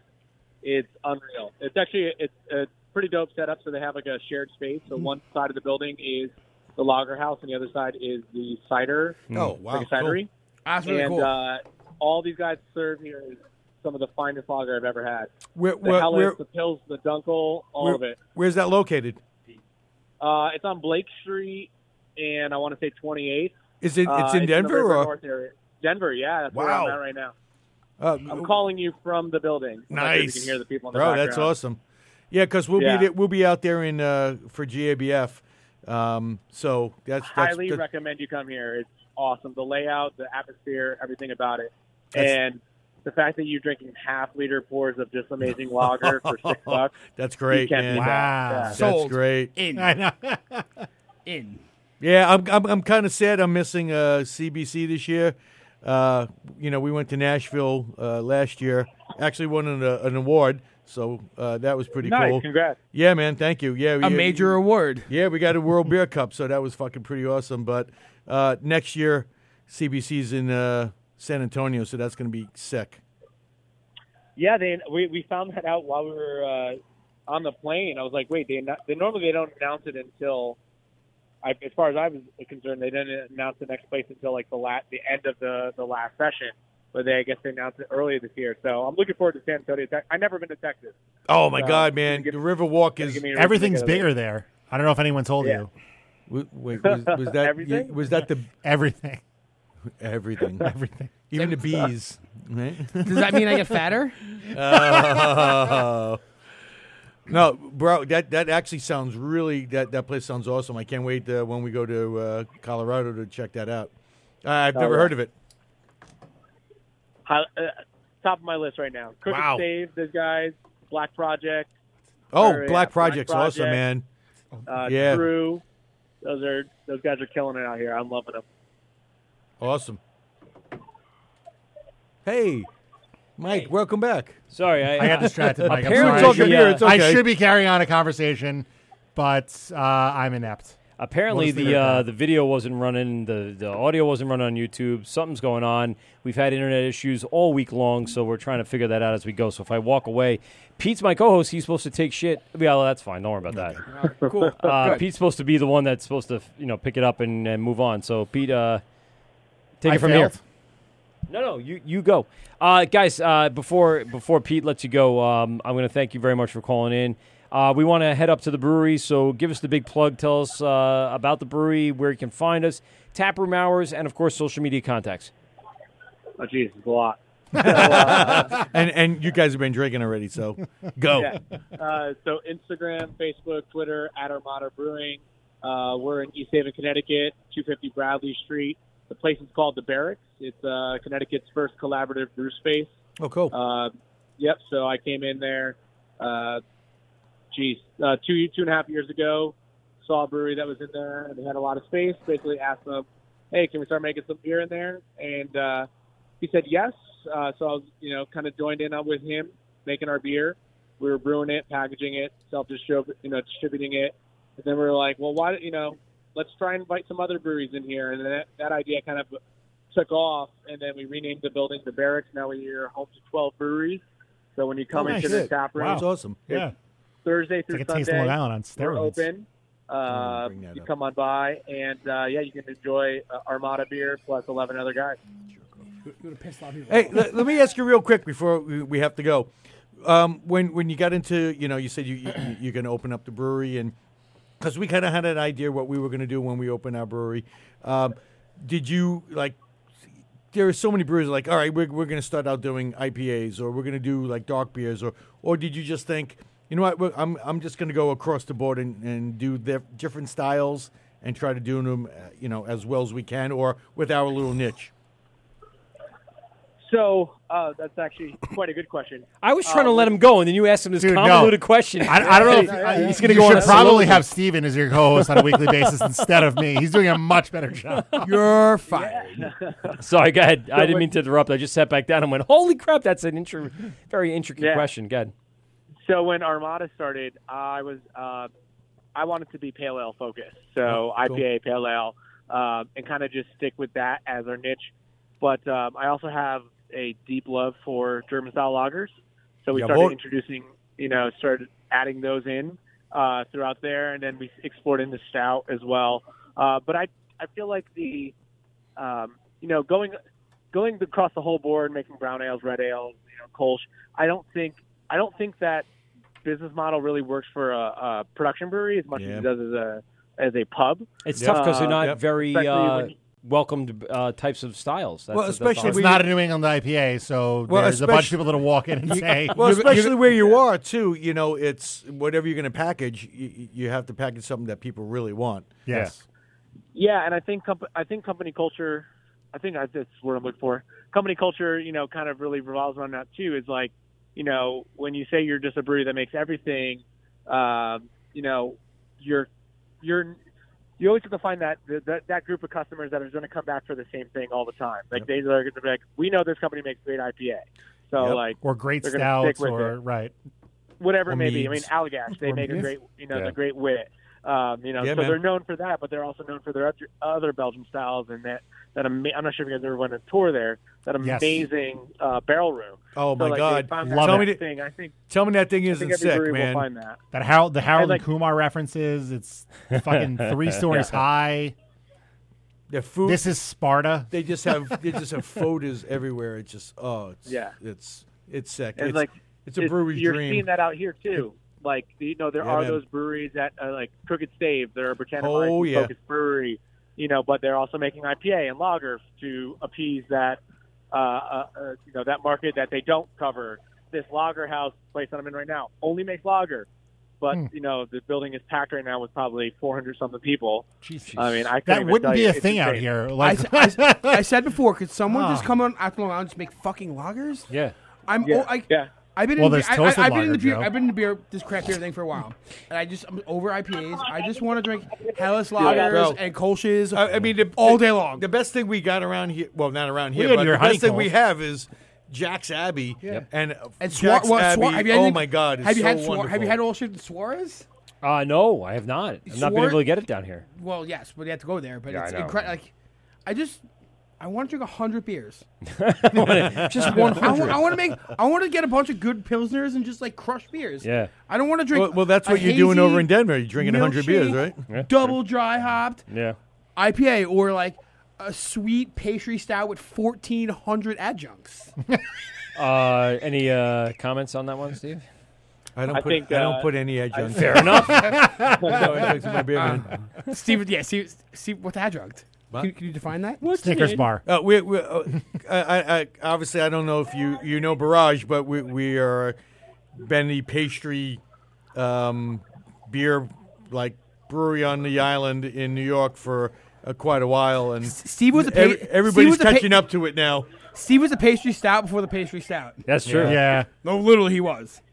[SPEAKER 16] It's unreal. It's actually it's a pretty dope setup. So they have like a shared space.
[SPEAKER 2] Hmm.
[SPEAKER 16] So one side of the building is the lager house, and the other side is the cider.
[SPEAKER 2] Oh, wow,
[SPEAKER 16] Like a cidery.
[SPEAKER 2] cool. That's really
[SPEAKER 16] and
[SPEAKER 2] cool.
[SPEAKER 16] uh, all these guys serve here is some of the finest lager I've ever had.
[SPEAKER 2] Where-
[SPEAKER 16] the
[SPEAKER 2] where-
[SPEAKER 16] Helles,
[SPEAKER 2] where-
[SPEAKER 16] the Pils, the Dunkel, all
[SPEAKER 2] Where-
[SPEAKER 16] of it.
[SPEAKER 2] Where's that located?
[SPEAKER 16] Uh, it's on Blake Street, and I want to say 28th.
[SPEAKER 2] Is it- it's
[SPEAKER 16] Uh,
[SPEAKER 2] in
[SPEAKER 16] the
[SPEAKER 2] Denver
[SPEAKER 16] River
[SPEAKER 2] or-
[SPEAKER 16] North area. Denver? Yeah, that's where I'm
[SPEAKER 2] Wow.
[SPEAKER 16] at right now.
[SPEAKER 2] Uh,
[SPEAKER 16] I'm calling you from the building. I'm not sure if
[SPEAKER 2] Nice.
[SPEAKER 16] You can hear the people in the
[SPEAKER 2] Bro,
[SPEAKER 16] background.
[SPEAKER 2] that's awesome. Yeah, because we'll
[SPEAKER 16] Yeah.
[SPEAKER 2] be there, we'll be out there in uh, for GABF. Um, so that's, that's
[SPEAKER 16] Highly
[SPEAKER 2] that's-
[SPEAKER 16] recommend you come here. It's awesome. The layout, the atmosphere, everything about it,
[SPEAKER 2] That's-
[SPEAKER 16] and the fact that you're drinking half liter pours of just amazing lager for six bucks.
[SPEAKER 2] That's
[SPEAKER 16] you
[SPEAKER 2] great,
[SPEAKER 16] can't
[SPEAKER 2] man.
[SPEAKER 16] beat that. Yeah.
[SPEAKER 2] That's great.
[SPEAKER 9] In.
[SPEAKER 8] I know.
[SPEAKER 9] in.
[SPEAKER 2] Yeah, I'm I'm, I'm kind of sad. I'm missing uh, CBC this year. Uh, you know, we went to Nashville uh, last year. Actually, won an, uh, an award, so uh, that was pretty
[SPEAKER 16] Nice,
[SPEAKER 2] cool.
[SPEAKER 16] congrats.
[SPEAKER 2] Yeah, man. Thank you. Yeah, uh,
[SPEAKER 9] A major award.
[SPEAKER 2] Yeah, we got a World Beer Cup, so that was fucking pretty awesome. But uh, next year, CBC's in uh, San Antonio, so that's going to be sick.
[SPEAKER 16] Yeah, they we, we found that out while we were uh, on the plane. I was like, wait, they, anno- they normally they don't announce it until, I, as far as I was concerned, they didn't announce the next place until like the last the end of the the last session. But they I guess they announced it earlier this year. So I'm looking forward to San Antonio. Tex- I've never been to Texas.
[SPEAKER 2] Oh my
[SPEAKER 16] So,
[SPEAKER 2] God, man! the Riverwalk is
[SPEAKER 16] give me a reason to
[SPEAKER 8] Everything's
[SPEAKER 16] go there.
[SPEAKER 8] bigger there. I don't know if anyone told
[SPEAKER 16] Yeah.
[SPEAKER 8] you.
[SPEAKER 2] Wait, was, was that
[SPEAKER 8] Everything?
[SPEAKER 2] was that the
[SPEAKER 8] everything?
[SPEAKER 2] Everything,
[SPEAKER 8] Everything.
[SPEAKER 2] even the bees. Right?
[SPEAKER 9] Does that mean I get fatter?
[SPEAKER 2] Oh. no, bro. That that actually sounds really that that place sounds awesome. I can't wait uh, when we go to uh, Colorado to check that out. Uh, I've
[SPEAKER 16] Oh,
[SPEAKER 2] never
[SPEAKER 16] yeah.
[SPEAKER 2] heard of it.
[SPEAKER 16] Hi- uh, top of my list right now. Crooked
[SPEAKER 2] Wow.
[SPEAKER 16] Save, those guys, Black Project.
[SPEAKER 2] Oh,
[SPEAKER 16] or, yeah,
[SPEAKER 2] Black Project's awesome, man.
[SPEAKER 16] Uh,
[SPEAKER 2] Yeah.
[SPEAKER 16] True. Those are those guys are killing it out here. I'm loving them.
[SPEAKER 2] Awesome. Hey, Mike, welcome back.
[SPEAKER 7] Sorry,
[SPEAKER 8] I got distracted. Mike. I'm
[SPEAKER 7] Apparently,
[SPEAKER 8] sorry.
[SPEAKER 7] the, uh,
[SPEAKER 8] I should be carrying on a conversation, but uh, I'm inept.
[SPEAKER 7] Apparently,
[SPEAKER 8] We'll just
[SPEAKER 7] the
[SPEAKER 8] leave it at
[SPEAKER 7] uh, the video wasn't running, the, the audio wasn't running on YouTube. Something's going on. We've had internet issues all week long, so we're trying to figure that out as we go. So if I walk away, Pete's my co-host. He's supposed to take shit. Yeah, well, that's fine. Don't worry about that.
[SPEAKER 2] Cool.
[SPEAKER 7] Uh,
[SPEAKER 2] Good.
[SPEAKER 7] Pete's supposed to be the one that's supposed to you know pick it up and, and move on. So Pete, uh, take
[SPEAKER 8] I
[SPEAKER 7] it from
[SPEAKER 8] failed.
[SPEAKER 7] here. No, no, you you go, uh, guys. Uh, before before Pete lets you go, um, I'm going to thank you very much for calling in. Uh, we want to head up to the brewery, so give us the big plug. Tell us uh, about the brewery, where you can find us, taproom hours, and of course, social media contacts.
[SPEAKER 16] Oh, jeez, it's a lot.
[SPEAKER 2] and and you guys have been drinking already, so go.
[SPEAKER 16] Yeah. Uh, so Instagram, Facebook, Twitter, at Armada Brewing. Uh, we're in East Haven, Connecticut, 250 Bradley Street. The place is called The Barracks. It's uh, Connecticut's first collaborative brew space.
[SPEAKER 2] Oh, cool.
[SPEAKER 16] Uh, yep. So I came in there, uh, geez, uh, two two and a half years ago. Saw a brewery that was in there, and they had a lot of space. Basically, asked them, "Hey, can we start making some beer in there?" And uh, he said yes. Uh, so I was, you know, kind of joined in with him making our beer. We were brewing it, packaging it, self-distrib, you know, distributing it. And then we were like, well, why, you know, let's try and invite some other breweries in here. And then that, that idea kind of took off. And then we renamed the building the Barracks. Now we're home to 12 breweries. So when you come
[SPEAKER 2] Oh,
[SPEAKER 16] into
[SPEAKER 2] nice.
[SPEAKER 16] the tap room,
[SPEAKER 2] Wow. That's awesome.
[SPEAKER 16] it's
[SPEAKER 2] Yeah.
[SPEAKER 16] Thursday through
[SPEAKER 8] like a
[SPEAKER 16] Sunday.
[SPEAKER 8] Taste of Long Island on
[SPEAKER 16] We're
[SPEAKER 8] steroids.
[SPEAKER 16] open.
[SPEAKER 2] Oh,
[SPEAKER 16] Uh, you come on by, and uh, yeah, you can enjoy uh, Armada beer plus 11 other guys.
[SPEAKER 9] You would have pissed a lot of people.
[SPEAKER 2] Hey, let, let me ask you real quick before we, we have to go. Um, when when you got into, you know, you said you, you you're going to open up the brewery, and because we kind of had an idea what we were going to do when we opened our brewery. Um, did you like? There are so many breweries like, all right, we're we're going to start out doing IPAs, or we're going to do like dark beers, or or did you just think, you know what, we're- I'm I'm just going to go across the board and and do the different styles and try to do them, uh, you know, as well as we can, or with our little niche.
[SPEAKER 16] So uh, that's actually quite a good question.
[SPEAKER 7] I was trying to
[SPEAKER 16] Um,
[SPEAKER 7] let him go, and then you asked him this
[SPEAKER 8] Dude, no.
[SPEAKER 7] convoluted question.
[SPEAKER 8] I, I don't know. If,
[SPEAKER 7] He's
[SPEAKER 8] I-
[SPEAKER 7] gonna
[SPEAKER 8] you
[SPEAKER 7] go on
[SPEAKER 8] should
[SPEAKER 7] a
[SPEAKER 8] probably
[SPEAKER 7] soliloquy.
[SPEAKER 8] have Steven as your co-host on a weekly basis instead of me. He's doing a much better job.
[SPEAKER 9] You're fired.
[SPEAKER 7] uh, Sorry, go ahead. I
[SPEAKER 16] So
[SPEAKER 7] didn't
[SPEAKER 16] when-
[SPEAKER 7] mean to interrupt. I just sat back down and went, "Holy crap, that's an intro, very intricate
[SPEAKER 16] Yeah.
[SPEAKER 7] question." Go ahead.
[SPEAKER 16] So when Armada started, I was uh, I wanted to be pale ale focused, so
[SPEAKER 13] Oh, cool.
[SPEAKER 16] IPA, pale ale, um, and kind of just stick with that as our niche. But um, I also have a deep love for German style lagers, so we
[SPEAKER 13] Jawohl.
[SPEAKER 16] started introducing, you know, started adding those in uh, throughout there, and then we explored into stout as well. Uh, but I I feel like the um, you know going going across the whole board, making brown ales, red ales, you know, Kolsch. I don't think I don't think that business model really works for a, a production brewery as much as it does as a as a pub.
[SPEAKER 7] It's tough tough because they're
[SPEAKER 16] Uh,
[SPEAKER 7] not very
[SPEAKER 16] especially when
[SPEAKER 7] uh, welcomed uh, types of styles. That's
[SPEAKER 2] Well,
[SPEAKER 7] that's
[SPEAKER 2] especially
[SPEAKER 7] all.
[SPEAKER 2] when
[SPEAKER 8] It's not a New England IPA, so
[SPEAKER 2] Well,
[SPEAKER 8] there's a bunch of
[SPEAKER 2] especially-
[SPEAKER 8] people that'll walk in and say,
[SPEAKER 2] well, especially where you are too. You know, it's whatever you're going to package. You, you have to package something that people really want.
[SPEAKER 8] Yes.
[SPEAKER 16] Yeah, and I think comp- I think company culture. I think I, that's what I'm looking for. Company culture, you know, kind of really revolves around that too. Is like, you know, when you say you're just a brewery that makes everything, um, you know, you're you're you always have to find that that, that group of customers that is going to come back for the same thing all the time. Like they are going to be like, we know this company makes great IPA, so
[SPEAKER 8] Yep.
[SPEAKER 16] like
[SPEAKER 8] or great
[SPEAKER 16] they're gonna stick
[SPEAKER 8] stouts,
[SPEAKER 16] with
[SPEAKER 8] or
[SPEAKER 16] it
[SPEAKER 8] right.
[SPEAKER 16] whatever
[SPEAKER 8] Or
[SPEAKER 16] it may be. I mean,
[SPEAKER 8] meads.
[SPEAKER 16] Allagash, they
[SPEAKER 8] Or
[SPEAKER 16] make a
[SPEAKER 8] meads.
[SPEAKER 16] great, you know,
[SPEAKER 8] Yeah.
[SPEAKER 16] the great wit. Um, you know,
[SPEAKER 8] Yeah,
[SPEAKER 16] so
[SPEAKER 8] man.
[SPEAKER 16] they're known for that, but they're also known for their other- other Belgian styles and that that ama- I'm not sure if you guys ever went on tour there. That
[SPEAKER 2] Yes.
[SPEAKER 16] amazing uh, barrel room.
[SPEAKER 2] Oh
[SPEAKER 16] So,
[SPEAKER 2] my
[SPEAKER 16] like, they
[SPEAKER 2] God!
[SPEAKER 16] found that
[SPEAKER 2] tell me
[SPEAKER 16] kind of
[SPEAKER 2] that-
[SPEAKER 16] thing. I think
[SPEAKER 2] Tell me that thing
[SPEAKER 16] I
[SPEAKER 2] isn't
[SPEAKER 16] think every
[SPEAKER 2] sick,
[SPEAKER 16] brewery will
[SPEAKER 2] man.
[SPEAKER 16] find that.
[SPEAKER 8] That Harold, the Harold
[SPEAKER 16] like-
[SPEAKER 8] and Kumar references. It's fucking three stories
[SPEAKER 2] Yeah.
[SPEAKER 8] high.
[SPEAKER 2] The food.
[SPEAKER 8] This is Sparta.
[SPEAKER 2] They just have they just have photos everywhere. It's just oh, it's,
[SPEAKER 16] Yeah.
[SPEAKER 2] it's it's sick.
[SPEAKER 16] And
[SPEAKER 2] it's
[SPEAKER 16] like,
[SPEAKER 2] it's a brewery
[SPEAKER 16] you're
[SPEAKER 2] dream.
[SPEAKER 16] seeing that out here too. Like you know, there
[SPEAKER 2] Yeah,
[SPEAKER 16] are
[SPEAKER 2] man.
[SPEAKER 16] those breweries that uh, like Crooked Stave, they're a Britannica
[SPEAKER 2] Oh, yeah.
[SPEAKER 16] focused brewery, you know, but they're also making IPA and lager to appease that uh, uh, uh, you know that market that they don't cover. This lager house place that I'm in right now only makes lager, but
[SPEAKER 8] Hmm.
[SPEAKER 16] you know the building is packed right now with probably 400 something people. I mean, I couldn't
[SPEAKER 8] that
[SPEAKER 16] even
[SPEAKER 8] wouldn't
[SPEAKER 16] tell
[SPEAKER 8] be
[SPEAKER 16] you.
[SPEAKER 8] a
[SPEAKER 16] It's
[SPEAKER 8] thing out
[SPEAKER 16] insane.
[SPEAKER 8] here.
[SPEAKER 9] I,
[SPEAKER 8] Like,
[SPEAKER 9] s- I s- I said before, could someone
[SPEAKER 8] Ah.
[SPEAKER 9] just come on out from the lounge and make fucking lagers?
[SPEAKER 7] Yeah.
[SPEAKER 9] I'm.
[SPEAKER 16] Yeah,
[SPEAKER 9] Oh, I,
[SPEAKER 16] yeah.
[SPEAKER 9] I've been
[SPEAKER 8] Well,
[SPEAKER 9] in.
[SPEAKER 8] there's
[SPEAKER 9] I, I,
[SPEAKER 8] toasted
[SPEAKER 9] I've been in the
[SPEAKER 8] lager,
[SPEAKER 9] beer.
[SPEAKER 8] Joe.
[SPEAKER 9] I've been in the beer. This craft beer thing for a while, and I just I'm over IPAs. I just want to drink Hellas
[SPEAKER 2] Yeah, bro.
[SPEAKER 9] lagers and Kolsch's.
[SPEAKER 2] I, I mean, the,
[SPEAKER 9] all day long.
[SPEAKER 2] The best thing we got around here, well, not around
[SPEAKER 9] We
[SPEAKER 2] here,
[SPEAKER 9] had
[SPEAKER 2] but
[SPEAKER 9] your
[SPEAKER 2] the best thing
[SPEAKER 9] honeycomb.
[SPEAKER 2] we have is Jack's Abbey
[SPEAKER 9] Yep.
[SPEAKER 2] and uh,
[SPEAKER 9] and Swar-
[SPEAKER 2] Jack's
[SPEAKER 9] well, Swar-
[SPEAKER 2] Abbey.
[SPEAKER 9] have you had
[SPEAKER 2] oh
[SPEAKER 9] anything-
[SPEAKER 2] my God, it's
[SPEAKER 9] Have you
[SPEAKER 2] so
[SPEAKER 9] had Swar-
[SPEAKER 2] wonderful.
[SPEAKER 9] Have you had all shit in Suarez?
[SPEAKER 7] Uh, no, I have not. I've not been
[SPEAKER 9] Swar-
[SPEAKER 7] able to get it down here.
[SPEAKER 9] Well, yes, but you have to go there. But
[SPEAKER 7] Yeah,
[SPEAKER 9] it's
[SPEAKER 7] I know.
[SPEAKER 9] incredible. Like, I just I want to drink hundred beers.
[SPEAKER 7] Just 100.
[SPEAKER 9] I want, I want to make. I want to get a bunch of good pilsners and just like crush beers.
[SPEAKER 2] Yeah.
[SPEAKER 9] I don't want to drink.
[SPEAKER 2] Well- well, that's
[SPEAKER 9] a
[SPEAKER 2] what you're doing
[SPEAKER 9] hazy,
[SPEAKER 2] over in Denver. You're drinking 100 beers,
[SPEAKER 9] milkshake,
[SPEAKER 2] right? Yeah.
[SPEAKER 9] Double dry hopped
[SPEAKER 7] Yeah.
[SPEAKER 9] IPA or like a sweet pastry stout with fourteen hundred adjuncts.
[SPEAKER 7] Uh, any uh, comments on that one, Steve?
[SPEAKER 2] I don't I put- think, I don't uh, put any adjuncts.
[SPEAKER 7] Fair enough.
[SPEAKER 9] Um, Steve, yeah, Steve, Steve, what's adjunct?
[SPEAKER 2] What?
[SPEAKER 9] Can, can you define that?
[SPEAKER 2] Uh, we, we, uh, I, I, I, obviously, I don't know if you, you know Barrage, but we, we are Benny Pastry um, beer like brewery on the island in New York for uh, quite a while, and
[SPEAKER 9] Steve was a pa-
[SPEAKER 2] every-
[SPEAKER 9] Steve
[SPEAKER 2] everybody's
[SPEAKER 9] was a pa-
[SPEAKER 2] catching up to it now.
[SPEAKER 9] Steve was a pastry stout before the pastry stout.
[SPEAKER 7] That's true.
[SPEAKER 9] No, literally, he was.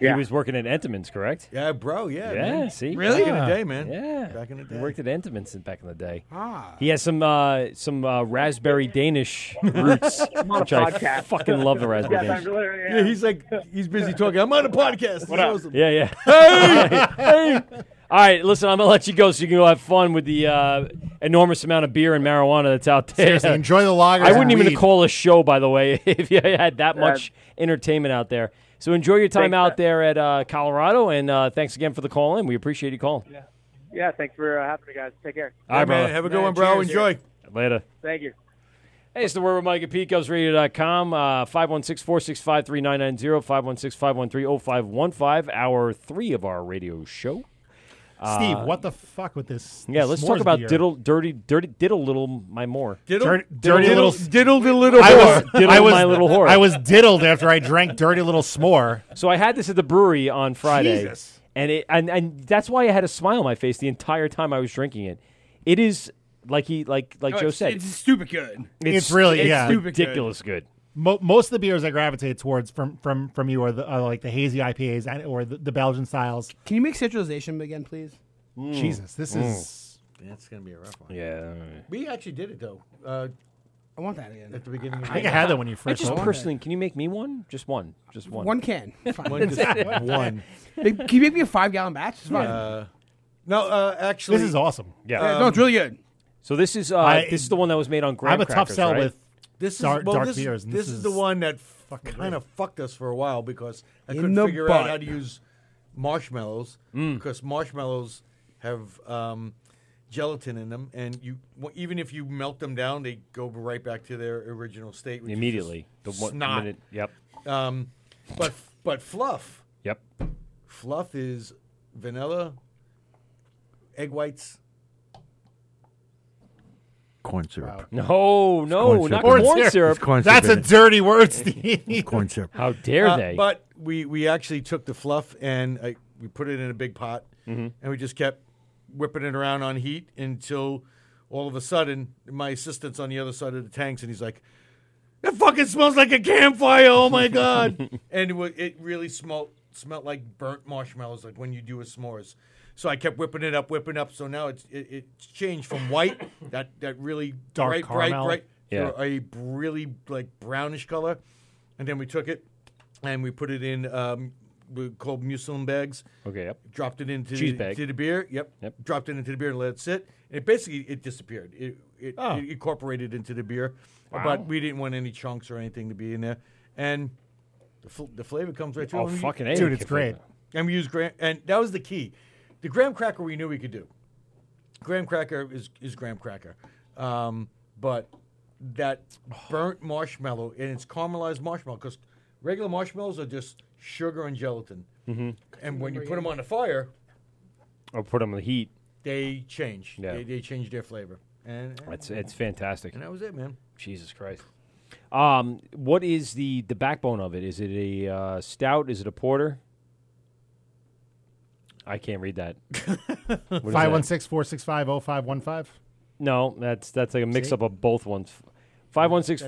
[SPEAKER 7] He was working at Entenmann's, correct?
[SPEAKER 2] Yeah, bro. Yeah.
[SPEAKER 7] Yeah.
[SPEAKER 2] man.
[SPEAKER 7] See.
[SPEAKER 2] Back in
[SPEAKER 7] Yeah.
[SPEAKER 2] the day, man.
[SPEAKER 7] Yeah.
[SPEAKER 2] Back in the day.
[SPEAKER 7] He worked at Entenmann's in- back in the day.
[SPEAKER 9] Ah.
[SPEAKER 7] He has some uh, some uh, raspberry Danish roots,
[SPEAKER 2] I'm on a
[SPEAKER 7] which I
[SPEAKER 2] podcast.
[SPEAKER 7] fucking love the raspberry
[SPEAKER 2] Yes, I
[SPEAKER 7] Danish.
[SPEAKER 2] really am. Yeah, he's like he's busy talking. I'm on a podcast. What up?
[SPEAKER 7] Yeah, yeah. Hey, hey. All right, listen, I'm gonna let you go so you can go have fun with the uh, enormous amount of beer and marijuana that's out there.
[SPEAKER 8] Seriously, enjoy the lagers
[SPEAKER 7] I wouldn't
[SPEAKER 8] and
[SPEAKER 7] even
[SPEAKER 8] weed.
[SPEAKER 7] call a show, by the way, if you had that
[SPEAKER 8] Yeah.
[SPEAKER 7] much entertainment out there. So enjoy your time
[SPEAKER 16] Thanks,
[SPEAKER 7] out there at uh, Colorado, and uh, thanks again for the call in. We appreciate you calling.
[SPEAKER 16] Yeah, thanks for uh, having me, guys. Take care.
[SPEAKER 7] All right, brother. Later.
[SPEAKER 16] Thank you.
[SPEAKER 7] Hey, it's the word with Mike at PeteGovsRadio.com, uh, 516-465-3990, 516-513-0515, hour three of our radio show.
[SPEAKER 8] Steve,
[SPEAKER 7] Uh,
[SPEAKER 8] what the fuck with this?
[SPEAKER 7] Yeah, let's talk
[SPEAKER 8] s'mores
[SPEAKER 7] about
[SPEAKER 8] beer?
[SPEAKER 7] diddle, dirty, dirty, diddle little my more.
[SPEAKER 8] Diddle- Dirt- dirty little-
[SPEAKER 2] diddle the
[SPEAKER 7] I was, diddle my little whore.
[SPEAKER 8] I was diddled after I drank dirty little s'more.
[SPEAKER 7] So I had this at the brewery on Friday,
[SPEAKER 8] Jesus.
[SPEAKER 7] and it and, and that's why I had a smile on my face the entire time I was drinking it. It is like he like like
[SPEAKER 9] No,
[SPEAKER 8] Oh,
[SPEAKER 7] Joe
[SPEAKER 9] it's-
[SPEAKER 7] said,
[SPEAKER 9] it's stupid good.
[SPEAKER 8] It's, really
[SPEAKER 7] it's
[SPEAKER 8] yeah,
[SPEAKER 7] ridiculous good.
[SPEAKER 8] Mo- most of the beers I gravitate towards from from from you are, the, are like the hazy IPAs and, or the, the Belgian styles.
[SPEAKER 9] Can you make citrusation again, please?
[SPEAKER 2] Mm.
[SPEAKER 8] Jesus, this is
[SPEAKER 2] That's gonna be a rough one.
[SPEAKER 7] Yeah.
[SPEAKER 2] We actually did it though. Uh,
[SPEAKER 9] I want that again
[SPEAKER 2] at the beginning. of
[SPEAKER 8] I think I had that when you
[SPEAKER 7] I
[SPEAKER 8] first
[SPEAKER 7] just
[SPEAKER 8] opened it.
[SPEAKER 7] personally, can you make me one? Just one. Just one.
[SPEAKER 9] One can. Fine.
[SPEAKER 7] One, just one.
[SPEAKER 9] Make- Can you make me a five gallon batch? It's fine.
[SPEAKER 7] Uh,
[SPEAKER 2] No, uh, actually,
[SPEAKER 8] This is awesome.
[SPEAKER 7] Yeah.
[SPEAKER 2] Um,
[SPEAKER 9] good.
[SPEAKER 7] So this is uh,
[SPEAKER 8] I-
[SPEAKER 7] this is the one that was made on graham
[SPEAKER 8] I'm a tough
[SPEAKER 7] crackers,
[SPEAKER 8] sell
[SPEAKER 7] right?
[SPEAKER 8] with
[SPEAKER 2] This is
[SPEAKER 8] dark-
[SPEAKER 2] well,
[SPEAKER 8] dark
[SPEAKER 2] this,
[SPEAKER 8] beers, and
[SPEAKER 2] This,
[SPEAKER 8] this
[SPEAKER 2] is the
[SPEAKER 8] is
[SPEAKER 2] one that
[SPEAKER 8] fucking
[SPEAKER 2] kind of fucked us for a while because I
[SPEAKER 8] In
[SPEAKER 2] couldn't
[SPEAKER 8] the
[SPEAKER 2] figure out
[SPEAKER 8] butt.
[SPEAKER 2] how to use marshmallows
[SPEAKER 8] Mm.
[SPEAKER 2] because marshmallows have um, gelatin in them, and you well, even if you melt them down, they go right back to their original state which is
[SPEAKER 7] Immediately.
[SPEAKER 2] just
[SPEAKER 7] The one-
[SPEAKER 2] snot.
[SPEAKER 7] minute- yep.
[SPEAKER 2] Um, but but fluff.
[SPEAKER 7] Yep.
[SPEAKER 2] Fluff is vanilla, egg whites,
[SPEAKER 14] Corn syrup.
[SPEAKER 7] No, no,
[SPEAKER 14] Corn
[SPEAKER 7] not
[SPEAKER 14] syrup. Corn
[SPEAKER 7] corn syrup.
[SPEAKER 14] syrup. It's corn syrup, That's a isn't it? dirty word, Steve. It's corn syrup.
[SPEAKER 7] How dare
[SPEAKER 2] Uh,
[SPEAKER 7] they?
[SPEAKER 2] But we we actually took the fluff and I, we put it in a big pot,
[SPEAKER 7] Mhm.
[SPEAKER 2] and we just kept whipping it around on heat until all of a sudden my assistant's on the other side of the tanks, and he's like. That fucking smells like a campfire! Oh my god! and it, wa- it really smelled smelled like burnt marshmallows, like when you do a s'mores. So I kept whipping it up, whipping up. So now it's it, it's changed from white, that that really
[SPEAKER 8] Dark
[SPEAKER 2] bright,
[SPEAKER 8] caramel.
[SPEAKER 2] bright, bright,
[SPEAKER 8] Yeah.
[SPEAKER 2] to a really like brownish color, and then we took it and we put it in um, we called mucilin bags.
[SPEAKER 7] Okay, yep.
[SPEAKER 2] Dropped it into
[SPEAKER 7] Cheese
[SPEAKER 2] the,
[SPEAKER 7] bag.
[SPEAKER 2] to the beer. Yep. Yep. Dropped it into the beer and let it sit. And it basically it disappeared. It it,
[SPEAKER 7] Oh.
[SPEAKER 2] it incorporated into the beer,
[SPEAKER 7] Wow.
[SPEAKER 2] but we didn't want any chunks or anything to be in there, and. The, fl- the flavor comes right through.
[SPEAKER 7] Oh,
[SPEAKER 2] And we-
[SPEAKER 7] fucking A, Dude, we it's can flavor.
[SPEAKER 2] And we use graham, and that was the key. The graham cracker we knew we could do. Graham cracker is is graham cracker, um, but that burnt marshmallow and it's caramelized marshmallow because regular marshmallows are just sugar and gelatin,
[SPEAKER 7] Mhm.
[SPEAKER 2] and when you put them on the fire,
[SPEAKER 7] Or Oh, put them in the heat.
[SPEAKER 2] they change.
[SPEAKER 7] Yeah.
[SPEAKER 2] They, they change their flavor. And, and
[SPEAKER 7] It's it's fantastic.
[SPEAKER 2] And that was it, man.
[SPEAKER 7] Jesus Christ. Um, what is the the backbone of it? Is it a uh, stout? Is it a porter? I can't read that. What is that?
[SPEAKER 8] 516 465 0515.
[SPEAKER 7] No, that's that's like a mix
[SPEAKER 8] See?
[SPEAKER 7] up of both ones. 516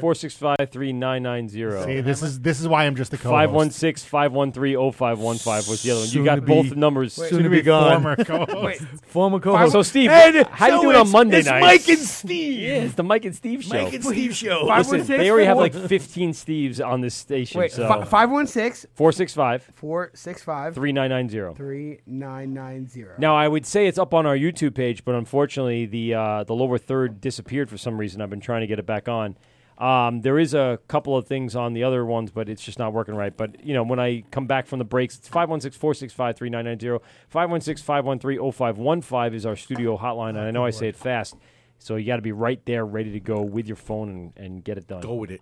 [SPEAKER 2] Oh.
[SPEAKER 7] 465 3990.
[SPEAKER 8] See, this is this is why I'm just the co-host.
[SPEAKER 7] 516 513 0515 was the other oh one. You
[SPEAKER 8] Soon
[SPEAKER 7] got
[SPEAKER 8] to
[SPEAKER 7] both
[SPEAKER 8] be-
[SPEAKER 7] numbers.
[SPEAKER 8] Wait. soon to be former co-host.
[SPEAKER 7] Wait.
[SPEAKER 2] Former
[SPEAKER 7] So, Steve,
[SPEAKER 6] And
[SPEAKER 7] how you
[SPEAKER 6] so
[SPEAKER 7] doing on
[SPEAKER 6] it's-
[SPEAKER 7] Monday
[SPEAKER 6] it's
[SPEAKER 7] night?
[SPEAKER 6] Mike and Steve.
[SPEAKER 7] Yeah, it's the Mike and Steve show.
[SPEAKER 6] Mike and Steve show.
[SPEAKER 7] Listen,
[SPEAKER 9] 516
[SPEAKER 7] they already have like
[SPEAKER 9] four-
[SPEAKER 7] 15 Steves on this station.
[SPEAKER 9] Wait,
[SPEAKER 7] so.
[SPEAKER 9] fi- 516
[SPEAKER 7] 465
[SPEAKER 9] 465
[SPEAKER 7] 3990.
[SPEAKER 9] 3990.
[SPEAKER 7] Now I would say it's up on our YouTube page, but unfortunately the uh, the lower third disappeared for some reason. I've been trying to get it back on. Um, there is a couple of things on the other ones, but it's just not working right. But you know, when I come back from the breaks, it's 516-465-3990. 516-513-0515 is our studio hotline, and I know I say it fast, so you got to be right there, ready to go with your phone and, and get it done.
[SPEAKER 2] Go with it,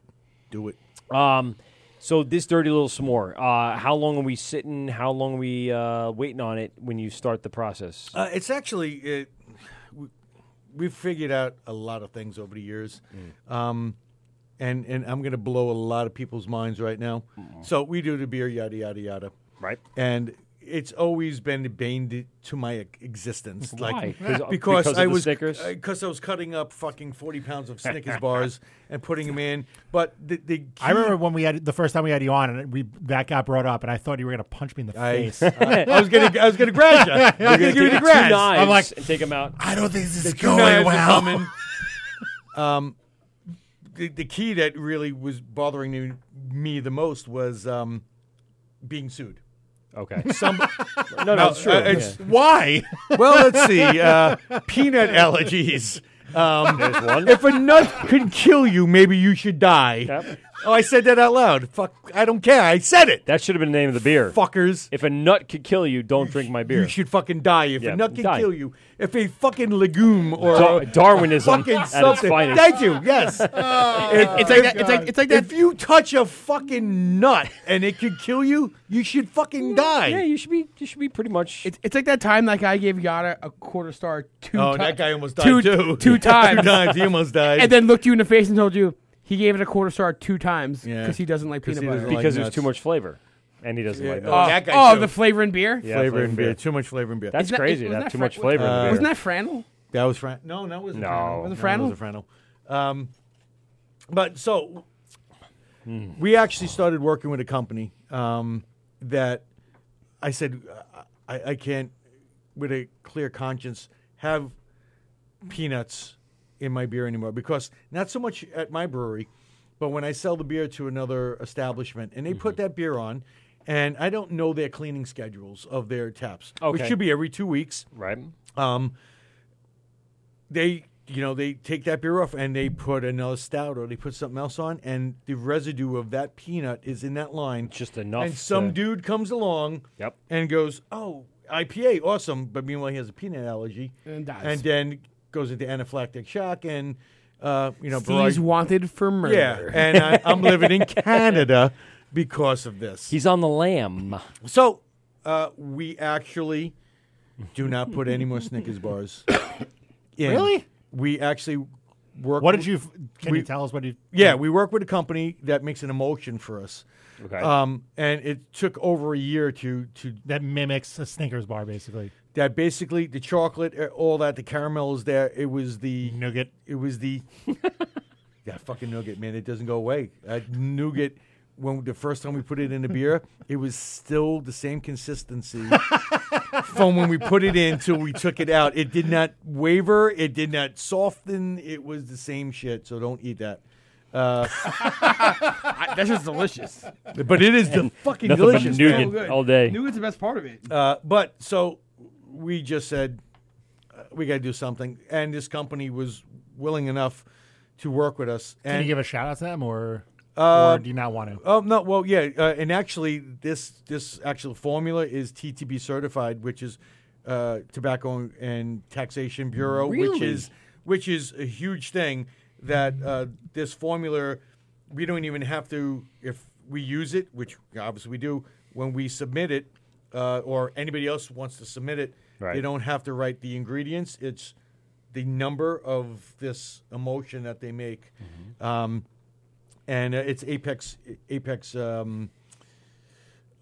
[SPEAKER 2] do it.
[SPEAKER 7] Um, so this dirty little s'more. Uh, how long are we sitting? How long are we uh, waiting on it when you start the process?
[SPEAKER 2] Uh, it's actually it, we, we've figured out a lot of things over the years,
[SPEAKER 7] Mm.
[SPEAKER 2] um, and and I'm going to blow a lot of people's minds right now. So we do the beer, yada yada yada,
[SPEAKER 7] right?
[SPEAKER 2] And it's always been bane to- to my e-, existence,
[SPEAKER 7] Why?
[SPEAKER 2] like
[SPEAKER 7] 'Cause- uh,
[SPEAKER 2] because,
[SPEAKER 7] because of
[SPEAKER 2] I
[SPEAKER 7] the
[SPEAKER 2] was
[SPEAKER 7] Snickers?
[SPEAKER 2] because I was cutting up fucking forty pounds of Snickers bars and putting them in. But the, the key,
[SPEAKER 8] I remember when we had the first time we had you on, and we that got brought up, and I thought you were going to punch me in the
[SPEAKER 2] I,
[SPEAKER 8] face.
[SPEAKER 2] I, I was gonna I was gonna grab you. I was gonna give you the grabs.
[SPEAKER 8] I'm like,
[SPEAKER 7] and take them out.
[SPEAKER 8] I don't think this is
[SPEAKER 2] The two
[SPEAKER 8] going
[SPEAKER 2] knives are
[SPEAKER 8] well.
[SPEAKER 2] coming. um, the, the key that really was bothering me, me the most was um, being sued.
[SPEAKER 7] Okay.
[SPEAKER 2] Some, uh,
[SPEAKER 7] No, no, it's true,
[SPEAKER 2] it's-
[SPEAKER 7] yeah.
[SPEAKER 8] Uh, Why?
[SPEAKER 2] Well, let's see. Uh, peanut allergies. Um,
[SPEAKER 7] There's one.
[SPEAKER 2] If a nut can kill you, maybe you should die. Oh, I said that out loud. Fuck, I don't care. I said it.
[SPEAKER 7] That should have been the name of the beer.
[SPEAKER 2] Fuckers.
[SPEAKER 7] If a nut could kill you, don't drink my beer.
[SPEAKER 2] You should fucking die if
[SPEAKER 7] Yeah,
[SPEAKER 2] a nut can
[SPEAKER 7] die.
[SPEAKER 2] kill you. If a fucking legume or
[SPEAKER 7] Dar-
[SPEAKER 2] a
[SPEAKER 7] Darwinism
[SPEAKER 2] fucking
[SPEAKER 7] at its
[SPEAKER 2] something.
[SPEAKER 7] finest.
[SPEAKER 2] Thank you. Yes.
[SPEAKER 9] It's like that- it's like- it's like that-
[SPEAKER 2] If you touch a fucking nut and it could kill you, you should fucking die.
[SPEAKER 7] Yeah, Mm, you should be. You should be pretty much.
[SPEAKER 9] It's, it's like that time that guy gave Yada a quarter star two
[SPEAKER 2] Oh,
[SPEAKER 9] ti-
[SPEAKER 2] that guy almost died
[SPEAKER 9] two,
[SPEAKER 2] too.
[SPEAKER 9] Two
[SPEAKER 2] Two
[SPEAKER 9] times.
[SPEAKER 2] times, he almost died.
[SPEAKER 9] And then looked you in the face and told you he gave it a quarter star two times because
[SPEAKER 7] Yeah.
[SPEAKER 9] he doesn't like
[SPEAKER 7] 'Cause
[SPEAKER 9] peanut
[SPEAKER 7] he
[SPEAKER 9] butter.
[SPEAKER 7] doesn't like Because there's nuts. too much flavor. And he doesn't like
[SPEAKER 9] oh,
[SPEAKER 7] nuts.
[SPEAKER 2] That guy
[SPEAKER 9] oh,
[SPEAKER 2] too.
[SPEAKER 9] the flavor in beer?
[SPEAKER 7] Yeah,
[SPEAKER 2] flavor in beer. Too much flavor in beer.
[SPEAKER 7] That's
[SPEAKER 9] Isn't that-
[SPEAKER 7] crazy.
[SPEAKER 9] isn't
[SPEAKER 7] That
[SPEAKER 9] that
[SPEAKER 7] too
[SPEAKER 9] Fra-
[SPEAKER 7] much flavor in
[SPEAKER 2] Uh,
[SPEAKER 7] beer.
[SPEAKER 9] Wasn't that Franel?
[SPEAKER 2] That was Fran. No, that wasn't
[SPEAKER 7] No.
[SPEAKER 2] Franel.
[SPEAKER 7] Was it
[SPEAKER 2] No, that wasn't Franel. Um, but so we actually started working with a company um, that I said uh, I, I can't, with a clear conscience, have peanuts in my beer anymore because not so much at my brewery, but when I sell the beer to another establishment and they put that beer on, and I don't know their cleaning schedules of their taps, which
[SPEAKER 12] Okay.
[SPEAKER 2] should be every two weeks.
[SPEAKER 7] Right.
[SPEAKER 2] Um, they, you know, they take that beer off and they put another stout or they put something else on, and the residue of that peanut is in that line
[SPEAKER 7] just enough.
[SPEAKER 2] And some
[SPEAKER 7] to-
[SPEAKER 2] dude comes along,
[SPEAKER 7] yep.
[SPEAKER 2] and goes, "Oh, IPA, awesome," but meanwhile he has a peanut allergy
[SPEAKER 9] And dies.
[SPEAKER 2] and then goes into anaphylactic shock and. Uh, you know,
[SPEAKER 9] Steve's
[SPEAKER 2] barrage-
[SPEAKER 9] wanted for murder.
[SPEAKER 2] Yeah, and I, I'm living in Canada because of this.
[SPEAKER 7] He's on the lamb.
[SPEAKER 2] So uh, we actually do not put any more Snickers bars. in.
[SPEAKER 8] Really?
[SPEAKER 2] We actually work.
[SPEAKER 8] What did you-
[SPEAKER 2] with-
[SPEAKER 8] can you tell us what you-
[SPEAKER 2] Yeah, we work with a company that makes an emulsion for us.
[SPEAKER 8] Okay.
[SPEAKER 2] Um, and it took over a year to to
[SPEAKER 8] that mimics a Snickers bar, basically.
[SPEAKER 2] that basically the chocolate, uh, all that, the caramel is there. It was the
[SPEAKER 8] nougat.
[SPEAKER 2] It was the that fucking nougat, man. It doesn't go away. That nougat. When the first time we put it in the beer, it was still the same consistency from when we put it in till we took it out. It did not waver. It did not soften. It was the same shit. So don't eat that. Uh,
[SPEAKER 9] that shit's delicious.
[SPEAKER 2] But it is the
[SPEAKER 9] And
[SPEAKER 2] fucking
[SPEAKER 9] nothing but
[SPEAKER 2] delicious
[SPEAKER 9] nougat
[SPEAKER 2] man.
[SPEAKER 9] So good. all day. Nougat's the best part of it.
[SPEAKER 2] Uh, but so we just said uh, we got to do something, and this company was willing enough to work with us. And
[SPEAKER 8] Can you give a shout out to them, or
[SPEAKER 2] Uh,
[SPEAKER 8] or do you not want to?
[SPEAKER 2] Oh no, well yeah, uh, and actually this this actual formula is TTB certified, which is uh, Tobacco and Taxation Bureau, which
[SPEAKER 12] Really?
[SPEAKER 2] is which is a huge thing that uh, this formula we don't even have to if we use it, which obviously we do when we submit it, uh, or anybody else wants to submit it, they
[SPEAKER 12] Right.
[SPEAKER 2] don't have to write the ingredients. It's the number of this emotion that they make. Um, and uh, it's Apex Apex um,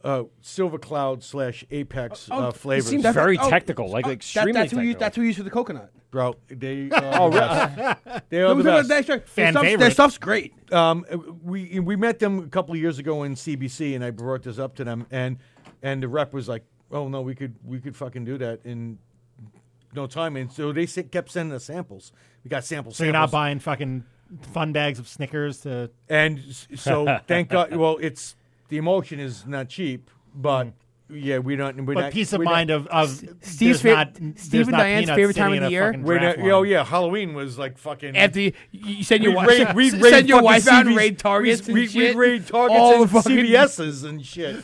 [SPEAKER 2] uh, Silver Cloud slash
[SPEAKER 9] Oh,
[SPEAKER 2] Apex uh, flavors.
[SPEAKER 9] that- oh, oh, that, that's who You, that's who you use for the coconut.
[SPEAKER 2] Bro, they are
[SPEAKER 9] Oh,
[SPEAKER 2] the
[SPEAKER 9] really?
[SPEAKER 2] best. They are
[SPEAKER 9] Those
[SPEAKER 2] the
[SPEAKER 9] are
[SPEAKER 2] best.
[SPEAKER 9] the best. Their Fan stuff's- their favorite. stuff's great.
[SPEAKER 2] Um, we we met them a couple of years ago in CBC, and I brought this up to them, and and the rep was like, "Oh no, we could we could fucking do that in no time." And so they s- kept sending us samples. We got samples.
[SPEAKER 8] So you're not
[SPEAKER 2] samples.
[SPEAKER 8] buying fucking fun bags of Snickers to.
[SPEAKER 2] And s- so thank God. Well, it's the emotion is not cheap, but yeah, we don't. We're
[SPEAKER 8] But
[SPEAKER 2] not,
[SPEAKER 8] peace of
[SPEAKER 2] we're not-
[SPEAKER 8] mind of- of Steve's there's fav- not- Steve there's and not Diane's peanuts favorite time sitting of in a the year. fucking
[SPEAKER 2] We're
[SPEAKER 8] draft
[SPEAKER 2] not- oh yeah, Halloween was like fucking.
[SPEAKER 9] After you- you send your
[SPEAKER 2] We
[SPEAKER 9] wife-
[SPEAKER 2] raid- we
[SPEAKER 9] send
[SPEAKER 2] raid
[SPEAKER 9] your
[SPEAKER 2] fucking
[SPEAKER 9] wife out and
[SPEAKER 2] CVs
[SPEAKER 9] raid Targets
[SPEAKER 2] We,
[SPEAKER 9] and
[SPEAKER 2] we,
[SPEAKER 9] shit.
[SPEAKER 2] we raid targets
[SPEAKER 9] All
[SPEAKER 2] and
[SPEAKER 9] the fucking-
[SPEAKER 2] CVS's and shit.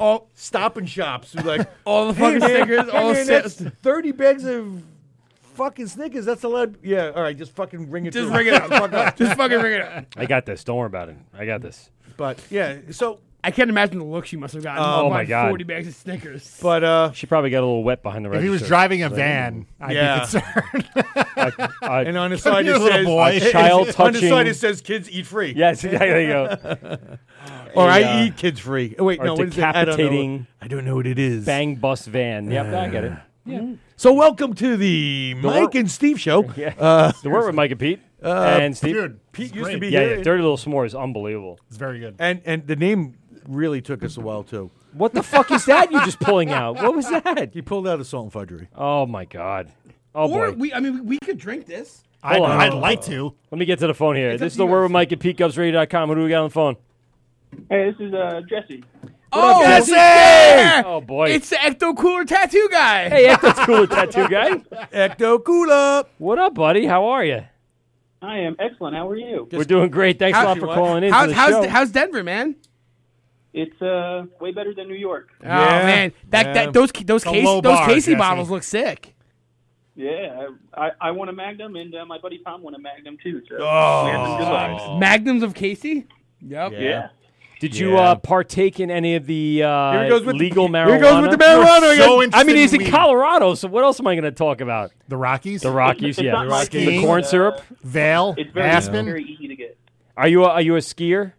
[SPEAKER 9] all
[SPEAKER 2] Stop and Shops. We're like
[SPEAKER 9] All the fucking
[SPEAKER 2] hey, man,
[SPEAKER 9] Snickers,
[SPEAKER 2] hey,
[SPEAKER 9] all
[SPEAKER 2] man,
[SPEAKER 9] the
[SPEAKER 2] that's thirty bags of. Fucking Snickers, that's a lot. Yeah, all right, just fucking ring it.
[SPEAKER 9] Just
[SPEAKER 2] through.
[SPEAKER 9] ring it up, fuck up. Just fucking ring
[SPEAKER 2] ring
[SPEAKER 9] it up.
[SPEAKER 7] I got this. Don't worry about it. I got this.
[SPEAKER 2] But yeah, so
[SPEAKER 9] I can't imagine the look she must have gotten.
[SPEAKER 7] Oh,
[SPEAKER 9] Bought
[SPEAKER 7] my God.
[SPEAKER 9] forty bags of Snickers.
[SPEAKER 2] But uh,
[SPEAKER 7] she probably got a little wet behind the
[SPEAKER 8] If
[SPEAKER 7] register.
[SPEAKER 8] he was driving a
[SPEAKER 7] Like,
[SPEAKER 8] van, I'd
[SPEAKER 7] yeah.
[SPEAKER 8] be concerned.
[SPEAKER 7] I-
[SPEAKER 2] and on the side it says
[SPEAKER 7] A child touching.
[SPEAKER 2] On the side it says kids eat free.
[SPEAKER 7] Yes, yeah, there you go.
[SPEAKER 2] or
[SPEAKER 7] A,
[SPEAKER 2] I
[SPEAKER 7] uh,
[SPEAKER 2] eat kids free. Oh, wait,
[SPEAKER 7] or
[SPEAKER 2] no, what is it? I don't know.
[SPEAKER 7] decapitating.
[SPEAKER 2] I don't know what it is.
[SPEAKER 7] Bang bus van. Yep, I get it. Yeah.
[SPEAKER 2] So welcome to the, Mike and Steve show.
[SPEAKER 7] Yeah.
[SPEAKER 2] Uh,
[SPEAKER 7] the work with Mike and Pete
[SPEAKER 2] Uh,
[SPEAKER 7] and Steve.
[SPEAKER 2] dude, Pete it's used to great. be
[SPEAKER 7] yeah,
[SPEAKER 2] here.
[SPEAKER 7] yeah. Dirty little s'more is unbelievable.
[SPEAKER 8] It's very good.
[SPEAKER 2] And and the name really took us a while too.
[SPEAKER 7] What the fuck is that you're just pulling out? What was that?
[SPEAKER 2] You pulled out a salt and fudgery.
[SPEAKER 7] Oh my god. Oh
[SPEAKER 9] or
[SPEAKER 7] boy.
[SPEAKER 9] we, I mean, we could drink this.
[SPEAKER 7] Hold on.
[SPEAKER 8] to.
[SPEAKER 7] Let me get to the phone here.
[SPEAKER 9] It's up
[SPEAKER 7] this is
[SPEAKER 9] to
[SPEAKER 7] the
[SPEAKER 9] you
[SPEAKER 7] word with Mike at PeteGubsRadio.com. Who do we got on the phone?
[SPEAKER 17] Hey, this is uh, Jesse.
[SPEAKER 9] Oh,
[SPEAKER 7] Jesse!
[SPEAKER 9] yeah!
[SPEAKER 7] Oh, boy.
[SPEAKER 9] it's the Ecto Cooler Tattoo Guy.
[SPEAKER 7] Hey, Ecto's Cooler Tattoo Guy.
[SPEAKER 2] Ecto Cooler.
[SPEAKER 7] What up, buddy? How are you?
[SPEAKER 17] I am excellent. How are you?
[SPEAKER 7] We're doing great. Thanks a lot for calling in. to
[SPEAKER 9] How's,
[SPEAKER 7] the
[SPEAKER 9] how's,
[SPEAKER 7] show.
[SPEAKER 9] how's Denver, man?
[SPEAKER 17] It's uh, way better than New York.
[SPEAKER 9] Oh man, that, that those those
[SPEAKER 17] It's a
[SPEAKER 9] case,
[SPEAKER 17] low
[SPEAKER 9] those
[SPEAKER 17] bar,
[SPEAKER 9] Casey
[SPEAKER 17] Jesse.
[SPEAKER 9] bottles look sick.
[SPEAKER 17] Yeah, I, I, I won a Magnum, and uh, my buddy Tom won a Magnum too. So we had some good luck.
[SPEAKER 9] Oh. Magnums of Casey. Yep.
[SPEAKER 17] Yeah. Yeah.
[SPEAKER 7] Did you uh, partake in any of the uh,
[SPEAKER 9] Here he goes with the-
[SPEAKER 7] legal
[SPEAKER 9] here
[SPEAKER 7] marijuana?
[SPEAKER 9] he goes with the marijuana We're again. so
[SPEAKER 7] I mean,
[SPEAKER 9] interested
[SPEAKER 7] he's
[SPEAKER 9] in
[SPEAKER 7] in
[SPEAKER 9] weed.
[SPEAKER 7] Colorado, so what else am I going to talk about?
[SPEAKER 8] The Rockies.
[SPEAKER 7] The Rockies,
[SPEAKER 17] It's
[SPEAKER 7] yeah.
[SPEAKER 17] not
[SPEAKER 7] The,
[SPEAKER 17] like
[SPEAKER 7] Rockies.
[SPEAKER 17] skiing,
[SPEAKER 7] the corn
[SPEAKER 17] uh,
[SPEAKER 7] syrup.
[SPEAKER 8] Vale,
[SPEAKER 17] It's very
[SPEAKER 7] Aspen.
[SPEAKER 17] very easy to get.
[SPEAKER 7] Are you a, are you a skier?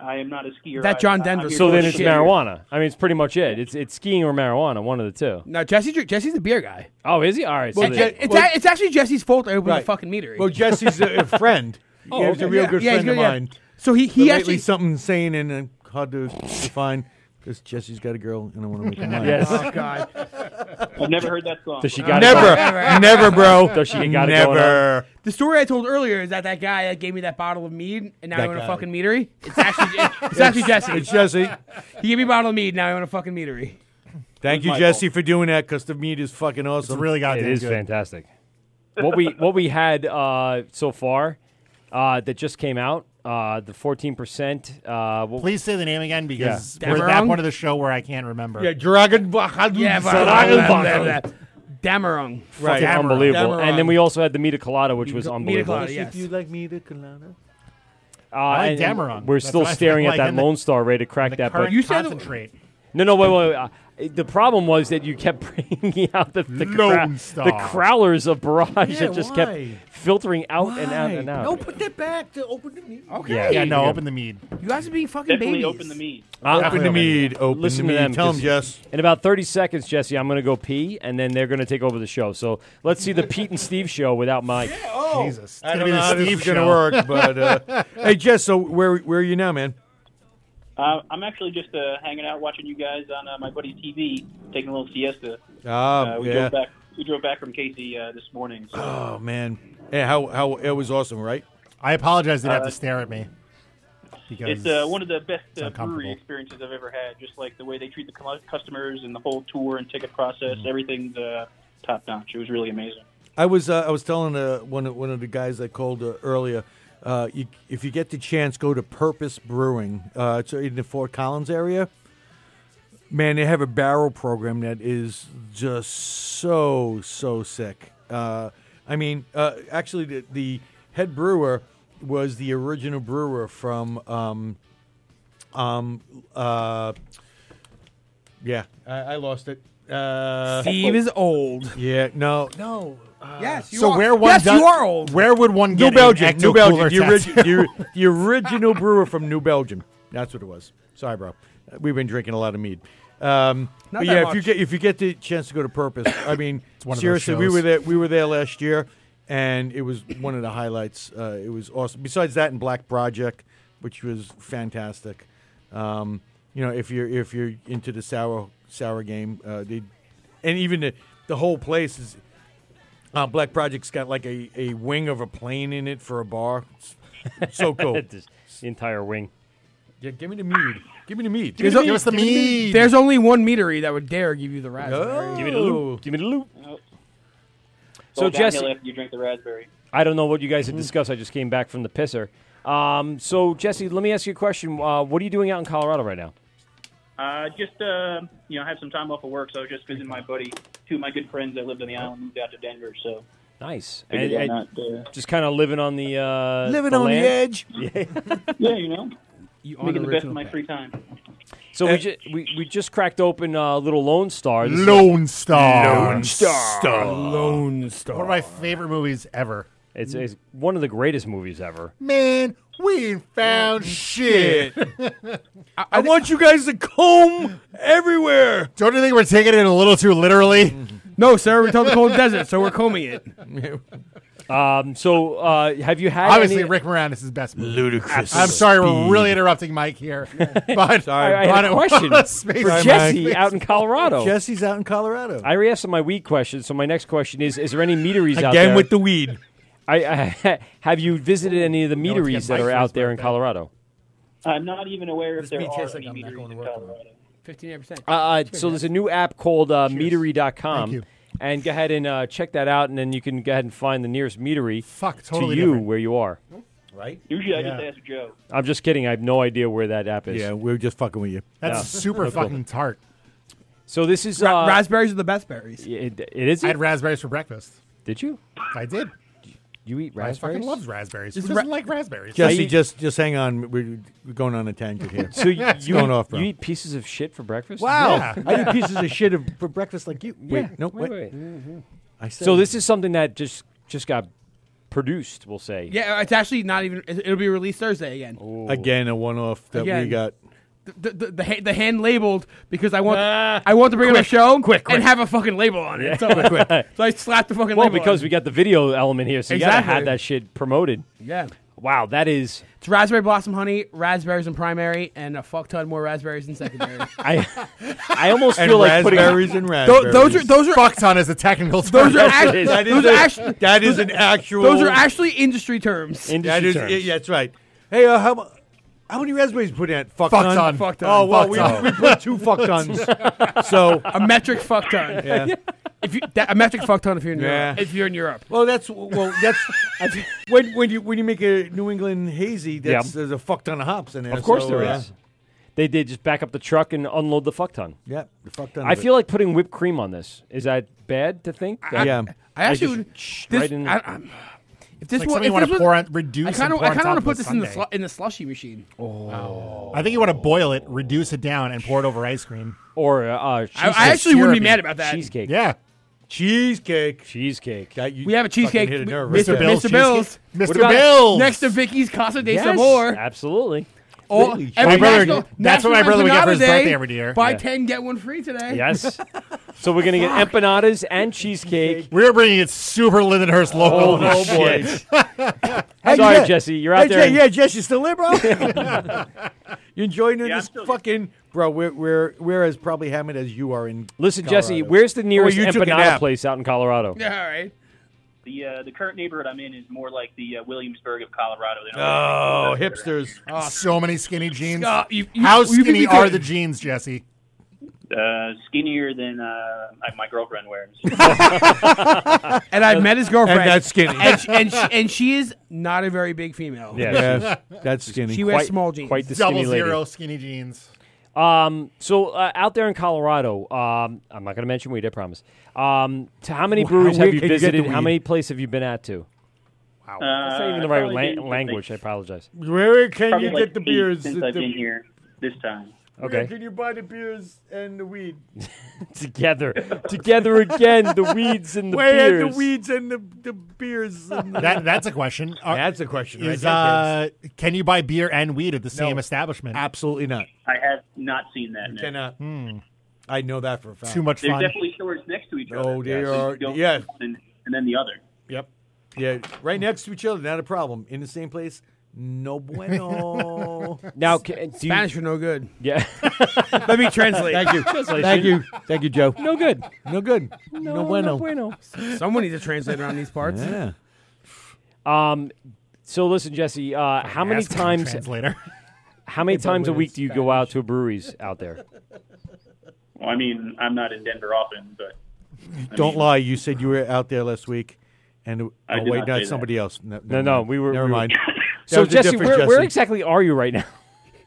[SPEAKER 17] I am not a skier. I-
[SPEAKER 9] That John
[SPEAKER 17] I- I'm
[SPEAKER 9] Denver.
[SPEAKER 17] here
[SPEAKER 7] So
[SPEAKER 17] for
[SPEAKER 7] then
[SPEAKER 17] the
[SPEAKER 7] it's
[SPEAKER 17] shit.
[SPEAKER 7] marijuana. I mean, it's pretty much it. It's it's skiing or marijuana, one of the two.
[SPEAKER 9] No, Jesse. drink- Jesse's the beer guy.
[SPEAKER 7] Oh, is he? All right. So
[SPEAKER 9] Well,
[SPEAKER 7] then-
[SPEAKER 9] Je- it's, a- it's actually Jesse's fault. I opened the fucking meter.
[SPEAKER 2] Well, Jesse's a, a friend.
[SPEAKER 9] Oh,
[SPEAKER 2] yeah, he's a
[SPEAKER 9] okay.
[SPEAKER 2] real
[SPEAKER 9] Yeah,
[SPEAKER 2] good
[SPEAKER 9] yeah, he's
[SPEAKER 2] friend of
[SPEAKER 9] good, yeah.
[SPEAKER 2] mine.
[SPEAKER 9] So he- he
[SPEAKER 2] But
[SPEAKER 9] actually-
[SPEAKER 2] lately something sane and uh, hard to define. Because Jesse's got a girl, and I want to make her mine.
[SPEAKER 7] Yes.
[SPEAKER 17] Oh, God. I've never heard that song.
[SPEAKER 7] Does she
[SPEAKER 2] got
[SPEAKER 7] got
[SPEAKER 2] it? Never.
[SPEAKER 9] Never.
[SPEAKER 2] Never, bro. Does she got it going Never. on?
[SPEAKER 9] The story I told earlier is that that guy that gave me that bottle of mead, and now
[SPEAKER 2] That
[SPEAKER 9] I own a
[SPEAKER 2] guy.
[SPEAKER 9] fucking meadery. It's actually it's, actually
[SPEAKER 2] It's-
[SPEAKER 9] Jesse.
[SPEAKER 2] it's Jesse.
[SPEAKER 9] He gave me a bottle of mead, now I own a fucking meadery.
[SPEAKER 2] Thank you,
[SPEAKER 9] Michael.
[SPEAKER 2] Jesse, for doing that. Because the meat is fucking awesome.
[SPEAKER 7] It is fantastic. what we what we had uh, so far uh, that just came out uh, the fourteen percent. Uh, what-
[SPEAKER 8] Please say the name again because
[SPEAKER 7] Yeah.
[SPEAKER 8] we're at that
[SPEAKER 7] Demerong?
[SPEAKER 8] part of the show where I can't remember.
[SPEAKER 7] Yeah,
[SPEAKER 2] Dragon
[SPEAKER 9] Yeah, but- Damn wrong.
[SPEAKER 7] Fucking unbelievable. And then we also had the Mita Colada, which was unbelievable.
[SPEAKER 2] If you like me, the colada.
[SPEAKER 7] Uh,
[SPEAKER 2] I like
[SPEAKER 7] and-
[SPEAKER 2] Dameron.
[SPEAKER 7] We're
[SPEAKER 2] That's
[SPEAKER 7] still
[SPEAKER 2] what I
[SPEAKER 7] staring
[SPEAKER 2] like,
[SPEAKER 7] at that
[SPEAKER 2] and the-
[SPEAKER 7] Lone Star ready to crack that. But
[SPEAKER 8] you concentrate.
[SPEAKER 7] no, no, wait, wait. wait. Uh, the problem was that you kept bringing out the the,
[SPEAKER 8] Lone
[SPEAKER 7] crow-
[SPEAKER 8] Star.
[SPEAKER 7] the crowlers of Barrage
[SPEAKER 18] Yeah,
[SPEAKER 7] that just
[SPEAKER 18] why?
[SPEAKER 7] kept filtering out and out and out.
[SPEAKER 18] No, put that back to open the meat.
[SPEAKER 9] Okay.
[SPEAKER 7] Yeah, Yeah, no, open
[SPEAKER 8] the mead.
[SPEAKER 9] You guys are being fucking
[SPEAKER 17] Definitely
[SPEAKER 9] babies.
[SPEAKER 17] open the mead.
[SPEAKER 7] I'll-
[SPEAKER 2] Open the mead. Open
[SPEAKER 7] Listen
[SPEAKER 2] the
[SPEAKER 7] to
[SPEAKER 2] mead.
[SPEAKER 7] them.
[SPEAKER 2] Tell 'em,
[SPEAKER 7] 'cause
[SPEAKER 2] Jess.
[SPEAKER 7] In about 30 seconds, Jesse, I'm going to go pee, and then they're going to take over the show. So let's see the Pete and Steve show without Mike.
[SPEAKER 2] Oh,
[SPEAKER 8] Jesus.
[SPEAKER 2] I
[SPEAKER 8] It's gonna
[SPEAKER 2] don't
[SPEAKER 8] be
[SPEAKER 2] know
[SPEAKER 8] the
[SPEAKER 2] how
[SPEAKER 8] Steve
[SPEAKER 2] this is going to
[SPEAKER 8] show.
[SPEAKER 2] work, but uh, hey, Jess. So where where are you now, man?
[SPEAKER 17] Uh, I'm actually just uh, hanging out watching you guys on uh, my buddy's TV, taking a little siesta.
[SPEAKER 2] Ah,
[SPEAKER 17] uh, we
[SPEAKER 2] yeah.
[SPEAKER 17] drove back. We drove back from Casey uh, this morning. So.
[SPEAKER 2] Oh man, yeah, how how it was awesome, right?
[SPEAKER 8] I apologize that you have
[SPEAKER 17] Uh,
[SPEAKER 8] to stare at me. Because
[SPEAKER 17] It's uh, one of the best
[SPEAKER 8] it's
[SPEAKER 17] uh,
[SPEAKER 8] uncomfortable.
[SPEAKER 17] brewery experiences I've ever had. Just like the way they treat the cu- customers and the whole tour and ticket process, everything's uh, top notch. It was really amazing.
[SPEAKER 2] I was uh, I was telling uh, one of, one of the guys I called uh, earlier. Uh, you, if you get the chance, go to Purpose Brewing. Uh, it's in the Fort Collins area. Man, they have a barrel program that is just so so sick. Uh, I mean, uh, actually, the, the head brewer was the original brewer from um, um, uh, yeah, I, I lost it. Uh,
[SPEAKER 9] Steve is old.
[SPEAKER 2] Yeah, no, Uh,
[SPEAKER 18] No.
[SPEAKER 9] yes, you
[SPEAKER 8] so
[SPEAKER 9] are.
[SPEAKER 8] where one
[SPEAKER 9] yes,
[SPEAKER 8] does,
[SPEAKER 9] you are old.
[SPEAKER 8] Where would one
[SPEAKER 2] New
[SPEAKER 8] get
[SPEAKER 2] Belgium,
[SPEAKER 8] An
[SPEAKER 2] New Belgium, the,
[SPEAKER 8] ectocooler
[SPEAKER 2] origi- the,
[SPEAKER 8] tattoo?
[SPEAKER 2] or- the original brewer from New Belgium. That's what it was. Sorry, bro. Uh, We've been drinking a lot of mead. Um,
[SPEAKER 18] Not that
[SPEAKER 2] but yeah, if
[SPEAKER 18] much.
[SPEAKER 2] you get if you get the chance to go to Purpose, I mean,
[SPEAKER 18] one of those
[SPEAKER 2] seriously, we
[SPEAKER 18] shows.
[SPEAKER 2] were there we were there last year, and it was one of the highlights. Uh, it was awesome. Besides that, and Black Project, which was fantastic. Um, you know, if you're if you're into the sour sour game, uh, they and even the the whole place is uh, Black Project's got like a, a wing of a plane in it for a bar. It's- it's so cool.
[SPEAKER 7] Just the entire wing.
[SPEAKER 2] Yeah, give me the mead. Give me the mead.
[SPEAKER 9] There's o- There's only one meadery that would dare give you the raspberry.
[SPEAKER 7] Give me the loop. Give me the loop.
[SPEAKER 17] So
[SPEAKER 7] So,
[SPEAKER 17] downhill
[SPEAKER 7] Jesse,
[SPEAKER 17] after you drink the raspberry.
[SPEAKER 7] I don't know what you guys had discussed. I just came back from the pisser. Um, so, Jesse, let me ask you a question. Uh, what are you doing out in Colorado right now?
[SPEAKER 17] Uh, just uh, you know, I have some time off of work, so I was just visiting my buddy. Two of my good friends that lived on the island moved out to Denver, so
[SPEAKER 7] Nice.
[SPEAKER 17] Figured
[SPEAKER 7] And-
[SPEAKER 17] why
[SPEAKER 7] and
[SPEAKER 17] not, uh,
[SPEAKER 7] just kind of living on the uh,
[SPEAKER 17] Living on the
[SPEAKER 7] land?
[SPEAKER 17] edge.
[SPEAKER 7] Yeah.
[SPEAKER 17] yeah, you know,
[SPEAKER 7] are
[SPEAKER 17] making
[SPEAKER 7] the
[SPEAKER 17] the best
[SPEAKER 7] original
[SPEAKER 17] of my free time.
[SPEAKER 7] So
[SPEAKER 8] Eh.
[SPEAKER 7] we, ju- we we just cracked open uh, little Lone Star. This is-
[SPEAKER 8] Lone Star.
[SPEAKER 7] Lone Star. Lone Star.
[SPEAKER 8] One of my favorite movies ever.
[SPEAKER 7] It's, it's one of the greatest movies ever.
[SPEAKER 8] Man, we ain't found shit.
[SPEAKER 2] I, want you guys to comb everywhere.
[SPEAKER 8] Don't you think we're taking it a little too literally?
[SPEAKER 9] No, sir. We told the cold desert, so we're combing it.
[SPEAKER 7] Um, so uh, have you had
[SPEAKER 8] Obviously,
[SPEAKER 7] any-
[SPEAKER 8] Rick Moranis' best movie.
[SPEAKER 7] Ludicrous
[SPEAKER 8] I'm sorry,
[SPEAKER 7] speed.
[SPEAKER 8] we're really interrupting Mike here, but
[SPEAKER 7] Sorry. I, I
[SPEAKER 8] but
[SPEAKER 7] had a
[SPEAKER 8] it was
[SPEAKER 7] question
[SPEAKER 8] space-
[SPEAKER 7] for Jesse out in Colorado.
[SPEAKER 2] Jesse's out in Colorado.
[SPEAKER 7] I already asked my weed question, so my next question is: Is there any meaderies out there?
[SPEAKER 2] Again with the weed.
[SPEAKER 7] I, I have you visited any of the
[SPEAKER 17] one's getting
[SPEAKER 7] meaderies that
[SPEAKER 17] Mike
[SPEAKER 7] are
[SPEAKER 17] for
[SPEAKER 7] out
[SPEAKER 17] his
[SPEAKER 7] there in Colorado?
[SPEAKER 17] I'm not even aware if there
[SPEAKER 9] meat
[SPEAKER 17] are
[SPEAKER 9] tastes
[SPEAKER 17] any
[SPEAKER 9] like I'm not
[SPEAKER 17] meteors in Colorado.
[SPEAKER 9] Fifteen percent.
[SPEAKER 7] Uh, uh, so there's a new app called uh,
[SPEAKER 8] Thank
[SPEAKER 7] Meadery.com,
[SPEAKER 8] you.
[SPEAKER 7] and go ahead and uh, check that out, and then you can go ahead and find the nearest meadery Fuck,
[SPEAKER 8] totally
[SPEAKER 7] to you
[SPEAKER 8] different.
[SPEAKER 7] where you are.
[SPEAKER 2] Right?
[SPEAKER 17] Usually I
[SPEAKER 8] Yeah.
[SPEAKER 17] just ask Joe.
[SPEAKER 7] I'm just kidding. I have no idea where that app is.
[SPEAKER 2] Yeah, we're just fucking with you.
[SPEAKER 8] That's super
[SPEAKER 7] No, cool.
[SPEAKER 8] fucking tart.
[SPEAKER 7] So this is
[SPEAKER 9] Ra-
[SPEAKER 7] uh,
[SPEAKER 9] raspberries are the best berries.
[SPEAKER 7] It, it is.
[SPEAKER 8] I had raspberries for breakfast.
[SPEAKER 7] Did you?
[SPEAKER 8] I did.
[SPEAKER 7] You eat
[SPEAKER 8] I
[SPEAKER 7] raspberries?
[SPEAKER 8] fucking loves raspberries. Who
[SPEAKER 9] It's
[SPEAKER 8] doesn't
[SPEAKER 9] ra-
[SPEAKER 8] like raspberries?
[SPEAKER 2] Jesse,
[SPEAKER 7] I-
[SPEAKER 2] just just hang on. We're, we're going on a tangent here.
[SPEAKER 7] So you,
[SPEAKER 2] It's
[SPEAKER 7] you,
[SPEAKER 2] going
[SPEAKER 7] eat,
[SPEAKER 2] off, bro.
[SPEAKER 7] you eat pieces of shit for breakfast?
[SPEAKER 2] wow,
[SPEAKER 7] Yeah.
[SPEAKER 2] I eat pieces of shit of, for breakfast like you.
[SPEAKER 7] Yeah.
[SPEAKER 2] Wait, no, wait.
[SPEAKER 7] Wait, wait.
[SPEAKER 9] Mm-hmm.
[SPEAKER 2] I said
[SPEAKER 7] So this is something that just just got produced. We'll say.
[SPEAKER 9] Yeah, it's actually not even. it- It'll be released Thursday again.
[SPEAKER 7] Oh.
[SPEAKER 2] again a one-off that we
[SPEAKER 9] Again.
[SPEAKER 2] got.
[SPEAKER 9] The, the, the, ha- the hand labeled because I want
[SPEAKER 7] Ah.
[SPEAKER 9] I want to bring on a show quick, and have a fucking label on it.
[SPEAKER 7] Yeah.
[SPEAKER 9] So, so I slapped the fucking
[SPEAKER 7] Well,
[SPEAKER 9] label.
[SPEAKER 7] because
[SPEAKER 9] on.
[SPEAKER 7] we got the video element here, so you gotta
[SPEAKER 9] Exactly.
[SPEAKER 7] have that shit promoted.
[SPEAKER 9] yeah.
[SPEAKER 7] Wow, that is.
[SPEAKER 9] It's raspberry blossom honey, raspberries in primary, and a fuck ton more raspberries in secondary.
[SPEAKER 7] I, I almost And feel like putting- raspberries and
[SPEAKER 9] Tho- Those are
[SPEAKER 7] raspberries.
[SPEAKER 9] those are
[SPEAKER 8] Fuck ton is a technical term.
[SPEAKER 9] Those are actually
[SPEAKER 2] That is
[SPEAKER 9] those
[SPEAKER 2] a-
[SPEAKER 9] are actually
[SPEAKER 2] that is
[SPEAKER 9] those-
[SPEAKER 2] an actual-
[SPEAKER 9] Those are actually industry terms.
[SPEAKER 2] that is, yeah, that's right. Hey, uh, how, mu- how many resumes you put in? that? Fuck,
[SPEAKER 9] Fuck
[SPEAKER 2] ton?
[SPEAKER 9] ton. Fuck ton.
[SPEAKER 2] Oh well,
[SPEAKER 9] Fuck
[SPEAKER 2] we,
[SPEAKER 9] ton.
[SPEAKER 2] we put two fuck tons. so
[SPEAKER 9] a metric fuck ton.
[SPEAKER 2] Yeah.
[SPEAKER 9] If you that, a metric fuck ton if you're in
[SPEAKER 2] Yeah.
[SPEAKER 9] Europe. If you're in Europe.
[SPEAKER 2] Well, that's well, that's when when you when you make a New England hazy, that's
[SPEAKER 7] Yeah.
[SPEAKER 2] there's a fuck ton of hops in there.
[SPEAKER 7] Of course
[SPEAKER 2] so,
[SPEAKER 7] there
[SPEAKER 2] uh,
[SPEAKER 7] is. They did just back up the truck and unload the fuck ton.
[SPEAKER 2] Yeah, the fuck ton
[SPEAKER 7] I
[SPEAKER 2] of it.
[SPEAKER 7] feel like putting whipped cream on this. Is that bad to think?
[SPEAKER 9] I-
[SPEAKER 7] That-
[SPEAKER 2] Yeah.
[SPEAKER 9] I actually
[SPEAKER 7] just
[SPEAKER 9] would.
[SPEAKER 7] sh-
[SPEAKER 9] this,
[SPEAKER 7] right in-
[SPEAKER 9] I, I'm- if this
[SPEAKER 8] Like
[SPEAKER 9] wa-
[SPEAKER 8] something you
[SPEAKER 9] if
[SPEAKER 8] wanna
[SPEAKER 9] this was-
[SPEAKER 8] pour on- reduce
[SPEAKER 9] I
[SPEAKER 8] and
[SPEAKER 9] kind of
[SPEAKER 8] pour on
[SPEAKER 9] I kind of
[SPEAKER 8] top
[SPEAKER 9] want to
[SPEAKER 8] of
[SPEAKER 9] put
[SPEAKER 8] the
[SPEAKER 9] this in the
[SPEAKER 8] sundae.
[SPEAKER 9] slu- in the slushy machine. Oh.
[SPEAKER 8] I think you want to boil it, reduce it down, and pour it over ice cream.
[SPEAKER 7] Or uh, uh,
[SPEAKER 9] I, I actually wouldn't be mad about that.
[SPEAKER 7] Cheesecake.
[SPEAKER 8] Yeah.
[SPEAKER 2] Cheesecake.
[SPEAKER 7] Cheesecake.
[SPEAKER 9] We have a cheesecake.
[SPEAKER 2] hit a
[SPEAKER 9] Mi-
[SPEAKER 2] nerve right
[SPEAKER 9] Mr.
[SPEAKER 2] there.
[SPEAKER 9] Bill's. Mr. Bill's.
[SPEAKER 2] Mr. What about- Bill's.
[SPEAKER 9] Next to Vicky's Casa de
[SPEAKER 7] Yes,
[SPEAKER 9] Sabor.
[SPEAKER 7] Absolutely.
[SPEAKER 9] Oh,
[SPEAKER 7] Holy
[SPEAKER 9] every
[SPEAKER 7] shit. My brother-
[SPEAKER 9] national,
[SPEAKER 7] that's what
[SPEAKER 9] national
[SPEAKER 7] my brother would get for his
[SPEAKER 9] empanada day,
[SPEAKER 7] birthday every year.
[SPEAKER 9] Buy
[SPEAKER 7] Yeah.
[SPEAKER 9] 10, get one free today.
[SPEAKER 7] Yes. so we're gonna get empanadas and cheesecake.
[SPEAKER 8] We're bringing it super Lindenhurst local.
[SPEAKER 7] Holy Oh, boy. shit.
[SPEAKER 2] Hey,
[SPEAKER 7] Sorry,
[SPEAKER 2] yeah.
[SPEAKER 7] Jesse, you're out
[SPEAKER 2] Hey,
[SPEAKER 7] there.
[SPEAKER 2] Je- yeah, Jesse, you still there, bro? you enjoying this fucking bro? We're we're we're as probably hammered as you are in.
[SPEAKER 7] Listen,
[SPEAKER 2] Colorado.
[SPEAKER 7] Jesse, where's the
[SPEAKER 2] Or
[SPEAKER 7] nearest
[SPEAKER 2] you took a
[SPEAKER 7] empanada
[SPEAKER 2] nap.
[SPEAKER 7] place out in Colorado?
[SPEAKER 9] Yeah, all right.
[SPEAKER 17] The uh, the current neighborhood I'm in is more like the uh, Williamsburg of Colorado. They don't
[SPEAKER 2] Oh, hipsters!
[SPEAKER 8] so many skinny jeans.
[SPEAKER 17] Ah. Scott, you- you-
[SPEAKER 8] How
[SPEAKER 17] you beat
[SPEAKER 8] skinny
[SPEAKER 17] me to
[SPEAKER 8] are
[SPEAKER 17] it.
[SPEAKER 8] the jeans, Jesse?
[SPEAKER 17] uh, skinnier than uh, I- my girlfriend wears.
[SPEAKER 9] And I've met his girlfriend.
[SPEAKER 2] And that's skinny.
[SPEAKER 9] And she, and she, and she is not a very big female.
[SPEAKER 2] Yeah, Yes, she's- that's skinny.
[SPEAKER 9] She wears
[SPEAKER 2] Quite-
[SPEAKER 9] small jeans.
[SPEAKER 7] quite the skinny
[SPEAKER 8] Double
[SPEAKER 7] lady.
[SPEAKER 8] zero skinny jeans.
[SPEAKER 7] Um, so uh, out there in Colorado, um, I'm not going to mention weed. I promise. Um, to how many
[SPEAKER 2] Wow,
[SPEAKER 7] breweries
[SPEAKER 2] where
[SPEAKER 7] have you
[SPEAKER 2] can you get the
[SPEAKER 7] visited? How
[SPEAKER 2] weed?
[SPEAKER 7] many places have you been at to? Wow, that's not even the right
[SPEAKER 17] I've Uh, probably
[SPEAKER 7] la-
[SPEAKER 17] been to
[SPEAKER 7] language. I apologize.
[SPEAKER 2] Where can
[SPEAKER 17] Probably
[SPEAKER 2] you
[SPEAKER 17] like
[SPEAKER 2] get the
[SPEAKER 17] eight
[SPEAKER 2] beers
[SPEAKER 17] Since
[SPEAKER 2] at
[SPEAKER 17] I've
[SPEAKER 2] the-
[SPEAKER 17] been here this time.
[SPEAKER 2] Where
[SPEAKER 7] Okay.
[SPEAKER 2] Can you buy the beers and the weed?
[SPEAKER 7] together, together again. The weeds and the
[SPEAKER 2] Where are
[SPEAKER 7] beers.
[SPEAKER 2] the weeds and the, the beers? And the-
[SPEAKER 8] That, that's a question. Are-
[SPEAKER 2] That's a question.
[SPEAKER 8] Is,
[SPEAKER 2] right there,
[SPEAKER 8] uh, can you buy beer and weed at the same establishment?
[SPEAKER 2] Absolutely not.
[SPEAKER 17] I have not seen that. no.
[SPEAKER 2] Cannot. I know that for a fact.
[SPEAKER 8] Hmm. Too much
[SPEAKER 17] There's
[SPEAKER 8] fun.
[SPEAKER 17] definitely stores next to each other.
[SPEAKER 2] Oh, they
[SPEAKER 17] Yeah, so you
[SPEAKER 2] are.
[SPEAKER 17] go
[SPEAKER 2] Yeah.
[SPEAKER 17] one And, and then the other.
[SPEAKER 2] Yep. Yeah. Right next to each other. Not a problem. In the same place. No bueno.
[SPEAKER 7] Now, ca- do you-
[SPEAKER 9] Spanish are no good.
[SPEAKER 7] Yeah.
[SPEAKER 9] Let me translate.
[SPEAKER 2] Thank you.
[SPEAKER 9] Translation.
[SPEAKER 2] Thank you. Thank you, Joe.
[SPEAKER 7] No good.
[SPEAKER 2] No good. No, bueno.
[SPEAKER 9] Someone needs a translator on these parts.
[SPEAKER 2] Yeah.
[SPEAKER 7] Um, so listen, Jesse. Uh, how many
[SPEAKER 8] ask for a
[SPEAKER 7] times?
[SPEAKER 8] translator.
[SPEAKER 7] How many
[SPEAKER 9] Hey, but
[SPEAKER 7] times a
[SPEAKER 9] when
[SPEAKER 7] week
[SPEAKER 9] it's
[SPEAKER 7] do you go out to breweries out there?
[SPEAKER 17] Well, I mean, I'm not in Denver often, but I
[SPEAKER 2] Don't
[SPEAKER 17] mean,
[SPEAKER 2] lie. You said you were out there last week, and oh,
[SPEAKER 17] I did
[SPEAKER 2] wait,
[SPEAKER 17] not
[SPEAKER 2] not
[SPEAKER 17] say
[SPEAKER 2] somebody
[SPEAKER 17] that.
[SPEAKER 2] else. No,
[SPEAKER 7] No,
[SPEAKER 2] never
[SPEAKER 7] no,
[SPEAKER 2] mind.
[SPEAKER 7] we were.
[SPEAKER 2] Never
[SPEAKER 7] we were-
[SPEAKER 2] mind. That
[SPEAKER 7] so,
[SPEAKER 2] was a
[SPEAKER 7] Jesse,
[SPEAKER 2] different
[SPEAKER 7] where, where
[SPEAKER 2] Jesse.
[SPEAKER 7] exactly are you right now?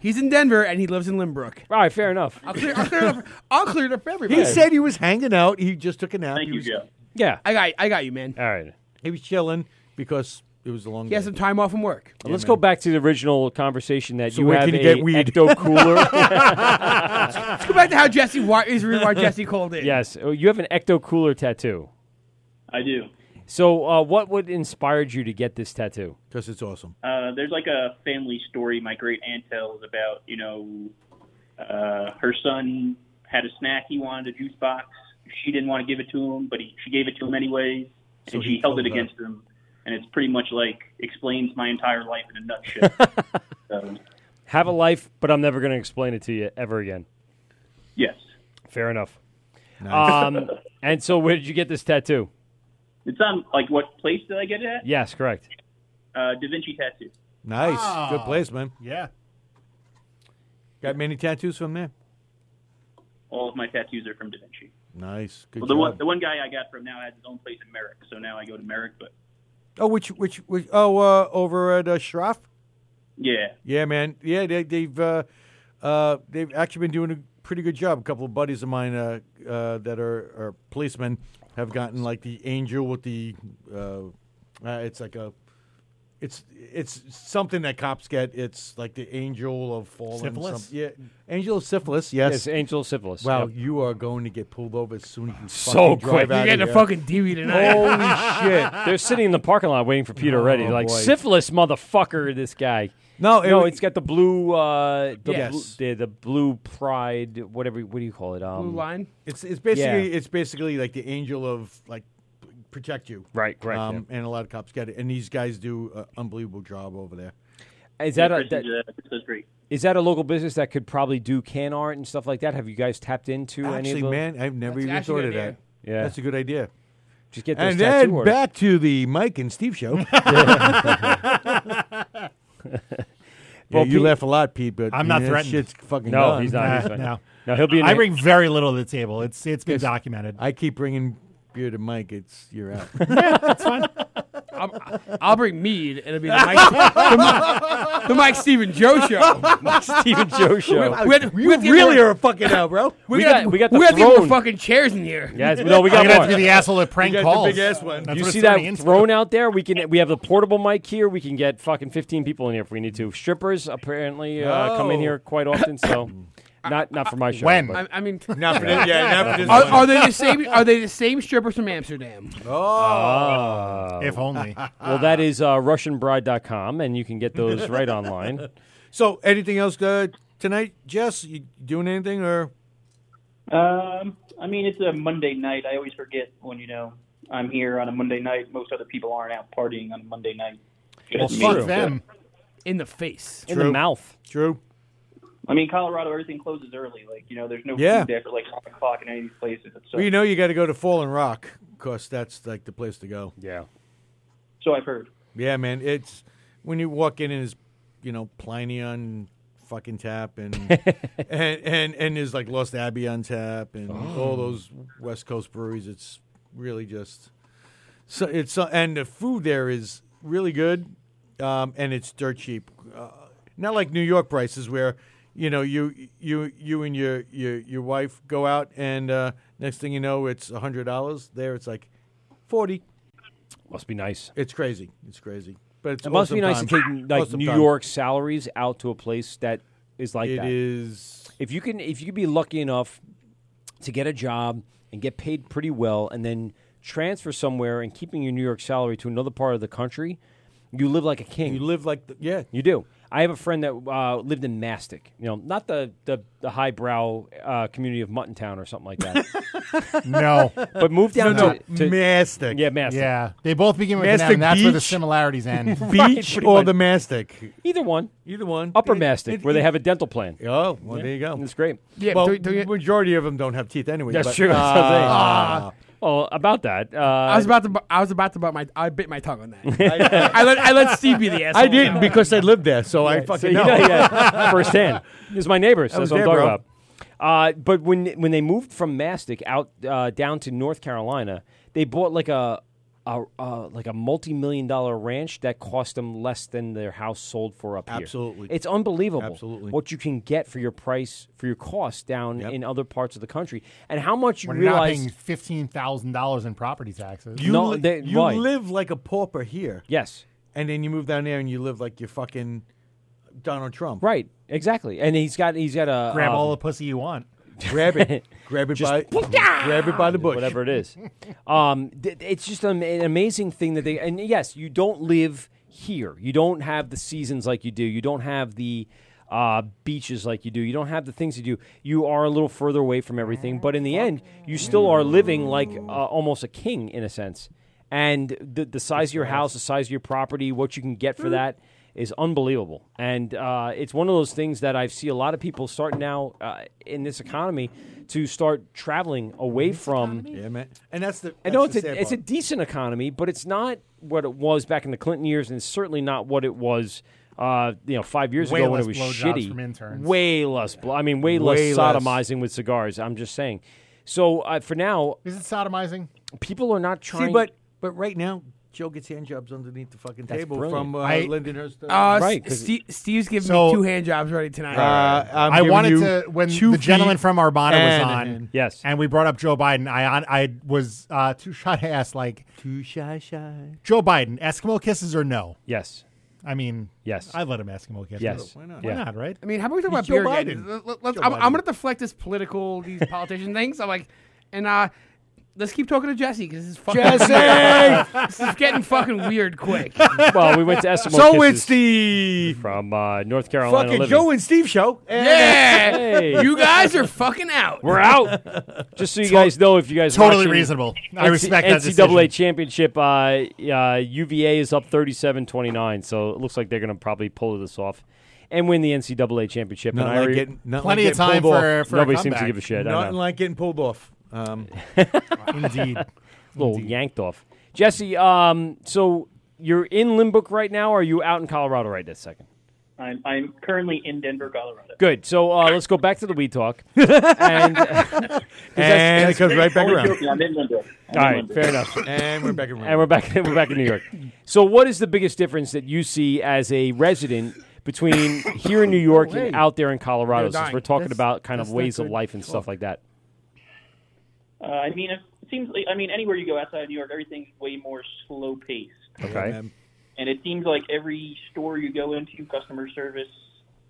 [SPEAKER 9] He's in Denver and he lives in Limbrook.
[SPEAKER 7] All right, fair enough.
[SPEAKER 9] I'll clear, I'll clear it up. I'll clear it up for everybody.
[SPEAKER 2] He said he was hanging out. He just took a nap.
[SPEAKER 9] Thank
[SPEAKER 2] he
[SPEAKER 9] you,
[SPEAKER 2] was,
[SPEAKER 9] Joe.
[SPEAKER 7] Yeah.
[SPEAKER 9] I got, I got you, man.
[SPEAKER 7] All right.
[SPEAKER 2] He was chilling because it was a long
[SPEAKER 9] He has
[SPEAKER 2] day.
[SPEAKER 9] some time off from work.
[SPEAKER 7] Let's go back to the original conversation that
[SPEAKER 2] So
[SPEAKER 7] you
[SPEAKER 2] where
[SPEAKER 7] have
[SPEAKER 2] can you
[SPEAKER 7] a
[SPEAKER 2] get weed?
[SPEAKER 7] ecto cooler.
[SPEAKER 9] Let's go back to how Jesse why, is the reason why Jesse called in.
[SPEAKER 7] yes, oh, you have an ecto cooler tattoo.
[SPEAKER 17] I do.
[SPEAKER 7] So, uh, what would inspired you to get this tattoo?
[SPEAKER 2] Because it's awesome.
[SPEAKER 17] Uh, there's like a family story my great aunt tells about you know uh, her son had a snack he wanted a juice box she didn't want to give it to him but he, she gave it to him anyways
[SPEAKER 2] So
[SPEAKER 17] and
[SPEAKER 2] he
[SPEAKER 17] she held
[SPEAKER 2] told
[SPEAKER 17] it
[SPEAKER 2] her.
[SPEAKER 17] against him and it's pretty much like explains my entire life in a nutshell so,
[SPEAKER 7] Have a life, but I'm never going to explain it to you ever again.
[SPEAKER 17] yes
[SPEAKER 7] Fair enough.
[SPEAKER 17] Nice.
[SPEAKER 7] Um, and so, where did you get this tattoo?
[SPEAKER 17] it's on like what place did I get it at
[SPEAKER 7] Yes, correct.
[SPEAKER 17] uh, Da Vinci Tattoo
[SPEAKER 2] Nice. Good
[SPEAKER 17] Ah.
[SPEAKER 2] place, man.
[SPEAKER 8] Yeah.
[SPEAKER 2] Got many tattoos from there?
[SPEAKER 17] all of my tattoos are from Da Vinci
[SPEAKER 2] Nice. Good
[SPEAKER 17] well, the
[SPEAKER 2] job.
[SPEAKER 17] one the one guy I got from now has his own place in Merrick so now I go to Merrick but
[SPEAKER 2] Oh, which, which, which oh, uh, over at uh, Schroff?
[SPEAKER 17] yeah
[SPEAKER 2] Yeah, man. Yeah, they, they've uh, uh, they've actually been doing a pretty good job. A couple of buddies of mine uh, uh, that are, are policemen have gotten like the angel with the uh, uh, it's like a it's it's something that cops get. It's like the angel of fallen
[SPEAKER 7] Syphilis?
[SPEAKER 2] some- yeah, angel of syphilis. Yes,
[SPEAKER 7] Yes, angel of syphilis.
[SPEAKER 2] Wow,
[SPEAKER 7] Yep.
[SPEAKER 2] you are going to get pulled over as soon as you
[SPEAKER 7] So
[SPEAKER 2] fucking drive
[SPEAKER 7] quick.
[SPEAKER 2] out
[SPEAKER 7] You're
[SPEAKER 2] of
[SPEAKER 7] getting a
[SPEAKER 2] here.
[SPEAKER 7] fucking DUI
[SPEAKER 9] tonight.
[SPEAKER 2] Holy shit!
[SPEAKER 7] They're sitting in the parking lot waiting for Pete already.
[SPEAKER 2] Oh,
[SPEAKER 7] like
[SPEAKER 2] boy.
[SPEAKER 7] syphilis, motherfucker. This guy.
[SPEAKER 2] No, it
[SPEAKER 7] no,
[SPEAKER 2] wa-
[SPEAKER 7] it's got the blue. Uh, the,
[SPEAKER 2] Yes.
[SPEAKER 7] blue the, the blue pride. Whatever. What do you call it? Um,
[SPEAKER 2] It's it's basically it's basically like the angel of like protect you.
[SPEAKER 7] Right, right,
[SPEAKER 2] Um, And a lot of cops get it, and these guys do an unbelievable job over there.
[SPEAKER 7] Is that a, that,
[SPEAKER 17] that's great.
[SPEAKER 7] Is that a local business that could probably do can art and stuff like that? Have you guys tapped into any of
[SPEAKER 2] Actually,
[SPEAKER 7] them?
[SPEAKER 2] man, I've never even thought of that.
[SPEAKER 7] Yeah,
[SPEAKER 2] that's a good idea.
[SPEAKER 7] Just get those
[SPEAKER 2] and
[SPEAKER 7] tattoo
[SPEAKER 2] then
[SPEAKER 7] artists.
[SPEAKER 2] back to the Mike and Steve show.
[SPEAKER 7] Yeah.
[SPEAKER 2] Yeah,
[SPEAKER 7] Well,
[SPEAKER 2] you
[SPEAKER 7] Pete-
[SPEAKER 2] laugh a lot, Pete, but
[SPEAKER 8] I'm not
[SPEAKER 2] that
[SPEAKER 8] threatened.
[SPEAKER 2] Shit's fucking
[SPEAKER 7] No,
[SPEAKER 2] gone.
[SPEAKER 7] he's not. He's fine.
[SPEAKER 8] no.
[SPEAKER 7] No, he'll be in
[SPEAKER 8] I
[SPEAKER 7] the-
[SPEAKER 8] bring very little to the table. It's it's been
[SPEAKER 2] Yes.
[SPEAKER 8] documented.
[SPEAKER 2] I keep bringing beer to Mike. It's you're out.
[SPEAKER 8] That's fine.
[SPEAKER 9] I'll, I'll bring mead. It'll be the Mike, the, Mi- the Mike Steven Joe show.
[SPEAKER 7] Mike Steven Joe show.
[SPEAKER 9] We, we,
[SPEAKER 7] You really are a
[SPEAKER 2] fucking out, bro.
[SPEAKER 9] We,
[SPEAKER 7] We
[SPEAKER 9] got,
[SPEAKER 7] got- we got the
[SPEAKER 9] the we got to get
[SPEAKER 7] throne.
[SPEAKER 9] the fucking chairs in here.
[SPEAKER 7] Yes, no, we got
[SPEAKER 8] I'm gonna
[SPEAKER 7] more.
[SPEAKER 8] have to be the asshole that prank You got the calls. big-ass one. That's
[SPEAKER 7] you
[SPEAKER 8] what
[SPEAKER 7] see
[SPEAKER 8] it's
[SPEAKER 7] that
[SPEAKER 8] turning into.
[SPEAKER 7] thrown out there? We can. We have the portable mic here. We can get fucking 15 people in here if we need to. Strippers apparently uh, come in
[SPEAKER 9] Oh.
[SPEAKER 7] here quite often, so not not for my show. but-
[SPEAKER 9] I, I mean,
[SPEAKER 7] Not for this- yeah, not for this
[SPEAKER 9] Are,
[SPEAKER 7] one.
[SPEAKER 9] are they the same? Are they the same strippers from Amsterdam?
[SPEAKER 7] Oh.
[SPEAKER 8] If only.
[SPEAKER 7] well, that is uh, RussianBride.com, and you can get those right online.
[SPEAKER 2] So, anything else uh, tonight, Jess? You doing anything or?
[SPEAKER 17] Um, I mean, it's a Monday night. I always forget when you know I'm here on a Monday night. Most other people aren't out partying on a Monday night.
[SPEAKER 9] Well,
[SPEAKER 17] Just
[SPEAKER 9] fuck
[SPEAKER 17] me.
[SPEAKER 9] them. In the face.
[SPEAKER 17] In the True.
[SPEAKER 7] mouth.
[SPEAKER 2] True.
[SPEAKER 17] I mean, Colorado, everything closes early. Like you know, there's no
[SPEAKER 2] Yeah.
[SPEAKER 17] food after like nine o'clock in any of these places. uh, So,
[SPEAKER 2] Well, you know, you got to go to Fallen Rock because that's like the place to go.
[SPEAKER 7] Yeah.
[SPEAKER 17] so I've heard.
[SPEAKER 2] Yeah, man. It's when you walk in and there's, you know, Pliny on fucking tap and and, and and there's like Lost Abbey on tap and all those West Coast breweries. It's really just so it's so and the food there is really good, um, and it's dirt cheap. Uh, not like New York prices where. You know, you you you and your your, your wife go out, and uh, next thing you know, it's hundred dollars. There, it's like forty.
[SPEAKER 7] Must be nice.
[SPEAKER 2] It's crazy. It's crazy. But it's
[SPEAKER 7] it must be nice
[SPEAKER 2] awesome
[SPEAKER 7] to take
[SPEAKER 2] time.
[SPEAKER 7] like
[SPEAKER 2] Awesome
[SPEAKER 7] New
[SPEAKER 2] time.
[SPEAKER 7] York salaries out to a place that is like
[SPEAKER 2] It
[SPEAKER 7] that.
[SPEAKER 2] is.
[SPEAKER 7] If you can, if you can be lucky enough to get a job and get paid pretty well, and then transfer somewhere and keeping your New York salary to another part of the country, you live like a king. You
[SPEAKER 2] live like the, yeah,
[SPEAKER 7] you do. I have a friend that uh, lived in Mastic. You know, not the the, the highbrow uh, community of Mutton Town or something like that.
[SPEAKER 8] No.
[SPEAKER 7] but moved down
[SPEAKER 8] No, no,
[SPEAKER 7] to, to
[SPEAKER 2] Mastic.
[SPEAKER 7] Yeah, Mastic.
[SPEAKER 8] Yeah, they both begin with an M.
[SPEAKER 7] Mastic
[SPEAKER 8] and That's where the
[SPEAKER 7] Beach?
[SPEAKER 8] similarities end.
[SPEAKER 7] Right, pretty much.
[SPEAKER 2] mastic?
[SPEAKER 7] Either one.
[SPEAKER 2] Either one.
[SPEAKER 7] Upper mastic, where they have a dental plan.
[SPEAKER 2] Oh, well, there you go.
[SPEAKER 7] That's great.
[SPEAKER 2] well, majority of them don't have teeth anyway.
[SPEAKER 7] That's
[SPEAKER 2] but-
[SPEAKER 7] true. That's what I'm saying.
[SPEAKER 2] Ah.
[SPEAKER 7] well, about that, uh,
[SPEAKER 9] I was about to. bu- I was about to bite my. I bit my tongue on that. I let. I let Steve be the asshole.
[SPEAKER 2] I didn't because I lived there, so I
[SPEAKER 7] Right, so
[SPEAKER 2] fucking
[SPEAKER 7] you
[SPEAKER 2] know.
[SPEAKER 7] yeah, firsthand. It's my neighbors.
[SPEAKER 2] I was
[SPEAKER 7] That's what I'm
[SPEAKER 2] there,
[SPEAKER 7] talking
[SPEAKER 2] bro.
[SPEAKER 7] about. Uh, but when when they moved from Mastic out uh, down to North Carolina, they bought like a, a uh, like a multi million dollar ranch that cost them less than their house sold for up
[SPEAKER 2] Absolutely.
[SPEAKER 7] here. it's unbelievable.
[SPEAKER 2] Absolutely.
[SPEAKER 7] what you can get for your price for your cost down in other parts of the country, and how much you
[SPEAKER 8] When you're not
[SPEAKER 7] realize
[SPEAKER 8] paying fifteen thousand dollars in property taxes.
[SPEAKER 2] You,
[SPEAKER 7] No,
[SPEAKER 2] li-
[SPEAKER 7] they-
[SPEAKER 2] you
[SPEAKER 7] right.
[SPEAKER 2] live like a pauper here.
[SPEAKER 7] Yes.
[SPEAKER 2] And then you move down there and you live like you're fucking Donald Trump.
[SPEAKER 7] Right, exactly. And he's got he's got a
[SPEAKER 8] Grab
[SPEAKER 7] um,
[SPEAKER 8] all the pussy you want.
[SPEAKER 2] Grab it. grab it by grab it by the bush.
[SPEAKER 7] whatever it is. Um, th- it's just an, an amazing thing that they. And yes, you don't live here. You don't have the seasons like you do. You don't have the uh, beaches like you do. You don't have the things you do. You are a little further away from everything. But in the end, you still are living like uh, almost a king in a sense. And the, the size of your house, the size of your property, what you can get for that is unbelievable. And uh, it's one of those things that I see a lot of people start now uh, in this economy to start traveling away from.
[SPEAKER 2] Yeah, man. And that's the.
[SPEAKER 7] I
[SPEAKER 2] that's
[SPEAKER 7] know
[SPEAKER 2] the
[SPEAKER 7] it's
[SPEAKER 2] sad
[SPEAKER 7] a, it's a
[SPEAKER 2] part.
[SPEAKER 7] decent economy, but it's not what it was back in the Clinton years, and it's certainly not what it was. Uh, you know, five years
[SPEAKER 8] Way
[SPEAKER 7] ago when
[SPEAKER 8] less
[SPEAKER 7] it was
[SPEAKER 8] blowjobs
[SPEAKER 7] shitty,
[SPEAKER 8] from interns.
[SPEAKER 7] way less. Blo- I mean, way,
[SPEAKER 8] Way
[SPEAKER 7] less
[SPEAKER 8] less.
[SPEAKER 7] sodomizing with cigars. I'm just saying. So uh, for now,
[SPEAKER 8] Is it sodomizing?
[SPEAKER 7] people are not trying.
[SPEAKER 2] See, but but right now, Joe gets hand jobs underneath the fucking
[SPEAKER 7] That's
[SPEAKER 2] table
[SPEAKER 7] brilliant.
[SPEAKER 2] from uh,
[SPEAKER 7] I-
[SPEAKER 2] Lindenhurst.
[SPEAKER 9] Uh,
[SPEAKER 7] Right,
[SPEAKER 9] right,
[SPEAKER 7] 'cause-
[SPEAKER 9] Steve, Steve's giving
[SPEAKER 8] So-
[SPEAKER 9] me two hand jobs already tonight.
[SPEAKER 2] Uh,
[SPEAKER 8] I wanted to when the gentleman from Armada was on.
[SPEAKER 7] yes,
[SPEAKER 8] and we brought up Joe Biden. I on, I was uh, too shy to ask, like
[SPEAKER 2] too shy, shy.
[SPEAKER 8] Joe Biden, Eskimo kisses or no?
[SPEAKER 7] Yes.
[SPEAKER 8] I mean,
[SPEAKER 7] yes,
[SPEAKER 8] I let him Eskimo kisses.
[SPEAKER 7] Yes.
[SPEAKER 8] why
[SPEAKER 7] Why
[SPEAKER 8] not?
[SPEAKER 7] not?
[SPEAKER 8] Why
[SPEAKER 7] Yeah.
[SPEAKER 8] not? Right?
[SPEAKER 9] I mean, how about we talk
[SPEAKER 8] He's
[SPEAKER 9] about
[SPEAKER 8] Joe
[SPEAKER 9] beer
[SPEAKER 8] Biden.
[SPEAKER 9] again? Let- let-
[SPEAKER 8] Joe
[SPEAKER 9] I'm, I'm
[SPEAKER 8] Biden.
[SPEAKER 9] going to deflect this political, these politician things. I'm like, and uh, Let's keep talking to Jesse because this is fucking
[SPEAKER 7] Jesse!
[SPEAKER 9] this is getting fucking weird quick.
[SPEAKER 7] well, we went to Eskimo
[SPEAKER 9] So
[SPEAKER 7] Kisses
[SPEAKER 9] it's
[SPEAKER 2] the
[SPEAKER 7] from uh, North Carolina.
[SPEAKER 2] Fucking
[SPEAKER 7] Living.
[SPEAKER 2] Joe and Steve show. And-
[SPEAKER 9] Yeah,
[SPEAKER 7] Hey.
[SPEAKER 9] you guys are fucking out.
[SPEAKER 7] We're out. Just so you guys know, if you guys
[SPEAKER 8] Totally
[SPEAKER 7] watching
[SPEAKER 8] reasonable. I respect that
[SPEAKER 7] NCAA NCAA championship. Uh, uh, UVA is up 37-29, so it looks like they're going to probably pull this off and win the NCAA championship.
[SPEAKER 2] Not
[SPEAKER 7] and
[SPEAKER 2] like
[SPEAKER 7] I re-
[SPEAKER 2] getting- not Plenty like of getting time pulled for- off. for a
[SPEAKER 7] nobody seems to
[SPEAKER 2] comeback.
[SPEAKER 7] give a shit. I
[SPEAKER 2] Not
[SPEAKER 7] know.
[SPEAKER 2] like getting pulled off. Um,
[SPEAKER 7] Indeed. little yanked off. Jesse, um, so you're in Limbrook right now, or are you out in Colorado right this second?
[SPEAKER 17] I'm, I'm currently in Denver, Colorado.
[SPEAKER 7] Good. So uh, let's go back to the weed talk. and 'cause
[SPEAKER 17] And it comes right back Only around. joking, Oh, I'm in Limbrook. I'm in
[SPEAKER 7] All right,
[SPEAKER 17] Limbrook.
[SPEAKER 7] fair enough.
[SPEAKER 2] And we're back in
[SPEAKER 7] And we're back, we're back in New York. So what is the biggest difference that you see as a resident between here in New York and
[SPEAKER 17] Wait.
[SPEAKER 7] out there in Colorado,
[SPEAKER 17] They're
[SPEAKER 7] since
[SPEAKER 17] dying.
[SPEAKER 7] we're talking
[SPEAKER 17] That's-
[SPEAKER 7] about kind of
[SPEAKER 17] that's not
[SPEAKER 7] ways of
[SPEAKER 17] good
[SPEAKER 7] life and stuff
[SPEAKER 17] talk.
[SPEAKER 7] like that?
[SPEAKER 17] Uh, I mean, it seems. like- I mean, anywhere you go outside of New York, everything's way more slow paced.
[SPEAKER 7] Okay.
[SPEAKER 17] And it seems like every store you go into, customer service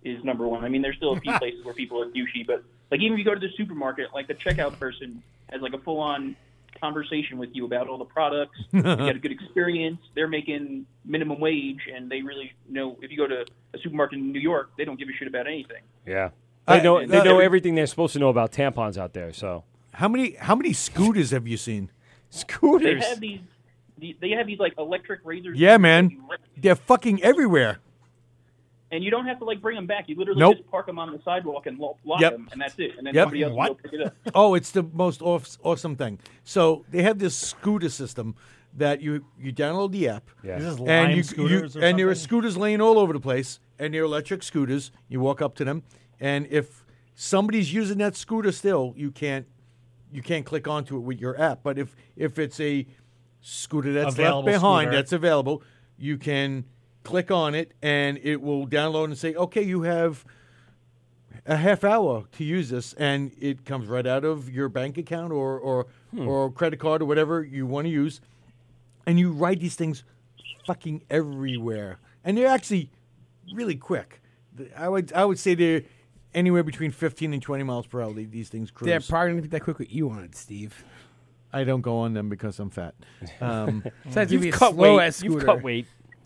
[SPEAKER 17] is number one. I mean, there's still a few places where people are douchey, but like even if you go to the supermarket, like the checkout person has like a full on conversation with you about all the products. you get a good experience. They're making minimum wage, and they really know. If you go to a supermarket in New York, they don't give a shit about anything.
[SPEAKER 7] Yeah. They
[SPEAKER 17] Uh,
[SPEAKER 7] know, they know
[SPEAKER 17] uh,
[SPEAKER 7] everything they're supposed to know about tampons out there, so.
[SPEAKER 2] How many how many scooters have you seen?
[SPEAKER 7] Scooters.
[SPEAKER 17] They have these. the- They have these like electric razors.
[SPEAKER 2] Yeah, man. They're fucking everywhere.
[SPEAKER 17] And you don't have to like bring them back. You literally
[SPEAKER 2] Nope.
[SPEAKER 17] just park them on the sidewalk and lo- lock
[SPEAKER 2] Yep.
[SPEAKER 17] them, and that's it. And then
[SPEAKER 2] Yep.
[SPEAKER 17] somebody else
[SPEAKER 2] What?
[SPEAKER 17] will go pick it up.
[SPEAKER 2] Oh, it's the most aw- awesome thing. So they have this scooter system that you you download the app.
[SPEAKER 12] Yeah. Is this Lime
[SPEAKER 2] and you,
[SPEAKER 12] scooters
[SPEAKER 2] you,
[SPEAKER 12] or
[SPEAKER 2] and there are
[SPEAKER 12] something?
[SPEAKER 2] scooters laying all over the place, and they're electric scooters. You walk up to them, and if somebody's using that scooter still, you can't you can't click onto it with your app. But if if it's a scooter that's
[SPEAKER 12] Available
[SPEAKER 2] left behind,
[SPEAKER 12] scooter.
[SPEAKER 2] that's available, you can click on it, and it will download and say, okay, you have a half hour to use this, and it comes right out of your bank account or or,
[SPEAKER 12] Hmm.
[SPEAKER 2] or credit card or whatever you want to use, and you ride these things fucking everywhere, and they're actually really quick. Th- I would I would say they're anywhere between fifteen and twenty miles per hour. the- These things cruise.
[SPEAKER 9] They're probably gonna be that quick with you on it, Steve.
[SPEAKER 2] I don't go on them because I'm fat. Um,
[SPEAKER 9] So that's gonna be a slow-ass scooter.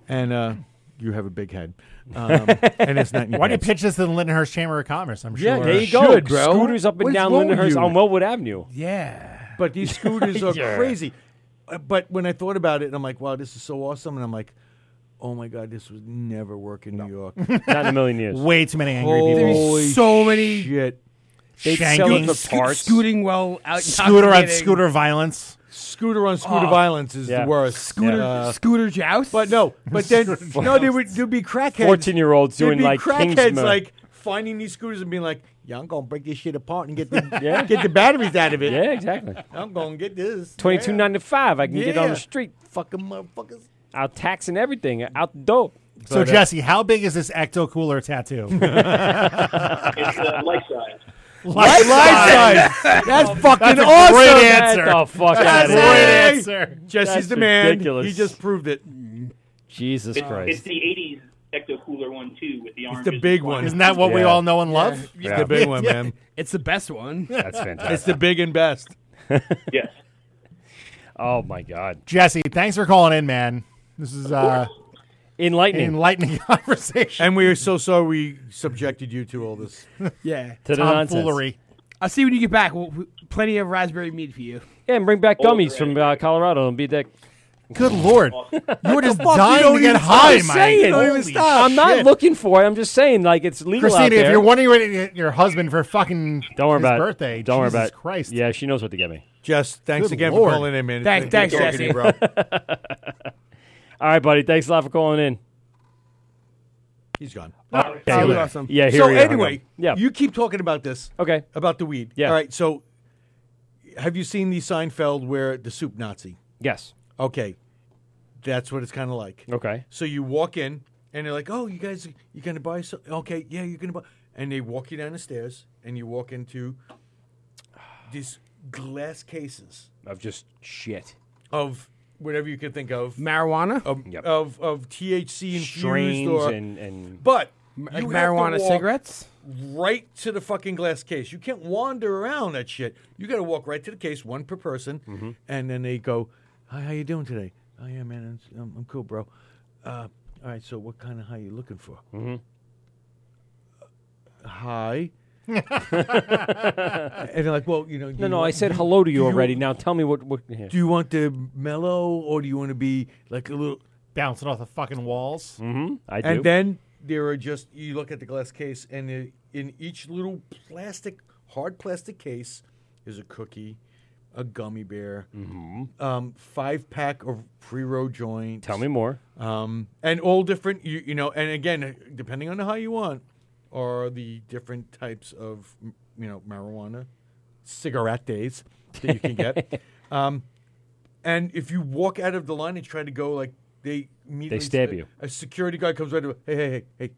[SPEAKER 2] and uh, you have a big head, um, and it's not. in your
[SPEAKER 8] Why do you
[SPEAKER 2] pants.
[SPEAKER 8] pitch this to the Lindenhurst Chamber of Commerce? I'm sure.
[SPEAKER 2] Yeah, there you go. Should, bro.
[SPEAKER 7] Scooters up and
[SPEAKER 2] What is
[SPEAKER 7] down
[SPEAKER 2] wrong with
[SPEAKER 7] Lindenhurst
[SPEAKER 2] you?
[SPEAKER 7] on Wellwood Avenue.
[SPEAKER 9] Yeah.
[SPEAKER 2] But these scooters are
[SPEAKER 7] Yeah.
[SPEAKER 2] crazy. Uh, But when I thought about it, I'm like, wow, this is so awesome. And I'm like, oh my God, this would never work in New York.
[SPEAKER 7] Not in a million years.
[SPEAKER 8] Way too many angry people.
[SPEAKER 2] Holy
[SPEAKER 8] There'd be
[SPEAKER 9] so many
[SPEAKER 2] shit.
[SPEAKER 7] They'd
[SPEAKER 8] shanking. sell it for
[SPEAKER 9] Scoot-
[SPEAKER 8] parts.
[SPEAKER 9] Scooting well out.
[SPEAKER 8] Scooter on
[SPEAKER 9] intoxicating.
[SPEAKER 8] scooter violence.
[SPEAKER 2] Scooter on scooter
[SPEAKER 9] Oh.
[SPEAKER 2] violence is
[SPEAKER 7] Ah. Yeah.
[SPEAKER 2] the worst. Uh,
[SPEAKER 9] Scooter, scooter joust.
[SPEAKER 2] But no, but then
[SPEAKER 7] Scooter
[SPEAKER 2] no, there would there'd be crackheads.
[SPEAKER 7] 14-year-olds
[SPEAKER 2] There'd
[SPEAKER 7] doing
[SPEAKER 2] be
[SPEAKER 7] like
[SPEAKER 2] crackheads
[SPEAKER 7] Kingsman.
[SPEAKER 2] like finding these scooters and being like, yeah, I'm gonna break this shit apart and get the
[SPEAKER 7] Yeah.
[SPEAKER 2] get the batteries out of it.
[SPEAKER 7] Yeah, exactly.
[SPEAKER 2] I'm gonna get this.
[SPEAKER 7] Twenty two ninety five. I can get on
[SPEAKER 2] Yeah.
[SPEAKER 7] the street.
[SPEAKER 2] Fucking motherfuckers.
[SPEAKER 7] Out taxing everything. Out the uh, dope.
[SPEAKER 8] So Jesse, how big is this ecto cooler tattoo?
[SPEAKER 7] It's, uh,
[SPEAKER 17] life-size.
[SPEAKER 8] Life size.
[SPEAKER 2] That's fucking
[SPEAKER 8] That's a
[SPEAKER 2] awesome.
[SPEAKER 8] Great answer. That's a great
[SPEAKER 2] Hey,
[SPEAKER 8] answer.
[SPEAKER 2] Jesse's
[SPEAKER 17] That's
[SPEAKER 2] the man.
[SPEAKER 7] ridiculous.
[SPEAKER 2] He just proved it.
[SPEAKER 7] Jesus
[SPEAKER 17] It's,
[SPEAKER 7] Christ.
[SPEAKER 17] it's the '80s Ecto Cooler one too, with the orange.
[SPEAKER 2] the big one.
[SPEAKER 8] Isn't that what we all know and love?
[SPEAKER 2] It's the big one, man.
[SPEAKER 9] It's the best one.
[SPEAKER 7] That's fantastic.
[SPEAKER 2] It's the big and best.
[SPEAKER 17] yes.
[SPEAKER 7] Oh my God.
[SPEAKER 8] Jesse, thanks for calling in, man. This is uh,
[SPEAKER 7] enlightening,
[SPEAKER 8] enlightening conversation.
[SPEAKER 2] And we are so sorry we subjected you to all this.
[SPEAKER 9] Yeah.
[SPEAKER 7] To the nonsense.
[SPEAKER 8] Tomfoolery.
[SPEAKER 9] I'll see when you get back. We'll, we- plenty of raspberry meat for you.
[SPEAKER 7] Yeah, and bring back gummies from uh, Colorado and be dick.
[SPEAKER 8] Good lord. You were just dying to get high, Mike.
[SPEAKER 7] Saying.
[SPEAKER 8] Don't even stop.
[SPEAKER 7] I'm not
[SPEAKER 8] Shit.
[SPEAKER 7] looking for it. I'm just saying, like, it's legal out
[SPEAKER 8] Christina,
[SPEAKER 7] there.
[SPEAKER 8] if you're wondering where to get your husband for fucking
[SPEAKER 7] Don't worry
[SPEAKER 8] his
[SPEAKER 7] about it.
[SPEAKER 8] birthday,
[SPEAKER 7] Don't worry
[SPEAKER 8] Jesus
[SPEAKER 7] about it.
[SPEAKER 8] Christ.
[SPEAKER 7] Yeah, she knows what to get me.
[SPEAKER 2] Jess, thanks
[SPEAKER 8] Good
[SPEAKER 2] again
[SPEAKER 8] Lord.
[SPEAKER 2] for calling in, man. It's
[SPEAKER 9] Thanks-
[SPEAKER 2] been
[SPEAKER 9] thanks,
[SPEAKER 2] good talking to you,
[SPEAKER 9] Jesse.
[SPEAKER 2] bro.
[SPEAKER 7] All right, buddy. Thanks a lot for calling in.
[SPEAKER 2] He's gone.
[SPEAKER 7] Oh,
[SPEAKER 2] All right.
[SPEAKER 7] yeah,
[SPEAKER 2] See you
[SPEAKER 7] yeah.
[SPEAKER 2] later.
[SPEAKER 7] awesome. Yeah, here
[SPEAKER 2] so
[SPEAKER 7] we are.
[SPEAKER 2] anyway,
[SPEAKER 7] Yeah.
[SPEAKER 2] you keep talking about this.
[SPEAKER 7] Okay.
[SPEAKER 2] About the weed.
[SPEAKER 7] Yeah.
[SPEAKER 2] All right. So, have you seen the Seinfeld where the soup Nazi?
[SPEAKER 7] Yes.
[SPEAKER 2] Okay. That's what it's kind of like.
[SPEAKER 7] Okay.
[SPEAKER 2] So you walk in, and they're like, "Oh, you guys, you gonna buy some? Okay, yeah, you're gonna buy." And they walk you down the stairs, and you walk into these glass cases
[SPEAKER 7] Of just shit.
[SPEAKER 2] of whatever you can think of
[SPEAKER 9] Marijuana?
[SPEAKER 2] of of, of THC infused
[SPEAKER 7] Strains
[SPEAKER 2] or
[SPEAKER 7] and- and-
[SPEAKER 2] but
[SPEAKER 9] Like
[SPEAKER 2] You have to
[SPEAKER 9] marijuana
[SPEAKER 2] walk
[SPEAKER 9] cigarettes?
[SPEAKER 2] Right to the fucking glass case. You can't wander around that shit. You got to walk right to the case, one per person,
[SPEAKER 7] Mm-hmm.
[SPEAKER 2] and then they go, "Hi, how you doing today? Oh yeah, man, I'm, I'm, I'm cool, bro. Uh, all right, so what kind of high you looking for?
[SPEAKER 7] Mm-hmm.
[SPEAKER 2] Hi." and they're like, "Well, you know." do
[SPEAKER 7] No,
[SPEAKER 2] you
[SPEAKER 7] no,
[SPEAKER 2] want-
[SPEAKER 7] I said hello to
[SPEAKER 2] do
[SPEAKER 7] you already. Now tell me what. what yeah.
[SPEAKER 2] Do you want the mellow, or do you want to be like a little
[SPEAKER 8] bouncing off the fucking walls?
[SPEAKER 7] Mm-hmm. I do.
[SPEAKER 2] and then there are just you look at the glass case, and there- in each little plastic, hard plastic case, is a cookie, a gummy bear,
[SPEAKER 7] Mm-hmm.
[SPEAKER 2] um, five pack of pre-roll joints. Tell me
[SPEAKER 7] more.
[SPEAKER 2] Um, and all different, you, you know, and again, depending on how you want, are the different types of you know marijuana, cigarette days that you can get. um, and if you walk out of the line and try to go like they immediately
[SPEAKER 7] stab you.
[SPEAKER 2] a security guy comes right over. Hey, hey, hey, hey,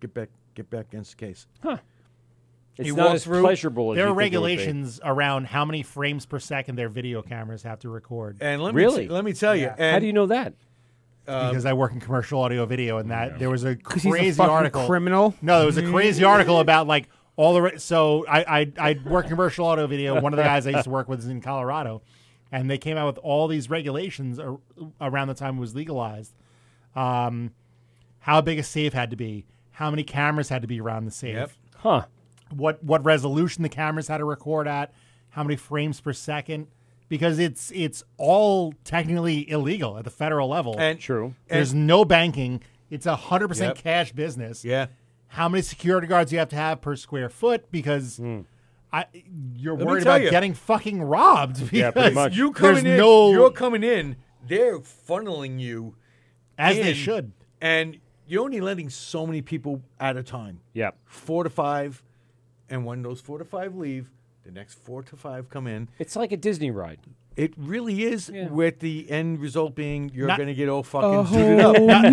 [SPEAKER 2] get back, get back against the case.
[SPEAKER 7] Huh.
[SPEAKER 2] It's not as pleasurable as
[SPEAKER 8] There
[SPEAKER 2] you
[SPEAKER 8] are
[SPEAKER 2] think it would be.
[SPEAKER 8] regulations around how many frames per second their video cameras have to record.
[SPEAKER 2] And let me Really? t- let me tell you, Yeah. and- Um, How do you
[SPEAKER 7] know that?
[SPEAKER 8] because I work in commercial audio video, and that there was a
[SPEAKER 9] 'Cause he's a
[SPEAKER 8] crazy
[SPEAKER 9] fucking
[SPEAKER 8] article.
[SPEAKER 9] criminal?
[SPEAKER 8] No, there was a crazy article about like all the. Re- so I I I work commercial audio video. One of the guys I used to work with is in Colorado, and they came out with all these regulations ar- around the time it was legalized. Um, how big a safe had to be, how many cameras had to be around the safe,
[SPEAKER 7] Yep. huh?
[SPEAKER 8] What what resolution the cameras had to record at, how many frames per second. Because it's it's all technically illegal at the federal level.
[SPEAKER 2] And- True.
[SPEAKER 8] There's
[SPEAKER 2] and-
[SPEAKER 8] no banking. It's a hundred percent
[SPEAKER 2] Yep.
[SPEAKER 8] cash business.
[SPEAKER 2] Yeah.
[SPEAKER 8] How many security guards you have to have per square foot? Because I you're
[SPEAKER 2] Let me
[SPEAKER 8] worried
[SPEAKER 2] tell
[SPEAKER 8] about
[SPEAKER 2] you.
[SPEAKER 8] getting fucking robbed. Because
[SPEAKER 7] Yeah, pretty much.
[SPEAKER 2] You coming
[SPEAKER 8] there's
[SPEAKER 2] in,
[SPEAKER 8] no
[SPEAKER 2] you're coming in. They're funneling you,
[SPEAKER 8] As they
[SPEAKER 2] in,
[SPEAKER 8] should.
[SPEAKER 2] and you're only letting so many people at a time.
[SPEAKER 7] Yep.
[SPEAKER 2] four to five, and when those four to five leave, the next four to five come in.
[SPEAKER 7] It's like a Disney ride.
[SPEAKER 2] It really is, with the end result being you're
[SPEAKER 8] Not-
[SPEAKER 2] going to get all
[SPEAKER 8] A
[SPEAKER 2] fucking suited up.
[SPEAKER 8] whole Not-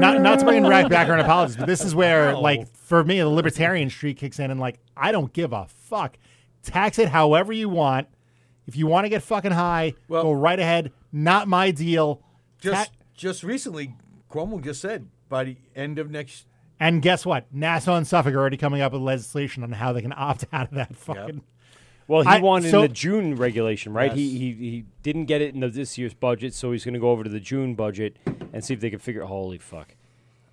[SPEAKER 8] not not to bring Rack back or an apologies, but this is where
[SPEAKER 2] No.
[SPEAKER 8] like for me the libertarian streak kicks in and like I don't give a fuck. Tax it however you want. If you want to get fucking high, go right ahead. Not my deal.
[SPEAKER 2] Just just recently, Cuomo just said by the end of next
[SPEAKER 8] And guess what? Nassau and Suffolk are already coming up with legislation on how they can opt out of that fucking.
[SPEAKER 7] Well, he
[SPEAKER 8] I-
[SPEAKER 7] wanted
[SPEAKER 8] so-
[SPEAKER 7] in the June regulation, right?
[SPEAKER 8] Yes.
[SPEAKER 7] He, he he didn't get it in the, this year's budget, so he's going to go over to the June budget and see if they can figure. Holy fuck!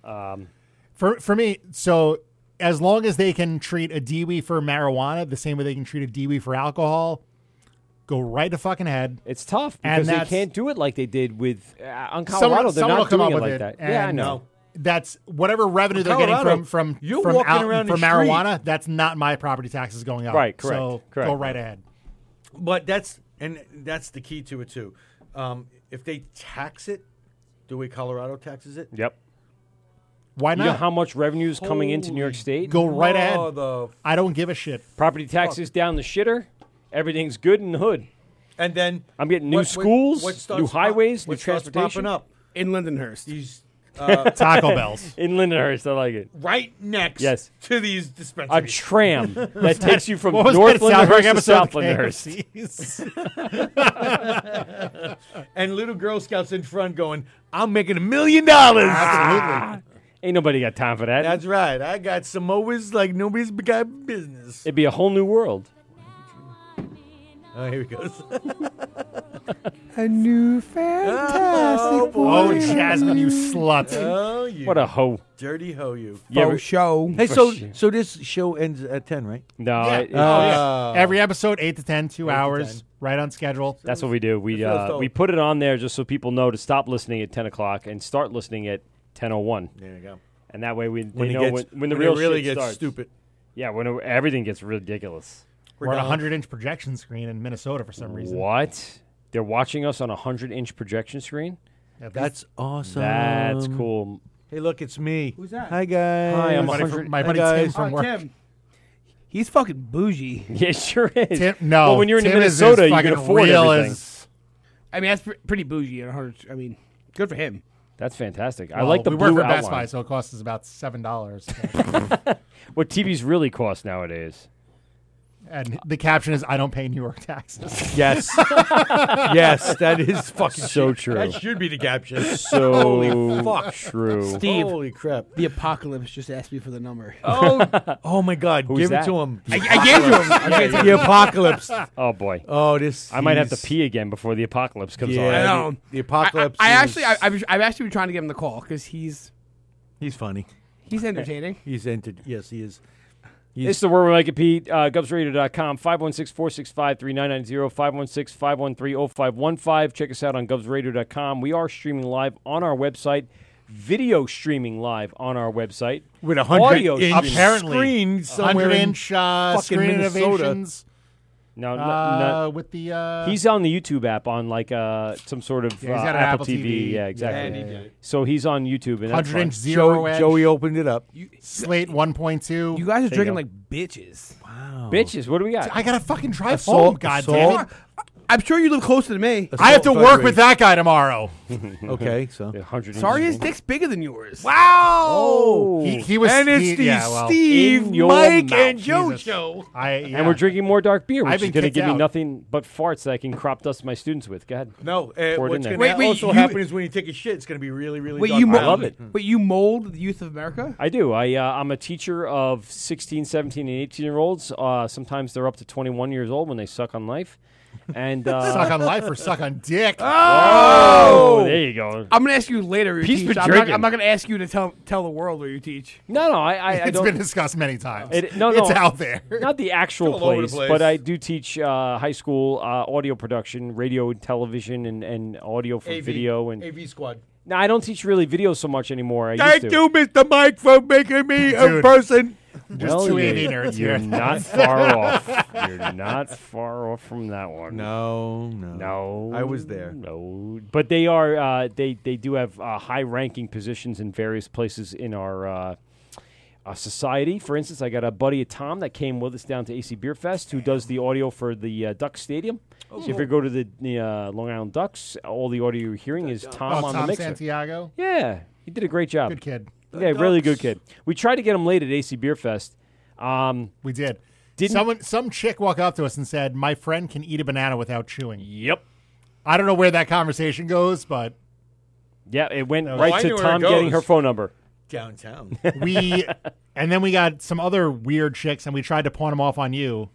[SPEAKER 7] Um,
[SPEAKER 8] for for me. So as long as they can treat a DWI for marijuana the same way they can treat a DWI for alcohol, go right to fucking head.
[SPEAKER 7] It's tough
[SPEAKER 8] and
[SPEAKER 7] because they
[SPEAKER 8] that's-
[SPEAKER 7] can't do it like they did with uh, on
[SPEAKER 8] Someone-
[SPEAKER 7] Colorado. They're
[SPEAKER 8] someone
[SPEAKER 7] not
[SPEAKER 8] will come
[SPEAKER 7] doing
[SPEAKER 8] up
[SPEAKER 7] it
[SPEAKER 8] with
[SPEAKER 7] like that. Yeah, I
[SPEAKER 8] and
[SPEAKER 7] know.
[SPEAKER 8] That's whatever revenue they're
[SPEAKER 7] Colorado,
[SPEAKER 8] getting from from
[SPEAKER 7] you're
[SPEAKER 8] from,
[SPEAKER 7] walking
[SPEAKER 8] al-
[SPEAKER 7] around the
[SPEAKER 8] from
[SPEAKER 7] street.
[SPEAKER 8] marijuana. That's not my property taxes going up.
[SPEAKER 7] Right, correct,
[SPEAKER 8] So
[SPEAKER 7] correct.
[SPEAKER 8] go right ahead.
[SPEAKER 2] But that's and that's the key to it too. Um, if they tax it, the way Colorado taxes it,
[SPEAKER 7] Yep.
[SPEAKER 8] Why
[SPEAKER 7] You know
[SPEAKER 8] not?
[SPEAKER 7] how much revenue is coming into New York State?
[SPEAKER 8] Go right ahead.
[SPEAKER 2] Mother-
[SPEAKER 8] I don't give a shit.
[SPEAKER 7] Property taxes down the shitter. Everything's good in the hood.
[SPEAKER 2] And then
[SPEAKER 7] I'm getting new
[SPEAKER 2] what- what-
[SPEAKER 7] schools,
[SPEAKER 2] what starts
[SPEAKER 7] new
[SPEAKER 2] pop-
[SPEAKER 7] highways,
[SPEAKER 2] what
[SPEAKER 7] new
[SPEAKER 2] starts
[SPEAKER 7] transportation.
[SPEAKER 2] popping up
[SPEAKER 9] in Lindenhurst.
[SPEAKER 2] These uh,
[SPEAKER 7] in Lindenhurst. I like it.
[SPEAKER 2] right next
[SPEAKER 7] Yes.
[SPEAKER 2] to these
[SPEAKER 7] A
[SPEAKER 2] dispensaries.
[SPEAKER 7] tram that takes you from
[SPEAKER 8] What was
[SPEAKER 7] North
[SPEAKER 8] that South Park
[SPEAKER 7] Lindenhurst to
[SPEAKER 8] episode
[SPEAKER 7] South
[SPEAKER 8] of
[SPEAKER 7] Lindenhurst.
[SPEAKER 8] KFC?
[SPEAKER 2] and little Girl Scouts in front going, "I'm making a million dollars."
[SPEAKER 7] Absolutely. Ah! Ain't nobody got time for that.
[SPEAKER 2] That's right. I got some always like nobody's got business.
[SPEAKER 7] It'd be a whole new world.
[SPEAKER 2] Oh, here he goes.
[SPEAKER 9] A new fantastic
[SPEAKER 2] oh, boy.
[SPEAKER 9] world.
[SPEAKER 2] Oh, you
[SPEAKER 7] What a hoe.
[SPEAKER 2] Dirty hoe you.
[SPEAKER 7] Yeah, but-
[SPEAKER 2] Hey,
[SPEAKER 7] For
[SPEAKER 2] so
[SPEAKER 7] sure.
[SPEAKER 2] so this show ends at ten, right?
[SPEAKER 7] No,
[SPEAKER 8] Yeah.
[SPEAKER 7] it- it-
[SPEAKER 8] Oh, yeah.
[SPEAKER 7] Uh,
[SPEAKER 8] Every episode, eight to ten, two
[SPEAKER 7] Eight to
[SPEAKER 8] hours, right on schedule.
[SPEAKER 7] That's what we do. We
[SPEAKER 8] That's what I
[SPEAKER 7] uh,
[SPEAKER 8] thought.
[SPEAKER 7] we put it on there just so people know to stop listening at ten o'clock and start listening at ten o one.
[SPEAKER 2] There you go.
[SPEAKER 7] And that way we
[SPEAKER 2] When
[SPEAKER 7] they
[SPEAKER 2] it
[SPEAKER 7] know
[SPEAKER 2] gets-
[SPEAKER 7] when, when the
[SPEAKER 2] when it
[SPEAKER 7] real
[SPEAKER 2] really
[SPEAKER 7] shit
[SPEAKER 2] gets
[SPEAKER 7] starts.
[SPEAKER 2] stupid.
[SPEAKER 7] Yeah, when it- everything gets ridiculous.
[SPEAKER 8] We're, on a hundred-inch projection screen in Minnesota for some reason.
[SPEAKER 7] What? They're watching us on a hundred inch projection screen.
[SPEAKER 8] At
[SPEAKER 2] That's awesome.
[SPEAKER 7] That's cool.
[SPEAKER 2] Hey, look, it's me.
[SPEAKER 9] Who's that?
[SPEAKER 2] Hi guys.
[SPEAKER 7] Hi, I'm
[SPEAKER 2] my
[SPEAKER 7] Buddy 100
[SPEAKER 2] buddy,
[SPEAKER 7] from- my buddy Tim from
[SPEAKER 9] Oh,
[SPEAKER 7] work.
[SPEAKER 9] Tim. He's fucking bougie.
[SPEAKER 7] Yeah, it sure is.
[SPEAKER 8] Tim- no,
[SPEAKER 7] Well, when you're in
[SPEAKER 8] Tim is as
[SPEAKER 7] Minnesota, you
[SPEAKER 8] fucking
[SPEAKER 7] can afford
[SPEAKER 8] real
[SPEAKER 7] everything.
[SPEAKER 8] as-
[SPEAKER 9] I mean, that's pre- pretty bougie. At 100, I mean, good for him.
[SPEAKER 7] That's fantastic. I
[SPEAKER 8] Well,
[SPEAKER 7] like the
[SPEAKER 8] we
[SPEAKER 7] blue
[SPEAKER 8] work for
[SPEAKER 7] outline.
[SPEAKER 8] Best Buy, so it costs us about seven dollars.
[SPEAKER 7] What TVs really cost nowadays?
[SPEAKER 8] And the caption is, "I don't pay New York taxes."
[SPEAKER 7] Yes.
[SPEAKER 2] yes, that is fucking
[SPEAKER 7] So
[SPEAKER 2] shit.
[SPEAKER 7] true.
[SPEAKER 2] That should be the caption.
[SPEAKER 7] So
[SPEAKER 2] Holy fuck. Oh.
[SPEAKER 7] true.
[SPEAKER 9] Steve.
[SPEAKER 2] Holy crap.
[SPEAKER 9] The apocalypse just asked me for the number.
[SPEAKER 2] Oh, oh my God!
[SPEAKER 9] Who's
[SPEAKER 2] give
[SPEAKER 9] that?
[SPEAKER 2] it to him.
[SPEAKER 9] I- I gave to him. I
[SPEAKER 2] Yeah,
[SPEAKER 9] gave to him.
[SPEAKER 2] the apocalypse.
[SPEAKER 7] Oh boy.
[SPEAKER 2] Oh, this.
[SPEAKER 7] I might have to
[SPEAKER 2] is-
[SPEAKER 7] pee again before the apocalypse comes
[SPEAKER 2] Yeah,
[SPEAKER 7] on.
[SPEAKER 2] I know. the- the apocalypse
[SPEAKER 9] I, I
[SPEAKER 2] is-
[SPEAKER 9] actually, I, I've, I've actually been trying to give him the call because he's
[SPEAKER 2] He's funny.
[SPEAKER 9] he's entertaining.
[SPEAKER 2] He's entered. Yes, he is. He's
[SPEAKER 7] This is the word we like it, Pete. Uh, GubsRadio.com, 516-465-3990, 516-513-0515. Check us out on GubsRadio.com. We are streaming live on our website, video streaming live on our website.
[SPEAKER 2] With a 100
[SPEAKER 7] Audio
[SPEAKER 2] inch
[SPEAKER 7] streaming.
[SPEAKER 2] Apparently. screen somewhere
[SPEAKER 8] 100
[SPEAKER 2] in
[SPEAKER 8] inch uh,
[SPEAKER 2] fucking
[SPEAKER 8] screen
[SPEAKER 2] Minnesota.
[SPEAKER 8] innovations.
[SPEAKER 7] No, no,
[SPEAKER 8] Uh,
[SPEAKER 7] no.
[SPEAKER 8] with the uh,
[SPEAKER 7] he's on the YouTube app on like uh, some sort of
[SPEAKER 8] Yeah, he's
[SPEAKER 7] uh,
[SPEAKER 8] got an
[SPEAKER 7] Apple,
[SPEAKER 8] Apple
[SPEAKER 7] TV.
[SPEAKER 8] TV.
[SPEAKER 7] Yeah, exactly.
[SPEAKER 8] Yeah, yeah, yeah.
[SPEAKER 7] So he's on YouTube. and that's
[SPEAKER 8] 100 inch
[SPEAKER 7] fun.
[SPEAKER 8] zero edge.
[SPEAKER 2] opened it up.
[SPEAKER 8] Slate 1.2. You
[SPEAKER 9] guys
[SPEAKER 7] are There you drinking go. like
[SPEAKER 9] bitches.
[SPEAKER 2] Wow.
[SPEAKER 7] Bitches, what do we got?
[SPEAKER 8] I gotta fucking drive
[SPEAKER 7] Assault-
[SPEAKER 8] home. God
[SPEAKER 7] assault-
[SPEAKER 8] damn it!
[SPEAKER 9] I'm sure you live closer to me.
[SPEAKER 8] I have to work with that guy tomorrow.
[SPEAKER 2] Okay, so
[SPEAKER 9] Sorry, his dick's bigger than yours.
[SPEAKER 8] Wow.
[SPEAKER 9] Oh,
[SPEAKER 8] He, he was.
[SPEAKER 9] And it's
[SPEAKER 8] he-
[SPEAKER 9] the
[SPEAKER 8] yeah, well,
[SPEAKER 9] Steve,
[SPEAKER 7] In your Mike, mouth. and
[SPEAKER 8] Jesus.
[SPEAKER 9] JoJo.
[SPEAKER 8] I, yeah.
[SPEAKER 7] And we're drinking more dark beer, which is
[SPEAKER 8] I've been
[SPEAKER 7] going to
[SPEAKER 8] kicked
[SPEAKER 7] give me
[SPEAKER 8] out.
[SPEAKER 7] nothing but farts that I can crop dust my students with. Go ahead.
[SPEAKER 2] No, uh,
[SPEAKER 7] Pour it
[SPEAKER 2] what's
[SPEAKER 7] in there.
[SPEAKER 2] going to also happen is when you take a shit, it's going to be really, really.
[SPEAKER 9] Wait,
[SPEAKER 2] dark
[SPEAKER 9] you mo-
[SPEAKER 2] brown.
[SPEAKER 7] love it.
[SPEAKER 9] Hmm. Wait, you mold the youth of America?
[SPEAKER 7] I do. I, uh, I'm a teacher of 16, 17, and 18 year olds. Uh, sometimes they're up to 21 years old when they suck on life. And uh,
[SPEAKER 8] suck on life or suck on dick.
[SPEAKER 7] Oh, there you go.
[SPEAKER 9] I'm gonna ask you later. Your
[SPEAKER 7] Peace
[SPEAKER 9] teach.
[SPEAKER 7] for
[SPEAKER 9] I'm, not,
[SPEAKER 7] drinking.
[SPEAKER 9] I'm not gonna ask you to tell tell the world where you teach.
[SPEAKER 7] No, no, I, I, I
[SPEAKER 8] It's
[SPEAKER 7] don't-
[SPEAKER 8] been discussed many times.
[SPEAKER 7] It, no,
[SPEAKER 8] it's
[SPEAKER 7] no,
[SPEAKER 8] out there.
[SPEAKER 7] Not the actual
[SPEAKER 8] All over the
[SPEAKER 7] place,
[SPEAKER 8] place.
[SPEAKER 7] but I do teach uh, high school uh, audio production, radio, and television, and, and audio for
[SPEAKER 2] AV,
[SPEAKER 7] video. And
[SPEAKER 2] AV squad.
[SPEAKER 7] no, I don't teach really video so much anymore. I
[SPEAKER 2] Thank
[SPEAKER 7] used to.
[SPEAKER 2] you, Mr. Mike, for making me a
[SPEAKER 7] Dude.
[SPEAKER 2] person.
[SPEAKER 7] Just Well, two you're- AV nerds you're here. not far off. You're not far off from that one.
[SPEAKER 2] No, no,
[SPEAKER 7] no.
[SPEAKER 2] I was there.
[SPEAKER 7] No, but they are. Uh, they they do have uh, high ranking positions in various places in our. Uh, uh, society, for instance, I got a buddy of Tom that came with us down to AC Beer Fest, who does the audio for the uh, Ducks Stadium.
[SPEAKER 8] Oh,
[SPEAKER 7] so if
[SPEAKER 8] cool.
[SPEAKER 7] you go to the, the uh, Long Island Ducks, all the audio you're hearing is Tom
[SPEAKER 8] oh,
[SPEAKER 7] on
[SPEAKER 8] Tom
[SPEAKER 7] the mixer.
[SPEAKER 8] Santiago.
[SPEAKER 7] Yeah, he did a great job.
[SPEAKER 8] Good kid.
[SPEAKER 7] Yeah, really good kid. We tried to get him late at AC Beer Fest. Um,
[SPEAKER 8] we did.
[SPEAKER 7] Didn't
[SPEAKER 8] Someone, some chick walked up to us and said, "My friend can eat a banana without chewing."
[SPEAKER 7] Yep.
[SPEAKER 8] I don't know where that conversation goes, but
[SPEAKER 7] Yeah, it went
[SPEAKER 8] No.
[SPEAKER 7] right
[SPEAKER 8] Oh, I
[SPEAKER 7] to
[SPEAKER 8] knew where it
[SPEAKER 7] Tom getting her
[SPEAKER 8] goes.
[SPEAKER 7] phone number.
[SPEAKER 2] Downtown.
[SPEAKER 8] we and then we got some other weird chicks, and we tried to pawn them off on you.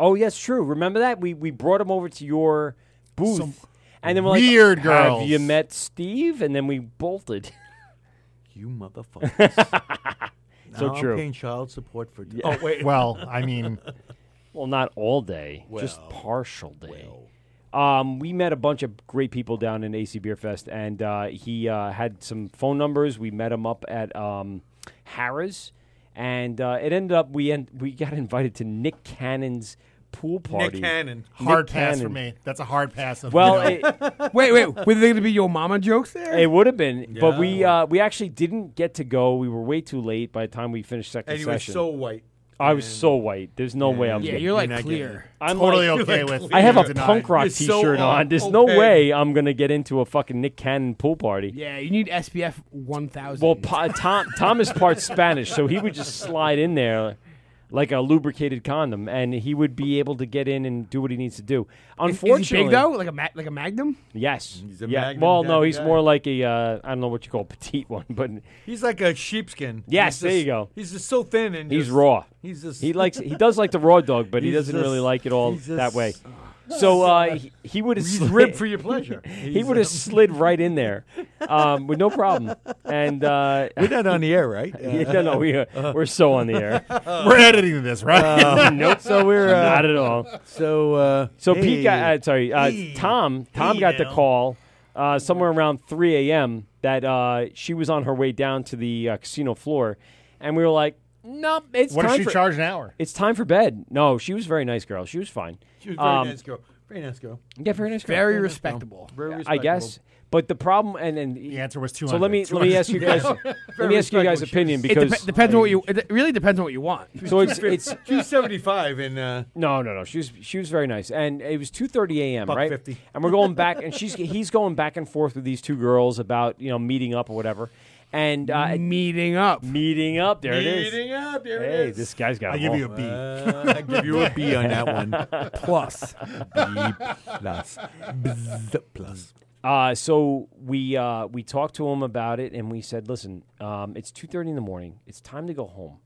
[SPEAKER 7] Oh, yes, true. Remember that we we brought him over to your booth,
[SPEAKER 8] Some
[SPEAKER 7] and then we're like,
[SPEAKER 8] weird girls."
[SPEAKER 7] Have you met Steve? And then we bolted.
[SPEAKER 2] You motherfuckers.
[SPEAKER 7] so
[SPEAKER 2] Now I'm
[SPEAKER 7] true.
[SPEAKER 2] paying child support for.
[SPEAKER 7] Yeah.
[SPEAKER 2] Oh wait.
[SPEAKER 8] Well, I mean,
[SPEAKER 7] Well, not all day, just
[SPEAKER 2] Well,
[SPEAKER 7] partial day. Um, we met a bunch of great people down in AC Beer Fest, and uh, he uh, had some phone numbers. We met him up at um, Harrah's, and uh, it ended up we en- we got invited to Nick Cannon's pool party. Nick
[SPEAKER 8] hard pass for
[SPEAKER 7] Cannon.
[SPEAKER 8] me. That's a hard pass. Of,
[SPEAKER 7] Well,
[SPEAKER 8] you know.
[SPEAKER 7] it-
[SPEAKER 9] wait, wait. Were there gonna be your mama jokes there?
[SPEAKER 7] It would have been, but
[SPEAKER 9] Yeah.
[SPEAKER 7] we uh, we actually didn't get to go. We were way too late by the time we finished second
[SPEAKER 2] And you were
[SPEAKER 7] session.
[SPEAKER 2] so white.
[SPEAKER 7] I was so white. There's no way I'm.
[SPEAKER 9] Yeah,
[SPEAKER 7] getting-
[SPEAKER 9] you're, like, You're not clear. getting it.
[SPEAKER 7] I'm
[SPEAKER 9] Totally
[SPEAKER 7] like-
[SPEAKER 9] okay You're, like, with
[SPEAKER 7] I have a
[SPEAKER 9] clear.
[SPEAKER 7] punk rock
[SPEAKER 9] You're so
[SPEAKER 7] T-shirt on.
[SPEAKER 9] on-
[SPEAKER 7] There's no
[SPEAKER 9] okay.
[SPEAKER 7] way I'm gonna get into a fucking Nick Cannon pool party.
[SPEAKER 9] Yeah, you need SPF 1000.
[SPEAKER 7] Well, pa- Tom Tom is part Spanish, so he would just slide in there like a lubricated condom, and he would be able to get in and do what he needs to do.
[SPEAKER 9] Is- is he
[SPEAKER 7] Unfortunately,
[SPEAKER 9] big though, like a ma- like a magnum.
[SPEAKER 7] Yes.
[SPEAKER 2] a
[SPEAKER 7] yeah.
[SPEAKER 2] Magnum
[SPEAKER 7] Well, no,
[SPEAKER 2] kind of
[SPEAKER 7] he's
[SPEAKER 2] guy.
[SPEAKER 7] more like a uh, I don't know what you call a petite one, but
[SPEAKER 2] He's like a sheepskin.
[SPEAKER 7] Yes,
[SPEAKER 2] He's
[SPEAKER 7] there
[SPEAKER 2] just-
[SPEAKER 7] you go.
[SPEAKER 2] He's just so thin and
[SPEAKER 7] he's
[SPEAKER 2] just-
[SPEAKER 7] raw.
[SPEAKER 2] He's just
[SPEAKER 7] he likes he does like the raw dog, but he
[SPEAKER 2] He's
[SPEAKER 7] doesn't really
[SPEAKER 2] just-
[SPEAKER 7] like it all
[SPEAKER 2] he's
[SPEAKER 7] that
[SPEAKER 2] just-
[SPEAKER 7] way. So uh, he, he would have
[SPEAKER 2] He's
[SPEAKER 7] slid,
[SPEAKER 2] ribbed for your pleasure.
[SPEAKER 7] he
[SPEAKER 2] He's,
[SPEAKER 7] would have
[SPEAKER 2] um,
[SPEAKER 7] slid right in there um, with no problem. And uh,
[SPEAKER 2] We're not on the air, right? Uh-huh.
[SPEAKER 7] yeah, no, no, we are, we're so on the air.
[SPEAKER 8] We're editing this, right?
[SPEAKER 7] Uh, nope.
[SPEAKER 2] So we're uh,
[SPEAKER 7] not at all.
[SPEAKER 2] So uh,
[SPEAKER 7] So
[SPEAKER 2] hey,
[SPEAKER 7] Pete got uh, sorry. Uh,
[SPEAKER 2] Hey.
[SPEAKER 7] Tom Tom
[SPEAKER 2] Hey
[SPEAKER 7] got the
[SPEAKER 2] now.
[SPEAKER 7] call uh, somewhere around 3 a.m. that uh, she was on her way down to the uh, casino floor, and we were like, "No, it's
[SPEAKER 8] What does
[SPEAKER 7] time
[SPEAKER 8] she
[SPEAKER 7] for-
[SPEAKER 8] charge an hour?
[SPEAKER 7] It's time for bed." No, she was a very nice girl. She was fine.
[SPEAKER 2] She was very
[SPEAKER 7] Um,
[SPEAKER 2] nice girl. Very nice girl.
[SPEAKER 7] Yeah, very nice girl.
[SPEAKER 9] Very
[SPEAKER 7] nice girl.
[SPEAKER 9] respectable.
[SPEAKER 2] Very
[SPEAKER 7] I
[SPEAKER 2] respectable.
[SPEAKER 7] guess. But the problem, and, and the
[SPEAKER 8] answer was two.
[SPEAKER 7] So let me let me ask you guys. let me ask you guys' opinion
[SPEAKER 9] It
[SPEAKER 7] because
[SPEAKER 9] depe- depends on what you. It really depends on what you want.
[SPEAKER 7] So it's it's
[SPEAKER 2] She was seventy five and uh,
[SPEAKER 7] No, no, no. She was she was very nice, and it was two thirty a.m.
[SPEAKER 2] Buck
[SPEAKER 7] right?
[SPEAKER 2] 50.
[SPEAKER 7] And we're going back, and she's he's going back and forth with these two girls about you know meeting up or whatever. and uh,
[SPEAKER 9] meeting up,
[SPEAKER 7] meeting up. There it is.
[SPEAKER 2] Meeting up, there it
[SPEAKER 7] hey,
[SPEAKER 2] is.
[SPEAKER 7] this guy's got.
[SPEAKER 2] I
[SPEAKER 7] them
[SPEAKER 2] give
[SPEAKER 7] all.
[SPEAKER 2] you a B. Uh, I give you a B on that one.
[SPEAKER 9] Plus.
[SPEAKER 2] B plus. Bzz plus.
[SPEAKER 7] Uh, so we uh, we talked to him about it, and we said, "Listen, um, it's two thirty in the morning. It's time to go home.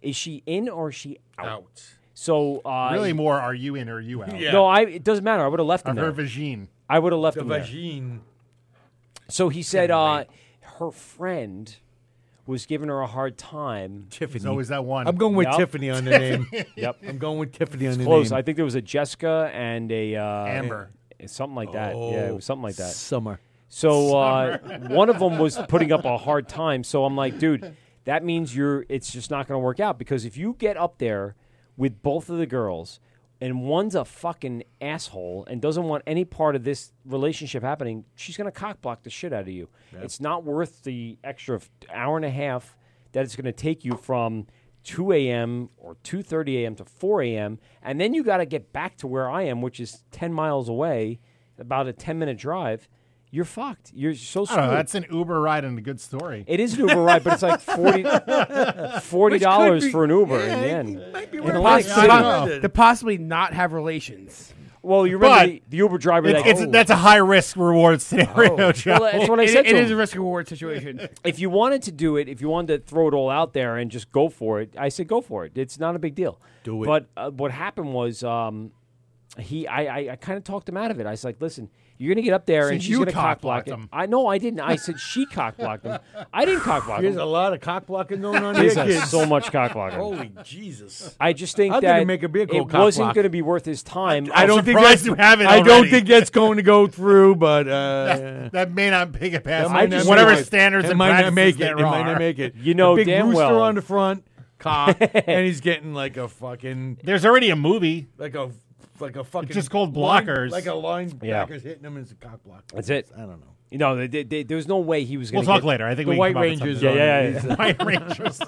[SPEAKER 7] Is she in or is she out?" So uh,
[SPEAKER 8] Really more, are you in or are you out?
[SPEAKER 7] No, I. It doesn't matter. I would have left him
[SPEAKER 8] Or her
[SPEAKER 7] there.
[SPEAKER 8] vagine.
[SPEAKER 7] I would have left
[SPEAKER 8] The
[SPEAKER 7] him there. So he said, uh, her friend was giving her a hard time.
[SPEAKER 2] Tiffany.
[SPEAKER 8] There's always that one.
[SPEAKER 2] I'm going with
[SPEAKER 7] Yep.
[SPEAKER 2] Tiffany on the name.
[SPEAKER 7] yep.
[SPEAKER 2] I'm going with Tiffany on
[SPEAKER 7] It's
[SPEAKER 2] the
[SPEAKER 7] close.
[SPEAKER 2] name.
[SPEAKER 7] I think there was a Jessica and a uh,
[SPEAKER 2] Amber.
[SPEAKER 7] eh, something like that. yeah, it was something like that.
[SPEAKER 2] Oh, Summer.
[SPEAKER 7] So uh,
[SPEAKER 2] Summer.
[SPEAKER 7] one of them was putting up a hard time. So I'm like, dude, that means you're. It's just not going to work out because if you get up there with both of the girls and one's a fucking asshole and doesn't want any part of this relationship happening, she's going to cockblock the shit out of you.
[SPEAKER 2] Yep.
[SPEAKER 7] It's not worth the extra f- hour and a half that it's going to take you from 2 a.m. or 2:30 a.m. to 4 a.m. and then you got to get back to where I am, which is 10 miles away, about a 10 minute drive. You're fucked. You're so
[SPEAKER 8] I
[SPEAKER 7] screwed.
[SPEAKER 8] don't know. That's an Uber ride and a good story.
[SPEAKER 7] It is an Uber ride, but it's like 40 $40 for an Uber in the end. In
[SPEAKER 9] The,
[SPEAKER 7] Atlantic
[SPEAKER 9] poss-
[SPEAKER 7] City.
[SPEAKER 9] to possibly not have relations.
[SPEAKER 7] Well, you
[SPEAKER 9] But
[SPEAKER 7] remember the, the Uber driver
[SPEAKER 8] It's,
[SPEAKER 7] that
[SPEAKER 8] it's, that's a high risk reward scenario, Joe.
[SPEAKER 7] Well, that's what I
[SPEAKER 9] It-
[SPEAKER 7] said.
[SPEAKER 9] it
[SPEAKER 7] to
[SPEAKER 9] is
[SPEAKER 7] him.
[SPEAKER 9] a risk reward situation.
[SPEAKER 7] if you wanted to do it, if you wanted to throw it all out there and just go for it, I said go for it. It's not a big deal.
[SPEAKER 2] Do it.
[SPEAKER 7] But uh, what happened was um, he, I, I, I kind of talked him out of it. I was like, listen, you're gonna get up there
[SPEAKER 2] So
[SPEAKER 7] and she's
[SPEAKER 2] you
[SPEAKER 7] gonna cock
[SPEAKER 2] cock-blocked
[SPEAKER 7] block it.
[SPEAKER 2] him.
[SPEAKER 7] I no, I didn't. I said she cock blocked him. I didn't cock block
[SPEAKER 2] There's
[SPEAKER 7] him.
[SPEAKER 2] a lot of cock blocking going on
[SPEAKER 7] There's
[SPEAKER 2] here,
[SPEAKER 7] a-
[SPEAKER 2] kids.
[SPEAKER 7] so much cock blocking.
[SPEAKER 2] Holy Jesus!
[SPEAKER 7] I just think
[SPEAKER 2] I think
[SPEAKER 7] that
[SPEAKER 2] it'd make a big
[SPEAKER 7] it
[SPEAKER 2] old cock
[SPEAKER 7] wasn't
[SPEAKER 2] block.
[SPEAKER 7] going to be worth his time.
[SPEAKER 2] I don't think that's, I don't think that's going to go through, but uh,
[SPEAKER 8] That, that may not pick it past
[SPEAKER 2] That might not
[SPEAKER 8] whatever
[SPEAKER 2] make it.
[SPEAKER 8] standards
[SPEAKER 2] It
[SPEAKER 8] and
[SPEAKER 2] might not
[SPEAKER 8] practices
[SPEAKER 2] make it.
[SPEAKER 8] there
[SPEAKER 2] It might
[SPEAKER 8] are.
[SPEAKER 2] not make it.
[SPEAKER 7] You know
[SPEAKER 2] a big
[SPEAKER 7] damn
[SPEAKER 2] rooster
[SPEAKER 7] well.
[SPEAKER 2] on the front cock, and he's getting like a fucking.
[SPEAKER 8] There's already a movie.
[SPEAKER 2] Like a like a fucking.
[SPEAKER 8] just called
[SPEAKER 2] line-
[SPEAKER 8] blockers.
[SPEAKER 2] like a
[SPEAKER 7] Yeah.
[SPEAKER 2] linebacker's hitting him as a cock block.
[SPEAKER 7] That's it.
[SPEAKER 2] I don't know.
[SPEAKER 7] You know, they, they, they, there was no way he was
[SPEAKER 8] We'll
[SPEAKER 7] going to
[SPEAKER 8] talk later. I think The we can White come up with Rangers
[SPEAKER 7] Yeah, yeah,
[SPEAKER 8] something. on
[SPEAKER 7] yeah.
[SPEAKER 8] these. White Rangers.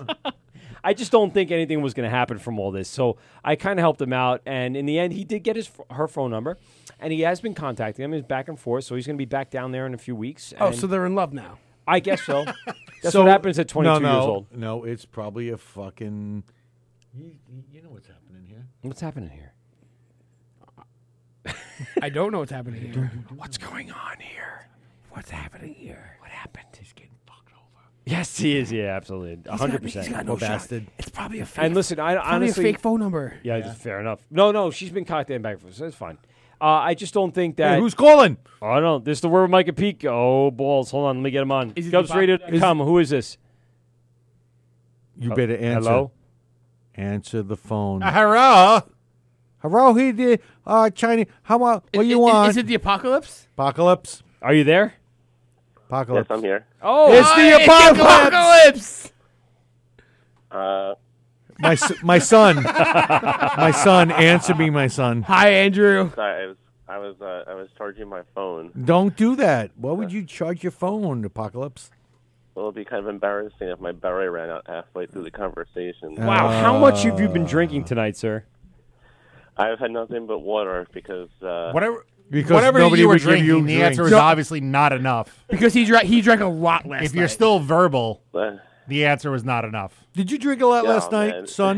[SPEAKER 7] I just don't think anything was going to happen from all this. So I kind of helped him out, and in the end, he did get his f- her phone number, and he has been contacting him. He's back and forth, so he's going to be back down there in a few weeks.
[SPEAKER 9] Oh,
[SPEAKER 7] and
[SPEAKER 9] so they're in love now.
[SPEAKER 7] I guess so. That's what happens at 22
[SPEAKER 2] no, no,
[SPEAKER 7] years old.
[SPEAKER 2] No, it's probably a fucking. You, you know what's happening here.
[SPEAKER 7] What's happening here?
[SPEAKER 9] I don't know what's happening here.
[SPEAKER 7] What's going on here?
[SPEAKER 9] What's happening here? What happened? He's getting
[SPEAKER 7] Yes, he is. Yeah, absolutely,
[SPEAKER 9] got-
[SPEAKER 7] 100. percent
[SPEAKER 9] he's got no shot. Bastard. It's probably a fake-
[SPEAKER 7] And listen, I
[SPEAKER 9] probably a
[SPEAKER 7] honestly
[SPEAKER 9] fake phone number.
[SPEAKER 7] Yeah,
[SPEAKER 9] Yeah.
[SPEAKER 7] fair enough. No, no, she's been contacting back and forth. So it's fine. Uh, I just don't think
[SPEAKER 2] Hey,
[SPEAKER 7] that.
[SPEAKER 2] who's calling?
[SPEAKER 7] I don't. This is the word with Mike and Pete. Oh balls! Hold on, let me get him on.
[SPEAKER 2] Is it
[SPEAKER 7] Cubs
[SPEAKER 2] the Bob-
[SPEAKER 7] Radio.
[SPEAKER 2] is-
[SPEAKER 7] Come. Who is this?
[SPEAKER 2] You
[SPEAKER 7] Uh,
[SPEAKER 2] better answer.
[SPEAKER 7] hello?
[SPEAKER 2] Answer the phone.
[SPEAKER 9] Ah.
[SPEAKER 8] Hello.
[SPEAKER 2] Hello, he did. Uh, Chinese. How about what you want?
[SPEAKER 9] Is it the apocalypse?
[SPEAKER 2] apocalypse?
[SPEAKER 7] Are you there?
[SPEAKER 2] Apocalypse.
[SPEAKER 13] Yes, I'm here.
[SPEAKER 7] Oh,
[SPEAKER 2] it's the
[SPEAKER 9] Hey,
[SPEAKER 2] apocalypse.
[SPEAKER 9] apocalypse!
[SPEAKER 13] Uh,
[SPEAKER 2] my s- my son, my son, answer me, my son.
[SPEAKER 9] Hi, Andrew.
[SPEAKER 13] Uh, sorry, I was I was uh, I was charging my phone.
[SPEAKER 2] Don't do that. Why would you charge your phone, apocalypse?
[SPEAKER 13] Well, it'd be kind of embarrassing if my battery ran out halfway through the conversation.
[SPEAKER 7] Wow,
[SPEAKER 2] Uh,
[SPEAKER 7] how much have you been drinking tonight, sir?
[SPEAKER 13] I've had nothing but water because uh,
[SPEAKER 8] Whatever. whatever you were drinking, the answer was obviously not enough.
[SPEAKER 9] Because he drank, he drank a lot last
[SPEAKER 8] If you're
[SPEAKER 9] night.
[SPEAKER 8] still verbal,
[SPEAKER 13] Uh,
[SPEAKER 8] the answer was not enough.
[SPEAKER 2] Did you drink a lot
[SPEAKER 13] yeah, man. so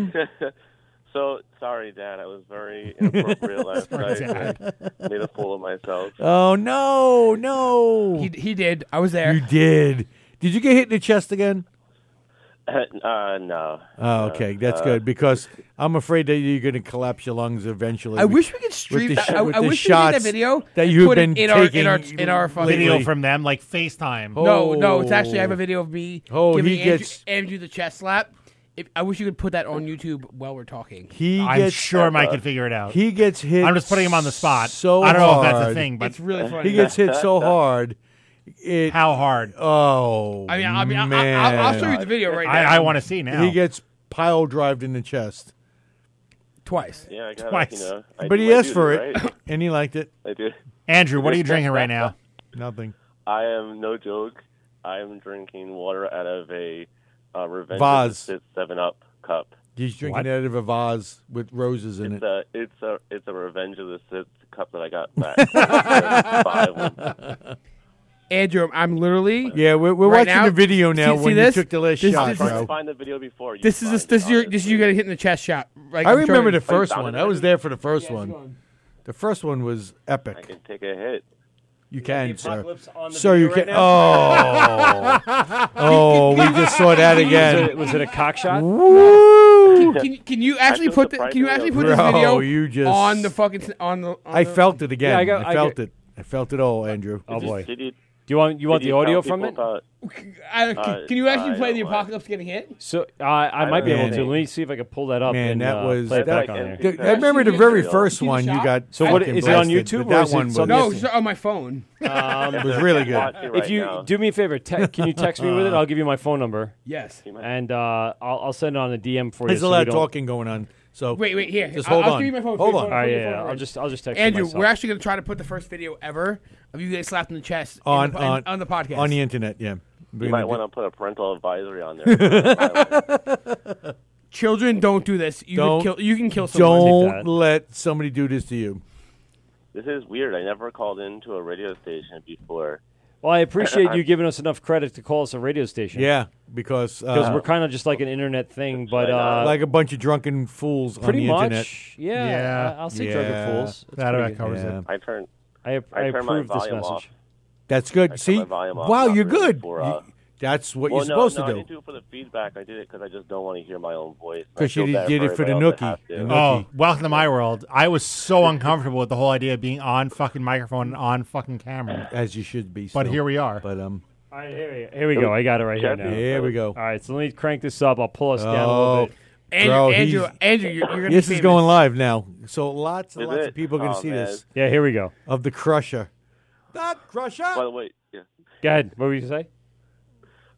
[SPEAKER 13] sorry, Dad. I was very inappropriate last
[SPEAKER 8] Sorry,
[SPEAKER 13] night.
[SPEAKER 8] Dad.
[SPEAKER 13] I made a fool of myself.
[SPEAKER 2] Oh no, no.
[SPEAKER 9] He he did. I was there.
[SPEAKER 2] You did. Did you get hit in the chest again?
[SPEAKER 13] uh, no.
[SPEAKER 2] Oh,
[SPEAKER 13] No.
[SPEAKER 2] okay, that's
[SPEAKER 13] Uh,
[SPEAKER 2] good because I'm afraid that you're going to collapse your lungs eventually.
[SPEAKER 9] I
[SPEAKER 2] with-
[SPEAKER 9] wish we could
[SPEAKER 2] with
[SPEAKER 9] stream-
[SPEAKER 2] the sh-
[SPEAKER 9] I- I
[SPEAKER 2] with the
[SPEAKER 9] wish we could get that
[SPEAKER 2] shots
[SPEAKER 9] video
[SPEAKER 2] that
[SPEAKER 9] and
[SPEAKER 2] you've
[SPEAKER 9] put it
[SPEAKER 2] been
[SPEAKER 9] in our-
[SPEAKER 2] taking
[SPEAKER 9] in our- in our fucking-
[SPEAKER 2] lately.
[SPEAKER 8] Video from them, like FaceTime.
[SPEAKER 9] No, no, it's actually I have a video of me
[SPEAKER 2] Oh,
[SPEAKER 9] giving
[SPEAKER 2] he
[SPEAKER 9] Andrew,
[SPEAKER 2] gets-
[SPEAKER 9] Andrew the chest slap. If, I wish you could put that on YouTube while we're talking.
[SPEAKER 2] He
[SPEAKER 8] I'm
[SPEAKER 2] gets,
[SPEAKER 8] sure Mike can figure it out.
[SPEAKER 2] He gets hit.
[SPEAKER 8] I'm just putting him on the spot.
[SPEAKER 2] So
[SPEAKER 8] I don't know if that's a
[SPEAKER 2] hard.
[SPEAKER 8] thing, but- It's really funny.
[SPEAKER 2] He gets hit so hard. It,
[SPEAKER 8] How hard?
[SPEAKER 2] Oh,
[SPEAKER 9] I mean, I mean, I- I-
[SPEAKER 2] man.
[SPEAKER 9] I'll show you the video right
[SPEAKER 8] I- now. I wanna see now.
[SPEAKER 2] He gets pile drived in the chest.
[SPEAKER 9] Twice.
[SPEAKER 13] Yeah, I got
[SPEAKER 8] Twice.
[SPEAKER 13] You know, I
[SPEAKER 2] but
[SPEAKER 13] do
[SPEAKER 2] he
[SPEAKER 13] my
[SPEAKER 2] asked for
[SPEAKER 13] duty,
[SPEAKER 2] it,
[SPEAKER 13] right?
[SPEAKER 2] and he liked it.
[SPEAKER 13] I do.
[SPEAKER 8] Andrew, what are you drinking right now?
[SPEAKER 2] Nothing.
[SPEAKER 13] I am no joke. I am drinking water out of a uh, revenge
[SPEAKER 2] Vase.
[SPEAKER 13] of the Sith Seven Up cup.
[SPEAKER 2] He's drinking
[SPEAKER 13] What?
[SPEAKER 2] out of a vase with roses in it.
[SPEAKER 13] It's a it's a it's a revenge of the Sith cup that I got back. when I was five.
[SPEAKER 9] Andrew, I'm literally
[SPEAKER 2] Yeah, we're- we're
[SPEAKER 9] right
[SPEAKER 2] watching the video now
[SPEAKER 9] See, see
[SPEAKER 2] when you
[SPEAKER 9] this?
[SPEAKER 2] took the last
[SPEAKER 9] This-
[SPEAKER 2] shot,
[SPEAKER 9] this-
[SPEAKER 2] bro.
[SPEAKER 9] this-
[SPEAKER 2] Find
[SPEAKER 13] the video before you
[SPEAKER 9] This is this, this is your this is you getting hit in the chest shot. Like
[SPEAKER 2] I
[SPEAKER 9] I'm
[SPEAKER 2] remember
[SPEAKER 9] turning.
[SPEAKER 13] Oh,
[SPEAKER 2] the first one. I was there for the first one. The first one was epic.
[SPEAKER 13] I can take a hit.
[SPEAKER 2] You can, sir.
[SPEAKER 13] apocalypse on the
[SPEAKER 2] Sir, you
[SPEAKER 13] video
[SPEAKER 2] can.
[SPEAKER 13] right
[SPEAKER 2] oh, oh, we just saw that again.
[SPEAKER 7] Was it, was it a cock shot?
[SPEAKER 9] Can, can, can you actually
[SPEAKER 7] That
[SPEAKER 9] put the, can you actually put this
[SPEAKER 2] Bro,
[SPEAKER 9] video
[SPEAKER 2] you just-
[SPEAKER 9] on the fucking s- on the on
[SPEAKER 2] I
[SPEAKER 9] the-
[SPEAKER 2] felt it again.
[SPEAKER 9] Uh, Yeah,
[SPEAKER 2] I,
[SPEAKER 9] I got- I
[SPEAKER 2] felt
[SPEAKER 9] get-
[SPEAKER 2] it. I felt it all, Andrew.
[SPEAKER 7] Oh, boy. Did
[SPEAKER 13] you,
[SPEAKER 7] Do you want you want
[SPEAKER 2] did
[SPEAKER 7] the
[SPEAKER 2] you
[SPEAKER 7] audio
[SPEAKER 2] tell
[SPEAKER 7] from it?
[SPEAKER 2] people
[SPEAKER 9] I, can,
[SPEAKER 7] Uh,
[SPEAKER 9] can you actually
[SPEAKER 7] I
[SPEAKER 9] play
[SPEAKER 7] don't
[SPEAKER 9] the
[SPEAKER 7] know.
[SPEAKER 9] apocalypse getting hit?
[SPEAKER 7] So uh, I,
[SPEAKER 2] I
[SPEAKER 7] might be
[SPEAKER 2] don't
[SPEAKER 7] able to.
[SPEAKER 2] know.
[SPEAKER 7] Let me see if I can pull that up.
[SPEAKER 2] Man,
[SPEAKER 7] and,
[SPEAKER 2] that
[SPEAKER 7] uh,
[SPEAKER 2] was-
[SPEAKER 7] play it
[SPEAKER 2] that-
[SPEAKER 7] back on there.
[SPEAKER 2] Dude, I remember the very first one you got.
[SPEAKER 7] So what
[SPEAKER 2] fucking
[SPEAKER 7] is it on
[SPEAKER 2] blasted,
[SPEAKER 7] YouTube
[SPEAKER 2] but that
[SPEAKER 7] or is
[SPEAKER 2] one
[SPEAKER 7] it
[SPEAKER 2] was-
[SPEAKER 7] something?
[SPEAKER 9] No, it's on my phone.
[SPEAKER 7] Um,
[SPEAKER 2] It was really good. Uh,
[SPEAKER 7] If you do me a favor, te- can you text me with it? I'll give you my phone number.
[SPEAKER 9] Yes.
[SPEAKER 7] and uh, I'll, I'll send it on a DM for you.
[SPEAKER 2] There's a
[SPEAKER 7] so
[SPEAKER 2] lot
[SPEAKER 7] we
[SPEAKER 2] of
[SPEAKER 7] don't-
[SPEAKER 2] talking going on. So
[SPEAKER 9] Wait, wait, here.
[SPEAKER 2] Just
[SPEAKER 9] I'll-
[SPEAKER 2] hold
[SPEAKER 9] I'll
[SPEAKER 2] on.
[SPEAKER 9] give you my phone.
[SPEAKER 2] Hold
[SPEAKER 9] Give me
[SPEAKER 2] on.
[SPEAKER 9] my phone,
[SPEAKER 7] All right,
[SPEAKER 9] give me my
[SPEAKER 7] yeah,
[SPEAKER 9] phone.
[SPEAKER 7] I'll just- I'll just text you
[SPEAKER 9] Andrew,
[SPEAKER 7] myself.
[SPEAKER 9] we're actually going to try to put the first video ever of you getting slapped in the chest in
[SPEAKER 2] on
[SPEAKER 9] the-
[SPEAKER 2] on
[SPEAKER 9] on the podcast
[SPEAKER 2] on the internet. Yeah,
[SPEAKER 13] You
[SPEAKER 2] Bring
[SPEAKER 13] might
[SPEAKER 2] the-
[SPEAKER 13] want to put a parental advisory on there.
[SPEAKER 9] Children, don't do this. You
[SPEAKER 2] don't
[SPEAKER 9] can kill. You can kill someone.
[SPEAKER 2] Don't let somebody do this to you.
[SPEAKER 13] this is weird. I never called into a radio station before.
[SPEAKER 7] Well, I appreciate
[SPEAKER 13] I'm-
[SPEAKER 7] you giving us enough credit to call us a radio station.
[SPEAKER 2] Yeah, because
[SPEAKER 7] because
[SPEAKER 2] uh,
[SPEAKER 7] we're kind of just like an internet thing, but uh,
[SPEAKER 2] like a bunch of drunken fools
[SPEAKER 7] pretty
[SPEAKER 2] on the
[SPEAKER 7] much.
[SPEAKER 2] internet.
[SPEAKER 7] Yeah, I- I'll say drunken fools. That's
[SPEAKER 8] That
[SPEAKER 7] pretty
[SPEAKER 8] covers
[SPEAKER 7] good.
[SPEAKER 8] it.
[SPEAKER 13] I turned.
[SPEAKER 7] I,
[SPEAKER 13] I turned my
[SPEAKER 7] approve this
[SPEAKER 13] volume off.
[SPEAKER 7] message.
[SPEAKER 2] That's good.
[SPEAKER 13] I
[SPEAKER 2] See,
[SPEAKER 13] turned my volume off
[SPEAKER 2] wow,
[SPEAKER 13] not
[SPEAKER 2] you're
[SPEAKER 13] really
[SPEAKER 2] good.
[SPEAKER 13] for, uh,
[SPEAKER 2] You- that's what
[SPEAKER 13] well,
[SPEAKER 2] you're
[SPEAKER 13] no,
[SPEAKER 2] supposed
[SPEAKER 13] no,
[SPEAKER 2] to
[SPEAKER 13] I
[SPEAKER 2] do.
[SPEAKER 13] didn't do it for the feedback. I did it because I just don't want to hear my own voice. I
[SPEAKER 2] 'Cause you
[SPEAKER 13] feel
[SPEAKER 2] did-
[SPEAKER 13] bad
[SPEAKER 2] did it for
[SPEAKER 13] everybody
[SPEAKER 2] the
[SPEAKER 13] else that
[SPEAKER 2] nookie.
[SPEAKER 13] has to.
[SPEAKER 2] The
[SPEAKER 8] Oh, welcome to my world. I was so uncomfortable with the whole idea of being on fucking microphone and on fucking camera.
[SPEAKER 2] As you should be.
[SPEAKER 8] But
[SPEAKER 2] still.
[SPEAKER 8] here we are.
[SPEAKER 2] But um,
[SPEAKER 7] All right, here we, here we go. I got it right here now.
[SPEAKER 2] Here we go.
[SPEAKER 7] All right, so let me crank this up. I'll pull us down a
[SPEAKER 2] Oh,
[SPEAKER 7] little bit.
[SPEAKER 9] Andrew,
[SPEAKER 2] bro,
[SPEAKER 9] Andrew,
[SPEAKER 2] he's-
[SPEAKER 9] Andrew, you're, you're gonna
[SPEAKER 2] this
[SPEAKER 9] be
[SPEAKER 2] is
[SPEAKER 9] famous.
[SPEAKER 2] going live now. So lots and
[SPEAKER 13] Is
[SPEAKER 2] lots
[SPEAKER 13] it?
[SPEAKER 2] of people are going to
[SPEAKER 13] Oh,
[SPEAKER 2] see
[SPEAKER 13] man.
[SPEAKER 2] this.
[SPEAKER 7] Yeah, here we go.
[SPEAKER 2] Of the Crusher. That crusher.
[SPEAKER 13] By the way, yeah,
[SPEAKER 7] Go ahead. What were you gonna say?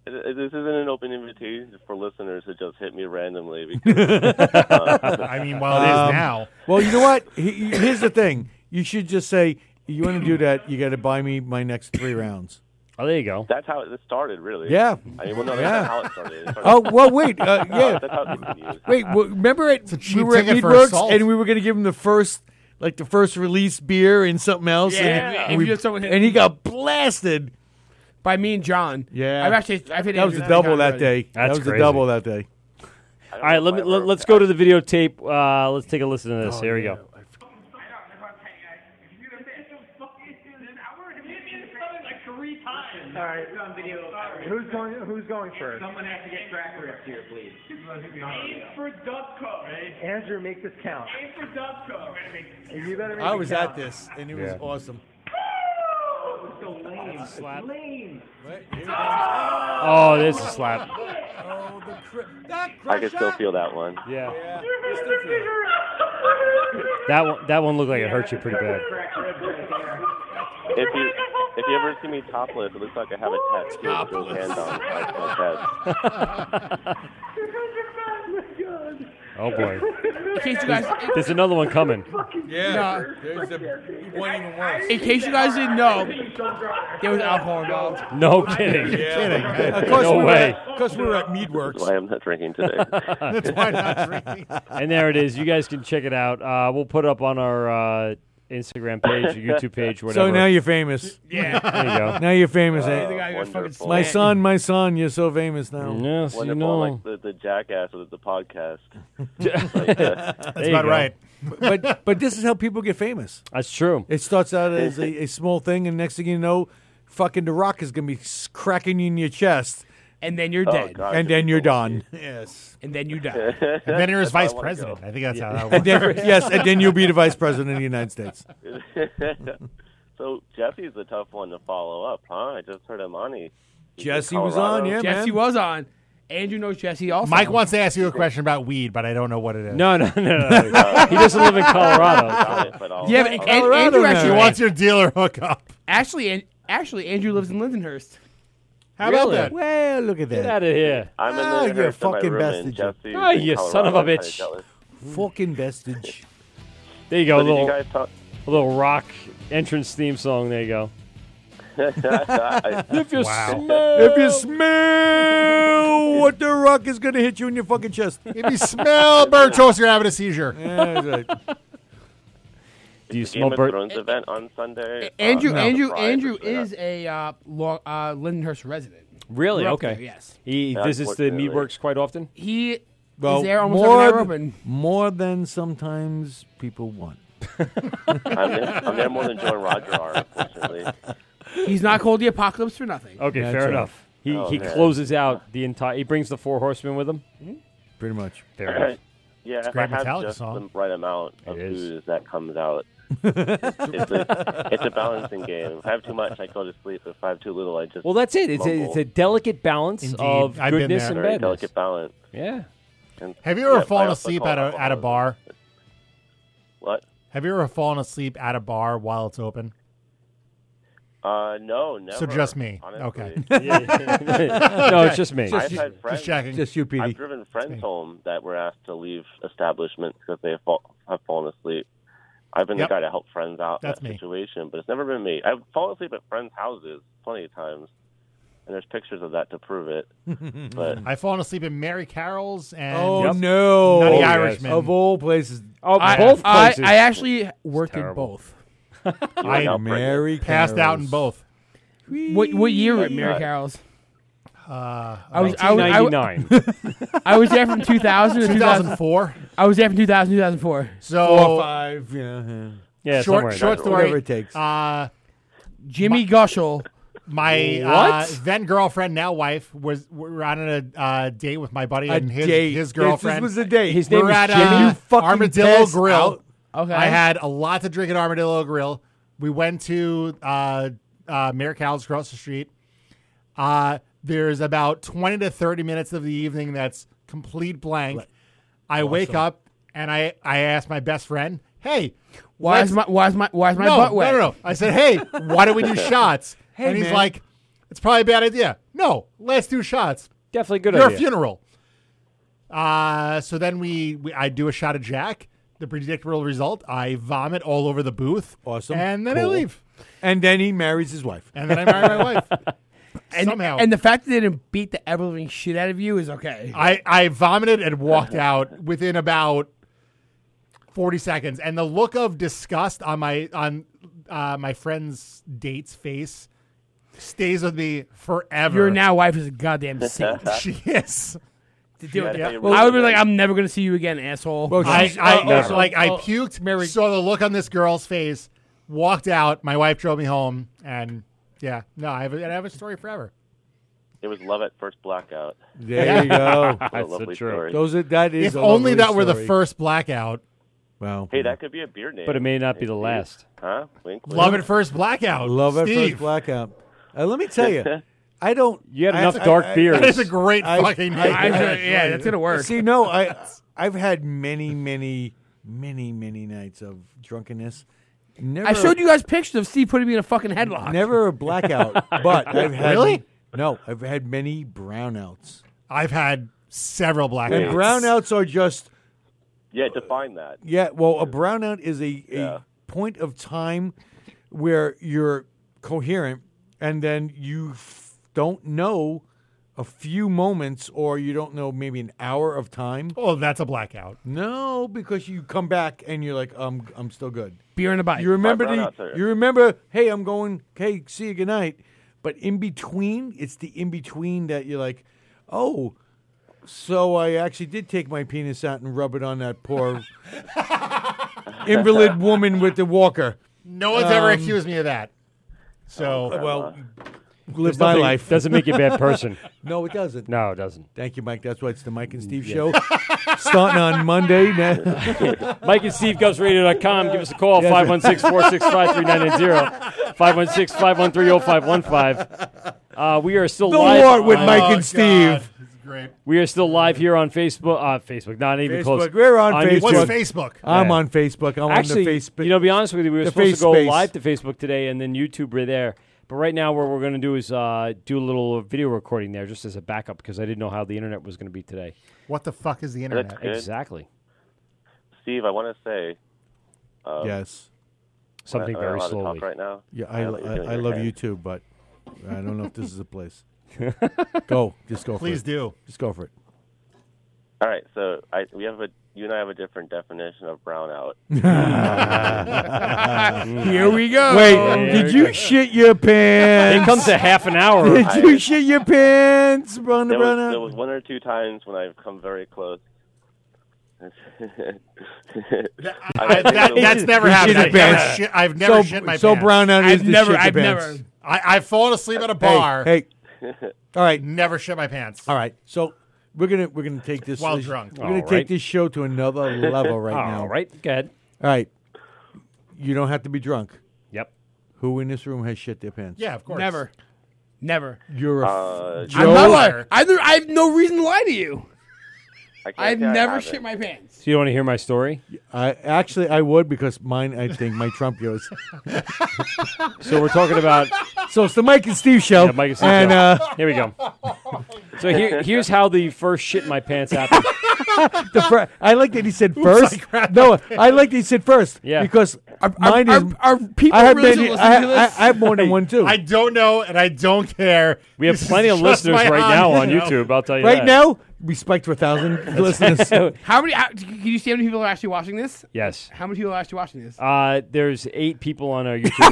[SPEAKER 13] th- this isn't an open invitation for listeners to just hit me randomly. Because, uh,
[SPEAKER 2] Um, Well, you know what? He- he- Here's the thing. You should just say you want to do that. You got to buy me my next three rounds.
[SPEAKER 7] Oh, there you go.
[SPEAKER 13] That's how it started, really.
[SPEAKER 2] Yeah.
[SPEAKER 13] I mean, well, no, that's
[SPEAKER 2] Yeah.
[SPEAKER 13] not how it started. It started-
[SPEAKER 2] Oh well, wait. Uh,
[SPEAKER 13] That's how-
[SPEAKER 2] yeah.
[SPEAKER 13] that's how it continued.
[SPEAKER 2] Wait. Well, remember it?
[SPEAKER 13] cheap
[SPEAKER 2] We were at
[SPEAKER 13] ticket for
[SPEAKER 2] Meatworks
[SPEAKER 13] assault.
[SPEAKER 2] and we were going to give him the first, like the first release beer and something else.
[SPEAKER 9] Yeah,
[SPEAKER 2] and,
[SPEAKER 9] if
[SPEAKER 2] we-
[SPEAKER 9] you had someone hit-
[SPEAKER 2] and he got blasted.
[SPEAKER 9] by me and John.
[SPEAKER 2] Yeah.
[SPEAKER 9] I've actually I've hit
[SPEAKER 2] that was
[SPEAKER 9] Andrew
[SPEAKER 2] a double
[SPEAKER 9] John
[SPEAKER 2] that
[SPEAKER 9] already.
[SPEAKER 2] day. that was a double that day.
[SPEAKER 7] All right, let me let, let's go to the videotape. Uh, let's take a listen to this.
[SPEAKER 9] Oh,
[SPEAKER 7] here we go.
[SPEAKER 19] All right, on video.
[SPEAKER 20] Who's going? Who's going first?
[SPEAKER 19] Someone has to get track ripped here, please.
[SPEAKER 20] Aim
[SPEAKER 19] for Dubco.
[SPEAKER 20] Andrew, make this count.
[SPEAKER 19] Aim for Dubco.
[SPEAKER 20] You better make
[SPEAKER 2] I
[SPEAKER 20] it
[SPEAKER 2] was
[SPEAKER 20] count.
[SPEAKER 2] at this, and it
[SPEAKER 20] Yeah.
[SPEAKER 2] was awesome.
[SPEAKER 19] So lame.
[SPEAKER 2] Slap.
[SPEAKER 19] Lame.
[SPEAKER 7] Oh, this is a slap.
[SPEAKER 2] Oh, the cr- that
[SPEAKER 13] I can still feel that one.
[SPEAKER 7] Yeah.
[SPEAKER 19] If
[SPEAKER 7] That one that one looked like it hurt you pretty bad.
[SPEAKER 13] you if you ever see me topless, it looks like I have a tattoo with Joe's hand on my chest.
[SPEAKER 7] Oh boy.
[SPEAKER 9] In case you guys,
[SPEAKER 7] There's another one coming.
[SPEAKER 2] Yeah.
[SPEAKER 9] No.
[SPEAKER 2] There's the one even worse.
[SPEAKER 9] in case you guys didn't know, there was alcohol involved.
[SPEAKER 7] No kidding.
[SPEAKER 2] Of course
[SPEAKER 7] no
[SPEAKER 2] we were
[SPEAKER 7] way.
[SPEAKER 2] at- Of course, we were at Meadworks.
[SPEAKER 13] Why I'm not drinking today.
[SPEAKER 7] and there it is. You guys can check it out. Uh, we'll put it up on our uh, Instagram page, or YouTube page, whatever.
[SPEAKER 2] So now you're famous.
[SPEAKER 7] Yeah. There you go.
[SPEAKER 2] Now you're famous.
[SPEAKER 13] Uh,
[SPEAKER 2] eh?
[SPEAKER 13] the guy who got fucking
[SPEAKER 2] my
[SPEAKER 13] slapped.
[SPEAKER 2] son, my son, you're so famous now.
[SPEAKER 7] Yes,
[SPEAKER 13] Wonderful, like the, the jackass with the podcast. uh,
[SPEAKER 2] There you go. but but this is how people get famous.
[SPEAKER 7] That's true.
[SPEAKER 2] It starts out as a, a small thing, and next thing you know, fucking The Rock is gonna be s- cracking you in your chest,
[SPEAKER 9] And then you're Oh, dead. God,
[SPEAKER 2] and then you're done.
[SPEAKER 9] Yes. And then you die. and
[SPEAKER 8] then you're his vice president. I think that's how that works.
[SPEAKER 2] And then, yes, and then you'll be the vice president of the United States.
[SPEAKER 13] so Jesse's a tough one to follow up, huh? I just heard Imani. He's in
[SPEAKER 2] Jesse was on,
[SPEAKER 13] Colorado.
[SPEAKER 2] yeah,
[SPEAKER 9] Jesse was on. Andrew knows Jesse also.
[SPEAKER 8] Mike wants to ask you a question about weed, but I don't know what it is.
[SPEAKER 7] No, no, no, no. He doesn't live in Colorado.
[SPEAKER 9] Yeah, but and, Andrew actually
[SPEAKER 8] He wants your dealer hookup.
[SPEAKER 9] Actually, and, actually, Andrew lives in Lindenhurst.
[SPEAKER 8] How about Really? that?
[SPEAKER 2] Well, look at
[SPEAKER 9] Get
[SPEAKER 2] that.
[SPEAKER 9] outta here.
[SPEAKER 13] I'm in
[SPEAKER 2] Ah,
[SPEAKER 13] the
[SPEAKER 2] you're a
[SPEAKER 13] Hurst of my
[SPEAKER 2] fucking
[SPEAKER 13] room and
[SPEAKER 2] bastard.
[SPEAKER 13] Jesse's
[SPEAKER 2] Ah,
[SPEAKER 13] in
[SPEAKER 2] you son of
[SPEAKER 13] Colorado.
[SPEAKER 2] a
[SPEAKER 13] I'm kinda
[SPEAKER 2] bitch.
[SPEAKER 13] jealous.
[SPEAKER 2] Fucking vestige.
[SPEAKER 7] There you go.
[SPEAKER 13] So
[SPEAKER 7] a
[SPEAKER 13] did you
[SPEAKER 7] little,
[SPEAKER 13] guys talk-
[SPEAKER 7] a little rock entrance theme song. There you go.
[SPEAKER 13] If
[SPEAKER 7] you
[SPEAKER 13] smell-
[SPEAKER 2] if you smell what the rock is gonna hit you in your fucking chest.
[SPEAKER 8] If you smell burnt toast, you're having a seizure.
[SPEAKER 2] Yeah, that's right.
[SPEAKER 7] Do you
[SPEAKER 13] It's a
[SPEAKER 7] smell
[SPEAKER 13] Game of
[SPEAKER 7] burnt?
[SPEAKER 13] Thrones event on Sunday.
[SPEAKER 9] Andrew,
[SPEAKER 13] Uh,
[SPEAKER 9] Andrew,
[SPEAKER 13] Surprise,
[SPEAKER 9] Andrew
[SPEAKER 13] it's not.
[SPEAKER 9] is a uh, law, uh, Lindenhurst resident.
[SPEAKER 7] Really?
[SPEAKER 9] Grew up
[SPEAKER 7] Okay.
[SPEAKER 9] there, yes.
[SPEAKER 7] He
[SPEAKER 13] Yeah,
[SPEAKER 7] visits the
[SPEAKER 13] unfortunately.
[SPEAKER 7] Meatworks quite often.
[SPEAKER 9] He
[SPEAKER 13] Well,
[SPEAKER 9] is there almost
[SPEAKER 13] more
[SPEAKER 9] every day
[SPEAKER 13] th-
[SPEAKER 9] open.
[SPEAKER 2] More than sometimes people want.
[SPEAKER 13] I'm there, I'm there more than Joe and Roger are, unfortunately.
[SPEAKER 9] He's not called the apocalypse for nothing.
[SPEAKER 7] Okay,
[SPEAKER 2] Yeah,
[SPEAKER 7] fair
[SPEAKER 2] sure.
[SPEAKER 7] enough. He
[SPEAKER 13] Oh,
[SPEAKER 7] he
[SPEAKER 13] man.
[SPEAKER 7] closes out the entire. He brings the four horsemen with him.
[SPEAKER 2] Pretty much.
[SPEAKER 7] Hmm? Fair enough.
[SPEAKER 13] yeah,
[SPEAKER 7] It's a
[SPEAKER 13] if I
[SPEAKER 7] great
[SPEAKER 13] have
[SPEAKER 7] Metallica
[SPEAKER 13] just
[SPEAKER 7] song.
[SPEAKER 13] the right amount of
[SPEAKER 7] It is.
[SPEAKER 13] booze that comes out, it's, it's a, it's a balancing game. If I have too much, I go to sleep. If I have too little, I just
[SPEAKER 7] Well, that's it. It's a, it's a delicate balance
[SPEAKER 8] Indeed.
[SPEAKER 7] of
[SPEAKER 8] I've been
[SPEAKER 7] goodness
[SPEAKER 8] there.
[SPEAKER 7] and
[SPEAKER 13] very
[SPEAKER 7] badness.
[SPEAKER 13] delicate balance.
[SPEAKER 7] Yeah.
[SPEAKER 13] And,
[SPEAKER 8] Have you ever
[SPEAKER 13] yeah,
[SPEAKER 8] fallen
[SPEAKER 13] I also
[SPEAKER 8] asleep
[SPEAKER 13] call
[SPEAKER 8] at a
[SPEAKER 13] alcohol
[SPEAKER 8] at a bar?
[SPEAKER 13] What?
[SPEAKER 8] Have you ever fallen asleep at a bar while it's open?
[SPEAKER 13] Uh, no, never.
[SPEAKER 8] So just me.
[SPEAKER 13] honestly.
[SPEAKER 8] Okay. Yeah.
[SPEAKER 7] No, it's just me.
[SPEAKER 13] I've
[SPEAKER 7] Just you.
[SPEAKER 13] had
[SPEAKER 7] Just
[SPEAKER 13] friends,
[SPEAKER 7] checking. Just you, Petey.
[SPEAKER 13] I've driven friends home that were asked to leave establishments because they fall, have fallen asleep. I've been
[SPEAKER 8] Yep.
[SPEAKER 13] the guy to help friends out
[SPEAKER 8] That's
[SPEAKER 13] in that
[SPEAKER 8] me.
[SPEAKER 13] situation, but it's never been me. I've fallen asleep at friends' houses plenty of times, and there's pictures of that to prove it. but
[SPEAKER 8] I've fallen asleep in Mary Carroll's and
[SPEAKER 13] Oh, Yep.
[SPEAKER 2] no.
[SPEAKER 8] Nutty
[SPEAKER 2] Oh, yes.
[SPEAKER 8] Irishman.
[SPEAKER 2] Of all places.
[SPEAKER 7] Oh,
[SPEAKER 9] I,
[SPEAKER 7] both
[SPEAKER 9] I,
[SPEAKER 7] places.
[SPEAKER 9] I actually worked in
[SPEAKER 7] terrible.
[SPEAKER 9] both.
[SPEAKER 8] I
[SPEAKER 2] Mary
[SPEAKER 8] passed out in
[SPEAKER 2] Carroll's.
[SPEAKER 8] both.
[SPEAKER 9] What what year at
[SPEAKER 8] That's
[SPEAKER 9] Mary
[SPEAKER 8] not-
[SPEAKER 9] Carroll's?
[SPEAKER 8] Uh,
[SPEAKER 9] I was I was, I, was-
[SPEAKER 8] 1999.
[SPEAKER 9] I was there from 2000 to
[SPEAKER 8] 2004.
[SPEAKER 9] I was there from 2000 to 2004.
[SPEAKER 8] So
[SPEAKER 2] Four or five, yeah. yeah.
[SPEAKER 8] short short story.
[SPEAKER 2] Whatever it takes.
[SPEAKER 8] Uh,
[SPEAKER 9] Jimmy Gushel.
[SPEAKER 8] My uh, then girlfriend, now wife, was we were on a uh, date with my buddy
[SPEAKER 2] A
[SPEAKER 8] and his,
[SPEAKER 2] date.
[SPEAKER 8] his
[SPEAKER 2] This
[SPEAKER 8] girlfriend.
[SPEAKER 2] was a date. His
[SPEAKER 8] we
[SPEAKER 2] name
[SPEAKER 8] were
[SPEAKER 2] was
[SPEAKER 8] at
[SPEAKER 2] Jimmy.
[SPEAKER 8] uh,
[SPEAKER 2] You fucking
[SPEAKER 8] Armadillo
[SPEAKER 2] passed
[SPEAKER 8] Grill.
[SPEAKER 2] out.
[SPEAKER 9] Okay.
[SPEAKER 8] I had a lot to drink at Armadillo Grill. We went to uh, uh, Mayor Cal's across the street. Uh, there's about 20 to 30 minutes of the evening that's complete blank. I wake
[SPEAKER 9] Awesome.
[SPEAKER 8] up and I, I ask my best friend, hey,
[SPEAKER 9] Why is
[SPEAKER 8] let's-
[SPEAKER 9] my why is my why is my
[SPEAKER 8] no,
[SPEAKER 9] butt wet?
[SPEAKER 8] No, no, no. I said, hey, why don't we do shots?
[SPEAKER 9] Hey,
[SPEAKER 8] and he's
[SPEAKER 9] man.
[SPEAKER 8] like, it's probably a bad idea. No, let's do shots.
[SPEAKER 7] Definitely good
[SPEAKER 8] Your
[SPEAKER 7] idea.
[SPEAKER 8] funeral. Uh, so then we, we, I do a shot of Jack. The predictable result, I vomit all over the booth. Awesome. And then I
[SPEAKER 2] Cool.
[SPEAKER 8] leave.
[SPEAKER 2] And then he marries his wife.
[SPEAKER 8] And then I marry my wife.
[SPEAKER 9] And,
[SPEAKER 8] Somehow.
[SPEAKER 9] and the fact that they didn't beat the ever living shit out of you is okay.
[SPEAKER 8] I, I vomited and walked out within about 40 seconds and the look of disgust on my on uh, my friend's date's face stays with me forever
[SPEAKER 9] Your now wife is a goddamn saint.
[SPEAKER 8] she is
[SPEAKER 9] to do it.
[SPEAKER 8] Yeah.
[SPEAKER 9] Well, I would be like, I'm never gonna see you again, asshole.
[SPEAKER 8] I, I
[SPEAKER 9] Never.
[SPEAKER 8] like I
[SPEAKER 9] Oh,
[SPEAKER 8] puked saw the look on this girl's face walked out my wife drove me home and yeah no I have a, I have a story forever
[SPEAKER 13] it was love at first blackout.
[SPEAKER 2] There you go.
[SPEAKER 13] What a lovely story.
[SPEAKER 2] Those are, that is
[SPEAKER 8] if
[SPEAKER 2] a
[SPEAKER 8] only
[SPEAKER 2] lovely
[SPEAKER 8] that were the
[SPEAKER 2] story.
[SPEAKER 8] first blackout
[SPEAKER 2] Wow.
[SPEAKER 13] Hey, that could be a beer name.
[SPEAKER 7] But it may not be the
[SPEAKER 13] Indeed.
[SPEAKER 7] last.
[SPEAKER 13] Huh? Wink, wink.
[SPEAKER 8] love at first blackout
[SPEAKER 2] Love at
[SPEAKER 8] Steve.
[SPEAKER 2] first blackout. Uh, let me tell you, I don't.
[SPEAKER 7] You had
[SPEAKER 2] I-
[SPEAKER 7] enough
[SPEAKER 2] I-
[SPEAKER 7] dark
[SPEAKER 2] I-
[SPEAKER 7] beers.
[SPEAKER 8] That is a great
[SPEAKER 2] I-
[SPEAKER 8] fucking
[SPEAKER 2] I-
[SPEAKER 8] name.
[SPEAKER 2] I-
[SPEAKER 8] Yeah,
[SPEAKER 2] I-
[SPEAKER 9] that's gonna work.
[SPEAKER 2] See, no, I I've had many, many, many, many nights of drunkenness. Never,
[SPEAKER 9] I showed you guys pictures of Steve putting me in a fucking headlock.
[SPEAKER 2] never a blackout, but I've had
[SPEAKER 8] Really?
[SPEAKER 2] no, I've had many brownouts.
[SPEAKER 8] I've had several blackouts
[SPEAKER 2] And brownouts are just
[SPEAKER 13] Yeah, define that.
[SPEAKER 2] yeah. Well, a brownout is a, a
[SPEAKER 13] Yeah.
[SPEAKER 2] point of time where you're coherent, and then you f- don't know a few moments, or you don't know maybe an hour of time.
[SPEAKER 8] Oh, that's a blackout.
[SPEAKER 2] No, because you come back and you're like, I'm I'm still good.
[SPEAKER 9] Beer in a bite.
[SPEAKER 2] You remember
[SPEAKER 13] My brownouts
[SPEAKER 2] the,
[SPEAKER 13] are-
[SPEAKER 2] you remember, hey, I'm going, hey, see you good night. But in between, it's the in between that you're like, oh, so I actually did take my penis out and rub it on that poor invalid woman with the walker.
[SPEAKER 8] No one's ever
[SPEAKER 2] Um,
[SPEAKER 8] accused me of that.
[SPEAKER 13] Oh,
[SPEAKER 8] So
[SPEAKER 2] Well,
[SPEAKER 7] There's
[SPEAKER 2] live my
[SPEAKER 7] nothing-
[SPEAKER 2] life.
[SPEAKER 7] doesn't make you a bad person.
[SPEAKER 2] No, it doesn't.
[SPEAKER 7] No, it doesn't.
[SPEAKER 2] Thank you, Mike. That's why it's the Mike and Steve show. Starting on Monday.
[SPEAKER 7] Mike and Steve GovsRadio.com. Give us a call,
[SPEAKER 2] Yes, sir.
[SPEAKER 7] 516 465 3990. 516 513 0515. Uh, We are still
[SPEAKER 2] The
[SPEAKER 7] live.
[SPEAKER 2] war with
[SPEAKER 7] on-
[SPEAKER 2] Mike and
[SPEAKER 8] Oh,
[SPEAKER 2] Steve.
[SPEAKER 7] We are still live here on Facebook. Uh, Facebook, not even close.
[SPEAKER 2] Facebook. We're on Facebook.
[SPEAKER 7] YouTube.
[SPEAKER 8] What's Facebook?
[SPEAKER 2] I'm
[SPEAKER 7] Yeah.
[SPEAKER 2] on Facebook. I'm
[SPEAKER 7] Actually,
[SPEAKER 2] on the Facebook.
[SPEAKER 7] you know, to be honest with you, we were
[SPEAKER 2] the
[SPEAKER 7] supposed
[SPEAKER 2] face
[SPEAKER 7] to go
[SPEAKER 2] space.
[SPEAKER 7] live to Facebook today and then YouTube were there. But right now, what we're going to do is uh, do a little video recording there just as a backup because I didn't know how the internet was going to be today.
[SPEAKER 8] what the fuck is the internet?
[SPEAKER 13] Good.
[SPEAKER 7] Exactly.
[SPEAKER 13] Steve, I want to say. Um,
[SPEAKER 2] Yes.
[SPEAKER 7] Something
[SPEAKER 13] am I
[SPEAKER 7] very
[SPEAKER 13] allowed to talk
[SPEAKER 7] slowly.
[SPEAKER 13] right now.
[SPEAKER 2] Yeah, I,
[SPEAKER 13] know what you're
[SPEAKER 2] I,
[SPEAKER 13] doing
[SPEAKER 2] I
[SPEAKER 13] in your
[SPEAKER 2] love
[SPEAKER 13] head.
[SPEAKER 2] you too, but I don't know if this is a place. go, just go.
[SPEAKER 8] Please
[SPEAKER 2] for it.
[SPEAKER 8] do.
[SPEAKER 2] Just go for it.
[SPEAKER 13] All right, so I, we have a you and I have a different definition of brownout.
[SPEAKER 7] Here we go.
[SPEAKER 4] Wait, did you shit your pants?
[SPEAKER 7] It comes to half an hour.
[SPEAKER 4] Did you shit your pants, Brown the
[SPEAKER 13] There was, there
[SPEAKER 4] Brownout?
[SPEAKER 13] was one or two times when I've come very close.
[SPEAKER 8] I- that- that's never happened. I've never, shit, I've never
[SPEAKER 2] So-
[SPEAKER 8] shit my
[SPEAKER 2] so
[SPEAKER 8] pants.
[SPEAKER 2] brownout is I've the never- shit your I've pants. never-
[SPEAKER 8] I, I've fallen asleep at a
[SPEAKER 2] Hey,
[SPEAKER 8] bar.
[SPEAKER 2] hey. All right.
[SPEAKER 8] Never shit my pants.
[SPEAKER 2] All right. So we're gonna we're gonna take this
[SPEAKER 8] While
[SPEAKER 2] this-
[SPEAKER 8] drunk.
[SPEAKER 2] We're gonna
[SPEAKER 8] All
[SPEAKER 2] take
[SPEAKER 8] right.
[SPEAKER 2] this show to another level right
[SPEAKER 7] All
[SPEAKER 2] now.
[SPEAKER 7] right, go ahead.
[SPEAKER 2] All right. You don't have to be drunk.
[SPEAKER 7] Yep.
[SPEAKER 2] Who in this room has shit their pants?
[SPEAKER 8] Yeah, of course.
[SPEAKER 9] Never. Never.
[SPEAKER 2] You're a
[SPEAKER 13] Uh,
[SPEAKER 2] f-
[SPEAKER 9] I'm
[SPEAKER 2] Joe.
[SPEAKER 9] not lying. I, there- I have no reason to lie to you.
[SPEAKER 13] I
[SPEAKER 9] I've
[SPEAKER 13] say I
[SPEAKER 9] never
[SPEAKER 13] haven't.
[SPEAKER 9] shit my pants.
[SPEAKER 7] So you want to hear my story?
[SPEAKER 2] I actually I would because mine I think my trump yours.
[SPEAKER 7] so we're talking about.
[SPEAKER 2] So it's the Mike and Steve show.
[SPEAKER 7] Yeah, Mike and Steve
[SPEAKER 2] And
[SPEAKER 7] show.
[SPEAKER 2] uh,
[SPEAKER 7] Here we go. So here, here's how the first shit in my pants happened.
[SPEAKER 2] the fir- I like that he said
[SPEAKER 7] Oops,
[SPEAKER 2] first.
[SPEAKER 7] I grabbed
[SPEAKER 2] no,
[SPEAKER 7] my
[SPEAKER 2] I like that he said first.
[SPEAKER 7] Yeah.
[SPEAKER 2] Because mine is.
[SPEAKER 8] are people
[SPEAKER 2] I have
[SPEAKER 8] really
[SPEAKER 2] many-
[SPEAKER 8] listening
[SPEAKER 2] I,
[SPEAKER 8] to
[SPEAKER 2] I-
[SPEAKER 8] this?
[SPEAKER 2] I have more than one too.
[SPEAKER 8] I don't know, and I don't care.
[SPEAKER 7] We have
[SPEAKER 8] This is
[SPEAKER 7] plenty of
[SPEAKER 8] just
[SPEAKER 7] listeners
[SPEAKER 8] my
[SPEAKER 7] right now on
[SPEAKER 8] audio.
[SPEAKER 7] YouTube. I'll tell you
[SPEAKER 2] right
[SPEAKER 7] that.
[SPEAKER 2] now we spiked to a thousand listeners.
[SPEAKER 9] How many? How, can you see how many people are actually watching this?
[SPEAKER 7] Yes.
[SPEAKER 9] How many people are actually watching this?
[SPEAKER 7] Uh, there's eight people on our YouTube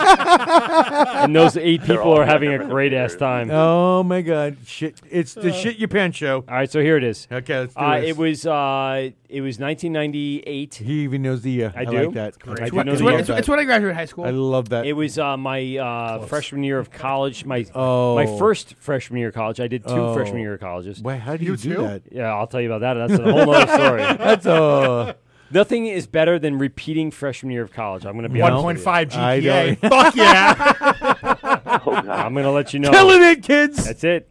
[SPEAKER 7] live page, and those eight
[SPEAKER 2] They're
[SPEAKER 7] people
[SPEAKER 2] all
[SPEAKER 7] are having a
[SPEAKER 2] different
[SPEAKER 7] great ass time.
[SPEAKER 2] oh my god! Shit! It's
[SPEAKER 8] Uh.
[SPEAKER 2] the shit your pants show.
[SPEAKER 7] All right, so here it is.
[SPEAKER 2] Okay, let's do
[SPEAKER 7] Uh,
[SPEAKER 2] this.
[SPEAKER 7] it was uh, it was 1998.
[SPEAKER 2] He even knows the year.
[SPEAKER 7] I,
[SPEAKER 2] I
[SPEAKER 7] do.
[SPEAKER 2] like that. That's great.
[SPEAKER 7] I
[SPEAKER 2] It's
[SPEAKER 7] do
[SPEAKER 2] what-
[SPEAKER 7] know
[SPEAKER 2] it's
[SPEAKER 7] the
[SPEAKER 2] what-
[SPEAKER 7] year.
[SPEAKER 2] it's- it's what I
[SPEAKER 9] graduated high school.
[SPEAKER 2] I love that.
[SPEAKER 7] It was uh, my uh, freshman year of college. My
[SPEAKER 2] Oh.
[SPEAKER 7] my first freshman year of college. I did two
[SPEAKER 2] Oh.
[SPEAKER 7] freshman year of colleges.
[SPEAKER 2] Wait, how do You you do too? that?
[SPEAKER 7] Yeah, I'll tell you about that. That's a whole other story.
[SPEAKER 2] That's a-
[SPEAKER 7] Nothing is better than repeating freshman year of college. I'm going to be honest with you.
[SPEAKER 8] 1.5
[SPEAKER 7] I
[SPEAKER 8] GPA.
[SPEAKER 7] know.
[SPEAKER 8] Fuck yeah.
[SPEAKER 7] I'm going to let you know.
[SPEAKER 8] Oh, Killing it, kids.
[SPEAKER 7] That's it.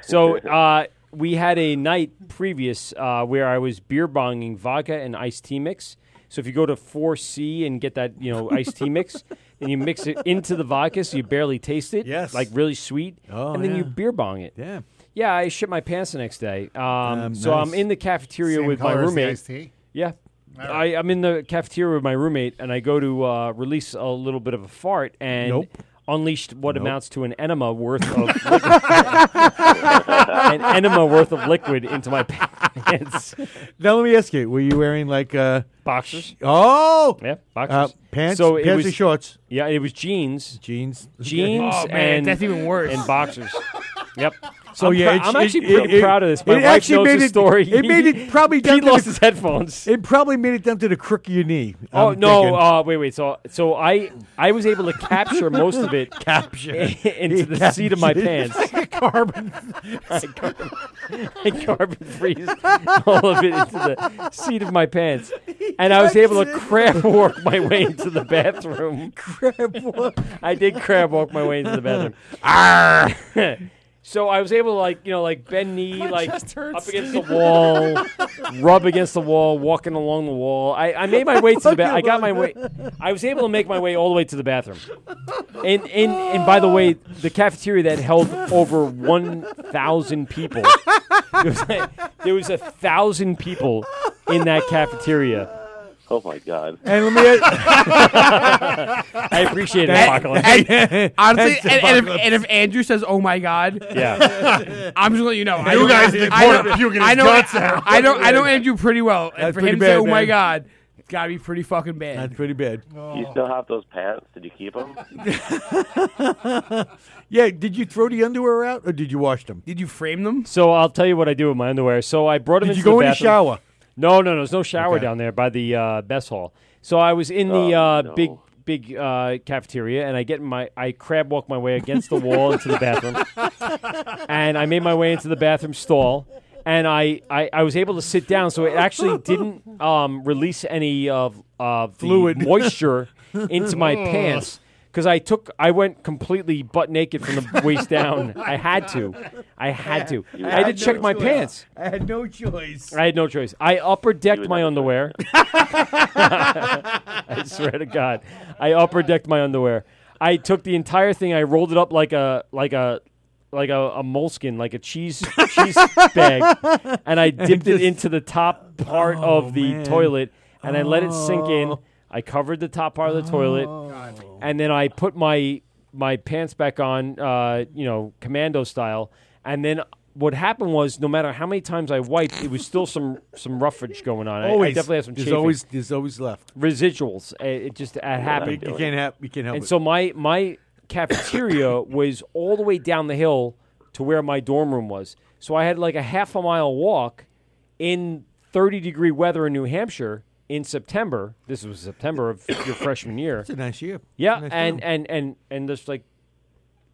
[SPEAKER 7] So uh, we had a night previous uh, where I was beer bonging vodka and iced tea mix. So if you go to 4C and get that, you know, iced tea mix, and you mix it into the vodka so you barely taste it. Yes. Like really sweet.
[SPEAKER 2] Oh,
[SPEAKER 7] and then you
[SPEAKER 2] yeah.
[SPEAKER 7] beer bong it.
[SPEAKER 2] Yeah.
[SPEAKER 7] Yeah, I shit my pants the next day. Um,
[SPEAKER 2] Um,
[SPEAKER 7] so
[SPEAKER 2] nice.
[SPEAKER 7] I'm in the cafeteria
[SPEAKER 8] Same
[SPEAKER 7] with my
[SPEAKER 8] color as the
[SPEAKER 7] roommate.
[SPEAKER 8] iced tea?
[SPEAKER 7] Yeah. I, I'm in the cafeteria with my roommate, and I go to uh, release a little bit of a fart and
[SPEAKER 2] Nope.
[SPEAKER 7] unleashed what
[SPEAKER 2] Nope.
[SPEAKER 7] amounts to an enema worth of an enema worth of liquid into my pants.
[SPEAKER 2] Now let me ask you: Were you wearing like uh,
[SPEAKER 7] boxers?
[SPEAKER 2] Oh,
[SPEAKER 7] yeah,
[SPEAKER 2] Uh,
[SPEAKER 7] boxers.
[SPEAKER 2] pants.
[SPEAKER 7] So it
[SPEAKER 2] pants or
[SPEAKER 7] was-
[SPEAKER 2] shorts.
[SPEAKER 7] Yeah, it was jeans.
[SPEAKER 2] Jeans.
[SPEAKER 7] Jeans.
[SPEAKER 9] Oh, man,
[SPEAKER 7] and,
[SPEAKER 9] that's even worse.
[SPEAKER 7] And boxers. Yep.
[SPEAKER 2] So
[SPEAKER 7] I'm
[SPEAKER 2] yeah,
[SPEAKER 7] prou-
[SPEAKER 2] it's-
[SPEAKER 7] I'm
[SPEAKER 2] it-
[SPEAKER 7] actually
[SPEAKER 2] it-
[SPEAKER 7] pretty
[SPEAKER 2] it-
[SPEAKER 7] proud of this. My
[SPEAKER 2] it
[SPEAKER 7] wife
[SPEAKER 2] actually
[SPEAKER 7] knows
[SPEAKER 2] made
[SPEAKER 7] the
[SPEAKER 2] it-
[SPEAKER 7] story.
[SPEAKER 2] It made it probably down
[SPEAKER 7] he
[SPEAKER 2] to the-
[SPEAKER 7] lost his headphones.
[SPEAKER 2] It probably made it down to the crook of your knee.
[SPEAKER 7] Oh
[SPEAKER 2] I'm
[SPEAKER 7] no!
[SPEAKER 2] thinking.
[SPEAKER 7] Uh, wait, wait. So, so I I was able to capture most of it
[SPEAKER 2] Capture.
[SPEAKER 7] into the seat of my pants.
[SPEAKER 8] carbon.
[SPEAKER 7] I carbon, I carbon freeze all of it into the seat of my pants, and I was able to crab walk my way into the bathroom. Crab walk. I did crab walk my way into the bathroom. so I was able to like you know like bend knee like
[SPEAKER 8] chest hurts.
[SPEAKER 7] up against the wall, rub against the wall, walking along the wall. I, I made my way to the bathroom. I got my way. I was able to make my way all the way to the bathroom. And and and by the way, the cafeteria that held over one thousand people. There was, there was a thousand people in that cafeteria.
[SPEAKER 13] Oh my god!
[SPEAKER 2] And let me.
[SPEAKER 7] I appreciate it,
[SPEAKER 9] And-
[SPEAKER 7] Apocalypse.
[SPEAKER 9] and- honestly,
[SPEAKER 7] That's
[SPEAKER 9] and, and, if,
[SPEAKER 7] apocalypse.
[SPEAKER 9] and if Andrew says, "Oh my god,"
[SPEAKER 7] Yeah.
[SPEAKER 9] I'm just gonna let you know. I
[SPEAKER 8] You
[SPEAKER 9] know-
[SPEAKER 8] guys in the
[SPEAKER 9] I
[SPEAKER 8] corner
[SPEAKER 9] know-
[SPEAKER 8] puking his
[SPEAKER 9] I know,
[SPEAKER 8] guts out.
[SPEAKER 9] I, know, I know Andrew pretty well, and
[SPEAKER 2] That's
[SPEAKER 9] for
[SPEAKER 2] pretty
[SPEAKER 9] him to say,
[SPEAKER 2] bad,
[SPEAKER 9] "Oh my
[SPEAKER 2] man.
[SPEAKER 9] god," it's gotta be pretty fucking bad.
[SPEAKER 2] That's pretty bad.
[SPEAKER 13] You still have those pants? Did you keep them?
[SPEAKER 2] yeah, did you throw the underwear out or did you wash them?
[SPEAKER 9] Did you frame them?
[SPEAKER 7] So I'll tell you what I do with my underwear. So I brought them
[SPEAKER 2] Did
[SPEAKER 7] into
[SPEAKER 2] you go
[SPEAKER 7] the
[SPEAKER 2] in the
[SPEAKER 7] bathroom.
[SPEAKER 2] shower?
[SPEAKER 7] No, no, no. There's no shower
[SPEAKER 2] Okay.
[SPEAKER 7] down there by the uh, mess hall. So I was in the
[SPEAKER 2] Oh,
[SPEAKER 7] uh,
[SPEAKER 2] no.
[SPEAKER 7] big, big uh, cafeteria, and I get in my, I crab walk my way against the wall into the bathroom, and I made my way into the bathroom stall, and I, I, I was able to sit down, so it actually didn't um, release any of of the
[SPEAKER 2] Fluid.
[SPEAKER 7] moisture into my
[SPEAKER 2] Ugh.
[SPEAKER 7] pants. Because I took, I went completely butt naked from the waist down. I had to, I had to.
[SPEAKER 2] You
[SPEAKER 7] I
[SPEAKER 2] had
[SPEAKER 7] did check
[SPEAKER 2] no
[SPEAKER 7] my
[SPEAKER 2] choice.
[SPEAKER 7] pants.
[SPEAKER 2] I had no choice.
[SPEAKER 7] I had no choice. I upper decked my underwear. I swear to God, I upper decked my underwear. I took the entire thing. I rolled it up like a like a like a, a moleskin, like a cheese cheese bag, and I
[SPEAKER 2] And
[SPEAKER 7] dipped
[SPEAKER 2] just- Oh,
[SPEAKER 7] it into the top part of the
[SPEAKER 2] man.
[SPEAKER 7] toilet, and I let it
[SPEAKER 13] Oh.
[SPEAKER 7] sink in.
[SPEAKER 2] Oh.
[SPEAKER 7] I covered the top part of the toilet, and then I put my my pants back on, uh, you know, commando style, and then what happened was, no matter how many times I wiped, it was still some some roughage going on. I- I,
[SPEAKER 2] Always.
[SPEAKER 7] definitely have some.
[SPEAKER 2] There's
[SPEAKER 7] chafing.
[SPEAKER 2] always- there's always left.
[SPEAKER 7] residuals. Uh, It just it happened.
[SPEAKER 2] you can't hap- you can't help
[SPEAKER 7] And
[SPEAKER 2] it.
[SPEAKER 7] so my my cafeteria was all the way down the hill to where my dorm room was. So I had like a half a mile walk in 30 degree weather in New Hampshire in September. This was September of your freshman year. It's
[SPEAKER 2] a nice year.
[SPEAKER 7] Yeah,
[SPEAKER 2] Nice
[SPEAKER 7] and,
[SPEAKER 2] year.
[SPEAKER 7] and and and just like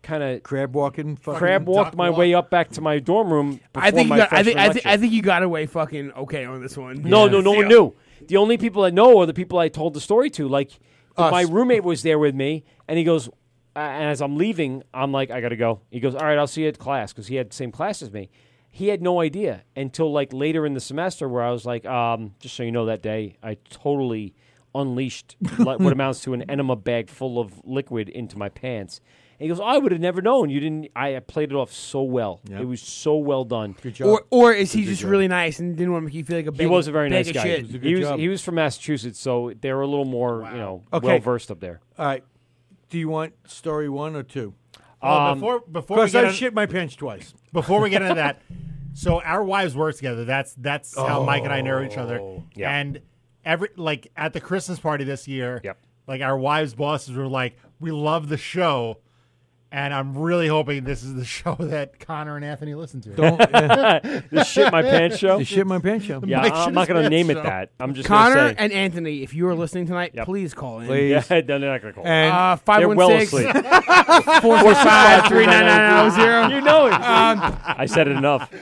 [SPEAKER 7] kind of
[SPEAKER 2] crab walking,
[SPEAKER 7] crab walked my way up back to my dorm room. Before
[SPEAKER 9] I think, you
[SPEAKER 7] my
[SPEAKER 9] got, I, think,
[SPEAKER 7] freshman
[SPEAKER 9] I, think,
[SPEAKER 7] lecture.
[SPEAKER 9] I think you got away fucking okay on this one.
[SPEAKER 7] No, no, no
[SPEAKER 9] See
[SPEAKER 7] one
[SPEAKER 9] ya.
[SPEAKER 7] knew. The only people that know are the people I told the story to. Like
[SPEAKER 9] Us.
[SPEAKER 7] my roommate was there with me, and he goes, uh, and as I'm leaving, I'm like, I gotta go. He goes, all right, I'll see you at class because he had the same class as me. He had no idea until like later in the semester where I was like, um, just so you know, that day I totally unleashed like what amounts to an enema bag full of liquid into my pants. And he goes, I would have never known. You didn't. I I played it off so well. It was so well done. Good
[SPEAKER 9] Or, or is he just really nice and didn't want to make you feel like a big
[SPEAKER 7] he was a very
[SPEAKER 9] bag
[SPEAKER 7] nice
[SPEAKER 9] of
[SPEAKER 7] guy.
[SPEAKER 9] Shit.
[SPEAKER 7] He was he was from Massachusetts, so they were a little more you know
[SPEAKER 2] Okay.
[SPEAKER 7] well versed up there.
[SPEAKER 2] All right. Do you want story one or two?
[SPEAKER 7] Well, Um,
[SPEAKER 8] before before we
[SPEAKER 2] Because
[SPEAKER 8] get
[SPEAKER 2] I
[SPEAKER 8] on-
[SPEAKER 2] shit my pants twice.
[SPEAKER 8] Before we get into that, so our wives work together. That's that's how Mike and I know each other.
[SPEAKER 7] Oh,
[SPEAKER 2] Yeah.
[SPEAKER 8] And every like at the Christmas party this year,
[SPEAKER 7] yep.
[SPEAKER 8] like our wives' bosses were like, "We love the show." And I'm really hoping this is the show that Connor and Anthony listen to.
[SPEAKER 7] Don't- The Shit My Pants show? The Shit My Pants show.
[SPEAKER 8] The
[SPEAKER 7] Yeah,
[SPEAKER 8] Mike
[SPEAKER 7] I'm
[SPEAKER 8] Shit
[SPEAKER 7] not
[SPEAKER 8] His
[SPEAKER 7] gonna
[SPEAKER 8] Pants
[SPEAKER 7] name it
[SPEAKER 8] show.
[SPEAKER 7] that. I'm just gonna
[SPEAKER 9] Connor
[SPEAKER 7] say-
[SPEAKER 9] and Anthony, if you are listening tonight, please call in.
[SPEAKER 7] Please. Yeah, they're not gonna call.
[SPEAKER 9] And uh,
[SPEAKER 7] They're well
[SPEAKER 9] 516
[SPEAKER 7] asleep.
[SPEAKER 9] 465 399
[SPEAKER 7] You know it.
[SPEAKER 9] oh, Um,
[SPEAKER 7] I said it enough.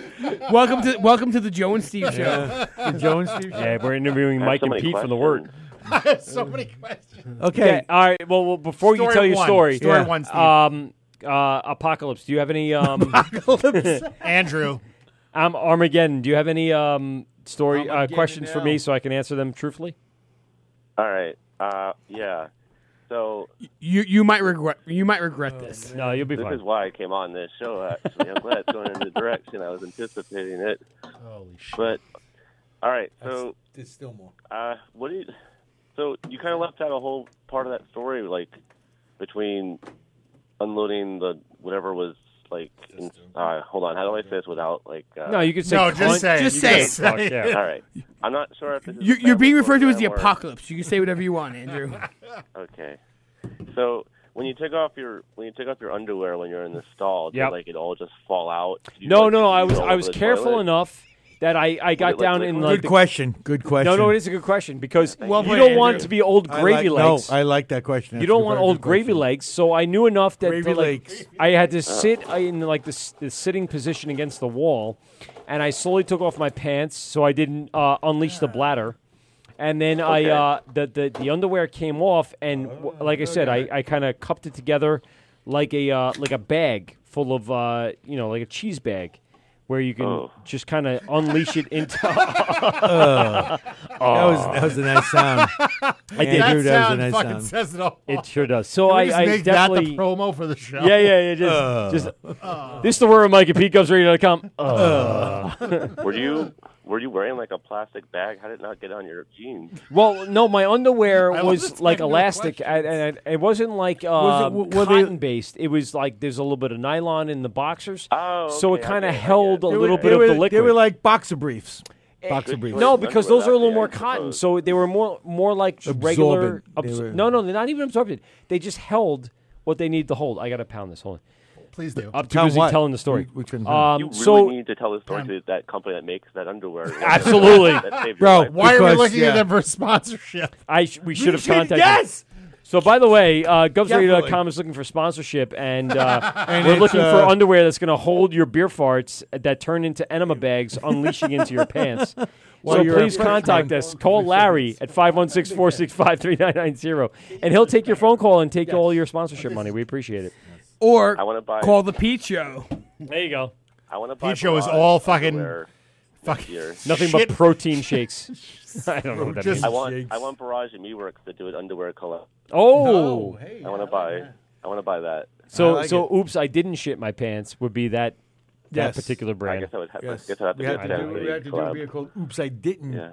[SPEAKER 9] welcome to welcome to the Joe and Steve show.
[SPEAKER 7] Yeah. The Joe and Steve show. Yeah, we're interviewing I have Mike so and many Pete from The Word.
[SPEAKER 8] I have so many questions.
[SPEAKER 7] all right. Well, well before you
[SPEAKER 8] Story
[SPEAKER 7] tell your
[SPEAKER 8] one.
[SPEAKER 7] story,
[SPEAKER 8] Story Yeah. one, Steve.
[SPEAKER 7] Um, uh, apocalypse. Do you have any um,
[SPEAKER 8] apocalypse? Andrew.
[SPEAKER 7] Um, Armageddon. Do you have any um story uh, questions for me so I can answer them truthfully?
[SPEAKER 13] All right. Uh, yeah. So
[SPEAKER 9] You you might regret you might regret this.
[SPEAKER 7] No, you'll
[SPEAKER 13] this is why I came on this show. Actually, I'm glad it's going in the direction I was anticipating it.
[SPEAKER 8] Holy
[SPEAKER 2] shit!
[SPEAKER 13] But all right, so
[SPEAKER 2] There's still more.
[SPEAKER 13] uh, what do you? So you kind of left out a whole part of that story, like between unloading the whatever was like. In, uh, hold on, how do I say this without like? Uh,
[SPEAKER 7] No, you could say No, just cunt. say it.
[SPEAKER 9] Just
[SPEAKER 7] You
[SPEAKER 9] say
[SPEAKER 7] could
[SPEAKER 9] it.
[SPEAKER 7] say it. Fuck, yeah.
[SPEAKER 13] All right, I'm not sure if this is
[SPEAKER 9] You're, you're being referred to as the
[SPEAKER 13] Or-
[SPEAKER 9] apocalypse. You can say whatever you want, Andrew.
[SPEAKER 13] Okay. So when you take off your when you take off your underwear when you're in the stall, did
[SPEAKER 7] Yep.
[SPEAKER 13] like it all just fall out? Did you,
[SPEAKER 7] No,
[SPEAKER 13] like,
[SPEAKER 7] no, no. I
[SPEAKER 13] use
[SPEAKER 7] was
[SPEAKER 13] it all
[SPEAKER 7] I
[SPEAKER 13] over
[SPEAKER 7] was
[SPEAKER 13] the
[SPEAKER 7] careful
[SPEAKER 13] toilet?
[SPEAKER 7] enough that I, I got
[SPEAKER 13] like
[SPEAKER 7] down
[SPEAKER 13] liquid?
[SPEAKER 7] in
[SPEAKER 13] Good
[SPEAKER 7] like the-
[SPEAKER 2] question, good
[SPEAKER 7] No, no,
[SPEAKER 2] question.
[SPEAKER 7] it is a good question because you
[SPEAKER 2] played,
[SPEAKER 7] don't want it
[SPEAKER 2] Andrew.
[SPEAKER 7] to be old
[SPEAKER 2] I
[SPEAKER 7] gravy
[SPEAKER 2] like- no,
[SPEAKER 7] legs.
[SPEAKER 2] I like that question.
[SPEAKER 7] You
[SPEAKER 2] That's
[SPEAKER 7] don't
[SPEAKER 2] a
[SPEAKER 7] want
[SPEAKER 2] very
[SPEAKER 7] old
[SPEAKER 2] good
[SPEAKER 7] gravy legs, so I knew enough that
[SPEAKER 2] Gravy
[SPEAKER 7] to, like,
[SPEAKER 2] legs.
[SPEAKER 7] I had to sit uh, in like the, s- the sitting position against the wall, and I slowly took off my pants so I didn't uh, unleash the bladder. And then
[SPEAKER 12] Okay.
[SPEAKER 7] I uh, the, the the underwear came off, and w- like I said, I, I kind of cupped it together like a uh, like a bag full of uh, you know like a cheese bag, where you can
[SPEAKER 2] Oh.
[SPEAKER 7] just kind of unleash it into.
[SPEAKER 2] That was- that was a nice sound.
[SPEAKER 7] I did.
[SPEAKER 2] That
[SPEAKER 7] Andrew,
[SPEAKER 8] sound fucking says it all.
[SPEAKER 7] It sure does. So
[SPEAKER 8] Can we
[SPEAKER 7] I,
[SPEAKER 8] just
[SPEAKER 7] I
[SPEAKER 8] make that the
[SPEAKER 7] definitely
[SPEAKER 8] promo for the show?
[SPEAKER 7] Yeah, yeah, yeah. Just,
[SPEAKER 8] Uh.
[SPEAKER 7] just this is the word of Mike at PeteGubsRadio.com. Uh.
[SPEAKER 13] were you were you wearing like a plastic bag? How did it not get on your jeans?
[SPEAKER 7] Well, no, my underwear
[SPEAKER 13] I love
[SPEAKER 7] was
[SPEAKER 13] this
[SPEAKER 7] like
[SPEAKER 13] technical
[SPEAKER 7] elastic, I, and I, it wasn't like uh,
[SPEAKER 13] Was it- w- were they-
[SPEAKER 7] cotton based. It was like there's a little bit of nylon in the boxers,
[SPEAKER 13] oh,
[SPEAKER 7] so it kind of held a
[SPEAKER 2] They were-
[SPEAKER 7] little
[SPEAKER 2] they
[SPEAKER 7] bit
[SPEAKER 2] were-
[SPEAKER 7] of the liquid.
[SPEAKER 2] They were like boxer briefs.
[SPEAKER 13] Eh,
[SPEAKER 2] Boxer briefs.
[SPEAKER 7] No, because those are a little more cotton, so they were more more like just regular.
[SPEAKER 2] Absorbent. They
[SPEAKER 7] absor-
[SPEAKER 2] were-
[SPEAKER 7] no, no, they're not even absorbent. They just held what they need to hold. I got to pound this. Hold on.
[SPEAKER 8] Please do.
[SPEAKER 7] I'm too
[SPEAKER 2] Pound
[SPEAKER 7] busy
[SPEAKER 2] what?
[SPEAKER 7] telling the story.
[SPEAKER 2] We- we couldn't pound
[SPEAKER 7] um,
[SPEAKER 13] you really
[SPEAKER 7] so
[SPEAKER 13] need to tell the story to that company that makes that underwear.
[SPEAKER 7] Absolutely.
[SPEAKER 13] That saved your
[SPEAKER 7] Bro,
[SPEAKER 13] life.
[SPEAKER 7] why are we Because, looking
[SPEAKER 8] yeah. them for sponsorship?
[SPEAKER 7] I sh- we
[SPEAKER 8] You
[SPEAKER 7] should have
[SPEAKER 8] should-
[SPEAKER 7] contacted.
[SPEAKER 8] yes!
[SPEAKER 7] So by the way, uh, GubsRadio.com
[SPEAKER 8] Definitely.
[SPEAKER 7] is looking for sponsorship, and, uh,
[SPEAKER 2] And
[SPEAKER 7] we're
[SPEAKER 2] it's,
[SPEAKER 7] looking for
[SPEAKER 2] uh,
[SPEAKER 7] underwear that's going to hold your beer farts that turn into enema bags, unleashing into your pants.
[SPEAKER 2] Well,
[SPEAKER 7] so
[SPEAKER 2] you're a
[SPEAKER 7] please
[SPEAKER 2] freshman.
[SPEAKER 7] contact us. Call Larry at 516-465-3990, and he'll take your phone call and take all your sponsorship money. We appreciate it.
[SPEAKER 9] Or
[SPEAKER 13] I want to buy.
[SPEAKER 9] call the Pete Show.
[SPEAKER 7] There you go.
[SPEAKER 13] I want to buy.
[SPEAKER 7] Pete Show is
[SPEAKER 13] Barrage
[SPEAKER 7] all fucking-
[SPEAKER 13] underwear
[SPEAKER 7] fuck-
[SPEAKER 13] next year.
[SPEAKER 7] Nothing but protein shakes. I don't know what that means.
[SPEAKER 13] I want I want Barrage and MeWorks to do an underwear collab.
[SPEAKER 7] Oh. Oh,
[SPEAKER 13] I want to buy. I want to buy that.
[SPEAKER 7] So so oops, I didn't shit my pants would be that that
[SPEAKER 13] Yes.
[SPEAKER 7] particular brand.
[SPEAKER 13] I guess I would have to-
[SPEAKER 2] Yes.
[SPEAKER 13] guess I have to
[SPEAKER 2] we had
[SPEAKER 13] do
[SPEAKER 2] to
[SPEAKER 13] a
[SPEAKER 2] do,
[SPEAKER 13] Tennessee
[SPEAKER 2] we had to do a
[SPEAKER 13] collab.
[SPEAKER 2] beer called Oops, I didn't.
[SPEAKER 13] Yeah.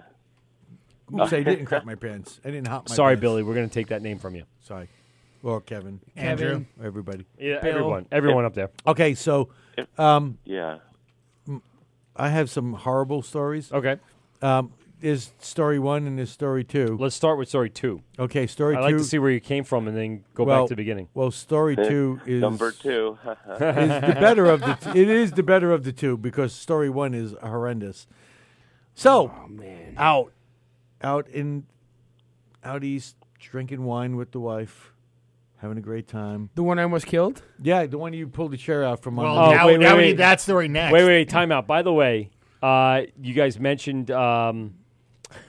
[SPEAKER 2] Oops, I didn't crap my pants. I didn't hop my
[SPEAKER 7] Sorry,
[SPEAKER 2] pants.
[SPEAKER 7] Billy, we're gonna take that name from you.
[SPEAKER 2] Sorry. Or Kevin.
[SPEAKER 7] Kevin.
[SPEAKER 2] Everybody.
[SPEAKER 7] Yeah, Bill. everyone. Everyone up there.
[SPEAKER 2] Okay, so um,
[SPEAKER 13] Yeah.
[SPEAKER 2] I have some horrible stories.
[SPEAKER 7] Okay.
[SPEAKER 2] Um, there's story one and there's story two.
[SPEAKER 7] Let's start with story two.
[SPEAKER 2] Okay, story
[SPEAKER 7] I
[SPEAKER 2] two.
[SPEAKER 7] like to see where you came from and then go back
[SPEAKER 2] Well-
[SPEAKER 7] to the beginning.
[SPEAKER 2] Well, story two is
[SPEAKER 13] Number two.
[SPEAKER 2] is the better of the. T- it is the better of the two because story one is horrendous. So,
[SPEAKER 7] Oh,
[SPEAKER 2] out, out in, out east, drinking wine with the wife, having a great time.
[SPEAKER 9] The one I almost killed.
[SPEAKER 2] Yeah, the one you pulled the chair out from.
[SPEAKER 8] Well,
[SPEAKER 2] under-
[SPEAKER 7] Oh,
[SPEAKER 8] now- now we need that story next.
[SPEAKER 7] Wait, wait, time out. By the way, uh, you guys mentioned um,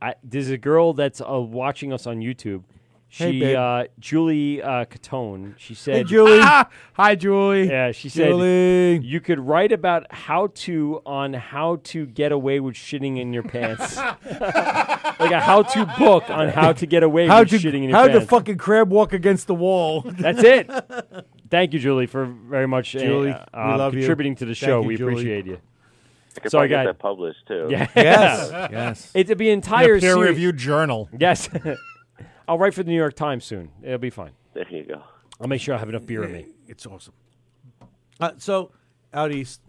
[SPEAKER 7] I, there's a girl that's uh, watching us on YouTube.
[SPEAKER 2] Hey,
[SPEAKER 7] She,
[SPEAKER 2] babe.
[SPEAKER 7] uh, Julie uh, Catone. She said,
[SPEAKER 2] Julie. Ah!
[SPEAKER 7] hi, Julie." Yeah, she said,
[SPEAKER 2] Julie.
[SPEAKER 7] "You could write about how to on how to get away with shitting in your pants, like a how-to book on how to get away
[SPEAKER 2] How'd
[SPEAKER 7] with
[SPEAKER 2] you-
[SPEAKER 7] shitting in your
[SPEAKER 2] how'd
[SPEAKER 7] pants."
[SPEAKER 2] the fucking crab walk against the wall?
[SPEAKER 7] That's it. Thank you, Julie, for very much uh,
[SPEAKER 2] Julie,
[SPEAKER 7] uh,
[SPEAKER 2] we love you.
[SPEAKER 7] contributing to the
[SPEAKER 2] Thank
[SPEAKER 7] show.
[SPEAKER 2] you,
[SPEAKER 7] we
[SPEAKER 2] Julie.
[SPEAKER 7] appreciate you.
[SPEAKER 13] I could probably
[SPEAKER 7] Sorry,
[SPEAKER 13] get
[SPEAKER 7] guy.
[SPEAKER 13] that published, too.
[SPEAKER 7] Yeah.
[SPEAKER 13] Yes,
[SPEAKER 2] yes.
[SPEAKER 7] It'd be entire
[SPEAKER 8] In a
[SPEAKER 7] series-
[SPEAKER 8] peer-reviewed journal.
[SPEAKER 7] Yes, I'll write for the New York Times soon. It'll be fine.
[SPEAKER 13] There you go.
[SPEAKER 7] I'll make sure I have enough beer in me.
[SPEAKER 2] Eh, It's awesome. Uh, so, out east.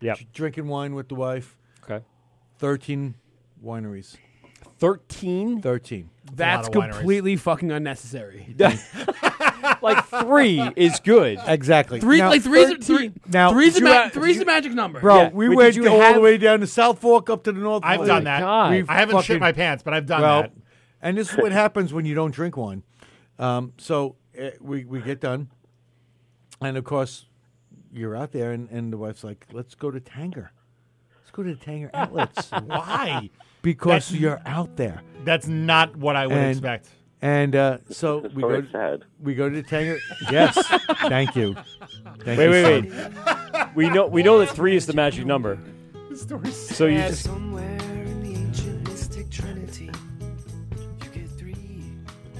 [SPEAKER 7] Yep.
[SPEAKER 2] dr- Drinking wine with the wife.
[SPEAKER 7] Okay.
[SPEAKER 2] 13 wineries.
[SPEAKER 7] 13?
[SPEAKER 2] 13.
[SPEAKER 9] That's completely fucking unnecessary.
[SPEAKER 7] like three is good.
[SPEAKER 2] Exactly.
[SPEAKER 9] Three,
[SPEAKER 2] Now,
[SPEAKER 9] like three's, three,
[SPEAKER 2] 13. Now,
[SPEAKER 9] three's, a
[SPEAKER 2] did
[SPEAKER 9] ma-
[SPEAKER 2] you ha-
[SPEAKER 9] three's
[SPEAKER 2] did
[SPEAKER 9] the magic number.
[SPEAKER 2] Bro, we
[SPEAKER 8] Wait,
[SPEAKER 2] went
[SPEAKER 8] did you
[SPEAKER 2] all
[SPEAKER 8] have-
[SPEAKER 2] the way down to South Fork up to the North.
[SPEAKER 8] I've
[SPEAKER 2] Fork.
[SPEAKER 8] done that. God.
[SPEAKER 2] We've
[SPEAKER 8] I haven't shit
[SPEAKER 2] fucking-
[SPEAKER 8] my pants, but I've done
[SPEAKER 2] Well,
[SPEAKER 8] that.
[SPEAKER 2] And this is what happens when you don't drink wine. Um, so uh, we we get done, and of course, you're out there, and, and the wife's like, "Let's go to Tanger. Let's go to Tanger Outlets.
[SPEAKER 8] Why?
[SPEAKER 2] Because
[SPEAKER 8] That's-
[SPEAKER 2] you're out there.
[SPEAKER 8] That's not what I would
[SPEAKER 2] And-
[SPEAKER 8] expect.
[SPEAKER 2] And uh, so we go.
[SPEAKER 8] very sad.
[SPEAKER 2] We go to Tanger. yes. Thank you. Thank
[SPEAKER 7] wait,
[SPEAKER 2] you,
[SPEAKER 7] wait,
[SPEAKER 2] son.
[SPEAKER 7] wait. we know we know that three is the magic number.
[SPEAKER 8] This story's
[SPEAKER 7] So you just
[SPEAKER 4] Somewhere in the ancient mystic trinity, you get three.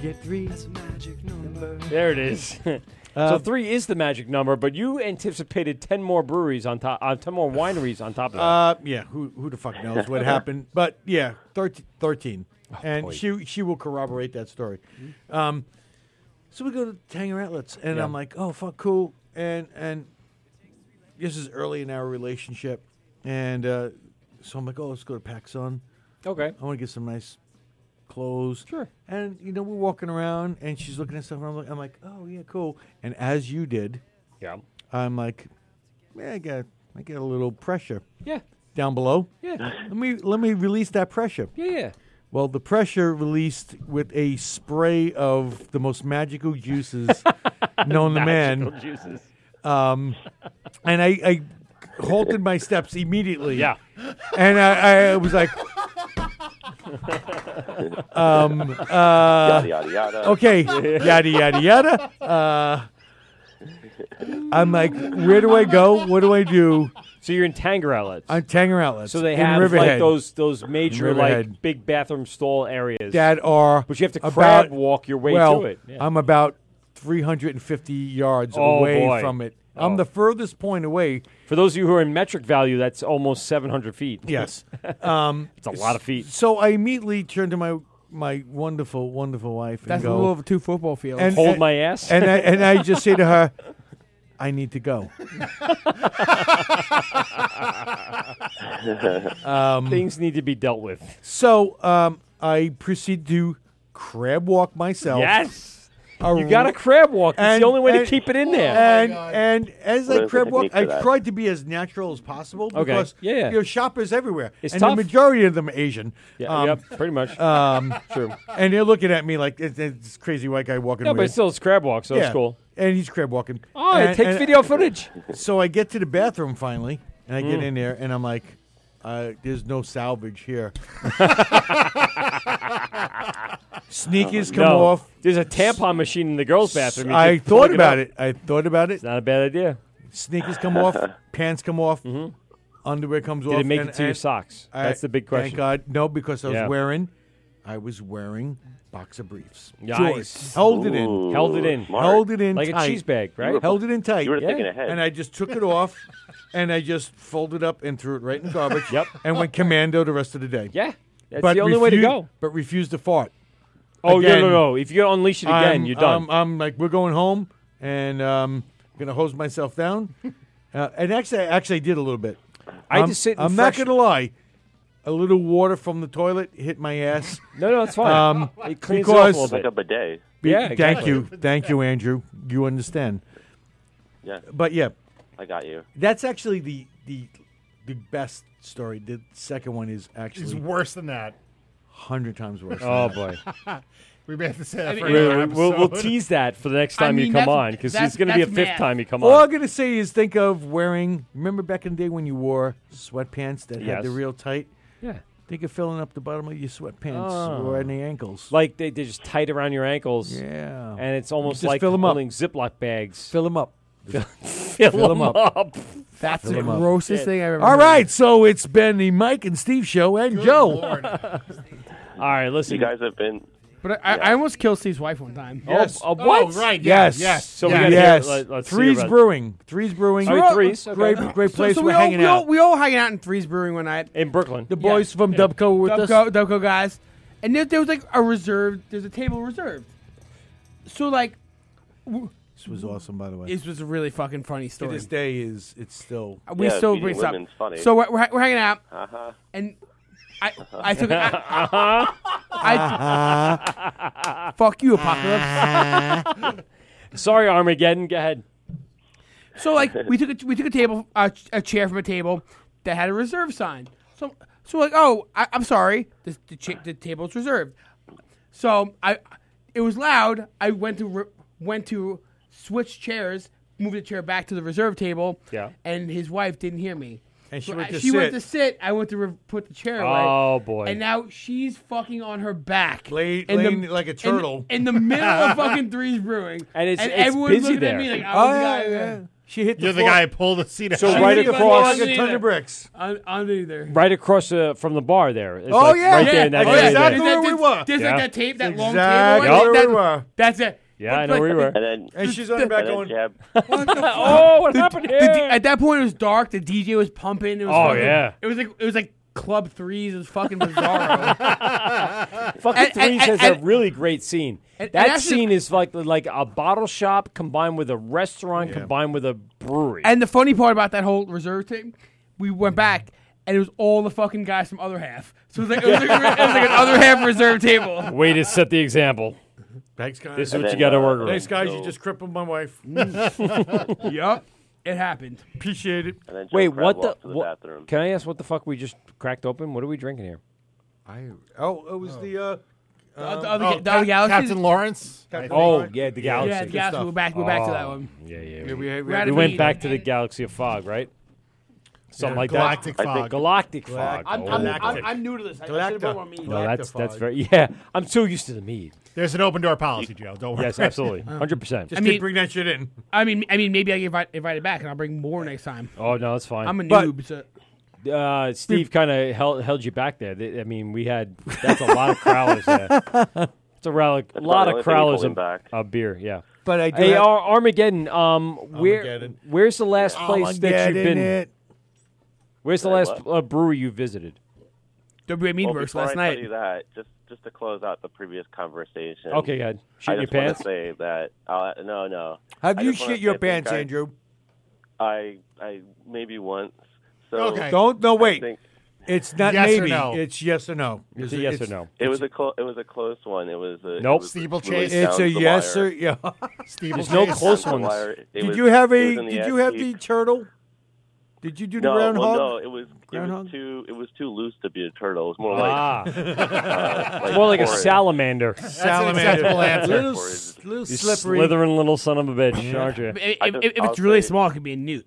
[SPEAKER 2] Get three.
[SPEAKER 4] That's a magic number.
[SPEAKER 7] there it is. so
[SPEAKER 2] Uh,
[SPEAKER 7] three is the magic number, but you anticipated ten more breweries on top, uh, ten more wineries on top of that.
[SPEAKER 2] Uh, yeah. Who who the fuck knows what happened? But yeah, 13, 13. and
[SPEAKER 7] Oh, boy.
[SPEAKER 2] she she will corroborate that story. Um, so we go to Tanger Outlets, and
[SPEAKER 7] Yeah.
[SPEAKER 2] I'm like, oh fuck, cool. And and this is early in our relationship, and uh, so I'm like, oh, let's go to PacSun.
[SPEAKER 7] Okay.
[SPEAKER 2] I want to get some nice clothes.
[SPEAKER 7] Sure.
[SPEAKER 2] And you know, we're walking around, and she's looking at stuff, and I'm like, I'm like, oh yeah, cool. And as you did,
[SPEAKER 7] Yeah.
[SPEAKER 2] I'm like, yeah, I got I got a little pressure.
[SPEAKER 7] Yeah.
[SPEAKER 2] Down below.
[SPEAKER 7] Yeah.
[SPEAKER 2] Let me let me release that pressure.
[SPEAKER 7] Yeah, yeah.
[SPEAKER 2] Well, the pressure released with a spray of the most magical juices known to man.
[SPEAKER 7] Magical juices.
[SPEAKER 2] Um, and I, I halted my steps immediately.
[SPEAKER 7] Yeah.
[SPEAKER 2] And I, I was like, um, uh,
[SPEAKER 13] Yada, yada, yada.
[SPEAKER 2] Okay, yada yada yada. Uh, I'm like, where do I go? What do I do?
[SPEAKER 7] So you're in Tanger Outlets.
[SPEAKER 2] I'm Tanger Outlets.
[SPEAKER 7] So they
[SPEAKER 2] in
[SPEAKER 7] have like
[SPEAKER 2] Riverhead.
[SPEAKER 7] those those major
[SPEAKER 2] Riverhead.
[SPEAKER 7] like big bathroom stall areas
[SPEAKER 2] that are
[SPEAKER 7] but you have to
[SPEAKER 2] about,
[SPEAKER 7] crab walk your way
[SPEAKER 2] well,
[SPEAKER 7] to it. Yeah.
[SPEAKER 2] I'm about 350 yards
[SPEAKER 7] Oh,
[SPEAKER 2] away
[SPEAKER 7] boy. Oh.
[SPEAKER 2] from it. I'm the furthest point away.
[SPEAKER 7] For those of you who are in metric value, that's almost 700 feet.
[SPEAKER 2] Yes, um,
[SPEAKER 7] it's a lot of feet.
[SPEAKER 2] So I immediately turn to my my wonderful, wonderful wife and
[SPEAKER 9] That's a
[SPEAKER 2] go,
[SPEAKER 9] little over two football fields.
[SPEAKER 2] and-
[SPEAKER 7] Hold
[SPEAKER 2] and-
[SPEAKER 7] my ass?
[SPEAKER 2] and I, and I just say to her, I need to go. Um,
[SPEAKER 7] Things need to be dealt with.
[SPEAKER 2] So um, I proceed to crab walk myself.
[SPEAKER 7] Yes.
[SPEAKER 2] A-
[SPEAKER 7] You gotta crab walk. It's the only way to keep it in there. Oh my
[SPEAKER 2] And
[SPEAKER 7] God.
[SPEAKER 2] and as
[SPEAKER 7] What
[SPEAKER 2] I
[SPEAKER 7] is the
[SPEAKER 2] crab walk,
[SPEAKER 7] technique for
[SPEAKER 2] I
[SPEAKER 7] that?
[SPEAKER 2] tried to be as natural as possible
[SPEAKER 7] Okay.
[SPEAKER 2] because
[SPEAKER 7] Yeah, yeah.
[SPEAKER 2] you know, shoppers everywhere,
[SPEAKER 7] It's
[SPEAKER 2] and
[SPEAKER 7] tough.
[SPEAKER 2] the majority of them are Asian.
[SPEAKER 7] Yeah, yep, pretty much.
[SPEAKER 2] Um,
[SPEAKER 7] True.
[SPEAKER 2] And they're looking at me like it's, it's this crazy white guy walking.
[SPEAKER 7] Yeah, but
[SPEAKER 2] weird.
[SPEAKER 7] still it's crab walk, so it's
[SPEAKER 2] Yeah.
[SPEAKER 7] cool.
[SPEAKER 2] And he's crab walking.
[SPEAKER 7] Oh,
[SPEAKER 2] and,
[SPEAKER 7] take
[SPEAKER 2] and-
[SPEAKER 7] video footage.
[SPEAKER 2] So I get to the bathroom finally, and I get
[SPEAKER 7] Mm.
[SPEAKER 2] in there, and I'm like, uh, "There's no salvage here." Sneakers come
[SPEAKER 7] Um, Uh, No.
[SPEAKER 2] off.
[SPEAKER 7] There's a tampon machine in the girls' bathroom. You
[SPEAKER 2] I
[SPEAKER 7] can
[SPEAKER 2] thought
[SPEAKER 7] plug it
[SPEAKER 2] about
[SPEAKER 7] up.
[SPEAKER 2] it, I thought about it. It's
[SPEAKER 7] not a bad idea. Mm-hmm.
[SPEAKER 2] Sneakers come off, pants come off, underwear comes
[SPEAKER 7] Did
[SPEAKER 2] off.
[SPEAKER 7] it make
[SPEAKER 2] and-
[SPEAKER 7] it to your
[SPEAKER 2] and
[SPEAKER 7] socks? That's the big question.
[SPEAKER 2] Thank God, no, because I was
[SPEAKER 7] Yeah.
[SPEAKER 2] wearing, I was wearing boxer briefs.
[SPEAKER 7] Nice.
[SPEAKER 2] Shorts. Held it in.
[SPEAKER 7] Ooh, Held it in. smart.
[SPEAKER 2] Held it in.
[SPEAKER 7] Like a
[SPEAKER 2] tight.
[SPEAKER 7] cheese bag, right? You were-
[SPEAKER 2] Held it in tight.
[SPEAKER 7] you were thinking ahead.
[SPEAKER 2] And I just took it off, and I just folded up and threw it right in the garbage.
[SPEAKER 7] Yep.
[SPEAKER 2] And went commando the rest of the day.
[SPEAKER 7] Yeah. That's the only way to go.
[SPEAKER 2] But refused to fart.
[SPEAKER 7] Oh, yeah,
[SPEAKER 2] Again,
[SPEAKER 7] no, no. If you unleash it again,
[SPEAKER 2] I'm- um,
[SPEAKER 7] you're done.
[SPEAKER 2] I'm, I'm like, we're going home, and um, I'm gonna hose myself down. Uh, and actually, I actually did a little bit.
[SPEAKER 7] I
[SPEAKER 2] I'm-
[SPEAKER 7] just sit. in
[SPEAKER 2] I'm
[SPEAKER 7] fresh-
[SPEAKER 2] not gonna lie. A little water from the toilet hit my ass.
[SPEAKER 7] No, no, it's fine.
[SPEAKER 2] Um,
[SPEAKER 7] It cleans it off a
[SPEAKER 2] because
[SPEAKER 7] little Like bit. a bidet.
[SPEAKER 2] Be-
[SPEAKER 7] Yeah,
[SPEAKER 2] Thank
[SPEAKER 7] exactly.
[SPEAKER 2] you, thank you, Andrew. You understand.
[SPEAKER 13] Yeah.
[SPEAKER 2] But yeah,
[SPEAKER 13] I got you.
[SPEAKER 2] That's actually the the the best story. The second one is actually
[SPEAKER 8] It's worse than that.
[SPEAKER 2] Hundred times worse. than
[SPEAKER 7] Oh,
[SPEAKER 2] that.
[SPEAKER 7] boy.
[SPEAKER 8] we may have to say
[SPEAKER 7] I
[SPEAKER 8] that
[SPEAKER 7] mean,
[SPEAKER 8] for
[SPEAKER 7] We'll-
[SPEAKER 8] another
[SPEAKER 7] we'll- we'll
[SPEAKER 8] episode.
[SPEAKER 7] tease that for the next time you come on because it's going to be a fifth time you come
[SPEAKER 2] All
[SPEAKER 7] on.
[SPEAKER 2] I'm gonna say is think of wearing. Remember back in the day when you wore sweatpants that had
[SPEAKER 7] Yes.
[SPEAKER 2] the real tight.
[SPEAKER 7] Yeah.
[SPEAKER 2] Think of filling up the bottom of your sweatpants
[SPEAKER 7] Oh.
[SPEAKER 2] or any ankles.
[SPEAKER 7] Like they, they're just tight around your ankles.
[SPEAKER 2] Yeah.
[SPEAKER 7] And it's almost
[SPEAKER 2] Just
[SPEAKER 7] like
[SPEAKER 2] fill 'em up.
[SPEAKER 7] holding Ziploc bags.
[SPEAKER 2] Fill them up.
[SPEAKER 7] Fill,
[SPEAKER 2] Fill 'em
[SPEAKER 7] them up.
[SPEAKER 2] up.
[SPEAKER 9] That's
[SPEAKER 2] Fill
[SPEAKER 9] the
[SPEAKER 2] 'em up.
[SPEAKER 9] grossest thing I've ever
[SPEAKER 2] All
[SPEAKER 9] heard.
[SPEAKER 2] right, so it's been the Mike and Steve show and Joe.
[SPEAKER 7] All right, listen.
[SPEAKER 13] You guys have been.
[SPEAKER 9] But I, I almost killed Steve's wife one time.
[SPEAKER 7] Oh, Yes. oh, what?
[SPEAKER 2] Yes.
[SPEAKER 7] So we
[SPEAKER 2] yes.
[SPEAKER 7] gotta hear-
[SPEAKER 2] yes.
[SPEAKER 7] let- let's hear
[SPEAKER 2] Three's
[SPEAKER 7] about-
[SPEAKER 2] Brewing. Three's Brewing.
[SPEAKER 7] All right, Threes, okay.
[SPEAKER 2] Great, great
[SPEAKER 9] So-
[SPEAKER 2] place.
[SPEAKER 9] So,
[SPEAKER 2] We're
[SPEAKER 9] we all,
[SPEAKER 2] hanging
[SPEAKER 9] we
[SPEAKER 2] out.
[SPEAKER 9] All, we all hanging out in Three's Brewing one night
[SPEAKER 7] in Brooklyn.
[SPEAKER 2] The boys from Dubco were with us.
[SPEAKER 9] Dubco, Dubco guys, and there, there was like a reserved. There's a table reserved. So like, w-
[SPEAKER 2] this was awesome, by the way.
[SPEAKER 9] this was a really fucking funny
[SPEAKER 2] to
[SPEAKER 9] story.
[SPEAKER 2] this day is it's still
[SPEAKER 9] we still bring up. So uh, we're, we're, we're hanging out,
[SPEAKER 13] Uh-huh.
[SPEAKER 9] and I I took
[SPEAKER 7] I,
[SPEAKER 9] I fuck you, apocalypse.
[SPEAKER 7] Sorry, Armageddon. Go ahead.
[SPEAKER 9] So like we took a, we took a table a, ch- a chair from a table that had a reserve sign. So so like oh I, I'm sorry the the, cha- the table's reserved. So I it was loud. I went to re- went to switch chairs, moved the chair back to the reserve table.
[SPEAKER 7] Yeah.
[SPEAKER 9] And his wife didn't hear me.
[SPEAKER 2] And she
[SPEAKER 9] So
[SPEAKER 2] went
[SPEAKER 9] I-
[SPEAKER 2] to
[SPEAKER 9] she went
[SPEAKER 2] sit.
[SPEAKER 9] to sit. I went to re- put the chair away.
[SPEAKER 7] Oh, boy.
[SPEAKER 9] And now she's fucking on her back,
[SPEAKER 2] Lay-
[SPEAKER 9] in the-
[SPEAKER 2] laying like a
[SPEAKER 9] in-
[SPEAKER 2] turtle.
[SPEAKER 9] in, the middle of fucking Three's Brewing,
[SPEAKER 7] And it's- it's
[SPEAKER 9] everyone's
[SPEAKER 7] busy
[SPEAKER 9] looking
[SPEAKER 7] there.
[SPEAKER 9] at me like I
[SPEAKER 2] Oh,
[SPEAKER 9] was the
[SPEAKER 2] yeah,
[SPEAKER 9] guy-
[SPEAKER 2] yeah. She hit.
[SPEAKER 8] You're the guy who pulled the seat out.
[SPEAKER 7] So right
[SPEAKER 9] She hit the
[SPEAKER 7] across-
[SPEAKER 9] floor.
[SPEAKER 7] Like a ton of
[SPEAKER 2] bricks.
[SPEAKER 9] I'm, I'm either.
[SPEAKER 7] Right across uh, from the bar there. It's
[SPEAKER 9] Oh,
[SPEAKER 7] like
[SPEAKER 9] yeah.
[SPEAKER 7] Right there
[SPEAKER 9] Yeah,
[SPEAKER 7] in that
[SPEAKER 9] that's
[SPEAKER 7] area
[SPEAKER 9] exactly
[SPEAKER 7] there.
[SPEAKER 9] where we There's- were. there's like
[SPEAKER 7] Yeah.
[SPEAKER 9] that tape, that long
[SPEAKER 2] Exactly
[SPEAKER 9] table.
[SPEAKER 2] where
[SPEAKER 9] That-
[SPEAKER 2] we were.
[SPEAKER 9] That's it.
[SPEAKER 7] Yeah, I know where we were.
[SPEAKER 13] And then
[SPEAKER 2] And she's on the back going.
[SPEAKER 7] oh, what happened
[SPEAKER 9] The
[SPEAKER 7] here?
[SPEAKER 9] d- at that point, it was dark. The DJ was pumping. It was
[SPEAKER 7] Oh,
[SPEAKER 9] fucking-
[SPEAKER 7] yeah.
[SPEAKER 9] It was like it was like club threes. It was fucking bizarro.
[SPEAKER 7] Fucking
[SPEAKER 9] And- and-
[SPEAKER 7] Threes has
[SPEAKER 9] and-
[SPEAKER 7] a really great scene.
[SPEAKER 9] and-
[SPEAKER 7] that
[SPEAKER 9] and actually-
[SPEAKER 7] scene is like like a bottle shop combined with a restaurant combined with a brewery.
[SPEAKER 9] And the funny part about that whole reserve thing, we went back and it was all the fucking guys from other half. So it was like it was like, it was like an other half reserve table.
[SPEAKER 7] Way to set the example.
[SPEAKER 2] Thanks, guys.
[SPEAKER 7] This is what you
[SPEAKER 13] uh,
[SPEAKER 7] got to work with.
[SPEAKER 2] Thanks, guys. You just crippled my wife.
[SPEAKER 9] yup, it happened.
[SPEAKER 2] Appreciate it.
[SPEAKER 13] And then Joe
[SPEAKER 7] Wait,
[SPEAKER 13] Crab
[SPEAKER 7] what the?
[SPEAKER 13] walked to the
[SPEAKER 7] what-
[SPEAKER 13] bathroom.
[SPEAKER 7] can I ask what the fuck we just cracked open? What are we drinking here?
[SPEAKER 2] I oh, it was the uh, um,
[SPEAKER 9] the other- the other galaxy? Captain
[SPEAKER 8] Lawrence.
[SPEAKER 2] Captain
[SPEAKER 7] Oh
[SPEAKER 2] Lawrence.
[SPEAKER 7] yeah, the
[SPEAKER 9] Yeah,
[SPEAKER 7] galaxy.
[SPEAKER 9] the Galaxy. We're back- we're back to that
[SPEAKER 7] Oh,
[SPEAKER 9] one.
[SPEAKER 7] Yeah, yeah.
[SPEAKER 2] Yeah, we- we-
[SPEAKER 7] we,
[SPEAKER 2] had
[SPEAKER 9] a
[SPEAKER 7] went
[SPEAKER 9] meeting.
[SPEAKER 7] back to the galaxy of fog, right? Something
[SPEAKER 2] Yeah,
[SPEAKER 7] like
[SPEAKER 2] galactic
[SPEAKER 7] that.
[SPEAKER 2] I fog. think-
[SPEAKER 7] Galactic fog.
[SPEAKER 2] Galact-
[SPEAKER 9] I'm,
[SPEAKER 7] oh.
[SPEAKER 9] I'm, I'm, I'm new to this. I, I should have brought more meat.
[SPEAKER 7] no, that's that's very yeah. I'm so used to the mead.
[SPEAKER 8] There's an open door policy, Joe. Don't worry.
[SPEAKER 7] Yes, absolutely, hundred percent.
[SPEAKER 9] I mean,
[SPEAKER 2] bring that shit in.
[SPEAKER 9] I mean, I mean, maybe I get invite, invited back, and I'll bring more next time.
[SPEAKER 7] Oh no, that's fine.
[SPEAKER 9] I'm a
[SPEAKER 7] But,
[SPEAKER 9] noob. So.
[SPEAKER 7] uh, Steve kind of held held you back there. Th- I mean, we had that's a lot of crowlers there. It's a rally,
[SPEAKER 13] That's
[SPEAKER 7] lot
[SPEAKER 13] about
[SPEAKER 7] of
[SPEAKER 13] the only
[SPEAKER 7] crowlers
[SPEAKER 13] thing
[SPEAKER 7] and
[SPEAKER 13] holding back.
[SPEAKER 7] a beer. Yeah,
[SPEAKER 2] But I do
[SPEAKER 7] Hey,
[SPEAKER 2] have-
[SPEAKER 7] Ar- oh, Armageddon. Um, where
[SPEAKER 2] Armageddon.
[SPEAKER 7] where's the last place that you've
[SPEAKER 2] Armageddon
[SPEAKER 7] been?
[SPEAKER 2] it.
[SPEAKER 7] Where's the
[SPEAKER 13] Say
[SPEAKER 7] last
[SPEAKER 13] what?
[SPEAKER 7] uh, brewery you visited?
[SPEAKER 9] WA
[SPEAKER 13] well,
[SPEAKER 9] Meadworks
[SPEAKER 13] before
[SPEAKER 9] last
[SPEAKER 13] I
[SPEAKER 9] night.
[SPEAKER 13] Tell you that, just just to close out the previous conversation.
[SPEAKER 7] Okay, go ahead. Shit
[SPEAKER 13] I
[SPEAKER 7] your
[SPEAKER 13] just
[SPEAKER 7] pants?
[SPEAKER 13] Want to say that. Uh, no, no.
[SPEAKER 2] Have
[SPEAKER 13] I
[SPEAKER 2] you
[SPEAKER 13] just wanna
[SPEAKER 2] shit your
[SPEAKER 13] say thank
[SPEAKER 2] pants,
[SPEAKER 13] God
[SPEAKER 2] Andrew?
[SPEAKER 13] I I maybe once. So
[SPEAKER 2] Don't no
[SPEAKER 13] I
[SPEAKER 2] wait.
[SPEAKER 13] think
[SPEAKER 2] It's not
[SPEAKER 8] Yes or
[SPEAKER 2] maybe.
[SPEAKER 8] no.
[SPEAKER 2] It's yes or no.
[SPEAKER 7] It's
[SPEAKER 2] Is
[SPEAKER 7] a
[SPEAKER 2] it-
[SPEAKER 7] yes or no.
[SPEAKER 13] it was a clo- it was a close one. It was a It
[SPEAKER 7] Nope.
[SPEAKER 13] was
[SPEAKER 8] Steeplechase.
[SPEAKER 13] really
[SPEAKER 2] It's
[SPEAKER 13] down
[SPEAKER 2] a
[SPEAKER 13] to the
[SPEAKER 2] yes
[SPEAKER 13] wire.
[SPEAKER 2] or yeah.
[SPEAKER 7] There's no close
[SPEAKER 13] Down to the
[SPEAKER 7] ones.
[SPEAKER 13] wire. It
[SPEAKER 2] Did
[SPEAKER 13] was-
[SPEAKER 2] you have
[SPEAKER 13] it was
[SPEAKER 2] a?
[SPEAKER 13] in the
[SPEAKER 2] Did you have
[SPEAKER 13] ass cheek.
[SPEAKER 2] the turtle? Did you do the
[SPEAKER 13] no, well,
[SPEAKER 2] groundhog?
[SPEAKER 13] no, it was it
[SPEAKER 2] Groundhog?
[SPEAKER 13] was too it was too loose to be a turtle. It was more
[SPEAKER 7] Ah.
[SPEAKER 13] like uh,
[SPEAKER 7] It's more like a
[SPEAKER 13] forage.
[SPEAKER 7] salamander.
[SPEAKER 2] Little, s- little
[SPEAKER 7] You
[SPEAKER 2] slippery.
[SPEAKER 7] slithering little son of a bitch, aren't you?
[SPEAKER 9] If, if-
[SPEAKER 13] I just-
[SPEAKER 9] if
[SPEAKER 13] I'll
[SPEAKER 9] it's really
[SPEAKER 13] say-
[SPEAKER 9] small, it could be a newt.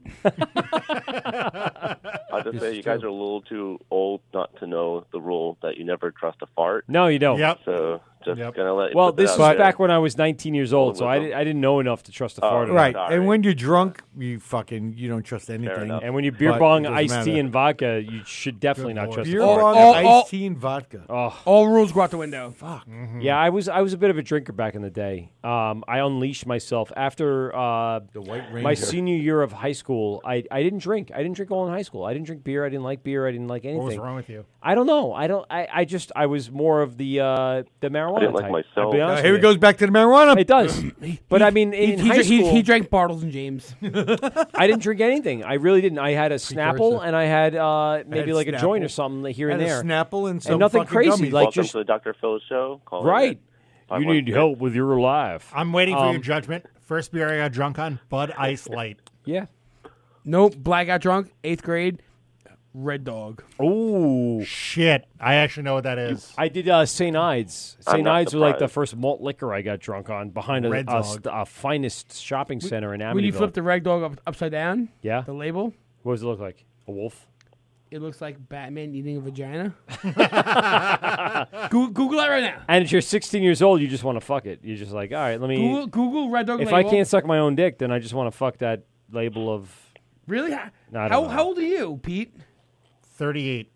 [SPEAKER 13] I just say you guys are a little too old not to know the rule that you never trust a fart.
[SPEAKER 7] No, you don't.
[SPEAKER 13] So just gonna let
[SPEAKER 7] Well,
[SPEAKER 13] put that
[SPEAKER 7] this
[SPEAKER 13] out
[SPEAKER 7] was
[SPEAKER 13] there.
[SPEAKER 7] back when I was 19 years old, so I, di- I didn't know enough to trust a
[SPEAKER 13] Oh, Uh,
[SPEAKER 7] fart.
[SPEAKER 2] Right, and when you're drunk, you fucking you don't trust anything.
[SPEAKER 7] And when you beer
[SPEAKER 2] But
[SPEAKER 7] bong
[SPEAKER 2] it doesn't
[SPEAKER 7] iced tea
[SPEAKER 2] matter.
[SPEAKER 7] and vodka, you should definitely not trust
[SPEAKER 2] beer
[SPEAKER 7] a fart.
[SPEAKER 2] bong,
[SPEAKER 9] All- all-
[SPEAKER 2] iced tea, and vodka.
[SPEAKER 7] Oh. Mm-hmm.
[SPEAKER 9] All rules go out the window.
[SPEAKER 2] Fuck.
[SPEAKER 7] Yeah, I was I was a bit of a drinker back in the day. Um, I unleashed myself after uh,
[SPEAKER 2] White
[SPEAKER 7] my
[SPEAKER 2] Ranger.
[SPEAKER 7] senior year of high school. I, I didn't drink. I didn't drink all in high school. I didn't drink beer. I didn't like beer. I didn't like anything.
[SPEAKER 8] What was wrong with you?
[SPEAKER 7] I don't know. I don't. I, I just I was more of the uh, the marijuana marijuana.
[SPEAKER 13] didn't like
[SPEAKER 7] type,
[SPEAKER 13] myself.
[SPEAKER 7] I'll be honest
[SPEAKER 13] Here
[SPEAKER 7] with
[SPEAKER 13] he
[SPEAKER 7] you.
[SPEAKER 13] goes back to the marijuana.
[SPEAKER 7] It does. but I mean, in
[SPEAKER 9] he,
[SPEAKER 7] high
[SPEAKER 9] dra- he-
[SPEAKER 7] school,
[SPEAKER 9] he drank Bartles and James.
[SPEAKER 7] I didn't drink anything. I really didn't. I had a Snapple and I had uh, maybe
[SPEAKER 9] had
[SPEAKER 7] like a joint or
[SPEAKER 9] Snapple.
[SPEAKER 7] something like, here
[SPEAKER 2] I
[SPEAKER 7] and
[SPEAKER 2] had a
[SPEAKER 7] there.
[SPEAKER 2] Snapple and some
[SPEAKER 7] nothing
[SPEAKER 2] fucking
[SPEAKER 7] crazy.
[SPEAKER 2] gummies.
[SPEAKER 7] Like
[SPEAKER 13] Welcome
[SPEAKER 7] just
[SPEAKER 13] to the Dr. Phil show. Call in
[SPEAKER 7] right.
[SPEAKER 13] at
[SPEAKER 7] You need
[SPEAKER 13] 516.
[SPEAKER 7] help with your life.
[SPEAKER 8] I'm waiting for your
[SPEAKER 7] Um,
[SPEAKER 8] judgment. First beer I got drunk on, Bud Ice Light.
[SPEAKER 7] Yeah.
[SPEAKER 9] Nope. Black got drunk. Eighth grade. Red Dog.
[SPEAKER 7] Oh
[SPEAKER 8] shit! I actually know what that is.
[SPEAKER 7] I did uh, St. Ides.
[SPEAKER 8] I'm
[SPEAKER 7] St.
[SPEAKER 8] not
[SPEAKER 7] Ides was like the
[SPEAKER 8] surprised.
[SPEAKER 7] first malt liquor I got drunk on behind a,
[SPEAKER 9] Red
[SPEAKER 7] a,
[SPEAKER 9] Dog.
[SPEAKER 7] st- a finest shopping center in Amityville.
[SPEAKER 9] When you flip the Red Dog up, upside down,
[SPEAKER 7] yeah,
[SPEAKER 9] the label.
[SPEAKER 7] What does it look like? A wolf?
[SPEAKER 9] it looks like Batman eating a vagina. Goo- Google it right now.
[SPEAKER 7] And if you're 16 years old, you just want to fuck it. You're just like, all right, let me.
[SPEAKER 9] Google, Google Red Dog
[SPEAKER 7] if
[SPEAKER 9] label.
[SPEAKER 7] I can't suck my own dick, then I just want to fuck that label of.
[SPEAKER 9] Really? How,
[SPEAKER 7] No, I don't
[SPEAKER 9] how,
[SPEAKER 7] know.
[SPEAKER 9] how old are you, Pete?
[SPEAKER 8] 38.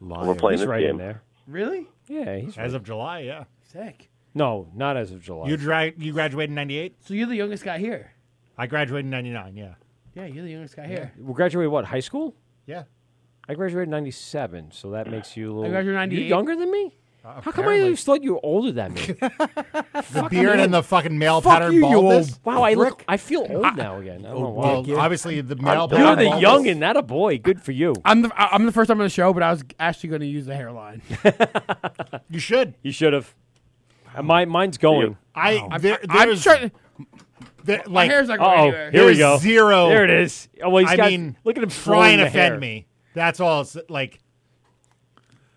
[SPEAKER 7] We're playing He's this right in game. there.
[SPEAKER 9] Really?
[SPEAKER 7] Yeah, he's
[SPEAKER 8] As
[SPEAKER 7] right.
[SPEAKER 8] of July, yeah.
[SPEAKER 9] Sick.
[SPEAKER 7] No, not as of July.
[SPEAKER 8] You dra- you graduated in 98?
[SPEAKER 9] So you're the youngest guy here.
[SPEAKER 8] I graduated in 99, yeah.
[SPEAKER 9] Yeah, you're the youngest guy
[SPEAKER 8] Yeah.
[SPEAKER 9] here.
[SPEAKER 7] We graduated what? High school?
[SPEAKER 8] Yeah.
[SPEAKER 7] I graduated in '97, so that makes you a little.
[SPEAKER 9] graduated in
[SPEAKER 7] You
[SPEAKER 9] 98.
[SPEAKER 7] younger than me? How come I
[SPEAKER 8] apparently.
[SPEAKER 7] always thought you were older than me?
[SPEAKER 8] The beard and the fucking male
[SPEAKER 7] Fuck
[SPEAKER 8] pattern
[SPEAKER 7] you, you
[SPEAKER 8] baldness.
[SPEAKER 7] old- wow, I look. I feel old now again. I don't know why.
[SPEAKER 8] Oh, well, obviously the male
[SPEAKER 7] You're
[SPEAKER 8] pattern
[SPEAKER 7] the
[SPEAKER 8] baldness-
[SPEAKER 7] youngin, not a boy. Good for you.
[SPEAKER 9] I'm the I- I'm the first time on the show, but I was actually going to use the hairline.
[SPEAKER 8] you should.
[SPEAKER 7] You should have. Uh, My mine's going.
[SPEAKER 8] I
[SPEAKER 9] I'm,
[SPEAKER 8] there,
[SPEAKER 9] I'm
[SPEAKER 8] there's-
[SPEAKER 9] trying.
[SPEAKER 8] there-
[SPEAKER 9] my
[SPEAKER 8] like
[SPEAKER 9] hair's not going
[SPEAKER 7] Oh,
[SPEAKER 9] anywhere.
[SPEAKER 7] here we
[SPEAKER 8] there's
[SPEAKER 7] go.
[SPEAKER 8] Zero.
[SPEAKER 7] There it is. Oh, well, he's
[SPEAKER 8] I
[SPEAKER 7] got-
[SPEAKER 8] mean,
[SPEAKER 7] look at him
[SPEAKER 8] try and
[SPEAKER 7] throwing the
[SPEAKER 8] offend
[SPEAKER 7] hair.
[SPEAKER 8] me. That's all. It's like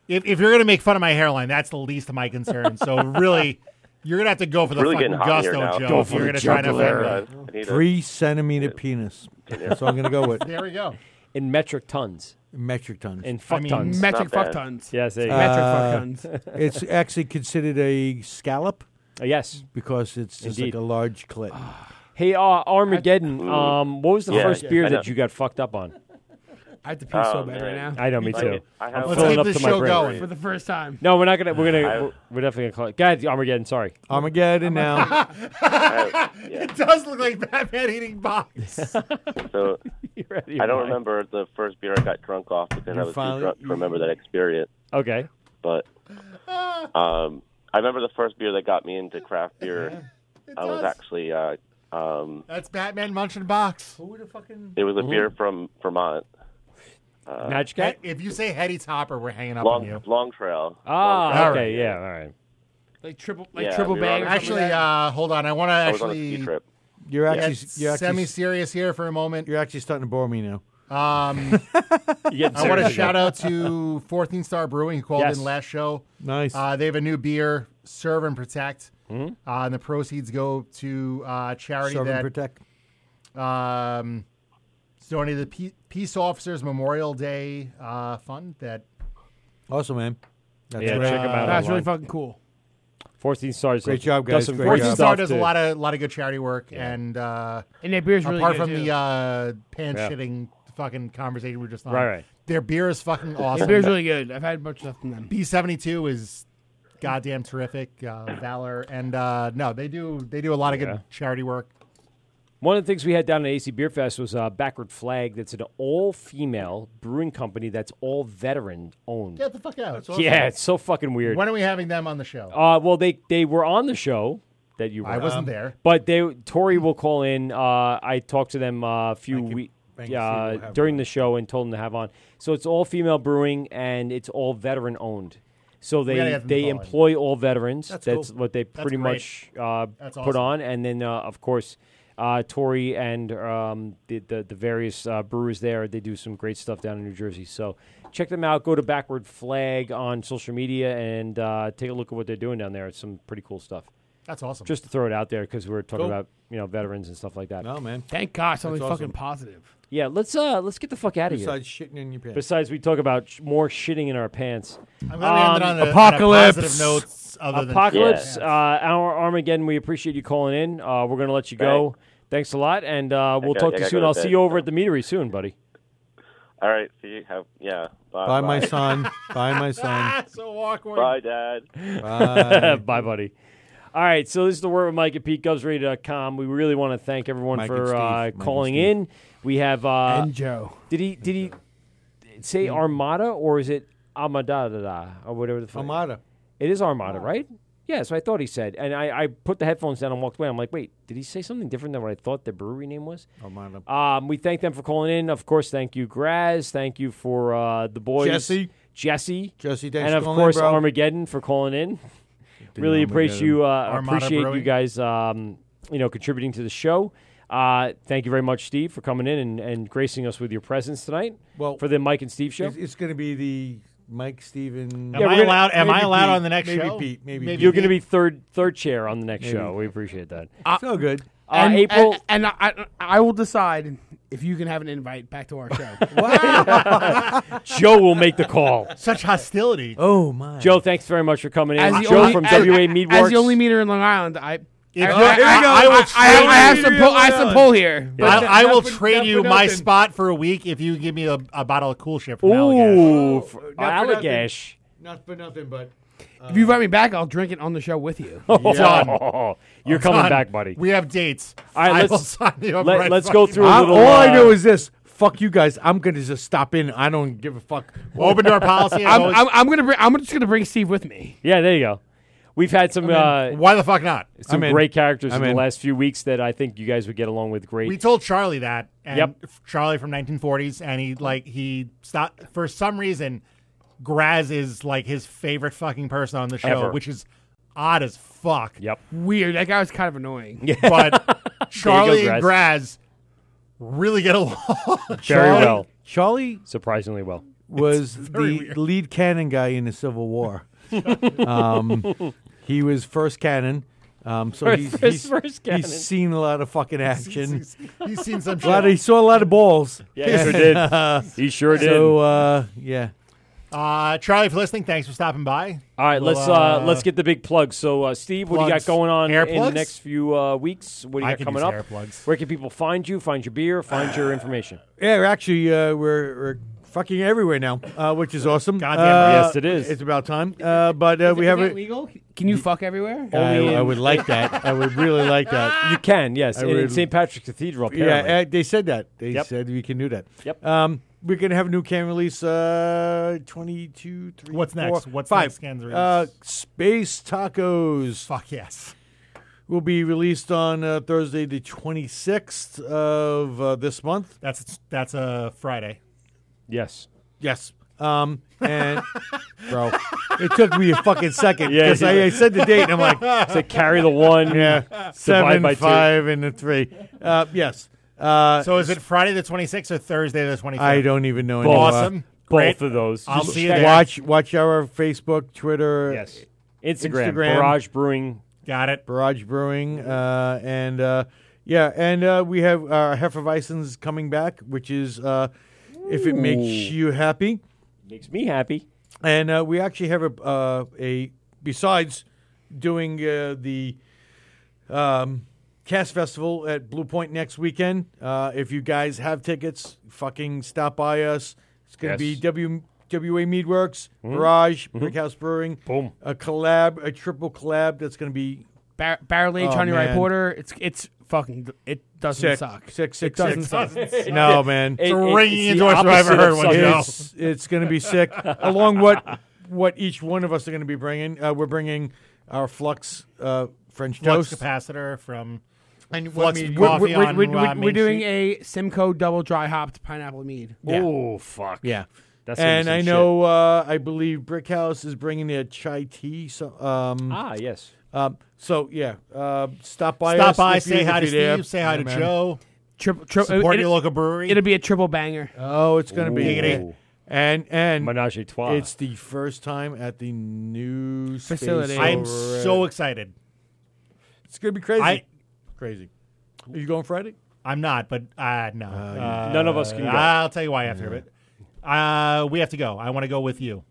[SPEAKER 8] if if you're gonna make fun of my hairline, that's the least of my concern. So really, you're gonna have to go for the
[SPEAKER 13] Really
[SPEAKER 8] fucking
[SPEAKER 13] getting hot in here now.
[SPEAKER 8] gusto, Joe.
[SPEAKER 13] Go
[SPEAKER 8] if
[SPEAKER 13] for
[SPEAKER 8] you're
[SPEAKER 13] the
[SPEAKER 8] gonna try and
[SPEAKER 13] jugular.
[SPEAKER 8] offend me.
[SPEAKER 13] I need a-
[SPEAKER 2] Three centimeter penis. That's what I'm going to go with.
[SPEAKER 8] There we go.
[SPEAKER 7] In metric tons.
[SPEAKER 2] Metric tons.
[SPEAKER 7] In fuck
[SPEAKER 2] I mean,
[SPEAKER 7] tons.
[SPEAKER 9] metric Not fuck bad. tons.
[SPEAKER 7] Yes, there you
[SPEAKER 2] Uh,
[SPEAKER 7] go.
[SPEAKER 2] it's actually considered a scallop.
[SPEAKER 7] Uh, yes,
[SPEAKER 2] because it's just
[SPEAKER 7] Indeed.
[SPEAKER 2] like a large clit.
[SPEAKER 7] Hey, uh, Armageddon.
[SPEAKER 2] Mm.
[SPEAKER 7] Um, what was the
[SPEAKER 2] Yeah,
[SPEAKER 7] first
[SPEAKER 2] yeah,
[SPEAKER 7] beer
[SPEAKER 2] I know.
[SPEAKER 7] that you got fucked up on?
[SPEAKER 9] I have to pee so bad right now.
[SPEAKER 7] I know, me
[SPEAKER 9] Like,
[SPEAKER 7] too.
[SPEAKER 9] I
[SPEAKER 7] I'm
[SPEAKER 9] have-
[SPEAKER 7] filling up to my brain.
[SPEAKER 9] for the first time.
[SPEAKER 7] No, we're not gonna. We're gonna.
[SPEAKER 9] I-
[SPEAKER 7] we're- we're definitely gonna call it. God, Armageddon. Sorry,
[SPEAKER 2] Armageddon
[SPEAKER 7] uh,
[SPEAKER 2] now.
[SPEAKER 8] It does look like Batman eating box.
[SPEAKER 13] So
[SPEAKER 7] out of your
[SPEAKER 13] I don't
[SPEAKER 7] mind.
[SPEAKER 13] remember the first beer I got drunk off because I
[SPEAKER 7] You're
[SPEAKER 13] was
[SPEAKER 7] finally-
[SPEAKER 13] too drunk to remember that experience.
[SPEAKER 7] Okay.
[SPEAKER 13] But um, I remember the first beer that got me into craft beer. I was
[SPEAKER 8] does.
[SPEAKER 13] actually uh, um,
[SPEAKER 8] That's Batman munching box. Who
[SPEAKER 2] would have fucking?
[SPEAKER 13] it was a beer from Vermont. Uh,
[SPEAKER 8] If you say Hetty Topper, we're hanging up on
[SPEAKER 13] Long,
[SPEAKER 8] you.
[SPEAKER 13] long Trail. Long
[SPEAKER 7] Ah,
[SPEAKER 13] Trail.
[SPEAKER 7] okay, yeah, all right.
[SPEAKER 9] Like triple,
[SPEAKER 13] like Yeah, triple we were bag on or a- something
[SPEAKER 8] Actually,
[SPEAKER 13] like
[SPEAKER 8] uh, hold on. I want to
[SPEAKER 13] I was on a
[SPEAKER 8] actually.
[SPEAKER 13] ski trip.
[SPEAKER 2] You're actually,
[SPEAKER 8] get
[SPEAKER 2] you're actually
[SPEAKER 8] semi-serious here for a moment.
[SPEAKER 2] You're actually starting to bore me now.
[SPEAKER 8] Um, I want to
[SPEAKER 2] serious
[SPEAKER 8] shout
[SPEAKER 2] again.
[SPEAKER 8] out to 14 Star Brewing who called
[SPEAKER 2] Yes.
[SPEAKER 8] in last show.
[SPEAKER 2] Nice.
[SPEAKER 8] Uh, they have a new beer, Serve and Protect,
[SPEAKER 13] Hmm?
[SPEAKER 8] uh, and the proceeds go to uh, charity
[SPEAKER 2] Serve and
[SPEAKER 8] that
[SPEAKER 2] Protect.
[SPEAKER 8] Um, it's donated to the Pe- Peace Officers Memorial Day uh, Fund. That
[SPEAKER 2] Awesome, man. That's
[SPEAKER 7] Yeah,
[SPEAKER 2] great.
[SPEAKER 7] check 'em out
[SPEAKER 9] That's really fucking cool.
[SPEAKER 7] 14 stars.
[SPEAKER 2] Great
[SPEAKER 7] does-
[SPEAKER 2] job,
[SPEAKER 7] does
[SPEAKER 2] guys.
[SPEAKER 7] some
[SPEAKER 2] Great
[SPEAKER 7] great
[SPEAKER 2] job.
[SPEAKER 7] stuff,
[SPEAKER 8] Star does a
[SPEAKER 7] too.
[SPEAKER 8] lot of lot of good charity work, and uh,
[SPEAKER 9] And their beer's really
[SPEAKER 8] apart
[SPEAKER 9] good,
[SPEAKER 8] from
[SPEAKER 9] too.
[SPEAKER 8] the uh, pants
[SPEAKER 9] Yeah.
[SPEAKER 8] shitting fucking conversation we were just on.
[SPEAKER 7] Right, right.
[SPEAKER 8] Their beer is fucking awesome.
[SPEAKER 9] Their beer's really good. I've had a bunch of stuff from them.
[SPEAKER 8] B seventy two is goddamn terrific. Uh, Valor and uh, no, they do they do a lot of
[SPEAKER 7] Yeah.
[SPEAKER 8] good charity work.
[SPEAKER 7] One of the things we had down at AC Beer Fest was uh, Backward Flag. That's an all-female brewing company that's all veteran-owned.
[SPEAKER 8] Get the fuck out!
[SPEAKER 7] Yeah, it's so fucking weird.
[SPEAKER 8] When are we having them on the show?
[SPEAKER 7] Uh, well, they they were on the show that you. Were
[SPEAKER 8] I
[SPEAKER 7] on.
[SPEAKER 8] wasn't there.
[SPEAKER 7] but they Tori will call in. Uh, I talked to them uh, a few weeks
[SPEAKER 2] I can see
[SPEAKER 7] uh,
[SPEAKER 2] we'll have
[SPEAKER 7] during the show and told them to have on. So it's all female brewing and it's all veteran owned. So
[SPEAKER 8] gotta
[SPEAKER 7] they
[SPEAKER 8] have them
[SPEAKER 7] they
[SPEAKER 8] call in.
[SPEAKER 7] employ all veterans.
[SPEAKER 8] That's
[SPEAKER 7] That's,
[SPEAKER 8] cool.
[SPEAKER 7] what they
[SPEAKER 8] That's
[SPEAKER 7] pretty
[SPEAKER 8] great.
[SPEAKER 7] much uh,
[SPEAKER 8] That's
[SPEAKER 7] put
[SPEAKER 8] awesome.
[SPEAKER 7] on, and then uh, of course. Uh, Tori and um, the, the the various uh, brewers there, they do some great stuff down in New Jersey. So check them out. Go to Backward Flag on social media and uh, take a look at what they're doing down there. It's some pretty cool stuff.
[SPEAKER 8] That's awesome.
[SPEAKER 7] Just to throw it out there because we were talking
[SPEAKER 9] Cool.
[SPEAKER 7] about you know veterans and stuff like that.
[SPEAKER 2] No man.
[SPEAKER 9] Thank God, something
[SPEAKER 2] That's awesome.
[SPEAKER 9] fucking positive.
[SPEAKER 7] Yeah, let's uh let's get the fuck out of here.
[SPEAKER 2] Besides shitting in your pants.
[SPEAKER 7] Besides, we talk about sh- more shitting in our pants.
[SPEAKER 8] I'm glad we ended on a- on a positive note other than-
[SPEAKER 7] apocalypse.
[SPEAKER 8] Yeah.
[SPEAKER 7] Uh, our Armageddon. We appreciate you calling in. Uh, we're gonna let you go. Thanks a lot, and uh, we'll
[SPEAKER 13] gotta-
[SPEAKER 7] talk
[SPEAKER 13] I
[SPEAKER 7] to you
[SPEAKER 13] gotta
[SPEAKER 7] soon.
[SPEAKER 13] go to
[SPEAKER 7] I'll
[SPEAKER 13] bed.
[SPEAKER 7] see you over at the meatery soon, buddy.
[SPEAKER 13] All right. See you. Have yeah. Bye,
[SPEAKER 2] Bye, my son. Bye, my son.
[SPEAKER 8] so awkward.
[SPEAKER 13] Bye, Dad.
[SPEAKER 7] Bye. buddy. All right, so this is the word with Mike at PeteGovsRadio.com. We really want to thank everyone
[SPEAKER 9] Mike and
[SPEAKER 7] for
[SPEAKER 9] Steve.
[SPEAKER 7] uh,
[SPEAKER 9] Mike and
[SPEAKER 7] calling
[SPEAKER 9] Steve.
[SPEAKER 7] in. We have uh,
[SPEAKER 9] And Joe.
[SPEAKER 7] Did he did he say
[SPEAKER 9] Mm-hmm.
[SPEAKER 7] Armada or is it Armada or whatever the fuck? Armada. It is Armada, right? Yeah, so I thought he said, and I, I put the headphones down and walked away. I'm like, wait, did he say something different than what I thought the brewery name was?
[SPEAKER 2] Oh, mind him.
[SPEAKER 7] Um, we thank them for calling in. Of course, thank you, Graz. Thank you for uh, the boys,
[SPEAKER 2] Jesse.
[SPEAKER 7] Jesse,
[SPEAKER 2] Jesse, thanks
[SPEAKER 7] and
[SPEAKER 2] for
[SPEAKER 7] of
[SPEAKER 2] calling in,
[SPEAKER 7] course
[SPEAKER 2] bro.
[SPEAKER 7] Armageddon for calling in.
[SPEAKER 2] Dude,
[SPEAKER 7] really appreciate
[SPEAKER 2] Armageddon.
[SPEAKER 7] you, uh,
[SPEAKER 2] Armada
[SPEAKER 7] appreciate you
[SPEAKER 2] Brewing.
[SPEAKER 7] guys, um, you know, contributing to the show. Uh, thank you very much, Steve, for coming in and, and gracing us with your presence tonight.
[SPEAKER 2] Well,
[SPEAKER 7] for the Mike and Steve show.
[SPEAKER 2] It's, it's going to be the Mike Steven.
[SPEAKER 7] Yeah, we're gonna-
[SPEAKER 2] Maybe Pete. maybe Pete, maybe Pete.
[SPEAKER 7] you're going to be third third chair on the next
[SPEAKER 2] Maybe.
[SPEAKER 7] show. We appreciate that.
[SPEAKER 2] so good.
[SPEAKER 7] Uh, April.
[SPEAKER 9] and, and I, I will decide if you can have an invite back to our show. wow.
[SPEAKER 7] Joe will make the call.
[SPEAKER 8] Such hostility.
[SPEAKER 2] Oh my.
[SPEAKER 7] Joe, thanks very much for coming in.
[SPEAKER 9] As the
[SPEAKER 7] Joe
[SPEAKER 9] only-
[SPEAKER 7] from
[SPEAKER 9] as-
[SPEAKER 7] WA
[SPEAKER 9] as
[SPEAKER 7] Meadworks.
[SPEAKER 9] the only meter in Long Island, I.
[SPEAKER 8] If
[SPEAKER 9] I,
[SPEAKER 8] you're-
[SPEAKER 9] I-
[SPEAKER 8] here we
[SPEAKER 9] I-
[SPEAKER 8] go.
[SPEAKER 9] I-
[SPEAKER 8] I will
[SPEAKER 9] I- I have- I have
[SPEAKER 8] trade
[SPEAKER 9] some
[SPEAKER 8] you
[SPEAKER 9] pull.
[SPEAKER 8] your
[SPEAKER 9] I have some
[SPEAKER 8] Long
[SPEAKER 9] pull
[SPEAKER 8] Island.
[SPEAKER 9] here.
[SPEAKER 8] I,
[SPEAKER 9] But-
[SPEAKER 8] I will
[SPEAKER 9] Not for-
[SPEAKER 8] trade
[SPEAKER 9] not
[SPEAKER 8] you
[SPEAKER 9] for
[SPEAKER 8] my
[SPEAKER 9] nothing.
[SPEAKER 8] spot for a week if you give me a, a bottle of Cool Ship from
[SPEAKER 9] Oh,
[SPEAKER 7] Ooh, f-
[SPEAKER 8] Allagash.
[SPEAKER 2] Not for nothing. Not for nothing, but
[SPEAKER 9] If you invite me back, I'll drink it on the show with you.
[SPEAKER 7] Oh, Done. you're
[SPEAKER 8] I'm
[SPEAKER 7] coming
[SPEAKER 8] done.
[SPEAKER 7] back, buddy.
[SPEAKER 8] We have dates.
[SPEAKER 7] All right,
[SPEAKER 8] I
[SPEAKER 7] let's-
[SPEAKER 8] will sign you up
[SPEAKER 7] let-
[SPEAKER 8] right
[SPEAKER 7] let's
[SPEAKER 8] fucking
[SPEAKER 7] go through a
[SPEAKER 8] now.
[SPEAKER 2] I-
[SPEAKER 7] little,
[SPEAKER 2] all I
[SPEAKER 7] uh,
[SPEAKER 2] know is this. Fuck you guys. I'm going to just stop in. I don't give a fuck.
[SPEAKER 8] Open door policy.
[SPEAKER 9] I'm, I'm, I'm gonna bring. I'm just gonna bring Steve with me.
[SPEAKER 7] Yeah, there you go. We've had some. Uh,
[SPEAKER 8] Why the fuck not?
[SPEAKER 7] Some
[SPEAKER 8] I'm in.
[SPEAKER 7] great characters
[SPEAKER 8] I'm
[SPEAKER 7] in the
[SPEAKER 8] in.
[SPEAKER 7] last few weeks that I think you guys would get along with great.
[SPEAKER 8] We told Charlie that. And
[SPEAKER 7] Yep.
[SPEAKER 8] f- Charlie from 1940s, and he like he stopped for some reason. Graz is like his favorite fucking person on the show,
[SPEAKER 9] Ever.
[SPEAKER 8] which is odd as fuck.
[SPEAKER 7] Yep.
[SPEAKER 9] Weird. That guy was kind of annoying.
[SPEAKER 8] But Charlie and Graz really get along.
[SPEAKER 7] very
[SPEAKER 2] Charlie-
[SPEAKER 7] well.
[SPEAKER 2] Charlie
[SPEAKER 7] surprisingly well.
[SPEAKER 2] was
[SPEAKER 8] It's
[SPEAKER 2] the
[SPEAKER 8] very weird.
[SPEAKER 2] lead cannon guy in the Civil War. um, he was first cannon. Um, so
[SPEAKER 7] First-
[SPEAKER 2] he's,
[SPEAKER 7] first-
[SPEAKER 2] he's,
[SPEAKER 7] first cannon.
[SPEAKER 2] he's seen a lot of fucking action.
[SPEAKER 8] He's- he's seen some
[SPEAKER 2] A lot of- he
[SPEAKER 8] shit.
[SPEAKER 2] saw a lot of balls.
[SPEAKER 8] Yeah, he sure did. He sure did.
[SPEAKER 2] So uh, yeah,
[SPEAKER 8] Uh, Charlie, for listening, thanks for stopping by.
[SPEAKER 7] All right,
[SPEAKER 8] We'll,
[SPEAKER 7] let's uh, let's get the big plugs. So, uh, Steve, what do you
[SPEAKER 8] Plugs.
[SPEAKER 7] got going on
[SPEAKER 8] Hair
[SPEAKER 7] in the
[SPEAKER 8] plugs?
[SPEAKER 7] next few uh, weeks? What do you
[SPEAKER 8] I
[SPEAKER 7] got
[SPEAKER 8] could
[SPEAKER 7] coming
[SPEAKER 8] use
[SPEAKER 7] up?
[SPEAKER 8] hair plugs.
[SPEAKER 7] Where can people find you? Find your beer. Find your information.
[SPEAKER 2] yeah. We're actually uh, we're, we're fucking everywhere now, uh, which is awesome.
[SPEAKER 7] Goddamn
[SPEAKER 2] Uh,
[SPEAKER 7] right. Yes, it is.
[SPEAKER 2] It's about time. Uh, but uh, we have
[SPEAKER 9] it
[SPEAKER 2] a,
[SPEAKER 9] legal? Can you fuck everywhere?
[SPEAKER 7] Oh,
[SPEAKER 8] Oh,
[SPEAKER 2] I, I would like that. I would really like that.
[SPEAKER 7] You can, yes,
[SPEAKER 2] I
[SPEAKER 7] in- in
[SPEAKER 2] would-
[SPEAKER 7] St. Patrick's Cathedral, apparently.
[SPEAKER 2] Yeah, uh, they said that. They
[SPEAKER 7] Yep.
[SPEAKER 2] said we can do that.
[SPEAKER 7] Yep.
[SPEAKER 2] Um, we're gonna have a new can release. Uh, twenty-two, three.
[SPEAKER 8] What's
[SPEAKER 2] four,
[SPEAKER 8] next? What's
[SPEAKER 2] five.
[SPEAKER 8] next can's release?
[SPEAKER 2] Uh, Space Tacos.
[SPEAKER 8] Fuck yes.
[SPEAKER 2] Will be released on uh, Thursday, the twenty-sixth of uh, this month.
[SPEAKER 8] That's that's a uh, Friday.
[SPEAKER 7] Yes.
[SPEAKER 2] Yes. Um, and bro, it took me a fucking second because I, I said the date and I'm like,
[SPEAKER 7] so carry the one.
[SPEAKER 2] Yeah,
[SPEAKER 7] divide
[SPEAKER 2] seven,
[SPEAKER 7] by
[SPEAKER 2] five, and a three. Uh, yes. Uh,
[SPEAKER 8] So is it Friday the 26th or Thursday the 25th?
[SPEAKER 2] I don't even know. anymore.
[SPEAKER 8] Awesome. Great. I'll
[SPEAKER 2] Just
[SPEAKER 8] see you there.
[SPEAKER 2] Watch, watch our Facebook, Twitter,
[SPEAKER 7] Yes. Instagram, Barrage Brewing.
[SPEAKER 8] Got it.
[SPEAKER 2] Barrage Brewing, uh, and uh, yeah, and uh, we have our Hefeweizen's coming back, which is uh, if it makes
[SPEAKER 7] Ooh.
[SPEAKER 2] you happy,
[SPEAKER 7] makes me happy.
[SPEAKER 2] And uh, we actually have a uh, a besides doing uh, the um, Cast Festival at Blue Point next weekend. Uh, if you guys have tickets, fucking stop by us. It's going
[SPEAKER 7] Yes.
[SPEAKER 2] to be W. WA Meadworks,
[SPEAKER 7] Mhm.
[SPEAKER 2] Barrage,
[SPEAKER 7] Mhm.
[SPEAKER 2] Brickhouse Brewing,
[SPEAKER 7] Boom.
[SPEAKER 2] a collab, a triple collab that's going to be
[SPEAKER 9] Bar- barrel aged
[SPEAKER 2] Oh,
[SPEAKER 9] honey rye
[SPEAKER 2] man.
[SPEAKER 9] porter. It's it's fucking. It doesn't
[SPEAKER 2] Sick.
[SPEAKER 9] suck.
[SPEAKER 2] Sick, sick,
[SPEAKER 9] it doesn't
[SPEAKER 2] sick.
[SPEAKER 9] suck.
[SPEAKER 2] no, man.
[SPEAKER 8] It's a It- ringing it's the endorsement I've ever opposite of heard one, suck. Joe.
[SPEAKER 2] It's, it's going to be sick. Along what what each one of us are going to be bringing. Uh, we're bringing our Flux uh, French
[SPEAKER 8] Flux
[SPEAKER 2] toast.
[SPEAKER 8] capacitor from and
[SPEAKER 2] what
[SPEAKER 8] Flux
[SPEAKER 2] mead-
[SPEAKER 9] We're,
[SPEAKER 8] Coffee
[SPEAKER 9] we're- we're-
[SPEAKER 8] on,
[SPEAKER 9] we're-
[SPEAKER 8] uh,
[SPEAKER 9] we're
[SPEAKER 8] Main
[SPEAKER 9] doing
[SPEAKER 8] Street.
[SPEAKER 9] a Simcoe double dry hopped pineapple mead.
[SPEAKER 2] Yeah.
[SPEAKER 7] Oh fuck.
[SPEAKER 2] Yeah.
[SPEAKER 7] That's gonna be
[SPEAKER 2] and
[SPEAKER 7] some
[SPEAKER 2] I know uh, I believe Brickhouse is bringing their chai tea. So, um,
[SPEAKER 7] Ah, yes.
[SPEAKER 2] Um, so yeah, uh, stop by.
[SPEAKER 8] Stop
[SPEAKER 2] us
[SPEAKER 8] by,
[SPEAKER 2] if you-
[SPEAKER 8] say
[SPEAKER 2] if
[SPEAKER 8] hi to
[SPEAKER 2] you're there.
[SPEAKER 8] Steve, say hi
[SPEAKER 2] Yeah,
[SPEAKER 8] to
[SPEAKER 2] man.
[SPEAKER 8] Joe.
[SPEAKER 9] Triple, tri-
[SPEAKER 8] Support
[SPEAKER 9] it-
[SPEAKER 8] your local brewery.
[SPEAKER 9] It'll be a triple banger.
[SPEAKER 2] Oh, it's going to be
[SPEAKER 7] Ooh.
[SPEAKER 2] And and
[SPEAKER 7] Menage a trois.
[SPEAKER 2] It's the first time at the new space
[SPEAKER 9] Facility.
[SPEAKER 8] I'm
[SPEAKER 2] over at-
[SPEAKER 8] so excited.
[SPEAKER 2] It's gonna be crazy.
[SPEAKER 8] I-
[SPEAKER 2] crazy. Are you going Friday?
[SPEAKER 8] I'm not, but uh, no. Uh,
[SPEAKER 7] None of us can go.
[SPEAKER 8] I'll tell you why after, but uh, we have to go. I want to go with you.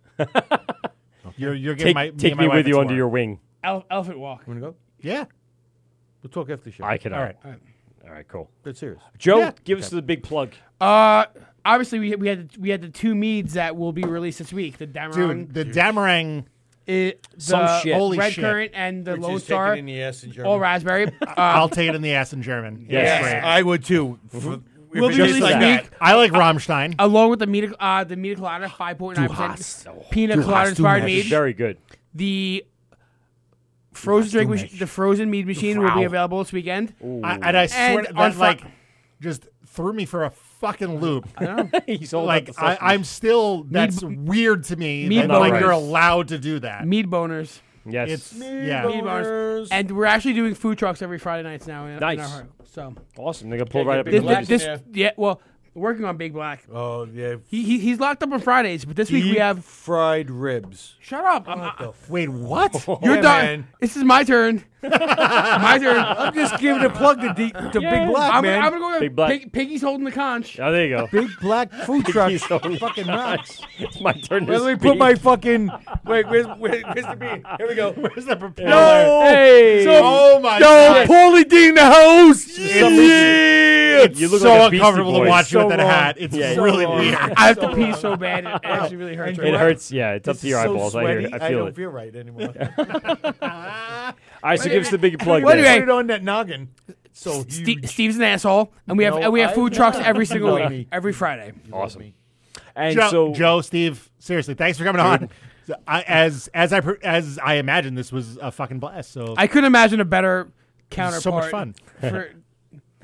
[SPEAKER 8] You're you're getting
[SPEAKER 7] Take,
[SPEAKER 8] my me,
[SPEAKER 7] take
[SPEAKER 8] and my
[SPEAKER 7] me
[SPEAKER 8] wife
[SPEAKER 7] with
[SPEAKER 8] a
[SPEAKER 7] you under
[SPEAKER 8] tour.
[SPEAKER 7] your wing.
[SPEAKER 9] El- elephant walk.
[SPEAKER 2] Want to go?
[SPEAKER 8] Yeah.
[SPEAKER 2] We'll talk after the show.
[SPEAKER 7] I can.
[SPEAKER 8] All right.
[SPEAKER 7] All right. Cool.
[SPEAKER 2] That's serious.
[SPEAKER 7] Joe,
[SPEAKER 9] Yeah.
[SPEAKER 7] give us the big plug.
[SPEAKER 9] Uh, obviously we we had the, we had the two meads that will be released this week. The Dameron,
[SPEAKER 8] Dude, the Damarang.
[SPEAKER 9] it,
[SPEAKER 8] Some
[SPEAKER 9] the
[SPEAKER 8] shit. Holy
[SPEAKER 9] red
[SPEAKER 8] shit.
[SPEAKER 9] currant, and the
[SPEAKER 2] Which is
[SPEAKER 9] Lone
[SPEAKER 2] taken
[SPEAKER 9] Star,
[SPEAKER 2] in the ass in German.
[SPEAKER 9] all raspberry.
[SPEAKER 8] I'll take it in the ass in German.
[SPEAKER 2] Yes,
[SPEAKER 8] Great.
[SPEAKER 2] I would too.
[SPEAKER 9] We'll be released
[SPEAKER 8] like
[SPEAKER 9] this week.
[SPEAKER 8] I like Rammstein.
[SPEAKER 9] along with the meat, uh, the meat colada, five point nine
[SPEAKER 8] Du hast.
[SPEAKER 9] percent, pina
[SPEAKER 8] Du hast,
[SPEAKER 9] colada
[SPEAKER 8] du
[SPEAKER 9] inspired
[SPEAKER 8] hast.
[SPEAKER 9] mead.
[SPEAKER 7] Very good.
[SPEAKER 9] The frozen drink mach- the frozen mead machine will be
[SPEAKER 8] Wow.
[SPEAKER 9] available this weekend.
[SPEAKER 8] I, and I swear
[SPEAKER 9] And
[SPEAKER 8] to-
[SPEAKER 9] on
[SPEAKER 8] that,
[SPEAKER 9] Fri-
[SPEAKER 8] like, just threw me for a fucking loop.
[SPEAKER 7] He's
[SPEAKER 9] all about
[SPEAKER 8] like,
[SPEAKER 9] the
[SPEAKER 8] I,
[SPEAKER 9] sausage.
[SPEAKER 8] I'm still.
[SPEAKER 9] Meat
[SPEAKER 8] That's
[SPEAKER 9] bo-
[SPEAKER 8] weird to me.
[SPEAKER 9] meat
[SPEAKER 8] that, like,
[SPEAKER 9] boners.
[SPEAKER 8] you're allowed to do that.
[SPEAKER 9] Mead boners.
[SPEAKER 7] Yes.
[SPEAKER 8] It's- Mead yeah.
[SPEAKER 9] Mead boners. And we're actually doing food trucks every Friday nights now. In, in
[SPEAKER 7] Nice.
[SPEAKER 9] our- so
[SPEAKER 7] awesome. They got pulled right up.
[SPEAKER 9] This,
[SPEAKER 7] in your
[SPEAKER 9] this-
[SPEAKER 7] face.
[SPEAKER 9] yeah, well, working on Big Black.
[SPEAKER 12] Oh yeah.
[SPEAKER 9] He, he he's locked up on Fridays, but this week we
[SPEAKER 12] Deep
[SPEAKER 9] have
[SPEAKER 12] fried ribs.
[SPEAKER 9] Shut up! I'm not-
[SPEAKER 2] Ah,
[SPEAKER 8] Wait, what?
[SPEAKER 9] You're
[SPEAKER 12] Yeah,
[SPEAKER 9] done.
[SPEAKER 12] man.
[SPEAKER 9] This is my turn. my turn. I'm
[SPEAKER 12] just giving a plug to D- to Big Black,
[SPEAKER 9] I'm,
[SPEAKER 12] man.
[SPEAKER 9] Gonna, I'm gonna go.
[SPEAKER 12] Big Black.
[SPEAKER 9] Pig, Piggy's holding the conch.
[SPEAKER 7] Oh, there you go.
[SPEAKER 12] Big black food truck fucking rocks.
[SPEAKER 7] It's my turn. to
[SPEAKER 12] Wait, let me
[SPEAKER 7] speak.
[SPEAKER 12] put my fucking. Wait, where's, where, where's the bean? Here we go.
[SPEAKER 8] Where's the propeller?
[SPEAKER 12] No!
[SPEAKER 7] Hey!
[SPEAKER 12] So,
[SPEAKER 8] Oh my
[SPEAKER 12] yo,
[SPEAKER 8] God.
[SPEAKER 12] Paulie D in the house! Yeah!
[SPEAKER 8] You look so uncomfortable to watch you with that hat. It's really weird.
[SPEAKER 9] I have to pee so bad. It actually really hurts.
[SPEAKER 7] It hurts. Yeah, it's up to your eyeballs. I, hear, it. I feel
[SPEAKER 12] don't
[SPEAKER 7] it.
[SPEAKER 12] feel right anymore.
[SPEAKER 7] All right, so give us the big plug.
[SPEAKER 12] What do
[SPEAKER 7] then.
[SPEAKER 12] you put it on that noggin? So
[SPEAKER 9] Ste- Steve's an asshole, and we have
[SPEAKER 12] No,
[SPEAKER 9] and we have
[SPEAKER 12] I'm
[SPEAKER 9] food trucks
[SPEAKER 12] not.
[SPEAKER 9] every single
[SPEAKER 12] No.
[SPEAKER 9] week, every Friday.
[SPEAKER 7] Awesome. And
[SPEAKER 8] Joe,
[SPEAKER 7] so
[SPEAKER 8] Joe, Steve, seriously, thanks for coming on. So I, as as I pr- as I imagined, this was a fucking blast. So
[SPEAKER 9] I couldn't imagine a better
[SPEAKER 8] This
[SPEAKER 9] counterpart.
[SPEAKER 8] is so much fun.
[SPEAKER 9] for-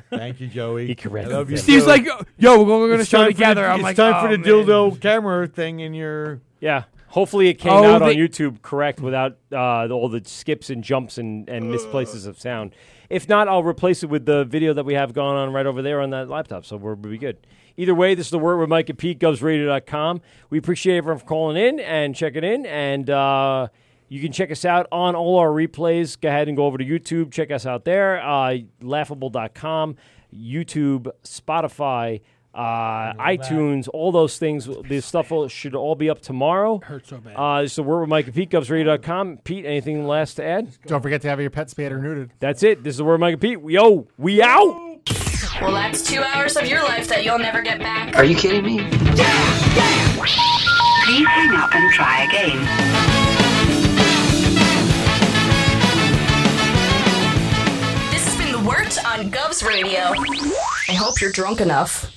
[SPEAKER 12] Thank you, Joey.
[SPEAKER 7] He corrected
[SPEAKER 12] I love you,
[SPEAKER 7] himself.
[SPEAKER 9] Steve's
[SPEAKER 12] Joe.
[SPEAKER 9] like, "Yo, we're going to
[SPEAKER 12] It's
[SPEAKER 9] show
[SPEAKER 12] time for the-
[SPEAKER 9] together." I'm
[SPEAKER 12] it's
[SPEAKER 9] like,
[SPEAKER 12] time
[SPEAKER 9] "Oh,
[SPEAKER 12] for the
[SPEAKER 9] man."
[SPEAKER 12] dildo camera thing in your.
[SPEAKER 7] yeah, hopefully it came
[SPEAKER 9] Oh,
[SPEAKER 7] out on
[SPEAKER 9] they-
[SPEAKER 7] YouTube correct without uh, all the skips and jumps and, and misplaces of sound. If not, I'll replace it with the video that we have going on right over there on that laptop, so we'll be good. Either way, this is the word with Mike and Pete, govsradio.com. We appreciate everyone for calling in and checking in, and uh, you can check us out on all our replays. Go ahead and go over to YouTube, check us out there, uh, laughable.com, YouTube, Spotify, uh, iTunes, all those things. The stuff will, should all be up tomorrow.
[SPEAKER 9] Hurts so bad.
[SPEAKER 7] Uh, so we're with Mike and Pete, GubsRadio.com. Pete, anything last to add?
[SPEAKER 8] Don't forget to have your pet spayed or neutered.
[SPEAKER 7] That's it. This is the word Mike and Pete. Yo, we out.
[SPEAKER 10] Well, that's two hours of your life that you'll never get back.
[SPEAKER 21] Are you kidding me?
[SPEAKER 10] Please hang up and try again. This has been The Wort on Govs Radio. I hope you're drunk enough.